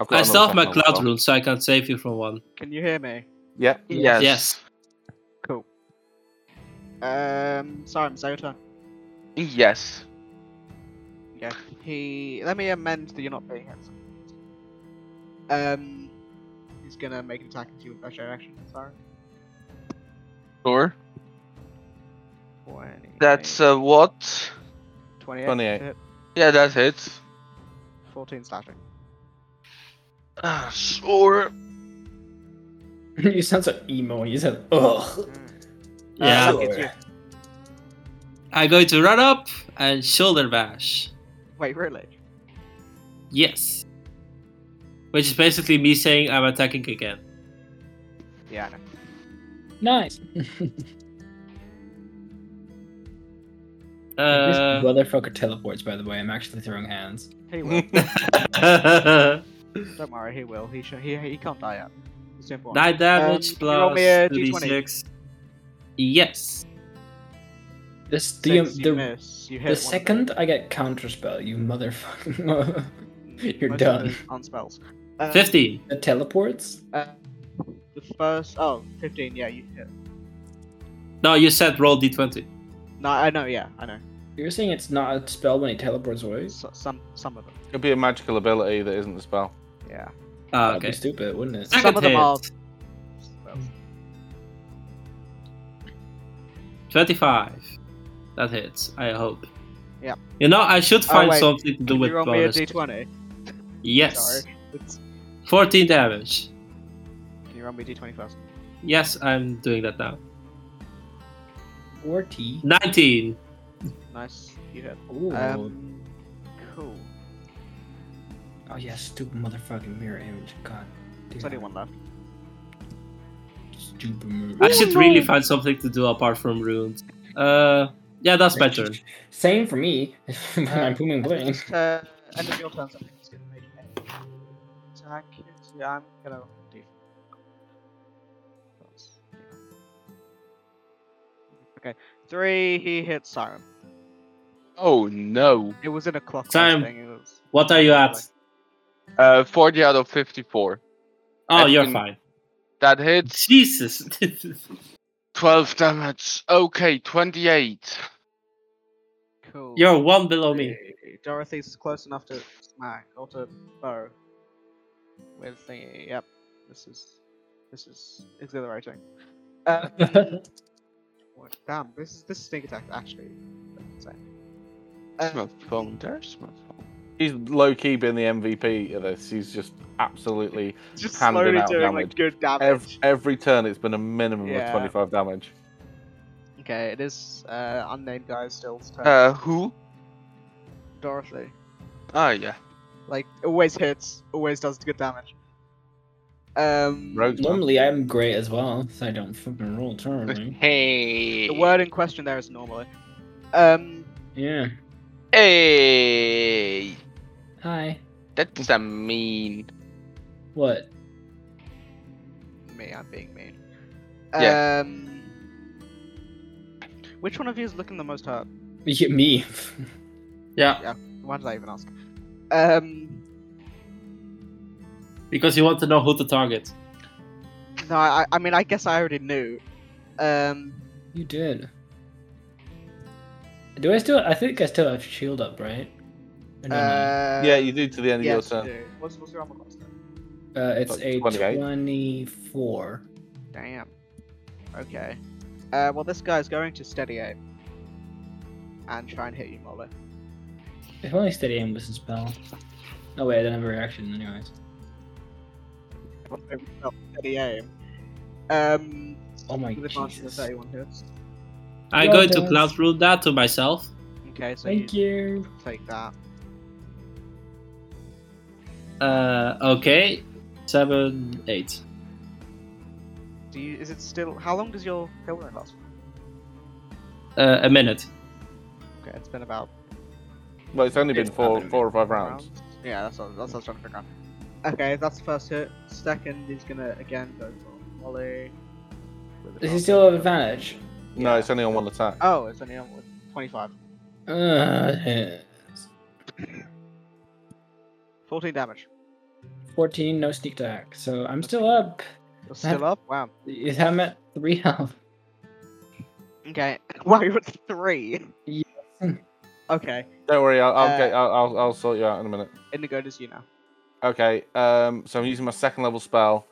Speaker 1: I've
Speaker 5: I still have my cloud
Speaker 1: room.
Speaker 5: rune, so I can't save you from one.
Speaker 10: Can you hear me?
Speaker 1: Yeah.
Speaker 5: Yes.
Speaker 10: Cool. Um, sorry, it's your turn.
Speaker 6: Yes.
Speaker 10: Yeah. He. Let me amend that you're not being hit. Um, he's gonna make an attack at you with fresh air action. Sorry.
Speaker 6: Sure.
Speaker 10: 20,
Speaker 6: That's uh, what?
Speaker 10: 28.
Speaker 1: 28.
Speaker 10: to hit,
Speaker 6: Yeah, that hits.
Speaker 10: 14 slashing.
Speaker 6: Ah, sure.
Speaker 4: (laughs) you sound so emo. You said ugh.
Speaker 5: Yeah.
Speaker 10: Uh, it's you.
Speaker 5: I'm going to run up and shoulder bash.
Speaker 10: Wait, really?
Speaker 5: Yes. Which is basically me saying I'm attacking again.
Speaker 10: Yeah, I know.
Speaker 4: Nice.
Speaker 5: Uh,
Speaker 10: Uh,
Speaker 4: this motherfucker teleports. By the way, I'm actually throwing hands.
Speaker 10: He
Speaker 4: (laughs)
Speaker 10: will.
Speaker 5: (laughs) Nine
Speaker 10: Don't worry, he will. He sh- he, he can't die yet. It's simple.
Speaker 5: damage
Speaker 10: Um, you roll
Speaker 5: plus
Speaker 10: me a
Speaker 5: two
Speaker 10: D20.
Speaker 5: d6. Yes.
Speaker 4: This the
Speaker 10: Six, you
Speaker 4: the,
Speaker 10: miss. You hit
Speaker 4: the
Speaker 10: one
Speaker 4: second I get counterspell, you motherfucking.
Speaker 10: hit.
Speaker 4: (laughs) you're
Speaker 10: Most of
Speaker 4: done.
Speaker 10: them On spells. Um,
Speaker 5: 15.
Speaker 4: the teleports.
Speaker 10: Uh, the first. Oh, 15, yeah, you hit.
Speaker 5: No, you said roll d20.
Speaker 10: No, I know, yeah, I know.
Speaker 4: You're saying it's not a spell when he teleports away?
Speaker 10: S some some of them.
Speaker 1: It'd be a magical ability that isn't a spell.
Speaker 10: Yeah.
Speaker 5: Ah,
Speaker 4: That'd be
Speaker 5: okay.
Speaker 4: stupid, wouldn't it?
Speaker 10: Some
Speaker 5: Second
Speaker 10: of them are
Speaker 5: hit. 25. That hits, I hope.
Speaker 10: Yeah.
Speaker 5: You know, I should
Speaker 10: Oh,
Speaker 5: find
Speaker 10: wait.
Speaker 5: something to do
Speaker 10: Can
Speaker 5: with
Speaker 10: you roll me a
Speaker 5: bonus.
Speaker 10: d20?
Speaker 5: Yes.
Speaker 10: Sorry. It's,
Speaker 5: 14 damage.
Speaker 10: can you roll me a d20 first?
Speaker 5: Yes, I'm doing that now.
Speaker 4: Forty.
Speaker 5: 19.
Speaker 10: Nice. You hit.
Speaker 4: Ooh.
Speaker 10: Um, cool.
Speaker 4: oh yeah, stupid motherfucking mirror image. God.
Speaker 10: There's
Speaker 4: damn
Speaker 10: only
Speaker 4: it.
Speaker 10: one left.
Speaker 4: Stupid mirror.
Speaker 5: I should really find something to do apart from runes. Uh, yeah, that's my turn.
Speaker 4: Same for me. (laughs) when I'm booming bling.
Speaker 10: Uh, end of your turn, something's gonna make an attack. Yeah, I'm gonna roll a d4. That's- yeah. Okay, three. He hits Siren.
Speaker 6: Oh no.
Speaker 10: It was in a clock
Speaker 5: Siren,
Speaker 10: thing. It was.
Speaker 5: What are you at?
Speaker 6: Uh, 40 out of 54.
Speaker 5: Oh,
Speaker 6: I
Speaker 5: you're
Speaker 6: think-
Speaker 5: fine.
Speaker 6: That hits.
Speaker 5: Jesus. (laughs)
Speaker 6: 12 damage. Okay, 28.
Speaker 10: Cool.
Speaker 5: you're one below me.
Speaker 10: Uh, Dorothy's close enough to smack or to bow. With thingy, yep. This is this is exhilarating. Um, what- damn,
Speaker 6: Uh,
Speaker 2: Uh,
Speaker 10: this this sneak attack actually. insane. Um,
Speaker 6: phone. There's my phone.
Speaker 1: She's low key been the MVP of this. She's just absolutely
Speaker 2: Just
Speaker 1: Handing
Speaker 2: slowly
Speaker 1: out
Speaker 2: doing
Speaker 1: damage.
Speaker 2: like good damage.
Speaker 1: every, every turn. It's been a minimum
Speaker 2: Yeah.
Speaker 1: of twenty five damage.
Speaker 2: Okay, it is uh, unnamed guy still's turn.
Speaker 6: Uh, who?
Speaker 2: Dorothy,
Speaker 1: Ah,
Speaker 6: Oh yeah.
Speaker 2: like always hits, always does good damage. Um,
Speaker 1: Rogue's man.
Speaker 4: Normally, I'm great as well. So I don't fucking roll
Speaker 5: (laughs)
Speaker 4: turn. Right?
Speaker 6: Hey.
Speaker 2: the word in question there is normally. Um,
Speaker 4: Yeah.
Speaker 6: Hey.
Speaker 4: Hi.
Speaker 6: That's a mean.
Speaker 4: What? (laughs)
Speaker 2: me, I'm being mean.
Speaker 6: Yeah.
Speaker 2: Um, which one of you is looking the most hurt?
Speaker 4: Yeah, me.
Speaker 5: Yeah,
Speaker 2: Why did I even ask? Um,
Speaker 5: because you want to know who to target.
Speaker 2: no, I, I mean, I guess I already knew. Um,
Speaker 4: you did. Do I still? I think I still have shield up, right? Or no, no.
Speaker 2: uh,
Speaker 1: Mm-hmm. yeah, you do to the end
Speaker 2: yes,
Speaker 1: of your
Speaker 2: you
Speaker 1: turn.
Speaker 2: do. What's, what's your armor class? then?
Speaker 4: uh, it's
Speaker 1: like
Speaker 4: a
Speaker 1: 28.
Speaker 4: twenty-four.
Speaker 2: Damn. Okay. Uh, well, this guy's going to steady aim and try and hit you, Molly.
Speaker 4: If only steady aim was a spell. Oh wait, I don't have a reaction, anyways.
Speaker 2: Steady aim. Um,
Speaker 4: Oh my
Speaker 2: with advantage of the
Speaker 4: Jesus.
Speaker 2: 31 hits.
Speaker 5: I'm
Speaker 4: Well
Speaker 5: going to
Speaker 4: done.
Speaker 5: cloud rule that to myself.
Speaker 2: Okay, so
Speaker 4: Thank
Speaker 2: you
Speaker 4: you.
Speaker 2: take that.
Speaker 5: Uh, okay, seven, eight.
Speaker 2: Do you? Is it still? How long does your pilgrim last?
Speaker 5: Uh, a minute.
Speaker 2: Okay, it's been about
Speaker 1: Well, it's only been
Speaker 5: It's
Speaker 1: four,
Speaker 5: happening.
Speaker 1: four or five rounds.
Speaker 2: Yeah, that's what, that's what I was trying to figure out. Okay, that's the first hit. Second, he's gonna again go for Molly. with
Speaker 4: Does he
Speaker 2: advantage.
Speaker 4: still have advantage?
Speaker 1: No, it's only on one attack.
Speaker 2: Oh, it's only on with 25.
Speaker 4: Uh,
Speaker 2: 14 damage.
Speaker 4: fourteen, no sneak attack. So I'm still up.
Speaker 2: You're still up? Wow.
Speaker 4: I'm at three health.
Speaker 2: Okay. (laughs) Wow, you're at three.
Speaker 4: Yes.
Speaker 2: Okay.
Speaker 1: Don't worry, I'll I'll,
Speaker 2: Uh,
Speaker 1: get, I'll I'll I'll sort you out in a minute.
Speaker 2: Indigo does you now.
Speaker 1: Okay, um, so I'm using my second level spell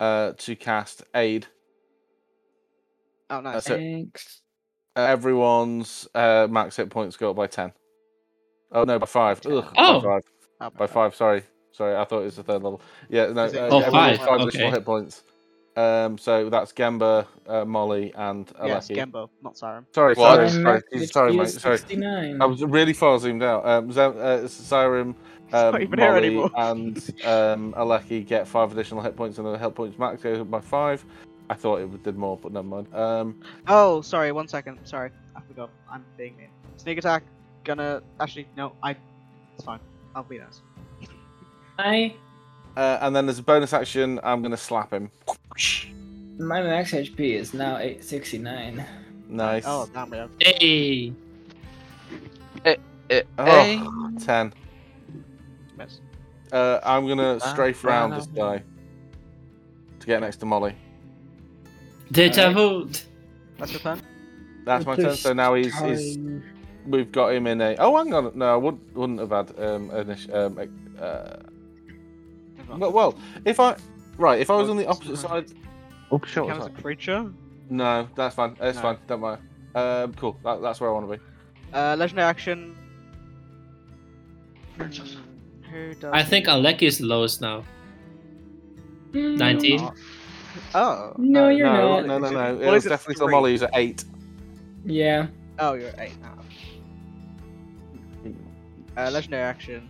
Speaker 1: uh, to cast Aid.
Speaker 2: Oh, nice.
Speaker 1: So-
Speaker 4: Thanks.
Speaker 1: Uh, everyone's uh, max hit points go up by ten. Oh no, by five. Ugh,
Speaker 5: Oh.
Speaker 1: by five.
Speaker 2: Oh,
Speaker 1: By five. Sorry, sorry. I thought it was the third level. Yeah, no.
Speaker 2: Is it-
Speaker 1: uh,
Speaker 2: Oh,
Speaker 1: everyone's
Speaker 2: five,
Speaker 1: five additional
Speaker 5: okay.
Speaker 1: hit points. Um, so that's Gemba, uh, Molly, and
Speaker 2: Yes,
Speaker 1: Aleki.
Speaker 2: Gembo, not Siren.
Speaker 1: sorry,
Speaker 6: What?
Speaker 1: sorry,
Speaker 4: I'm
Speaker 1: sorry,
Speaker 4: at
Speaker 1: Jesus, sorry, mate, sorry.
Speaker 4: 69.
Speaker 1: I was really far zoomed out. Um, Z- uh, Skyrim, um,
Speaker 2: not even here
Speaker 1: Molly,
Speaker 2: anymore.
Speaker 1: and um, Aleki get five additional hit points, and the hit points max goes up by five. I thought it did more, but never mind. Um,
Speaker 2: Oh, sorry, one second. Sorry, I forgot. I'm being mean. Sneak attack. Gonna. Actually, no, I. It's fine. I'll be nice.
Speaker 4: I
Speaker 1: uh, and then there's a bonus action. I'm gonna slap him.
Speaker 4: my max HP is now 869.
Speaker 1: Nice.
Speaker 2: Oh, damn it.
Speaker 5: Hey!
Speaker 6: Eh, eh.
Speaker 1: Oh, 10.
Speaker 2: Miss.
Speaker 1: Uh, I'm gonna strafe round this guy to get next to Molly.
Speaker 5: Deja vu!
Speaker 2: That's your turn?
Speaker 1: That's my turn. So now he's, he's we've got him in a. Oh, hang on. No, I wouldn't, wouldn't have had um, an ish- um uh, well, well, if I right, if I was on the opposite side. Oh, sure.
Speaker 2: Counts as a creature.
Speaker 1: No, that's fine. That's
Speaker 2: No.
Speaker 1: fine. Don't matter. Um, cool. That, that's where I want to be.
Speaker 2: Uh, legendary action. Hmm, Who does?
Speaker 5: I think Aleki is the lowest now. 19.
Speaker 2: Oh.
Speaker 4: No, you're
Speaker 1: no,
Speaker 4: not.
Speaker 1: no, no, no. It
Speaker 2: Well,
Speaker 1: was
Speaker 2: it's a
Speaker 1: definitely
Speaker 2: three.
Speaker 1: till Molly's at eight.
Speaker 4: Yeah.
Speaker 2: Oh, you're at eight now. Uh, legendary action.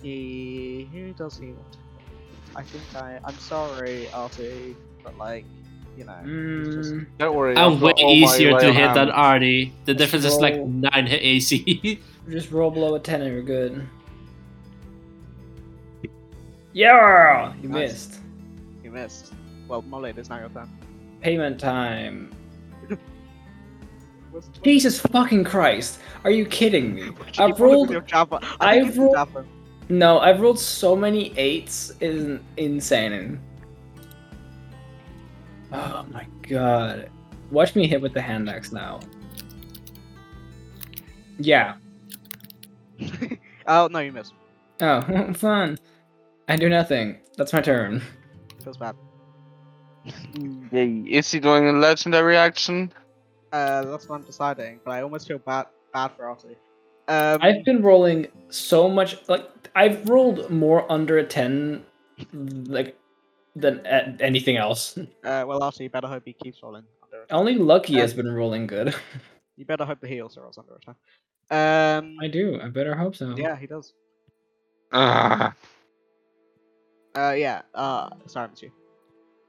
Speaker 2: He. Who does he want? to fight? I think I. I'm sorry, RT, but like, you know, he's just.
Speaker 4: Mm,
Speaker 1: Don't worry.
Speaker 5: I'm
Speaker 1: I've
Speaker 5: way
Speaker 1: got all my
Speaker 5: easier
Speaker 1: lay
Speaker 5: to
Speaker 1: on
Speaker 5: hit than
Speaker 1: hands.
Speaker 5: Artie. The difference is like (laughs)
Speaker 4: roll.
Speaker 5: 9 hit AC.
Speaker 4: just roll below a 10 and you're good. Yeah! Oh, You
Speaker 2: Nice.
Speaker 4: missed.
Speaker 2: You missed. Well, Molly, there's now your turn.
Speaker 4: Payment time. Jesus fucking Christ. Are you kidding me? I've rolled-
Speaker 2: Your javelin. I
Speaker 4: I've
Speaker 2: think it's the
Speaker 4: rolled-
Speaker 2: javelin.
Speaker 4: No, I've rolled so many eights. It is insane. Oh my god. Watch me hit with the hand axe now. Yeah.
Speaker 2: Oh no, you missed.
Speaker 4: Oh, (laughs) fun. I do nothing. That's my turn.
Speaker 2: Feels bad.
Speaker 6: Yay. Is he doing a legendary action?
Speaker 2: Uh, that's what I'm deciding, but I almost feel bad bad for Artie. Um,
Speaker 4: I've been rolling so much. Like I've rolled more under a ten, like than a- anything else.
Speaker 2: uh, well, Arthur, you better hope he keeps rolling under attack.
Speaker 4: Only Lucky has been rolling good. (laughs)
Speaker 2: You better hope the he also rolls under attack. Um,
Speaker 4: I do. I better hope so.
Speaker 2: yeah, he does.
Speaker 6: Ah,
Speaker 2: Uh, yeah. Uh, sorry, I'm you.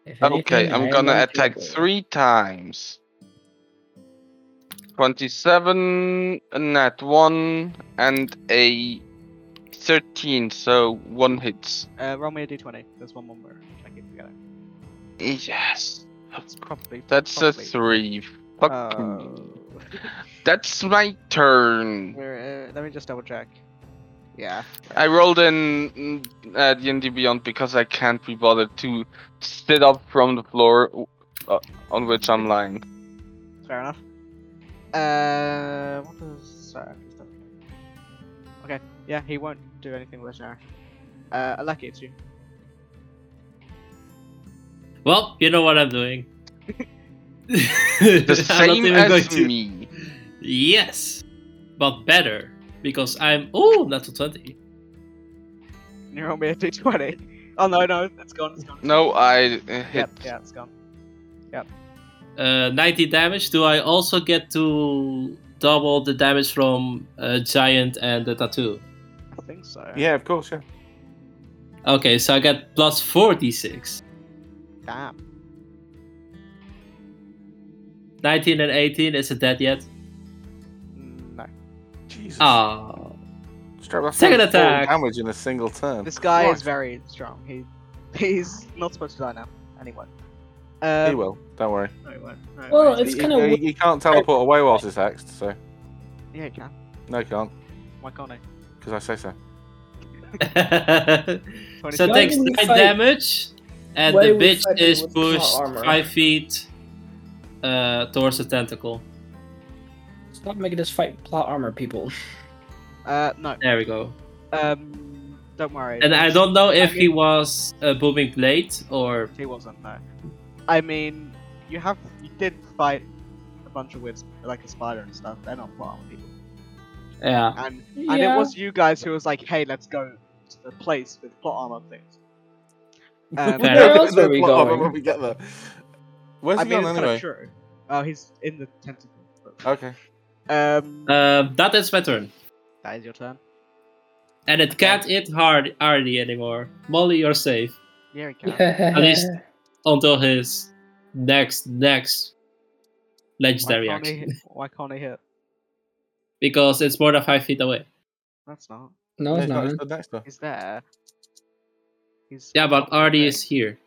Speaker 4: If
Speaker 6: okay,
Speaker 4: anything,
Speaker 6: I'm
Speaker 4: I
Speaker 6: gonna
Speaker 4: like
Speaker 6: attack
Speaker 4: it.
Speaker 6: three times. 27, a nat 1, and a 13, so one hits.
Speaker 2: Uh, roll me a d20. There's one more more. I keep forgetting.
Speaker 6: Yes.
Speaker 2: It's probably.
Speaker 6: That's a
Speaker 2: probably- uh,
Speaker 6: 3. Fuck me.
Speaker 2: Oh.
Speaker 6: That's my turn.
Speaker 2: Where, uh, let me just double check. Yeah.
Speaker 6: I rolled in mm, uh, D&D Beyond because I can't be bothered to sit up from the floor uh, on which I'm lying.
Speaker 2: Fair enough. Uh, what does? Sorry, I just double check. Okay. Yeah, he won't do anything legendary. Uh, lucky it's you.
Speaker 5: Well, you know what I'm doing.
Speaker 6: (laughs)
Speaker 5: (laughs)
Speaker 6: The same as me.
Speaker 5: Yes, but better because I'm oh not to twenty.
Speaker 2: Can You roll me a d20. (laughs) Oh no, no, it's gone. It's gone. it's
Speaker 6: No,
Speaker 2: gone.
Speaker 6: I uh, hit.
Speaker 2: Yep, yeah, it's gone.
Speaker 5: Uh, ninety damage. Do I also get to double the damage from uh, giant and the tattoo?
Speaker 2: I think so.
Speaker 1: Yeah, of course, yeah.
Speaker 5: Okay, so I get plus forty six.
Speaker 2: Damn.
Speaker 5: 19 and 18, is it dead yet?
Speaker 2: No.
Speaker 1: Jesus.
Speaker 5: Oh.
Speaker 1: Strap that's
Speaker 5: Second
Speaker 1: like four
Speaker 5: attack.
Speaker 1: Damage in a single turn.
Speaker 2: This guy is
Speaker 1: Christ.
Speaker 2: very strong. He, he's not supposed to die now. Anyway. Um,
Speaker 1: He will. Don't worry.
Speaker 2: No, he won't. No, he
Speaker 4: Well,
Speaker 2: won't.
Speaker 4: it's
Speaker 1: He-
Speaker 4: kind
Speaker 1: he,
Speaker 4: of
Speaker 1: he can't teleport away whilst it's axed, so
Speaker 2: Yeah, he can.
Speaker 1: no, he can't
Speaker 2: Why can't he?
Speaker 1: because I say so.
Speaker 5: so it
Speaker 4: Why
Speaker 2: 26.
Speaker 5: takes
Speaker 4: do we
Speaker 5: 9
Speaker 4: fight-
Speaker 5: damage, and
Speaker 4: why
Speaker 5: the
Speaker 4: do we
Speaker 5: bitch
Speaker 4: fight it
Speaker 5: is
Speaker 4: with claw
Speaker 5: pushed
Speaker 4: armor?
Speaker 5: 5 feet uh, towards the tentacle.
Speaker 4: Stop making us fight plot armor people. (laughs)
Speaker 2: Uh, no.
Speaker 5: There we go.
Speaker 2: Um, don't worry.
Speaker 5: And I
Speaker 2: it's-
Speaker 5: don't know if
Speaker 2: I mean-
Speaker 5: he was a booming blade or.
Speaker 2: He wasn't. No. I mean, you have you did fight a bunch of weird, sp- like a spider and stuff. They're not plot armor people.
Speaker 5: Yeah.
Speaker 2: And and it was you guys who was like, hey, let's go to the place with plot armor
Speaker 5: (laughs)
Speaker 2: things. Um,
Speaker 5: Fair
Speaker 4: Where else were we
Speaker 1: Well,
Speaker 4: going?
Speaker 1: when we get there. Where's
Speaker 2: I
Speaker 1: he
Speaker 2: mean, it's
Speaker 1: gone
Speaker 2: kinda
Speaker 1: anyway?
Speaker 2: true. Oh, he's in the tentacle.
Speaker 1: Okay.
Speaker 2: Um,
Speaker 5: Um, that is my turn.
Speaker 2: that is your turn.
Speaker 5: And it can't hit hard Hardy anymore. Molly, you're safe.
Speaker 2: Yeah, he can.
Speaker 4: At
Speaker 5: least Until his next, next
Speaker 2: Why
Speaker 5: legendary
Speaker 2: can't, he
Speaker 5: action.
Speaker 2: hit? why can't he hit?
Speaker 5: Because it's more than 5 feet away.
Speaker 2: That's not.
Speaker 4: No, it's
Speaker 1: No,
Speaker 4: not.
Speaker 1: it's the next one.
Speaker 2: He's there. He's
Speaker 5: Yeah, but Artie is here.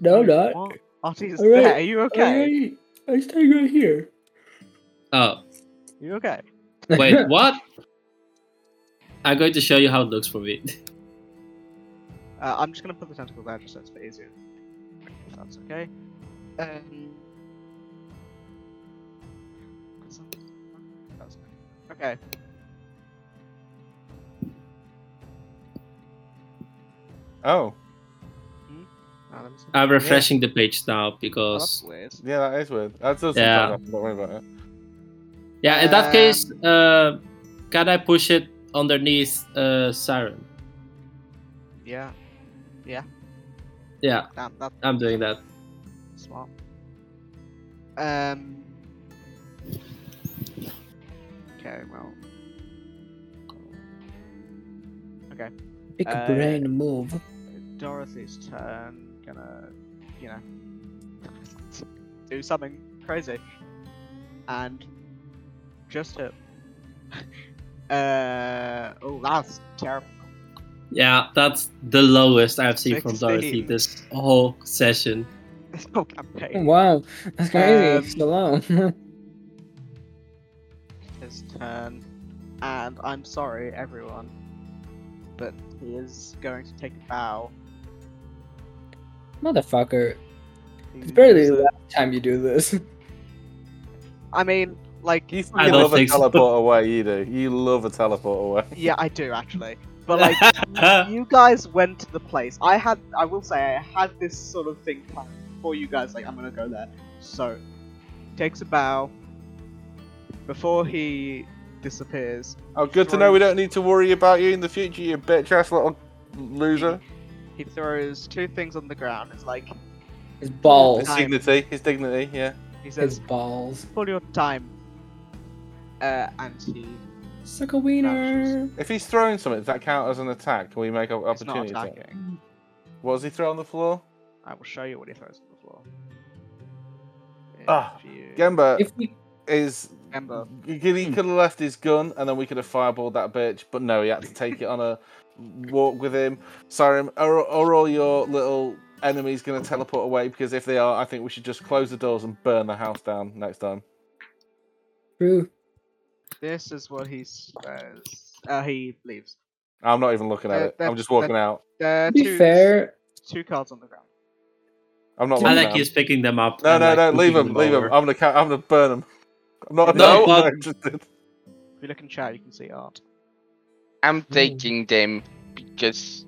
Speaker 4: No, not.
Speaker 2: What? Artie is
Speaker 4: Alright,
Speaker 2: there. Are you okay?
Speaker 4: I, I stay right here.
Speaker 5: Oh,
Speaker 2: you okay?
Speaker 1: (laughs)
Speaker 5: wait, what? I'm going to show you how it looks for me. (laughs)
Speaker 2: Uh, I'm just gonna put the tentacle there just so it's a bit easier. If that's okay. Um. that's- that's- Okay.
Speaker 1: Oh,
Speaker 2: Now let me see.
Speaker 5: I'm refreshing the page now
Speaker 2: Oh, that's
Speaker 5: because
Speaker 2: weird.
Speaker 1: yeah, that is weird. That does
Speaker 5: Yeah.
Speaker 1: sometimes happen, Don't worry about it.
Speaker 5: yeah, in that case,
Speaker 1: Um,
Speaker 5: uh, can I push it underneath uh, Siren?
Speaker 2: Yeah.
Speaker 5: Yeah,
Speaker 2: Damn, that's
Speaker 5: I'm doing that.
Speaker 2: smart. Um. Okay. Well.
Speaker 4: Pick a
Speaker 2: Uh,
Speaker 4: brain move.
Speaker 2: Dorothy's turn gonna, you know, do something crazy, and just hit. (laughs) uh oh, that's terrible. (laughs)
Speaker 5: Yeah, that's the lowest I've seen from
Speaker 2: 16.
Speaker 5: Dorothy this whole session.
Speaker 2: This whole campaign.
Speaker 4: Wow, that's crazy.
Speaker 2: Um,
Speaker 4: it's alone. (laughs) Hmm.
Speaker 2: His turn, and I'm sorry, everyone, but he is going to take a bow.
Speaker 4: Motherfucker.
Speaker 2: He
Speaker 4: It's barely
Speaker 2: is
Speaker 4: the
Speaker 2: a-
Speaker 4: last time you do this.
Speaker 2: I mean, like,
Speaker 1: You
Speaker 5: I
Speaker 1: fucking
Speaker 5: don't
Speaker 1: love a
Speaker 5: think so. (laughs)
Speaker 1: teleport away, you do. You love a teleport away.
Speaker 2: yeah, I
Speaker 1: (laughs)
Speaker 2: do actually, but like. you guys went to the place. I had, I will say, I had this sort of thing planned for you guys. Like, I'm gonna go there. So, takes a bow. Before he disappears.
Speaker 1: Oh, good to know we don't need to worry about you in the future, you bitch ass little loser.
Speaker 2: He throws two things on the ground. It's like
Speaker 3: His balls.
Speaker 1: His dignity, his dignity, yeah.
Speaker 2: he says,
Speaker 3: His balls.
Speaker 2: "For your time," uh, and he
Speaker 3: Suck a wiener.
Speaker 1: If he's throwing something, does that count as an attack? Can we make an
Speaker 2: it's not
Speaker 1: opportunity? attack?
Speaker 2: attacking.
Speaker 1: What does he throw on the floor?
Speaker 2: I will show you what he throws on the floor.
Speaker 1: Ah,
Speaker 2: If you-
Speaker 1: Gemba
Speaker 3: If we
Speaker 1: is.
Speaker 2: Gemba.
Speaker 1: He could
Speaker 5: Hmm.
Speaker 1: have left his gun and then we could have fireballed that bitch, but no, he had to take it on a walk with him. Sorry, are, are all your little enemies going to teleport away? Because if they are, I think we should just close the doors and burn the house down next time.
Speaker 3: True.
Speaker 2: This is what he says. Uh, he leaves.
Speaker 1: I'm not even looking at
Speaker 2: Uh,
Speaker 1: it.
Speaker 2: that-
Speaker 1: I'm just walking out.
Speaker 2: There are
Speaker 3: To be
Speaker 2: two,
Speaker 3: fair,
Speaker 2: two cards on the ground.
Speaker 1: I'm not
Speaker 5: I
Speaker 1: looking
Speaker 5: like
Speaker 1: at 'em.
Speaker 5: he's picking them up.
Speaker 1: No,
Speaker 5: and,
Speaker 1: no,
Speaker 5: like,
Speaker 1: no! Leave
Speaker 5: looking
Speaker 1: him, leave him.
Speaker 5: over.
Speaker 1: I'm gonna, ca- I'm gonna burn him. (laughs) I'm not,
Speaker 6: No,
Speaker 1: I'm not
Speaker 5: but-
Speaker 1: interested.
Speaker 2: If you look in chat, you can see art.
Speaker 6: I'm
Speaker 3: Hmm.
Speaker 6: taking them because.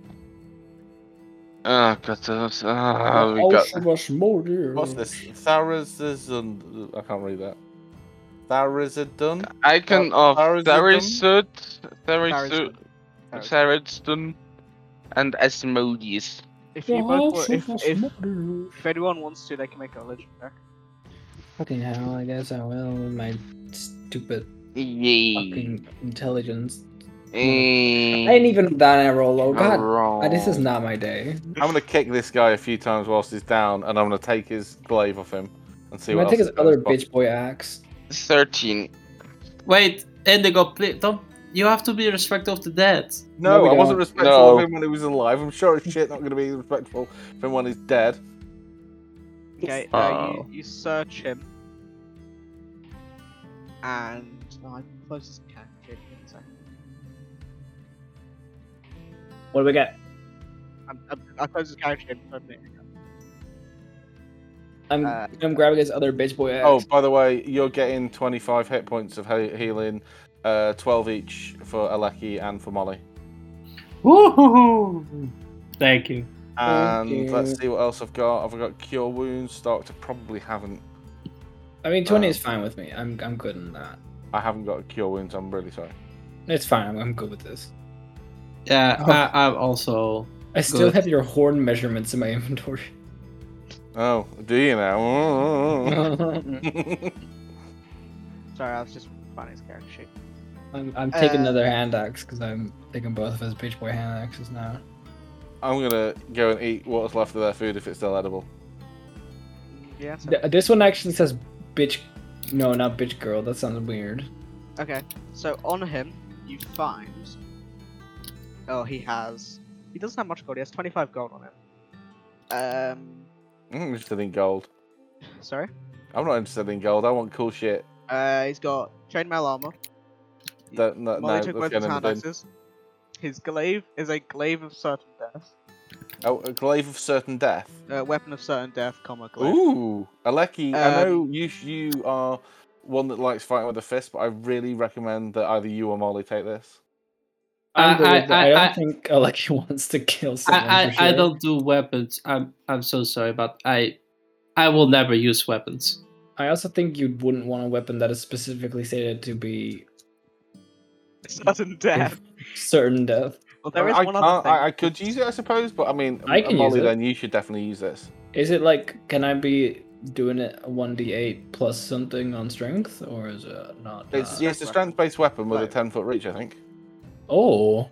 Speaker 6: Oh god, those- oh, we got.
Speaker 3: was more
Speaker 1: What's this? Tharazazun. I can't read that. Tharazadun.
Speaker 6: I can
Speaker 1: Thar-
Speaker 6: of
Speaker 1: Tharizodon?
Speaker 6: Tharisud,
Speaker 2: There is one.
Speaker 6: Tharisud,
Speaker 2: There is one.
Speaker 6: Tharisdun, and Asmodeus.
Speaker 2: If you both, wa- if, if, if anyone wants to, they can make a religion check.
Speaker 3: Fucking hell, I guess I will with my stupid
Speaker 6: Yay!
Speaker 3: fucking intelligence.
Speaker 6: Eh,
Speaker 3: I ain't even with that I roll low. God, Ah,
Speaker 6: wrong.
Speaker 3: this is not my day.
Speaker 1: I'm gonna kick this guy a few times whilst he's down, and I'm gonna take his glaive off him and see
Speaker 3: I'm
Speaker 1: what.
Speaker 3: gonna take
Speaker 1: else
Speaker 3: his
Speaker 1: he
Speaker 3: other
Speaker 1: does.
Speaker 3: bitch boy axe.
Speaker 6: Thirteen.
Speaker 5: Wait, Indigo, please don't. You have to be respectful of the dead.
Speaker 1: No,
Speaker 3: No, we
Speaker 1: I wasn't
Speaker 3: don't.
Speaker 1: respectful
Speaker 6: No.
Speaker 1: of him when he was alive. I'm sure as shit not gonna be respectful of him when he's dead.
Speaker 2: Okay, uh,
Speaker 6: Oh.
Speaker 2: you, you search him. And. No, I can close this can. Give me a second.
Speaker 11: What do we got?
Speaker 2: I'm, I'm, I'll close this character in for a minute.
Speaker 3: I'm
Speaker 2: Uh,
Speaker 3: I'm grabbing his other bitch boy axe.
Speaker 1: Oh, by the way, you're getting 25 hit points of he- healing, uh, 12 each for Aleki and for Molly.
Speaker 5: Woohoo! Thank you.
Speaker 1: And
Speaker 3: Thank you.
Speaker 1: let's see what else I've got. I've got cure wounds stocked. I probably haven't.
Speaker 3: I mean, twenty
Speaker 1: uh,
Speaker 3: is fine with me. I'm I'm good in that.
Speaker 1: I haven't got cure wounds. I'm really sorry.
Speaker 3: It's fine. I'm, I'm good with this.
Speaker 5: Yeah,
Speaker 3: Oh.
Speaker 5: I, I'm also.
Speaker 3: I still
Speaker 5: Good.
Speaker 3: have your horn measurements in my (laughs) inventory.
Speaker 1: Oh, do you now?
Speaker 3: (laughs)
Speaker 1: (laughs)
Speaker 3: I'm,
Speaker 2: Sorry, I was just finding his character sheet.
Speaker 3: I'm taking
Speaker 2: Uh,
Speaker 3: another hand axe because I'm taking both of his bitch boy hand axes now.
Speaker 1: I'm gonna go and eat what's left of their food if it's still edible.
Speaker 2: Yeah, so,
Speaker 3: Th- this one actually says bitch. No, not bitch girl. That sounds weird.
Speaker 2: Okay, so on him, you find. Oh, he has. He doesn't have much gold, he has 25 gold on him. Um.
Speaker 1: I'm interested Mm, in gold.
Speaker 2: Sorry?
Speaker 1: I'm not interested in gold. I want cool shit.
Speaker 2: Uh, he's got chainmail armor.
Speaker 1: That, no,
Speaker 2: Molly
Speaker 1: Uh, no,
Speaker 2: took
Speaker 1: that's
Speaker 2: both his
Speaker 1: going in the
Speaker 2: hand
Speaker 1: bin.
Speaker 2: axes. His glaive is a glaive of certain death.
Speaker 1: Oh, a glaive of certain death.
Speaker 2: Uh, weapon of certain death, comma glaive.
Speaker 1: Ooh, Aleki, I
Speaker 2: Um,
Speaker 1: know you you are one that likes fighting with a fist, but I really recommend that either you or Molly take this.
Speaker 3: I'm good
Speaker 5: I-
Speaker 3: with that.
Speaker 5: I-
Speaker 3: I, don't
Speaker 5: I-
Speaker 3: think Alexia (laughs) wants to kill someone.
Speaker 5: I,
Speaker 3: for
Speaker 5: I, I
Speaker 3: sure.
Speaker 5: don't do weapons. I'm I'm so sorry, but I I will never use weapons.
Speaker 3: I also think you wouldn't want a weapon that is specifically stated to be
Speaker 2: Certain death.
Speaker 3: certain death.
Speaker 2: Well, there
Speaker 1: I,
Speaker 2: is
Speaker 1: I
Speaker 2: one
Speaker 1: can't-
Speaker 2: other thing.
Speaker 1: I, I could use it, I suppose, but I mean,
Speaker 3: I
Speaker 1: M-
Speaker 3: can
Speaker 1: Molly,
Speaker 3: use it.
Speaker 1: then you should definitely use this.
Speaker 3: Is it like can I be doing it one d eight plus something on strength, or is it not?
Speaker 1: It's,
Speaker 3: that?
Speaker 1: yeah, it's a strength-based weapon with a
Speaker 2: Right.
Speaker 1: ten-foot reach, I think.
Speaker 3: Oh,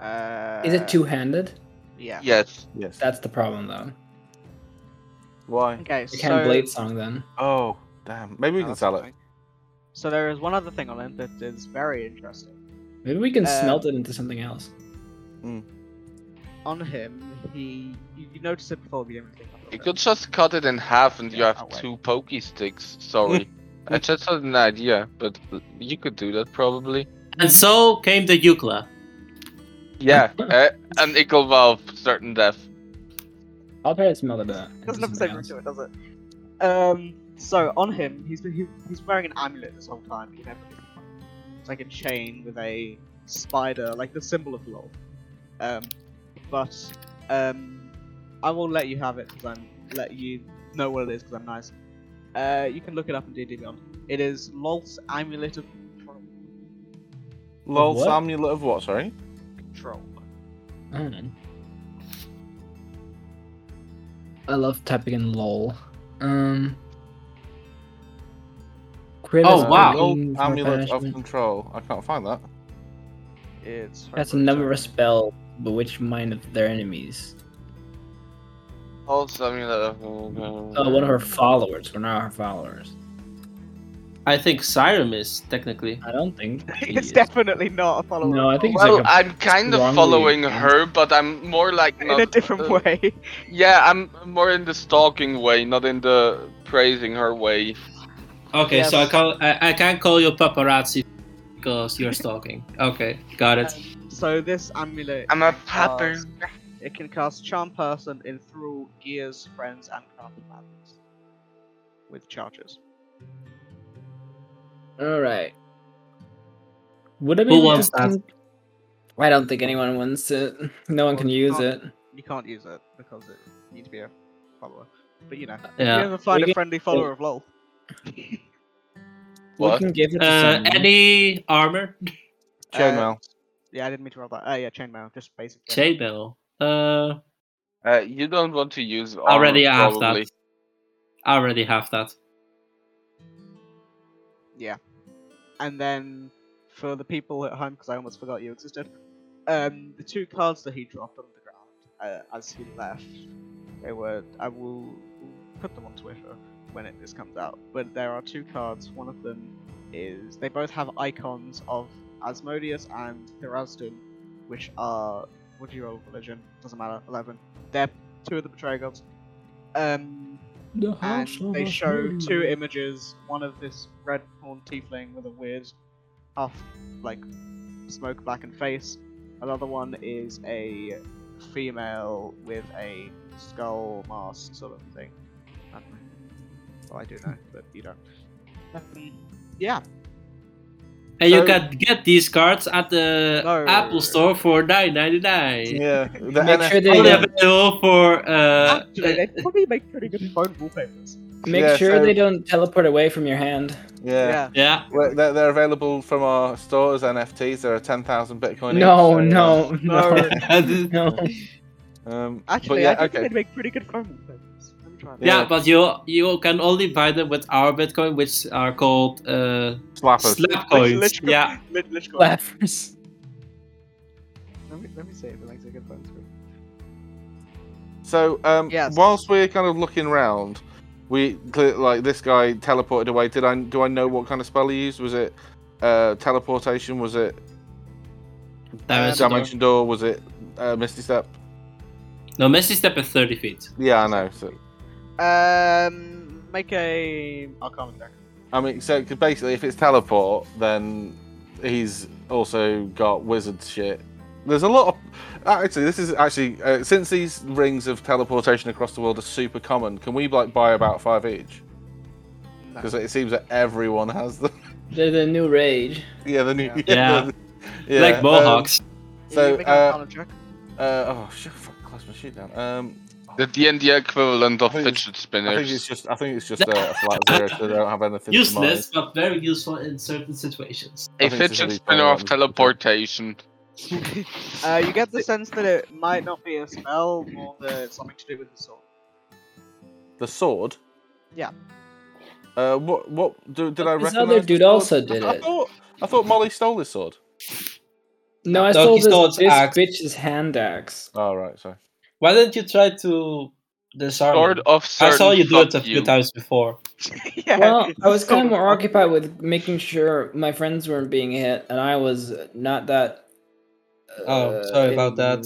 Speaker 2: Uh,
Speaker 3: is it two handed?
Speaker 2: Yeah.
Speaker 6: Yes.
Speaker 1: Yes.
Speaker 3: That's the problem though.
Speaker 1: Why?
Speaker 2: Okay,
Speaker 3: I
Speaker 2: so.
Speaker 3: can't blade song then.
Speaker 1: Oh, damn. Maybe we
Speaker 2: Oh,
Speaker 1: can
Speaker 2: that's
Speaker 1: sell
Speaker 2: fine.
Speaker 1: it.
Speaker 2: So there is one other thing on him that is very interesting.
Speaker 3: Maybe we can
Speaker 2: Um,
Speaker 3: smelt it into something else.
Speaker 2: On him, he you, you noticed it before we didn't think of
Speaker 6: You
Speaker 2: it.
Speaker 6: could just cut it in half and you
Speaker 2: Yeah,
Speaker 6: have
Speaker 2: I'll wait.
Speaker 6: two pokey sticks.
Speaker 3: (laughs)
Speaker 6: Sorry. I just had an idea, but you could do that
Speaker 3: (laughs)
Speaker 6: probably.
Speaker 5: And so came the Eucla.
Speaker 6: Yeah, uh, an equal valve, certain death.
Speaker 3: I'll try to smelt it. uh,
Speaker 2: (laughs)
Speaker 3: into
Speaker 2: doesn't have the
Speaker 3: something
Speaker 2: same ring
Speaker 3: else.
Speaker 2: to it, does it? Um. So on him, he's he, he's wearing an amulet this whole time. He never gets one. It's like a chain with a spider, like the symbol of love. Um, but um, I will let you have it because I'm let you know what it is because I'm nice. Uh, you can look it up in D&D Beyond. It is Lol's Amulet of Control.
Speaker 1: Lol's
Speaker 12: what?
Speaker 1: amulet of what? Sorry.
Speaker 2: Control.
Speaker 3: Mm. I love typing in lol. Um. Quit
Speaker 5: Oh,
Speaker 3: is
Speaker 5: wow.
Speaker 3: blaming
Speaker 1: Lol's
Speaker 3: for
Speaker 1: amulet of
Speaker 3: punishment.
Speaker 1: control. I can't find that.
Speaker 2: It's
Speaker 3: That's a
Speaker 2: Heartbreak
Speaker 3: number of
Speaker 2: Zone.
Speaker 3: spell bewitch mind of their enemies.
Speaker 6: Lol's amulet
Speaker 5: Uh,
Speaker 6: of.
Speaker 3: Oh, one of her followers. We're not her followers.
Speaker 5: I think Siren is technically.
Speaker 3: I don't
Speaker 2: (laughs)
Speaker 3: think. she
Speaker 2: It's
Speaker 3: is.
Speaker 2: definitely not a follow-up.
Speaker 3: No, I think it's
Speaker 6: Well,
Speaker 3: like a
Speaker 6: I'm kind of
Speaker 3: strongly
Speaker 6: following
Speaker 3: against-
Speaker 6: her, but I'm more like
Speaker 2: in
Speaker 6: not-
Speaker 2: a different
Speaker 6: uh,
Speaker 2: way.
Speaker 6: Yeah, I'm more in the stalking way, not in the praising her way.
Speaker 5: Okay,
Speaker 2: Yes.
Speaker 5: so I call I, I can't call you paparazzi because you're stalking. Okay, got it.
Speaker 2: So this amulet,
Speaker 6: I'm a
Speaker 2: can
Speaker 6: papper.
Speaker 2: cast- It can cast charm person, enthrall, gears, friends, and craft plans with charges.
Speaker 3: All right. Would I be
Speaker 5: Who
Speaker 3: able to
Speaker 5: wants that?
Speaker 3: con- I don't think anyone wants it. No one
Speaker 2: Well,
Speaker 3: can
Speaker 2: you
Speaker 3: use it.
Speaker 2: can't- You can't use it because it needs to be a follower. But you know, you
Speaker 5: Yeah.
Speaker 2: never find
Speaker 3: We
Speaker 2: a
Speaker 3: get-
Speaker 2: friendly follower of LOL.
Speaker 3: We
Speaker 6: What?
Speaker 3: can give it to
Speaker 5: Uh,
Speaker 3: someone.
Speaker 5: any armor?
Speaker 1: Chainmail.
Speaker 2: uh, Yeah, I didn't mean to roll that. Oh yeah, chainmail, just basic. chainmail.
Speaker 5: Chainmail. Uh,
Speaker 6: Uh, you don't want to use armor,
Speaker 5: already have
Speaker 6: probably.
Speaker 5: that. I already have that.
Speaker 2: And then for the people at home, because I almost forgot you existed, um, the two cards that he dropped on the ground uh, as he left, they were. I will put them on Twitter when it, this comes out. But there are two cards. One of them is they both have icons of Asmodeus and Hirazdun, which are what do you roll religion? Doesn't matter. Eleven. They're two of the betrayal gods. Um, and they show two images. One of this red horned tiefling with a weird, half like smoke blackened face. Another one is a female with a skull mask sort of thing. I don't know. Well, I do know, but you don't. Um, yeah,
Speaker 5: And you
Speaker 1: So-
Speaker 5: can get these cards at the
Speaker 2: No.
Speaker 5: Apple Store for nine ninety nine.
Speaker 1: Yeah. The
Speaker 3: Make
Speaker 1: NF
Speaker 3: sure they
Speaker 5: Only
Speaker 3: don't,
Speaker 5: available for uh,
Speaker 2: actually, they probably make pretty good phone wallpapers.
Speaker 3: make
Speaker 1: Yeah,
Speaker 3: sure
Speaker 1: so-
Speaker 3: they don't teleport away from your hand.
Speaker 1: Yeah. (laughs)
Speaker 5: yeah.
Speaker 1: Well, they're, they're available from our store as NFTs. There are 10,000 Bitcoin.
Speaker 3: No,
Speaker 1: each, so,
Speaker 3: no, (laughs) no,
Speaker 2: No.
Speaker 3: no,
Speaker 1: Um, but
Speaker 2: Actually,
Speaker 1: yeah,
Speaker 2: I think
Speaker 1: okay.
Speaker 2: they'd make pretty good phone wallpapers. Let me try that.
Speaker 5: Yeah,
Speaker 1: Yeah.
Speaker 5: but you you can only buy them with our Bitcoin, which are called uh,
Speaker 1: Slappers.
Speaker 5: slap
Speaker 2: Like,
Speaker 5: coins.
Speaker 2: literally-
Speaker 5: Yeah,
Speaker 2: lit- literally-
Speaker 3: Laughers.
Speaker 2: Let me let me see if it makes a good phone screen.
Speaker 1: So, um,
Speaker 2: Yes.
Speaker 1: whilst we're kind of looking round, we cle- like this guy teleported away. Did I do I know what kind of spell he used? Was it uh, teleportation? Was it
Speaker 5: Dimension door.
Speaker 1: dimension door? Was it uh, misty step?
Speaker 5: No, Messi step at thirty feet.
Speaker 1: Yeah, I know. So,
Speaker 2: Um, make a Arcana check.
Speaker 1: I mean, so 'cause basically, if it's teleport, then he's also got wizard shit. There's a lot of actually. This is actually uh, since these rings of teleportation across the world are super common. Can we like buy about five each?
Speaker 2: No.
Speaker 1: Because it seems that everyone has them. (laughs)
Speaker 3: They're the new rage.
Speaker 1: Yeah, the new
Speaker 2: Yeah.
Speaker 5: Yeah.
Speaker 1: (laughs) yeah,
Speaker 5: like
Speaker 1: um,
Speaker 5: Mohawks.
Speaker 1: so,
Speaker 2: make
Speaker 1: uh,
Speaker 2: an Arcana check.
Speaker 1: uh, oh shit! Fuck, close my sheet down. Um,
Speaker 6: The D&D equivalent of
Speaker 1: I think it's-
Speaker 6: fidget
Speaker 1: I think it's
Speaker 6: spinners.
Speaker 1: just I think it's just a, a flat zero. so they don't have anything. to
Speaker 5: Useless, but very useful in certain
Speaker 8: (laughs)
Speaker 5: situations.
Speaker 1: I
Speaker 6: A
Speaker 1: think it's
Speaker 6: fidget
Speaker 1: really
Speaker 6: spinner
Speaker 1: fun.
Speaker 6: of teleportation.
Speaker 2: Uh, you get the sense that it might not be a spell, more that it's something to do with the sword. (laughs)
Speaker 1: mine. The sword.
Speaker 2: Yeah.
Speaker 1: Uh, what what do, did I
Speaker 3: This
Speaker 1: recognize?
Speaker 3: other
Speaker 1: the
Speaker 3: dude
Speaker 1: sword?
Speaker 3: also did
Speaker 1: I, I
Speaker 3: it.
Speaker 1: thought I thought Molly stole his sword.
Speaker 3: No, I
Speaker 5: No,
Speaker 3: stole
Speaker 5: he stole
Speaker 3: this,
Speaker 5: its
Speaker 3: this
Speaker 5: axe.
Speaker 3: bitch's hand axe.
Speaker 1: Oh right, sorry.
Speaker 5: Why don't you try to disarm?
Speaker 6: Sword
Speaker 5: him?
Speaker 6: of
Speaker 5: I
Speaker 6: certain
Speaker 5: saw you do it a
Speaker 6: fuck
Speaker 5: few times before.
Speaker 2: yeah.
Speaker 3: Well, I was
Speaker 2: so
Speaker 3: kind of more
Speaker 2: fucking
Speaker 3: occupied
Speaker 2: weird.
Speaker 3: with making sure my friends weren't being hit, and I was not that. uh,
Speaker 5: Oh, sorry about that.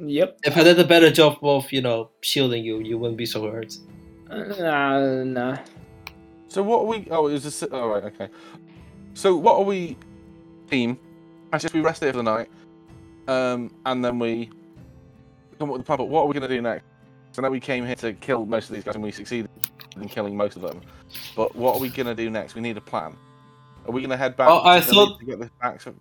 Speaker 3: Yep.
Speaker 5: If I did a better job of you know shielding you, you wouldn't be so hurt.
Speaker 3: Uh, nah, nah.
Speaker 1: So what are we? Oh, it was a. si- Oh right, okay. So what are we? Team. I suggest we rest here for the night, um, and then we come up with a plan. But what are we going to do next? So now we came here to kill most of these guys, and we succeeded in killing most of them. But what are we going to do next? We need a plan. Are we going to head back?
Speaker 5: Oh, I
Speaker 1: to Billy
Speaker 5: thought-
Speaker 1: to get this back. So...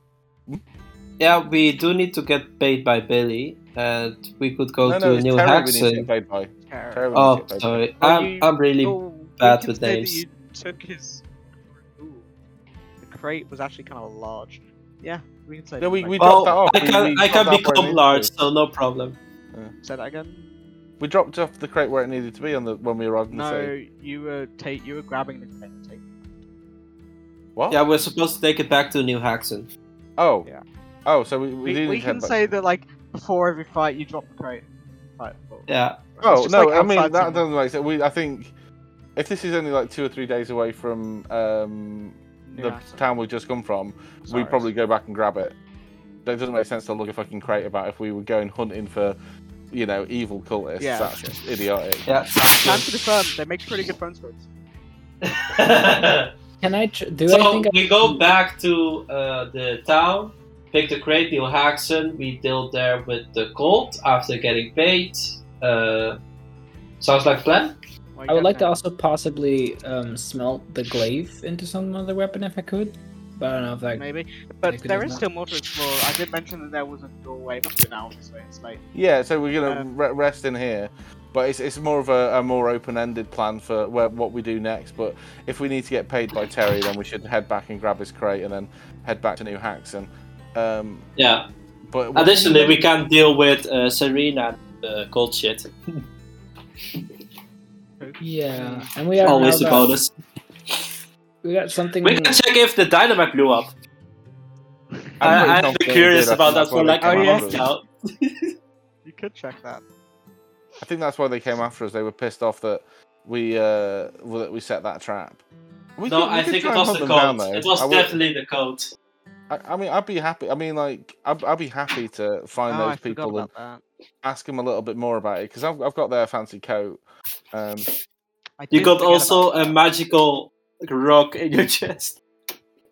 Speaker 5: Yeah, we do need to get paid by Billy, and we could go
Speaker 1: No,
Speaker 5: to
Speaker 1: no,
Speaker 5: a
Speaker 1: it's
Speaker 5: new
Speaker 1: Terry we need to
Speaker 5: Hexen.
Speaker 1: get paid by. Terry we
Speaker 2: Terrible.
Speaker 1: need to
Speaker 5: Oh,
Speaker 1: get paid by.
Speaker 5: sorry.
Speaker 2: Well,
Speaker 5: I'm,
Speaker 2: you-
Speaker 5: I'm really.
Speaker 2: Oh, we
Speaker 5: bad
Speaker 2: can
Speaker 5: with
Speaker 2: say that
Speaker 5: names.
Speaker 2: You took his. Ooh. The crate was actually kind of large.
Speaker 10: Yeah, we can say.
Speaker 1: No, we,
Speaker 10: like-
Speaker 1: we
Speaker 8: Oh,
Speaker 1: dropped that off.
Speaker 8: I
Speaker 1: We-
Speaker 8: can,
Speaker 1: we
Speaker 8: I
Speaker 1: dropped
Speaker 8: can
Speaker 1: that off where it
Speaker 8: become
Speaker 1: needed
Speaker 8: large,
Speaker 1: to.
Speaker 8: so no problem.
Speaker 10: say that again.
Speaker 1: We dropped off the crate where it needed to be on the when we arrived in the
Speaker 10: No,
Speaker 1: city.
Speaker 10: you were take you were grabbing the crate. and taking
Speaker 1: What?
Speaker 8: Yeah, we're supposed to take it back to New Haxon.
Speaker 1: Oh.
Speaker 10: Yeah.
Speaker 1: Oh, so we
Speaker 10: it.
Speaker 1: we,
Speaker 10: We,
Speaker 1: didn't
Speaker 10: we
Speaker 1: head
Speaker 10: can
Speaker 1: back.
Speaker 10: say that like before every fight you drop the crate. Fight.
Speaker 8: Yeah.
Speaker 10: It's
Speaker 1: Oh
Speaker 10: just
Speaker 1: no,
Speaker 10: like
Speaker 1: I mean
Speaker 10: outside
Speaker 1: that
Speaker 10: somewhere.
Speaker 1: doesn't make sense. We, I think if this is only like two or three days away from um, the
Speaker 10: Yeah, so-
Speaker 1: town we've just come from,
Speaker 10: sorry.
Speaker 1: we'd probably go back and grab it. That doesn't make sense to look a fucking crate about if we were going hunting for, you know, evil cultists.
Speaker 10: Yeah.
Speaker 1: That's just idiotic.
Speaker 8: Yeah,
Speaker 10: Time
Speaker 8: sounds
Speaker 10: to confirm. They make pretty good phone swords.
Speaker 8: good.
Speaker 3: Can I? Tr- do I
Speaker 8: so
Speaker 3: think I-
Speaker 8: we go back to uh, the town, pick the crate, New Haxon. We deal there with the gold after getting paid. Uh, sounds like plan.
Speaker 10: Well,
Speaker 3: I would
Speaker 10: yeah,
Speaker 3: like to
Speaker 10: no.
Speaker 3: also possibly um, smelt the glaive into some other weapon if I could, but I don't know if that.
Speaker 10: maybe. But
Speaker 3: could
Speaker 10: there
Speaker 3: do
Speaker 10: is
Speaker 3: that.
Speaker 10: still more to explore. I did mention that there was a doorway between now, obviously. It's like
Speaker 1: Yeah, so we're gonna
Speaker 10: Um,
Speaker 1: re- rest in here, but it's, it's more of a, a more open-ended plan for where, what we do next. But if we need to get paid by Terry, then we should head back and grab his crate and then head back to New Haxon. Um,
Speaker 8: Yeah.
Speaker 1: but
Speaker 8: Additionally, we can deal with uh, Serena. Uh, gold shit.
Speaker 3: Yeah, and we have
Speaker 8: Always the
Speaker 3: now got-
Speaker 8: bonus.
Speaker 3: We got something.
Speaker 8: We can check if the dynamite blew up.
Speaker 1: I'm
Speaker 8: I,
Speaker 1: pretty
Speaker 8: I've
Speaker 1: confident
Speaker 8: been
Speaker 1: it
Speaker 8: curious
Speaker 1: did. I
Speaker 8: about
Speaker 1: think
Speaker 8: that
Speaker 1: that's why
Speaker 8: for
Speaker 1: they
Speaker 8: like a
Speaker 1: came
Speaker 10: Oh, yeah.
Speaker 1: after
Speaker 8: month
Speaker 1: us.
Speaker 8: now.
Speaker 10: you could check that.
Speaker 1: I think that's why they came after us. They were pissed off that we uh, well, that we set that trap. We
Speaker 8: no,
Speaker 1: could- we
Speaker 8: I
Speaker 1: could
Speaker 8: think it
Speaker 1: try and
Speaker 8: was
Speaker 1: hunt
Speaker 8: the
Speaker 1: them down,
Speaker 8: code.
Speaker 1: though.
Speaker 8: It was
Speaker 1: I would-
Speaker 8: definitely the code.
Speaker 1: I, I mean, I'd be happy. I mean, like, I'd, I'd be happy to find
Speaker 10: oh, I
Speaker 1: those
Speaker 10: forgot
Speaker 1: people and
Speaker 10: about that.
Speaker 1: ask them a little bit more about it because I've, I've got their fancy coat. Um,
Speaker 10: I
Speaker 8: You
Speaker 10: did
Speaker 8: got
Speaker 10: forget
Speaker 8: also
Speaker 10: about
Speaker 2: um,
Speaker 8: a magical rock in your (laughs) chest.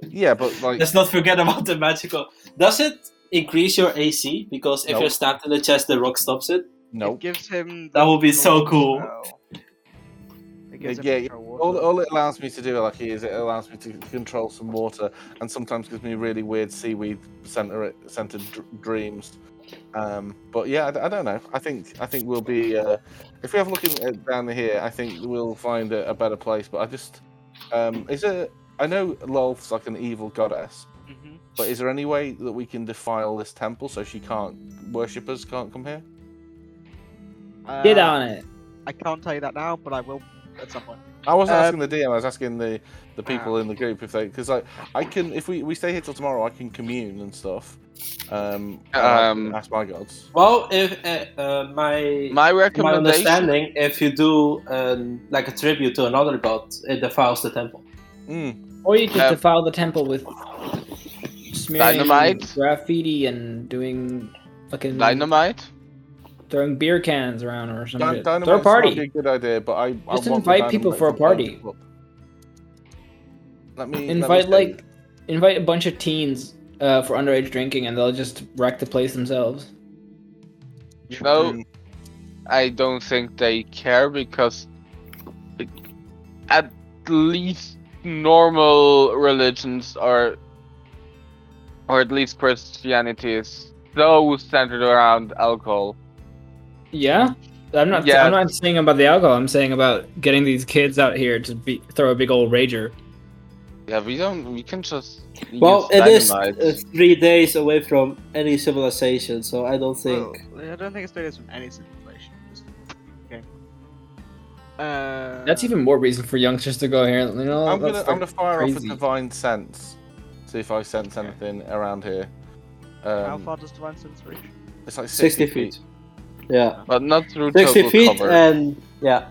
Speaker 1: yeah, but like,
Speaker 8: Let's not forget about the magical. Does it increase your AC? Because if
Speaker 1: Nope.
Speaker 8: you're stabbed in the chest, the rock stops it.
Speaker 10: that.
Speaker 1: no.
Speaker 10: It gives him.
Speaker 8: That
Speaker 10: the
Speaker 8: would be so
Speaker 10: control
Speaker 8: cool.
Speaker 10: spell. It gives him
Speaker 1: yeah,
Speaker 10: control water.
Speaker 1: All, all it allows me to do, Lucky, is it allows me to control some water and sometimes gives me really weird seaweed center, centered dr- dreams. Um, but yeah, I, d- I don't know. I think I think we'll be uh, if we have a look in, uh, down here. I think we'll find a, a better place. But I just um, is there. I know Lolf's like an evil goddess,
Speaker 2: Mm-hmm.
Speaker 10: Mhm.
Speaker 1: but is there any way that we can defile this temple so she can't worshippers can't come here?
Speaker 10: Uh,
Speaker 3: Get on it.
Speaker 10: I can't tell you that now, but I will at some point.
Speaker 1: I wasn't
Speaker 10: Um,
Speaker 1: asking the DM. I was asking the, the people in the group if they because like I can if we, we stay here till tomorrow I can commune and stuff. Um, and I can
Speaker 6: Um,
Speaker 1: ask my gods.
Speaker 8: Well, if uh, uh, my,
Speaker 6: My
Speaker 8: my
Speaker 6: recommendation.
Speaker 8: understanding, if you do um, like a tribute to another god, it defiles the temple.
Speaker 1: Mm,
Speaker 3: Or you could
Speaker 6: Um,
Speaker 3: defile the temple with smearing
Speaker 6: Dynamite?
Speaker 3: graffiti and doing fucking
Speaker 6: Dynamite.
Speaker 3: throwing beer cans around or
Speaker 1: dy-
Speaker 3: something.
Speaker 1: dynamite
Speaker 3: Throw a
Speaker 1: might be a
Speaker 3: party.
Speaker 1: good idea, but I I
Speaker 3: Just
Speaker 1: want the
Speaker 3: invite people
Speaker 1: dynamite
Speaker 3: for a
Speaker 1: to burn
Speaker 3: party.
Speaker 1: people up. Let me let me
Speaker 3: Invite
Speaker 1: see.
Speaker 3: like invite a bunch of teens uh, for underage drinking, and they'll just wreck the place themselves.
Speaker 6: You know,
Speaker 1: Mm,
Speaker 6: I don't think they care because like, at least normal religions are or at least Christianity is so centered around alcohol.
Speaker 3: Yeah. I'm not.
Speaker 6: Yeah.
Speaker 3: I'm not saying about the alcohol. I'm saying about getting these kids out here to be, throw a big old rager.
Speaker 6: Yeah, we don't we can just
Speaker 8: Well,
Speaker 6: use
Speaker 8: it is
Speaker 6: dynamite.
Speaker 8: uh, three days away from any civilization, so I don't think.
Speaker 10: Well, I don't think it's doing this from any civilization. Just... Okay. Uh,
Speaker 3: That's even more reason for youngsters to go here. You know,
Speaker 1: I'm gonna
Speaker 3: let's
Speaker 1: I'm gonna fire off a
Speaker 3: Oh, crazy.
Speaker 1: divine sense. See if I sense anything around here. Um,
Speaker 10: How far does divine sense
Speaker 3: (laughs)
Speaker 10: reach?
Speaker 1: It's like
Speaker 8: 60
Speaker 1: sixty,
Speaker 8: feet.
Speaker 1: feet.
Speaker 8: Yeah.
Speaker 6: but not through
Speaker 8: 60
Speaker 6: total
Speaker 8: feet uh,
Speaker 6: cover.
Speaker 8: and. Yeah.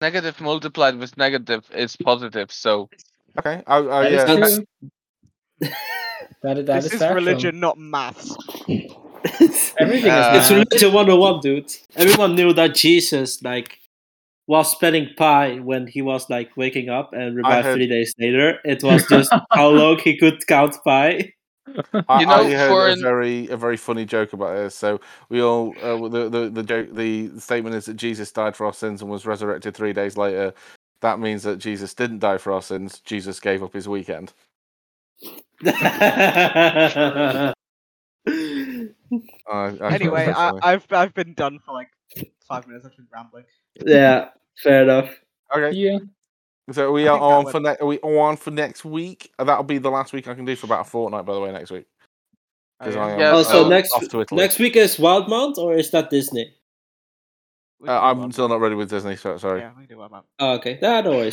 Speaker 6: Negative multiplied with negative is positive, so
Speaker 1: Okay. I, I,
Speaker 3: That is
Speaker 1: yeah.
Speaker 3: true. That is that
Speaker 10: this
Speaker 3: is
Speaker 10: is
Speaker 3: factual.
Speaker 10: religion, not maths.
Speaker 8: it's
Speaker 3: Everything
Speaker 6: Uh,
Speaker 3: is.
Speaker 8: (laughs) religion 101, dude. Everyone knew that Jesus, like, was spelling pi when he was like waking up and revived
Speaker 6: heard-
Speaker 8: three days later. It was just (laughs) how long he could count pi.
Speaker 1: I,
Speaker 6: You
Speaker 1: I
Speaker 6: know,
Speaker 1: heard
Speaker 6: for
Speaker 1: a
Speaker 6: an-
Speaker 1: very a very funny joke about this. So we all uh, the, the the joke the statement is that Jesus died for our sins and was resurrected three days later. That means that Jesus didn't die for our sins. Jesus gave up his weekend. I, I
Speaker 2: Anyway, I,
Speaker 1: I,
Speaker 2: I've I've been done for like five minutes. I've been rambling.
Speaker 8: (laughs) yeah, fair enough.
Speaker 1: okay,
Speaker 3: Yeah.
Speaker 1: so we
Speaker 2: I
Speaker 1: are
Speaker 2: think that
Speaker 1: on for ne- are we on for next week. Uh, That'll be the last week I can do for about a fortnight. By the way, next week. 'Cause I am,
Speaker 6: Yeah,
Speaker 8: Oh, so
Speaker 6: uh,
Speaker 8: next
Speaker 1: off to Italy.
Speaker 8: next week is Wild Mount or is that Disney?
Speaker 2: We
Speaker 1: Uh,
Speaker 2: can do
Speaker 1: I'm
Speaker 2: one.
Speaker 10: Uh,
Speaker 1: still not ready with Disney. So sorry.
Speaker 2: Yeah, we can do one month.
Speaker 8: Oh, okay, that no worries.